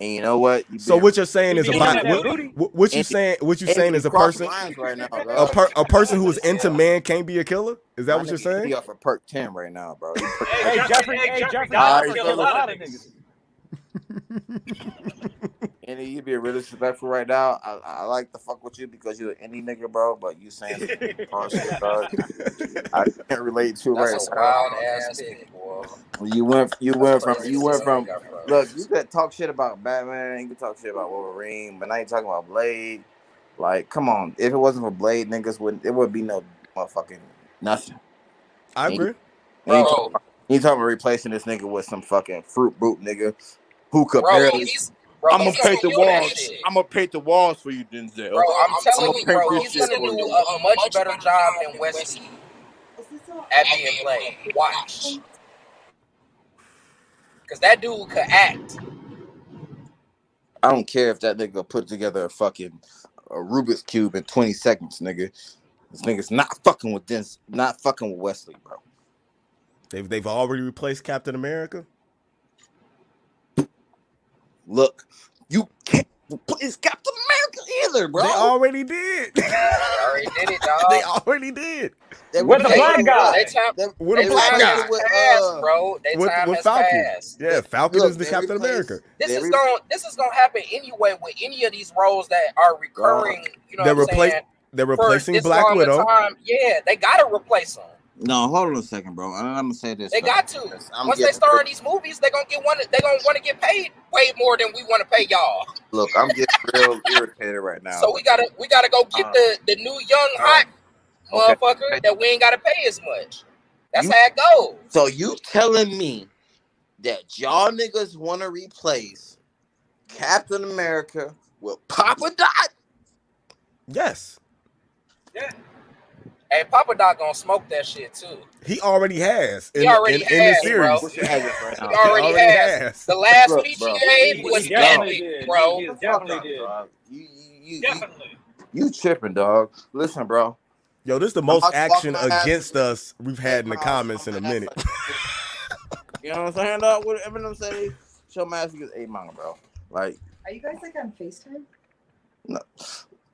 Speaker 8: And you know what? You
Speaker 4: So
Speaker 8: been-
Speaker 4: what you're saying is a
Speaker 8: You
Speaker 4: bi-
Speaker 8: mean that
Speaker 4: what,
Speaker 1: booty?
Speaker 4: what- what you
Speaker 8: Andy-
Speaker 4: saying what you
Speaker 8: Andy,
Speaker 4: saying is a
Speaker 8: cross
Speaker 4: person
Speaker 8: lines right now, bro.
Speaker 4: a, per, a person
Speaker 8: [LAUGHS]
Speaker 4: who is into man can't be a killer? Is that
Speaker 8: My
Speaker 4: what you're
Speaker 8: nigga, you
Speaker 4: saying?
Speaker 8: be off of perk ten right now, bro. You perk-
Speaker 1: Hey, Jeffrey, hey, Jeffrey, Dahmer killed a lot of niggas.
Speaker 8: Andy, you be real disrespectful right now. I, I like to fuck with you because you're an indie nigga, bro. But you
Speaker 3: [LAUGHS]
Speaker 8: saying some hard shit, dog. I can't relate to
Speaker 3: That's
Speaker 8: right
Speaker 3: a
Speaker 8: now.
Speaker 3: wild ass pick, boy.
Speaker 8: You went. You went from.
Speaker 3: crazy
Speaker 8: You
Speaker 3: as hell
Speaker 8: went from.
Speaker 3: you got from.
Speaker 8: Look, you could talk shit about Batman. You could talk shit about Wolverine, but now you're talking about Blade. Like, come on. If it wasn't for Blade, niggas wouldn't. It would be no motherfucking nothing.
Speaker 4: I agree.
Speaker 8: When you,
Speaker 3: Bro.
Speaker 8: talk, you talking about replacing this nigga with some fucking fruit boot nigga who could
Speaker 3: Bro,
Speaker 8: barely.
Speaker 3: he's bro,
Speaker 8: I'm gonna
Speaker 3: he's gonna
Speaker 8: paint the
Speaker 3: do that
Speaker 8: walls.
Speaker 3: shit.
Speaker 8: I'm gonna paint the walls for you, Denzel.
Speaker 3: Bro, I'm
Speaker 8: I'ma
Speaker 3: telling you,
Speaker 8: paint
Speaker 3: bro,
Speaker 8: this
Speaker 3: he's
Speaker 8: shit
Speaker 3: gonna do
Speaker 8: for you.
Speaker 3: a, a much better job than Wesley at being played. Watch, because that dude could act.
Speaker 8: I don't care if that nigga put together a fucking a Rubik's cube in 20 seconds, nigga. This nigga's not fucking with this, not fucking with Wesley, bro.
Speaker 4: They've they've already replaced Captain America.
Speaker 8: Look, you can't replace Captain America either, bro.
Speaker 4: They already did. [LAUGHS]
Speaker 3: They already did it,
Speaker 4: they
Speaker 3: dog.
Speaker 4: already did.
Speaker 8: They
Speaker 1: With the
Speaker 8: replaced
Speaker 1: black
Speaker 8: it
Speaker 1: guy.
Speaker 3: They time,
Speaker 8: They,
Speaker 4: With a
Speaker 8: they
Speaker 3: they
Speaker 4: black
Speaker 3: time has
Speaker 4: guy.
Speaker 8: replaced it with
Speaker 3: passed,
Speaker 8: uh,
Speaker 3: bro. They
Speaker 4: With,
Speaker 3: time
Speaker 4: with
Speaker 3: has
Speaker 4: Falcon.
Speaker 3: passed.
Speaker 4: Yeah, Falcon
Speaker 8: look,
Speaker 4: is the
Speaker 8: they
Speaker 4: Captain
Speaker 8: replaced-
Speaker 4: America.
Speaker 3: This
Speaker 8: they
Speaker 3: is
Speaker 8: re-
Speaker 3: going. This is gonna happen anyway with any of these roles that are recurring. You know
Speaker 4: they're,
Speaker 3: what I'm
Speaker 4: repla-
Speaker 3: saying?
Speaker 4: they're
Speaker 3: For
Speaker 4: replacing
Speaker 3: this
Speaker 4: Black
Speaker 3: long
Speaker 4: Widow.
Speaker 3: a time, yeah, they gotta replace him.
Speaker 8: No, hold on a second, bro. And I'm gonna say this.
Speaker 3: They
Speaker 8: bro.
Speaker 3: got to.
Speaker 8: I'm
Speaker 3: Once they
Speaker 8: getting-
Speaker 3: start in these movies, they gonna get one. They gonna want to get paid way more than we want to pay y'all.
Speaker 8: Look, I'm getting real irritated right now.
Speaker 3: So we gotta we gotta go get
Speaker 8: Uh,
Speaker 3: the the new young
Speaker 8: uh,
Speaker 3: hot
Speaker 8: okay.
Speaker 3: motherfucker that we ain't gotta pay as much. That's
Speaker 8: You-
Speaker 3: how it goes.
Speaker 8: So you telling me that y'all niggas want to replace Captain America with Papa Dot?
Speaker 4: Yes,
Speaker 3: Hey, Papa Doc gonna smoke that shit too.
Speaker 4: he already has. In,
Speaker 3: He already
Speaker 4: in, in the
Speaker 3: has,
Speaker 4: series.
Speaker 3: bro.
Speaker 8: What's your address right
Speaker 3: He
Speaker 8: now?
Speaker 4: He
Speaker 3: already,
Speaker 4: already
Speaker 3: has.
Speaker 4: has.
Speaker 3: The last
Speaker 8: Look,
Speaker 3: speech
Speaker 8: bro.
Speaker 3: he gave
Speaker 1: He
Speaker 3: was
Speaker 1: definitely
Speaker 3: epic,
Speaker 1: did.
Speaker 3: bro.
Speaker 1: He
Speaker 8: Shut the fuck
Speaker 1: definitely
Speaker 8: up,
Speaker 1: did.
Speaker 8: dog. You, you, you, you,
Speaker 5: Definitely.
Speaker 8: you tripping, dog. Listen, bro.
Speaker 4: Yo, this is the
Speaker 8: I'm
Speaker 4: most
Speaker 8: about to walk
Speaker 4: action
Speaker 8: my ass
Speaker 4: against
Speaker 8: to-
Speaker 4: us we've had in the
Speaker 8: my ass
Speaker 4: comments
Speaker 8: on
Speaker 4: in a
Speaker 8: my
Speaker 3: [LAUGHS]
Speaker 8: ass
Speaker 4: minute.
Speaker 8: like this. You know what I'm saying, dog? What Eminem say? Show my ass niggas eight manga, bro. Like,
Speaker 14: Are you guys like on FaceTime?
Speaker 8: no.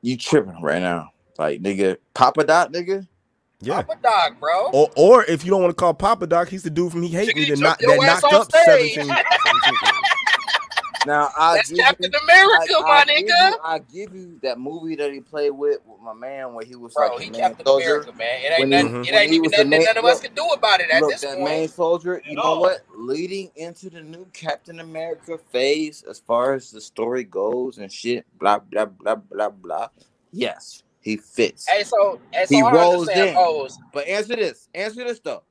Speaker 8: you tripping right now. Like, nigga, Papa Dot, nigga.
Speaker 4: Yeah.
Speaker 3: Papa Doc, bro.
Speaker 8: Oh,
Speaker 4: Or, or if you don't want to call Papa Doc, he's the dude from He Hate Me that, knock,
Speaker 3: your
Speaker 4: that
Speaker 3: ass
Speaker 4: knocked
Speaker 3: on
Speaker 4: up
Speaker 3: stage. [LAUGHS]
Speaker 4: 17. [LAUGHS]
Speaker 8: Now I
Speaker 3: That's
Speaker 8: give you-
Speaker 3: Captain America,
Speaker 8: I-
Speaker 3: my
Speaker 8: I give
Speaker 3: nigga.
Speaker 8: you- I give you that movie that he played with with my man where he was
Speaker 3: Bro,
Speaker 8: like the
Speaker 3: he
Speaker 8: main
Speaker 3: Captain
Speaker 8: soldier.
Speaker 3: America, man. It ain't
Speaker 8: When
Speaker 3: nothing.
Speaker 8: he-
Speaker 3: It
Speaker 8: when
Speaker 3: ain't
Speaker 8: he
Speaker 3: even
Speaker 8: was the
Speaker 3: nothing
Speaker 8: main-
Speaker 3: that none of us
Speaker 8: look,
Speaker 3: can do about it at
Speaker 8: look,
Speaker 3: this
Speaker 8: that
Speaker 3: point.
Speaker 8: main soldier. You
Speaker 3: At
Speaker 8: know
Speaker 3: all.
Speaker 8: what? Leading into the new Captain America phase, as far as the story goes and shit, blah blah blah blah blah. Yes, he fits.
Speaker 3: Hey, so, hey, so I
Speaker 8: He
Speaker 3: don't
Speaker 8: rolls
Speaker 3: understand
Speaker 8: in.
Speaker 3: Rose.
Speaker 8: But answer this. Answer this though.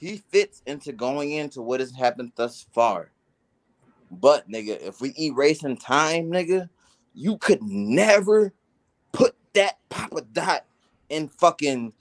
Speaker 8: He fits into going into what has happened thus far. But nigga, if we erasing time, nigga, you could never put that Papa Dot in fucking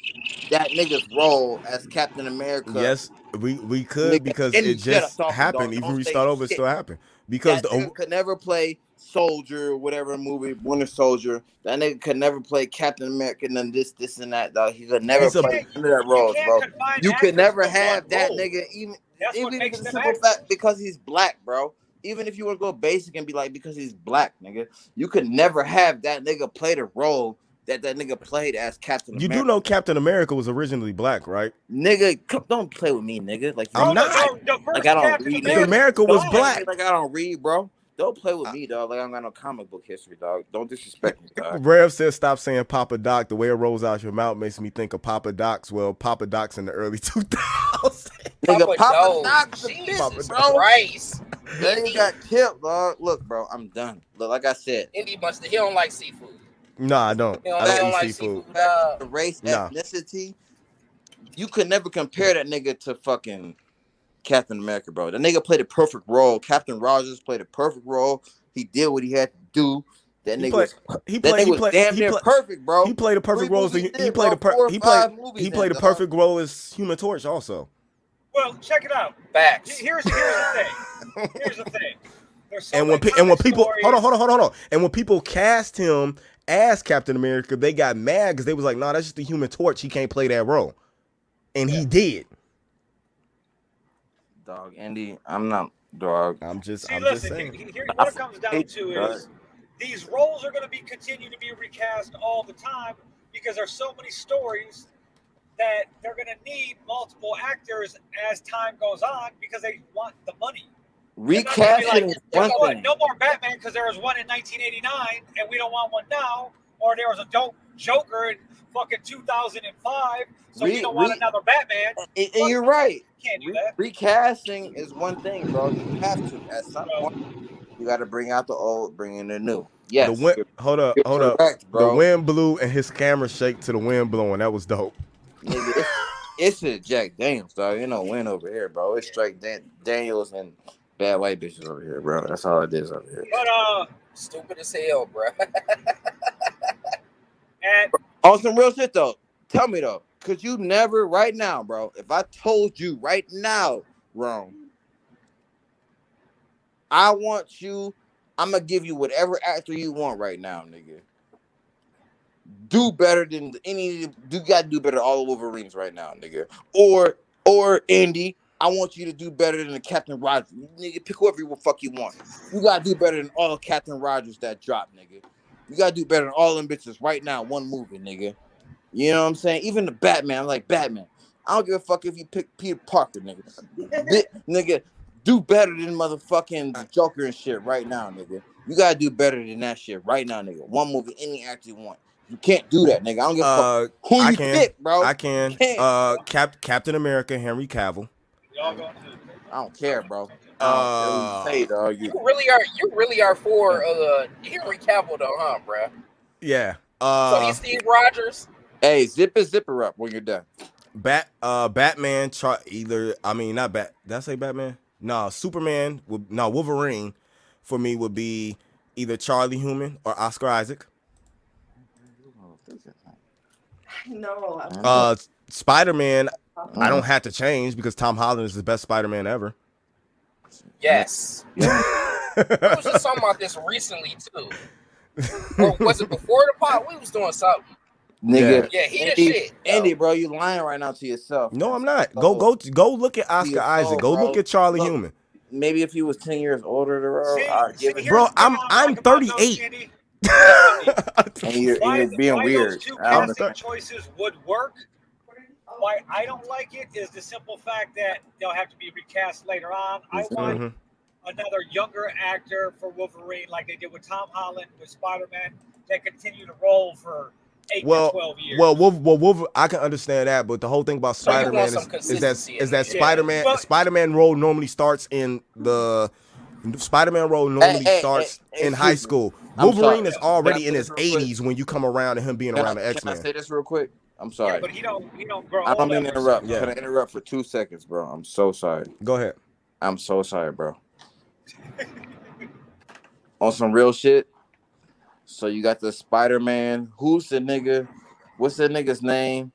Speaker 8: that nigga's role as Captain America.
Speaker 4: Yes, we, we
Speaker 8: Nigga,
Speaker 4: could because
Speaker 8: and
Speaker 4: it
Speaker 8: shut up
Speaker 4: just
Speaker 8: talking,
Speaker 4: happened.
Speaker 8: dog.
Speaker 4: Even
Speaker 8: Don't
Speaker 4: if we
Speaker 8: say
Speaker 4: start over, it
Speaker 8: shit.
Speaker 4: still happened. Because
Speaker 8: That
Speaker 4: the
Speaker 8: nigga could never play soldier or whatever movie, Winter Soldier. That nigga could never play Captain America and then this, this, and that. Dog, he could never
Speaker 4: It's a-
Speaker 8: play none of that roles,
Speaker 5: can't
Speaker 8: bro.
Speaker 5: confine
Speaker 8: You
Speaker 5: actors
Speaker 8: could never
Speaker 5: to one
Speaker 8: have that
Speaker 5: role.
Speaker 8: nigga even
Speaker 5: That's what
Speaker 8: even
Speaker 5: makes
Speaker 8: for the
Speaker 5: them
Speaker 8: simple
Speaker 5: actors.
Speaker 8: fact because he's black, bro. Even if you were to go basic and be like because he's black, nigga, you could never have that nigga play the role that that nigga played as Captain
Speaker 4: you
Speaker 8: America.
Speaker 4: do know Captain America was originally black, right?
Speaker 8: Nigga, come, don't play with me, nigga. Like you
Speaker 4: I'm
Speaker 8: don't
Speaker 4: not.
Speaker 8: play.
Speaker 5: The
Speaker 8: Like
Speaker 5: first
Speaker 8: I don't
Speaker 5: Captain
Speaker 8: read.
Speaker 4: Captain
Speaker 8: Nigga.
Speaker 4: America was
Speaker 8: Don't play with
Speaker 4: black.
Speaker 8: me like I don't read, bro. Don't play with me, dog. Like I don't got no comic book history, dog. Don't disrespect me, [LAUGHS] dog.
Speaker 4: Rev says, "Stop saying Papa Doc." The way it rolls out your mouth makes me think of Papa Doc's. Well, Papa Doc's in the early [LAUGHS] 2000s.
Speaker 3: Papa
Speaker 8: Nigga, Papa
Speaker 3: Doe.
Speaker 8: Knox the
Speaker 3: Jesus
Speaker 8: bitch, bro.
Speaker 3: Christ.
Speaker 8: That nigga got killed, dog. Look, bro, I'm done. Look, like I said,
Speaker 3: Indy must. He don't like seafood.
Speaker 4: No, I don't.
Speaker 3: He don't, he
Speaker 4: I don't
Speaker 3: don't
Speaker 4: eat
Speaker 3: like
Speaker 4: seafood.
Speaker 3: seafood. Uh,
Speaker 8: the race,
Speaker 4: Nah.
Speaker 8: ethnicity, you could never compare that nigga to fucking Captain America, bro. That nigga played a perfect role. Captain Rogers played a perfect role. He did what he had to do. That
Speaker 4: He
Speaker 8: nigga
Speaker 4: played.
Speaker 8: was
Speaker 4: He
Speaker 8: that
Speaker 4: played.
Speaker 8: nigga
Speaker 4: He
Speaker 8: was
Speaker 4: played.
Speaker 8: damn
Speaker 4: he
Speaker 8: near
Speaker 4: played-
Speaker 8: perfect, bro.
Speaker 4: He played a
Speaker 8: Three
Speaker 4: perfect role. As,
Speaker 8: movies
Speaker 4: he
Speaker 8: in,
Speaker 4: he played
Speaker 8: bro.
Speaker 4: a per,
Speaker 8: Four or
Speaker 4: he played
Speaker 8: five movies
Speaker 4: he
Speaker 8: in,
Speaker 4: played a
Speaker 8: dog.
Speaker 4: perfect role as Human Torch. Also,
Speaker 5: Well, check it out. He-
Speaker 3: facts.
Speaker 5: Here's here's the thing. Here's the thing. There's so
Speaker 4: and when
Speaker 5: many
Speaker 4: pe- and when
Speaker 5: comic
Speaker 4: people hold on,
Speaker 5: stories.
Speaker 4: hold on, hold on, hold on, and when people cast him as Captain America, they got mad because they was like, "No, nah, that's just the Human Torch. He can't play that role," and he did.
Speaker 8: Dog, Andy, I'm not dog.
Speaker 4: I'm just,
Speaker 5: See,
Speaker 4: I'm just
Speaker 5: listen. Here,
Speaker 4: saying.
Speaker 5: here-
Speaker 8: I
Speaker 5: what it comes down
Speaker 8: hate
Speaker 5: to
Speaker 8: you, dog.
Speaker 5: is these roles are going to be continue to be recast all the time because there's so many stories that they're going to need multiple actors as time goes on because they want the money. They're not going to be
Speaker 8: Recasting
Speaker 5: like,
Speaker 8: is
Speaker 5: you know
Speaker 8: one
Speaker 5: what?
Speaker 8: thing.
Speaker 5: No more Batman because there was one in 1989 and we don't want one now. Or there was a dope Joker in fucking 2005, so we
Speaker 8: Re-
Speaker 5: don't want
Speaker 8: re-
Speaker 5: another Batman.
Speaker 8: And, and
Speaker 5: Fuck,
Speaker 8: you're right.
Speaker 5: can't do
Speaker 8: Re-
Speaker 5: that.
Speaker 8: recasting is one thing, bro. You have to at some
Speaker 5: So,
Speaker 8: point. You got to bring out the old, bring in the new.
Speaker 4: The
Speaker 8: Yes,
Speaker 4: wind,
Speaker 8: you're,
Speaker 4: hold up,
Speaker 8: you're
Speaker 4: hold up.
Speaker 8: correct,
Speaker 4: The
Speaker 8: bro.
Speaker 4: wind blew and his camera shake to the wind blowing. That was dope.
Speaker 8: Nigga, it's,
Speaker 4: [LAUGHS]
Speaker 8: it's just Jack Daniels, dog. You know, win over here, bro. It's Jack Dan- Daniels and bad white bitches over here, bro. That's all it is over here.
Speaker 5: but uh,
Speaker 3: Stupid as hell, bro.
Speaker 5: and
Speaker 8: On some real shit though. Tell me though, could you never right now, bro? If I told you right now, Rome, I want you. I'm gonna give you whatever actor you want right now, nigga. Do better than any. You gotta do better than all the Wolverines right now, nigga. Or or Andy, I want you to do better than the Captain Rogers, nigga. Pick whoever you fuck you want. You gotta do better than all Captain Rogers that dropped, nigga. You gotta do better than all them bitches right now. One movie, nigga. You know what I'm saying? Even the Batman, I'm like Batman. I don't give a fuck if you pick Peter Parker, nigga. Bi- nigga, do better than motherfucking the Joker and shit right now, nigga. You gotta do better than that shit right now, nigga. One movie, any actor you want. You can't do that, nigga. I don't give a fuck
Speaker 4: Uh,
Speaker 8: who
Speaker 4: I
Speaker 8: you
Speaker 4: can,
Speaker 8: pick, bro.
Speaker 4: I
Speaker 8: You
Speaker 4: can.
Speaker 8: can't.
Speaker 4: Uh, Cap, Captain America, Henry Cavill.
Speaker 5: y'all going to
Speaker 8: I don't care, bro. I don't care who you
Speaker 4: Uh,
Speaker 8: say, dog. You
Speaker 3: [LAUGHS] you really are. You really are for uh Henry Cavill, though, huh, bro?
Speaker 4: yeah.
Speaker 3: So
Speaker 4: Uh,
Speaker 3: he's Steve Rogers.
Speaker 8: Hey, zip it, zipper up when you're done.
Speaker 4: Bat uh Batman char- either I mean not Bat did I say Batman? No, Superman would no Wolverine for me would be either Charlie Human or Oscar Isaac.
Speaker 14: No, I'm so
Speaker 4: Uh Spider Man,
Speaker 3: Uh-huh.
Speaker 4: I
Speaker 14: awful.
Speaker 4: don't have to change because Tom Holland is the best Spider Man ever.
Speaker 3: Yes.
Speaker 4: [LAUGHS]
Speaker 3: We was just talking about this recently too. Or was it before the pot? We was doing something.
Speaker 4: Yeah.
Speaker 8: Nigga.
Speaker 3: Yeah, he the
Speaker 8: Andy,
Speaker 3: shit. yo.
Speaker 8: Andy, bro, you lying right now to yourself.
Speaker 4: No,
Speaker 8: man.
Speaker 4: I'm not. Go
Speaker 8: So,
Speaker 4: go go look at
Speaker 8: to
Speaker 4: Oscar
Speaker 8: your
Speaker 4: Isaac.
Speaker 8: soul,
Speaker 4: Go look
Speaker 8: bro.
Speaker 4: at Charlie
Speaker 8: Look,
Speaker 4: Human.
Speaker 8: maybe if you was 10 years older, bro,
Speaker 5: See,
Speaker 8: I'd
Speaker 5: see,
Speaker 8: give it to
Speaker 5: here's
Speaker 4: Bro,
Speaker 8: you.
Speaker 5: the thing
Speaker 4: I'm
Speaker 5: I
Speaker 4: I'm
Speaker 5: like about those,
Speaker 4: 38. [LAUGHS]
Speaker 5: Andy. Andy,
Speaker 8: And you're, and
Speaker 5: why
Speaker 8: you're being
Speaker 5: why those
Speaker 8: weird.
Speaker 5: two
Speaker 8: I don't
Speaker 4: I'm
Speaker 5: casting
Speaker 4: thir-
Speaker 5: choices would work Why I don't like it is the simple fact that they'll have to be recast later on. I
Speaker 8: Mm-hmm.
Speaker 5: want
Speaker 4: Mhm.
Speaker 5: another younger actor for Wolverine, like they did with Tom Holland with Spider Man, that continue to roll for eight to
Speaker 4: Well,
Speaker 5: twelve years.
Speaker 4: well, Wolver- well, Wolver- I can understand that, but the whole thing about
Speaker 5: So you
Speaker 4: Spider
Speaker 5: want
Speaker 4: Man
Speaker 5: some
Speaker 4: is, is that
Speaker 5: consistency in
Speaker 4: is that
Speaker 5: it. Yeah.
Speaker 4: Spider Man
Speaker 5: Well-
Speaker 4: Spider Man role normally starts in the Spider Man role normally
Speaker 12: hey,
Speaker 4: starts
Speaker 12: hey, hey,
Speaker 4: in high
Speaker 12: excuse
Speaker 4: school.
Speaker 12: I'm
Speaker 4: Wolverine
Speaker 12: sorry.
Speaker 4: is already
Speaker 12: Can I
Speaker 4: in
Speaker 12: say
Speaker 4: his
Speaker 12: this real quick?
Speaker 4: eighties when you come around to him being
Speaker 8: Can I,
Speaker 4: around the X
Speaker 8: can I
Speaker 4: Men.
Speaker 8: say this real quick? I'm sorry.
Speaker 5: yeah, but he don't he don't grow
Speaker 8: I
Speaker 5: old.
Speaker 8: don't mean to
Speaker 5: ever,
Speaker 8: interrupt.
Speaker 5: so-
Speaker 8: Can I interrupt for two seconds, bro? I'm so sorry.
Speaker 4: Go ahead.
Speaker 8: I'm so sorry, bro. On some real shit. So you got the Spider Man. Who's the nigga? What's the nigga's name?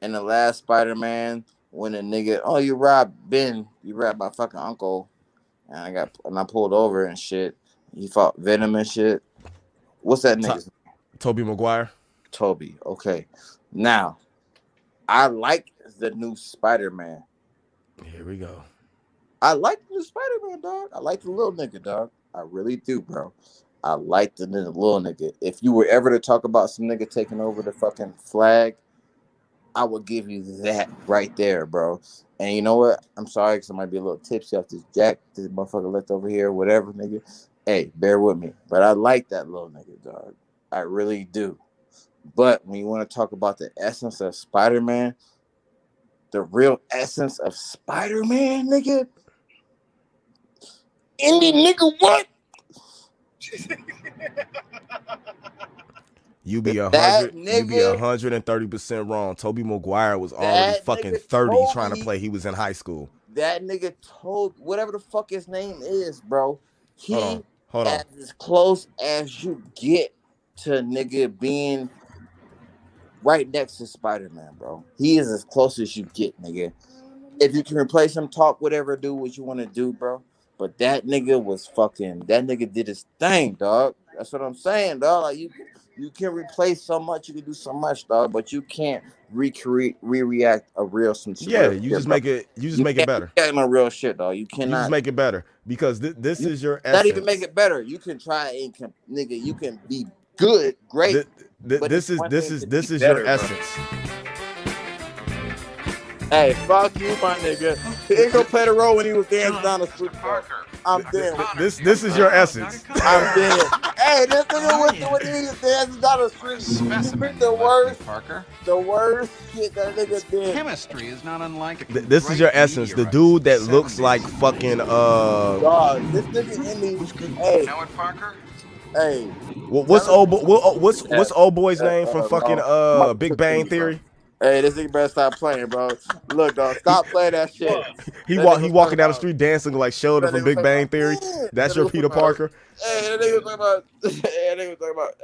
Speaker 8: And the last Spider Man when the nigga, oh you robbed Ben, you robbed my fucking uncle, and I got and I pulled over and shit. He fought Venom and shit. What's that nigga's
Speaker 4: Toby Maguire.
Speaker 8: Toby. Okay. Now, I like the new Spider Man.
Speaker 4: Here we go.
Speaker 8: I like the new Spider Man, dog. I like the little nigga, dog. I really do, bro. I like the n- little nigga. If you were ever to talk about some nigga taking over the fucking flag, I would give you that right there, bro. And you know what? I'm sorry because I might be a little tipsy off this jack, this motherfucker left over here, whatever, nigga. Hey, bear with me. But I like that little nigga, dog. I really do. But when you want to talk about the essence of Spider Man, the real essence of Spider Man, nigga, indie nigga, what?
Speaker 4: You be a
Speaker 8: That
Speaker 4: hundred. You be a
Speaker 8: nigga-
Speaker 4: hundred and thirty percent wrong. Toby Maguire was already
Speaker 8: That
Speaker 4: fucking
Speaker 8: nigga
Speaker 4: thirty
Speaker 8: told
Speaker 4: trying to
Speaker 8: me-
Speaker 4: play. He was in high school.
Speaker 8: That nigga told whatever the fuck his name is, bro. He
Speaker 4: Hold on. Hold on.
Speaker 8: as as close as you get to nigga being right next to Spider Man, bro. He is as close as you get, nigga. If you can replace him, talk whatever, do what you want to do, bro. But that nigga was fucking. That nigga did his thing, dog. That's what I'm saying, dog. Like you, you can replace so much, you can do so much, dog. But you can't recreate, re-react a real some. some
Speaker 4: Yeah,
Speaker 8: real
Speaker 4: you
Speaker 8: shit,
Speaker 4: just
Speaker 8: bro.
Speaker 4: make it. You just
Speaker 8: You
Speaker 4: make it
Speaker 8: can't
Speaker 4: better.
Speaker 8: react no real shit, dog. You
Speaker 4: You
Speaker 8: cannot
Speaker 4: just make it better because thi- this is your essence.
Speaker 8: not even make it better. You can try and can, nigga, you can be good, great.
Speaker 4: Th- th-
Speaker 8: but
Speaker 4: this
Speaker 8: it's
Speaker 4: is
Speaker 8: one
Speaker 4: this
Speaker 8: thing
Speaker 4: is
Speaker 8: to
Speaker 4: this
Speaker 8: be
Speaker 4: is
Speaker 8: better,
Speaker 4: your
Speaker 8: bro.
Speaker 4: essence.
Speaker 8: Hey, fuck you, my nigga. He ain't gonna play the role when he was dancing down the street. bro. I'm dead. with
Speaker 4: This this is your essence.
Speaker 8: it. I'm dead. hey, this nigga was when he was dancing down the street. Specimen. The worst,
Speaker 15: Parker.
Speaker 8: the worst shit that nigga did.
Speaker 15: Chemistry is not unlike.
Speaker 4: Th- This is your essence. The dude that looks like fucking uh,
Speaker 8: Dog, this nigga in the hey. Parker. Hey,
Speaker 4: wh- what's old bo- wha- what's what's old boy's name from
Speaker 8: Uh,
Speaker 4: fucking
Speaker 8: no.
Speaker 4: uh Big Bang Theory?
Speaker 8: Hey, this nigga better stop playing, bro. Look, dog, stop playing that shit.
Speaker 4: He
Speaker 8: That
Speaker 4: walk
Speaker 8: nigga
Speaker 4: he
Speaker 8: was
Speaker 4: walking down the street dancing like Sheldon
Speaker 8: That
Speaker 4: from
Speaker 8: nigga
Speaker 4: Big
Speaker 8: talking
Speaker 4: Bang
Speaker 8: about,
Speaker 4: Theory.
Speaker 8: "Eh."
Speaker 4: That's
Speaker 8: That
Speaker 4: your
Speaker 8: nigga
Speaker 4: Peter
Speaker 8: talking about,
Speaker 4: Parker.
Speaker 8: Hey, that nigga talking about, [LAUGHS] hey, that nigga talking about,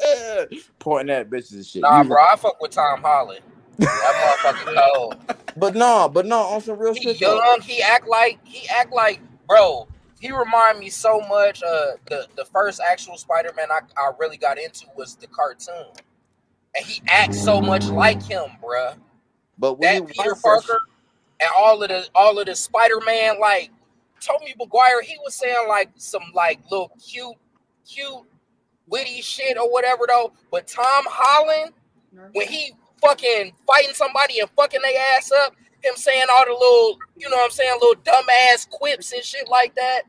Speaker 8: eh, pointing at bitches and shit.
Speaker 3: Nah,
Speaker 8: You-
Speaker 3: bro, I fuck with Tom Holland. That motherfucker cold.
Speaker 8: But no, but no, on some real
Speaker 3: He
Speaker 8: shit though.
Speaker 3: young. He act like he act like bro. He remind me so much. Uh, the the first actual Spider Man I, I really got into was the cartoon, and he acts so much like him, bruh.
Speaker 8: But when
Speaker 3: That
Speaker 8: you
Speaker 3: Peter
Speaker 8: watch that shit,
Speaker 3: Parker and all of the all of the Spider Man like Tobey Maguire, he was saying like some like little cute, cute, witty shit or whatever though. But Tom Holland, when he fucking fighting somebody and fucking they ass up, him saying all the little, you know what I'm saying, little dumbass quips and shit like that.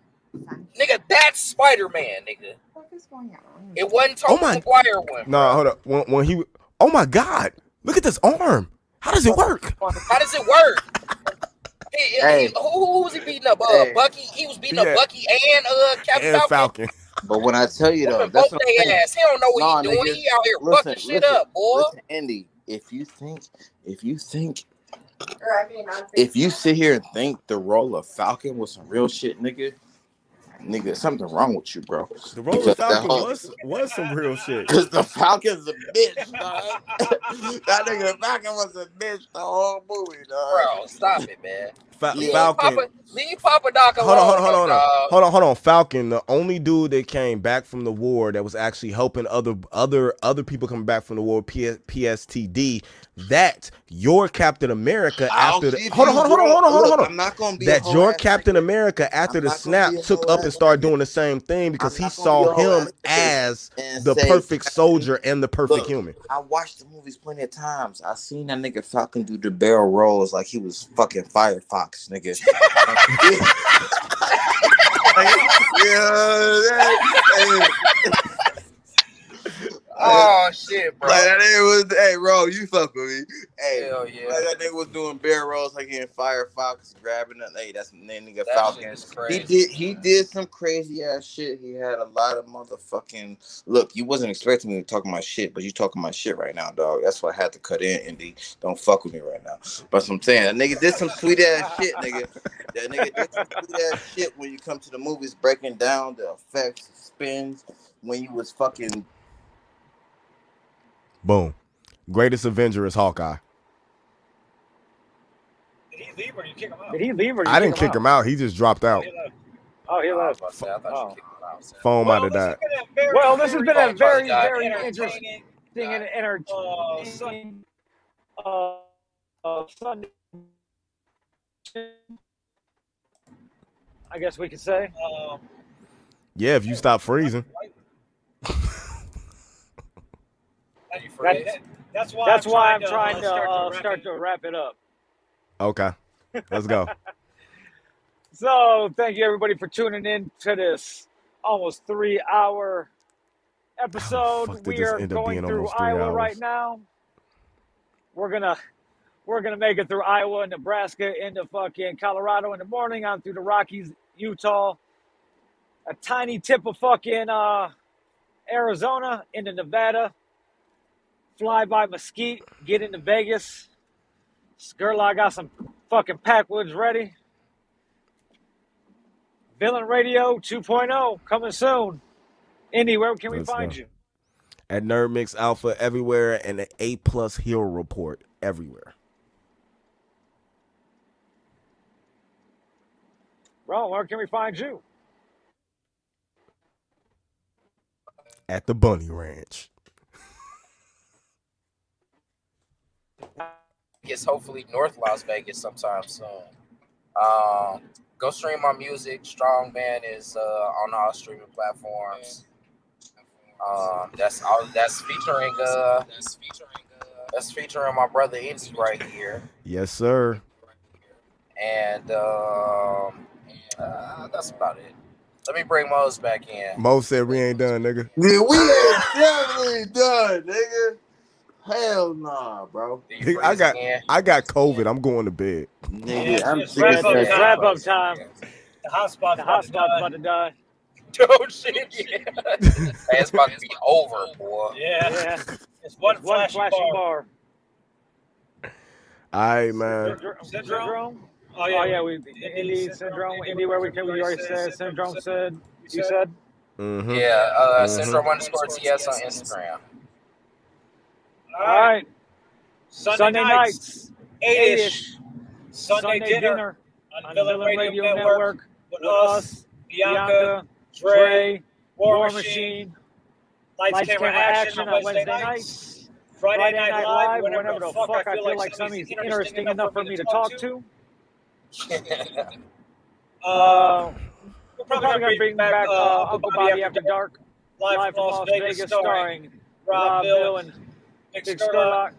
Speaker 3: Nigga, that's Spider Man, nigga. It wasn't
Speaker 4: Oh
Speaker 3: Tobey
Speaker 4: my-
Speaker 3: Maguire one.
Speaker 4: Nah, hold up. When, when he oh my god, look at this arm. How does it work?
Speaker 3: How does it work? He- he-
Speaker 4: Hey.
Speaker 3: who, who was he beating up? Uh,
Speaker 8: Hey.
Speaker 3: Bucky. He was beating
Speaker 8: Yeah.
Speaker 3: up Bucky and uh, Captain
Speaker 8: And
Speaker 3: Falcon.
Speaker 4: Falcon.
Speaker 8: But when I tell you though,
Speaker 3: Whooping
Speaker 8: that's
Speaker 3: both
Speaker 8: what I'm
Speaker 3: they
Speaker 8: saying.
Speaker 3: ass. He don't know what
Speaker 8: Nah,
Speaker 3: he doing.
Speaker 8: nigga,
Speaker 3: He out here
Speaker 8: listen,
Speaker 3: fucking shit
Speaker 8: listen,
Speaker 3: up, boy.
Speaker 8: listen, Andy. If you think, if you think, if you sit here and think the role of Falcon was some real shit, nigga, nigga, something wrong with you, bro.
Speaker 4: The Rolling
Speaker 8: Because that
Speaker 4: Falcon
Speaker 8: whole-
Speaker 4: was was some real shit.
Speaker 8: [LAUGHS] Cause
Speaker 4: [LAUGHS]
Speaker 8: the Falcon's a bitch, [LAUGHS] dog. that nigga Falcon was a bitch the whole movie, dog.
Speaker 3: Bro, stop it, man.
Speaker 4: Fa-
Speaker 3: Leave
Speaker 4: Falcon.
Speaker 3: Papa, leave Papa Doc alone.
Speaker 4: Hold on, hold on, hold on, hold on,
Speaker 3: dog.
Speaker 4: hold on, hold on. Falcon, the only dude that came back from the war that was actually helping other other other people coming back from the war, PS, PSTD. That your Captain America
Speaker 8: I'll
Speaker 4: after the
Speaker 8: give
Speaker 4: hold on,
Speaker 8: you
Speaker 4: hold on, hold on,
Speaker 8: one.
Speaker 4: hold on, hold on, hold
Speaker 8: Look,
Speaker 4: on.
Speaker 8: I'm not gonna be a
Speaker 4: that
Speaker 8: whole
Speaker 4: your
Speaker 8: ass
Speaker 4: Captain America after the snap took up and started doing the same thing because he saw
Speaker 8: whole
Speaker 4: him
Speaker 8: ass
Speaker 4: as
Speaker 8: and
Speaker 4: the
Speaker 8: say-
Speaker 4: perfect soldier and the perfect
Speaker 8: Look,
Speaker 4: human.
Speaker 8: I watched the movies plenty of times. I seen that nigga Falcon do the barrel rolls like he was fucking Firefox, nigga. [LAUGHS]
Speaker 3: Oh shit, bro.
Speaker 8: Like that nigga was, hey, bro, you fuck with me. Hey,
Speaker 3: Hell yeah.
Speaker 8: like that nigga was doing bear rolls like he in Firefox, grabbing that. Hey, that's that nigga
Speaker 3: That shit
Speaker 8: Falcon.
Speaker 3: is
Speaker 8: He
Speaker 3: crazy.
Speaker 8: did, he did some crazy ass shit. He had a lot of motherfucking. Look, you wasn't expecting me to talk my shit, but you talking my shit right now, dog. That's why I had to cut in, Indy. Don't fuck with me right now. But I'm saying that nigga did some sweet ass shit, nigga. That nigga did some sweet ass shit when you come to the movies, breaking down the effects, the spins. When you was fucking
Speaker 4: Boom. Greatest Avenger is Hawkeye.
Speaker 5: Did he leave or you kick him out?
Speaker 1: Did he leave or you
Speaker 4: I didn't kick
Speaker 1: out?
Speaker 4: him out. He just dropped out.
Speaker 1: Oh, he left.
Speaker 3: Oh.
Speaker 4: Phone might have died.
Speaker 1: Well, this has been a very, very
Speaker 5: entertaining,
Speaker 1: interesting and entertaining uh, uh, Sunday. I guess we could say.
Speaker 5: Um,
Speaker 4: Yeah, if you stop freezing.
Speaker 5: that- that- that's why
Speaker 1: That's
Speaker 5: I'm
Speaker 1: why
Speaker 5: trying
Speaker 1: I'm
Speaker 5: to,
Speaker 1: trying to
Speaker 5: uh,
Speaker 1: uh, start to wrap it up.
Speaker 4: Okay. Let's go.
Speaker 1: So, thank you everybody for tuning in to this almost three hour episode.
Speaker 4: fuck did
Speaker 1: we
Speaker 4: this
Speaker 1: are
Speaker 4: end up
Speaker 1: going
Speaker 4: being
Speaker 1: through
Speaker 4: almost three
Speaker 1: Iowa right
Speaker 4: hours?
Speaker 1: now. We're gonna we're gonna make it through Iowa and Nebraska into fucking Colorado in the morning, on through the Rockies, Utah, a tiny tip of fucking uh, Arizona into Nevada, fly by Mesquite, get into Vegas. Skurla got some fucking packwoods ready. Villain Radio 2.0 coming soon. Indy, where can we
Speaker 4: Let's
Speaker 1: find
Speaker 4: go.
Speaker 1: you?
Speaker 4: [LAUGHS] At Nerd Mix Alpha everywhere and an A plus hero report everywhere.
Speaker 1: Ron, where can we find you?
Speaker 4: At the Bunny Ranch.
Speaker 3: Vegas, hopefully North Las Vegas sometime soon. Um, go stream my music. Strong Band is uh, on all streaming platforms. Um, that's all. That's featuring. Uh, that's featuring. That's featuring my brother Indy right here,
Speaker 4: Yes, sir.
Speaker 3: and um, uh, that's about it. Let me bring Mose back in.
Speaker 4: Mo said we ain't done, nigga.
Speaker 8: Yeah, we ain't definitely done, nigga. Hell nah, bro.
Speaker 4: Nigga, [LAUGHS] I got I got COVID. I'm going to bed.
Speaker 8: Nigga, I'm
Speaker 5: Yes,
Speaker 8: sick
Speaker 5: wrap
Speaker 8: as
Speaker 5: up,
Speaker 8: shit.
Speaker 5: wrap
Speaker 1: Wrap
Speaker 5: up.
Speaker 1: up time.
Speaker 5: The hotspot's
Speaker 1: The
Speaker 5: about
Speaker 1: hotspot's
Speaker 5: to die.
Speaker 1: about to die.
Speaker 3: [LAUGHS] Oh shit! Yeah. [LAUGHS] Hey, it's about to be over, boy.
Speaker 4: [LAUGHS]
Speaker 5: Yeah.
Speaker 1: Yeah.
Speaker 5: It's one
Speaker 1: One
Speaker 5: flashy,
Speaker 1: flashing
Speaker 5: bar.
Speaker 1: bar.
Speaker 4: All right, man.
Speaker 1: Syndrome.
Speaker 5: Syndrome?
Speaker 1: Oh yeah, we Indy syndrome. Indy, where we can we already said syndrome said you said.
Speaker 4: Mm-hmm.
Speaker 3: Yeah, uh,
Speaker 4: Mhm.
Speaker 3: Syndrome underscore TS on Instagram.
Speaker 5: All
Speaker 1: All
Speaker 5: right.
Speaker 1: right,
Speaker 5: Sunday,
Speaker 1: Sunday
Speaker 5: nights,
Speaker 1: nights,
Speaker 5: eight-ish. Sunday,
Speaker 1: Sunday
Speaker 5: dinner,
Speaker 1: dinner
Speaker 5: on
Speaker 1: on
Speaker 5: Villain
Speaker 1: Villain
Speaker 5: Radio,
Speaker 1: Radio
Speaker 5: Network,
Speaker 1: Network
Speaker 5: with
Speaker 1: with
Speaker 5: us,
Speaker 1: us,
Speaker 5: Bianca, Dre,
Speaker 1: Dre,
Speaker 5: War,
Speaker 1: War
Speaker 5: Machine,
Speaker 1: Machine,
Speaker 5: Lights,
Speaker 1: Lights
Speaker 5: Camera,
Speaker 1: Camera
Speaker 5: Action
Speaker 1: Action
Speaker 5: on
Speaker 1: on
Speaker 5: Wednesday
Speaker 1: Wednesday
Speaker 5: nights,
Speaker 1: nights,
Speaker 5: Friday,
Speaker 1: Friday
Speaker 5: Night,
Speaker 1: Night
Speaker 5: Live,
Speaker 1: Live,
Speaker 5: whenever,
Speaker 1: whenever the fuck I feel like somebody's interesting enough for me to talk to.
Speaker 5: Uh,
Speaker 1: Uh,
Speaker 5: we're
Speaker 1: We're
Speaker 5: probably going to bring back uh, Uncle Bobby After Dark, live from Las Vegas, starring Rob Bill and Big
Speaker 1: Big
Speaker 5: Skurlock.
Speaker 1: Skurlock.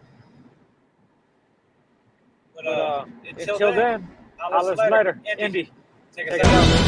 Speaker 5: But,
Speaker 1: But,
Speaker 5: uh,
Speaker 1: uh,
Speaker 5: until
Speaker 1: Until
Speaker 5: then,
Speaker 1: then,
Speaker 5: I'll
Speaker 1: I'll
Speaker 5: listen
Speaker 1: listen
Speaker 5: later.
Speaker 1: later.
Speaker 5: Indy,
Speaker 1: Indy,
Speaker 5: take
Speaker 1: take
Speaker 5: us
Speaker 1: us out.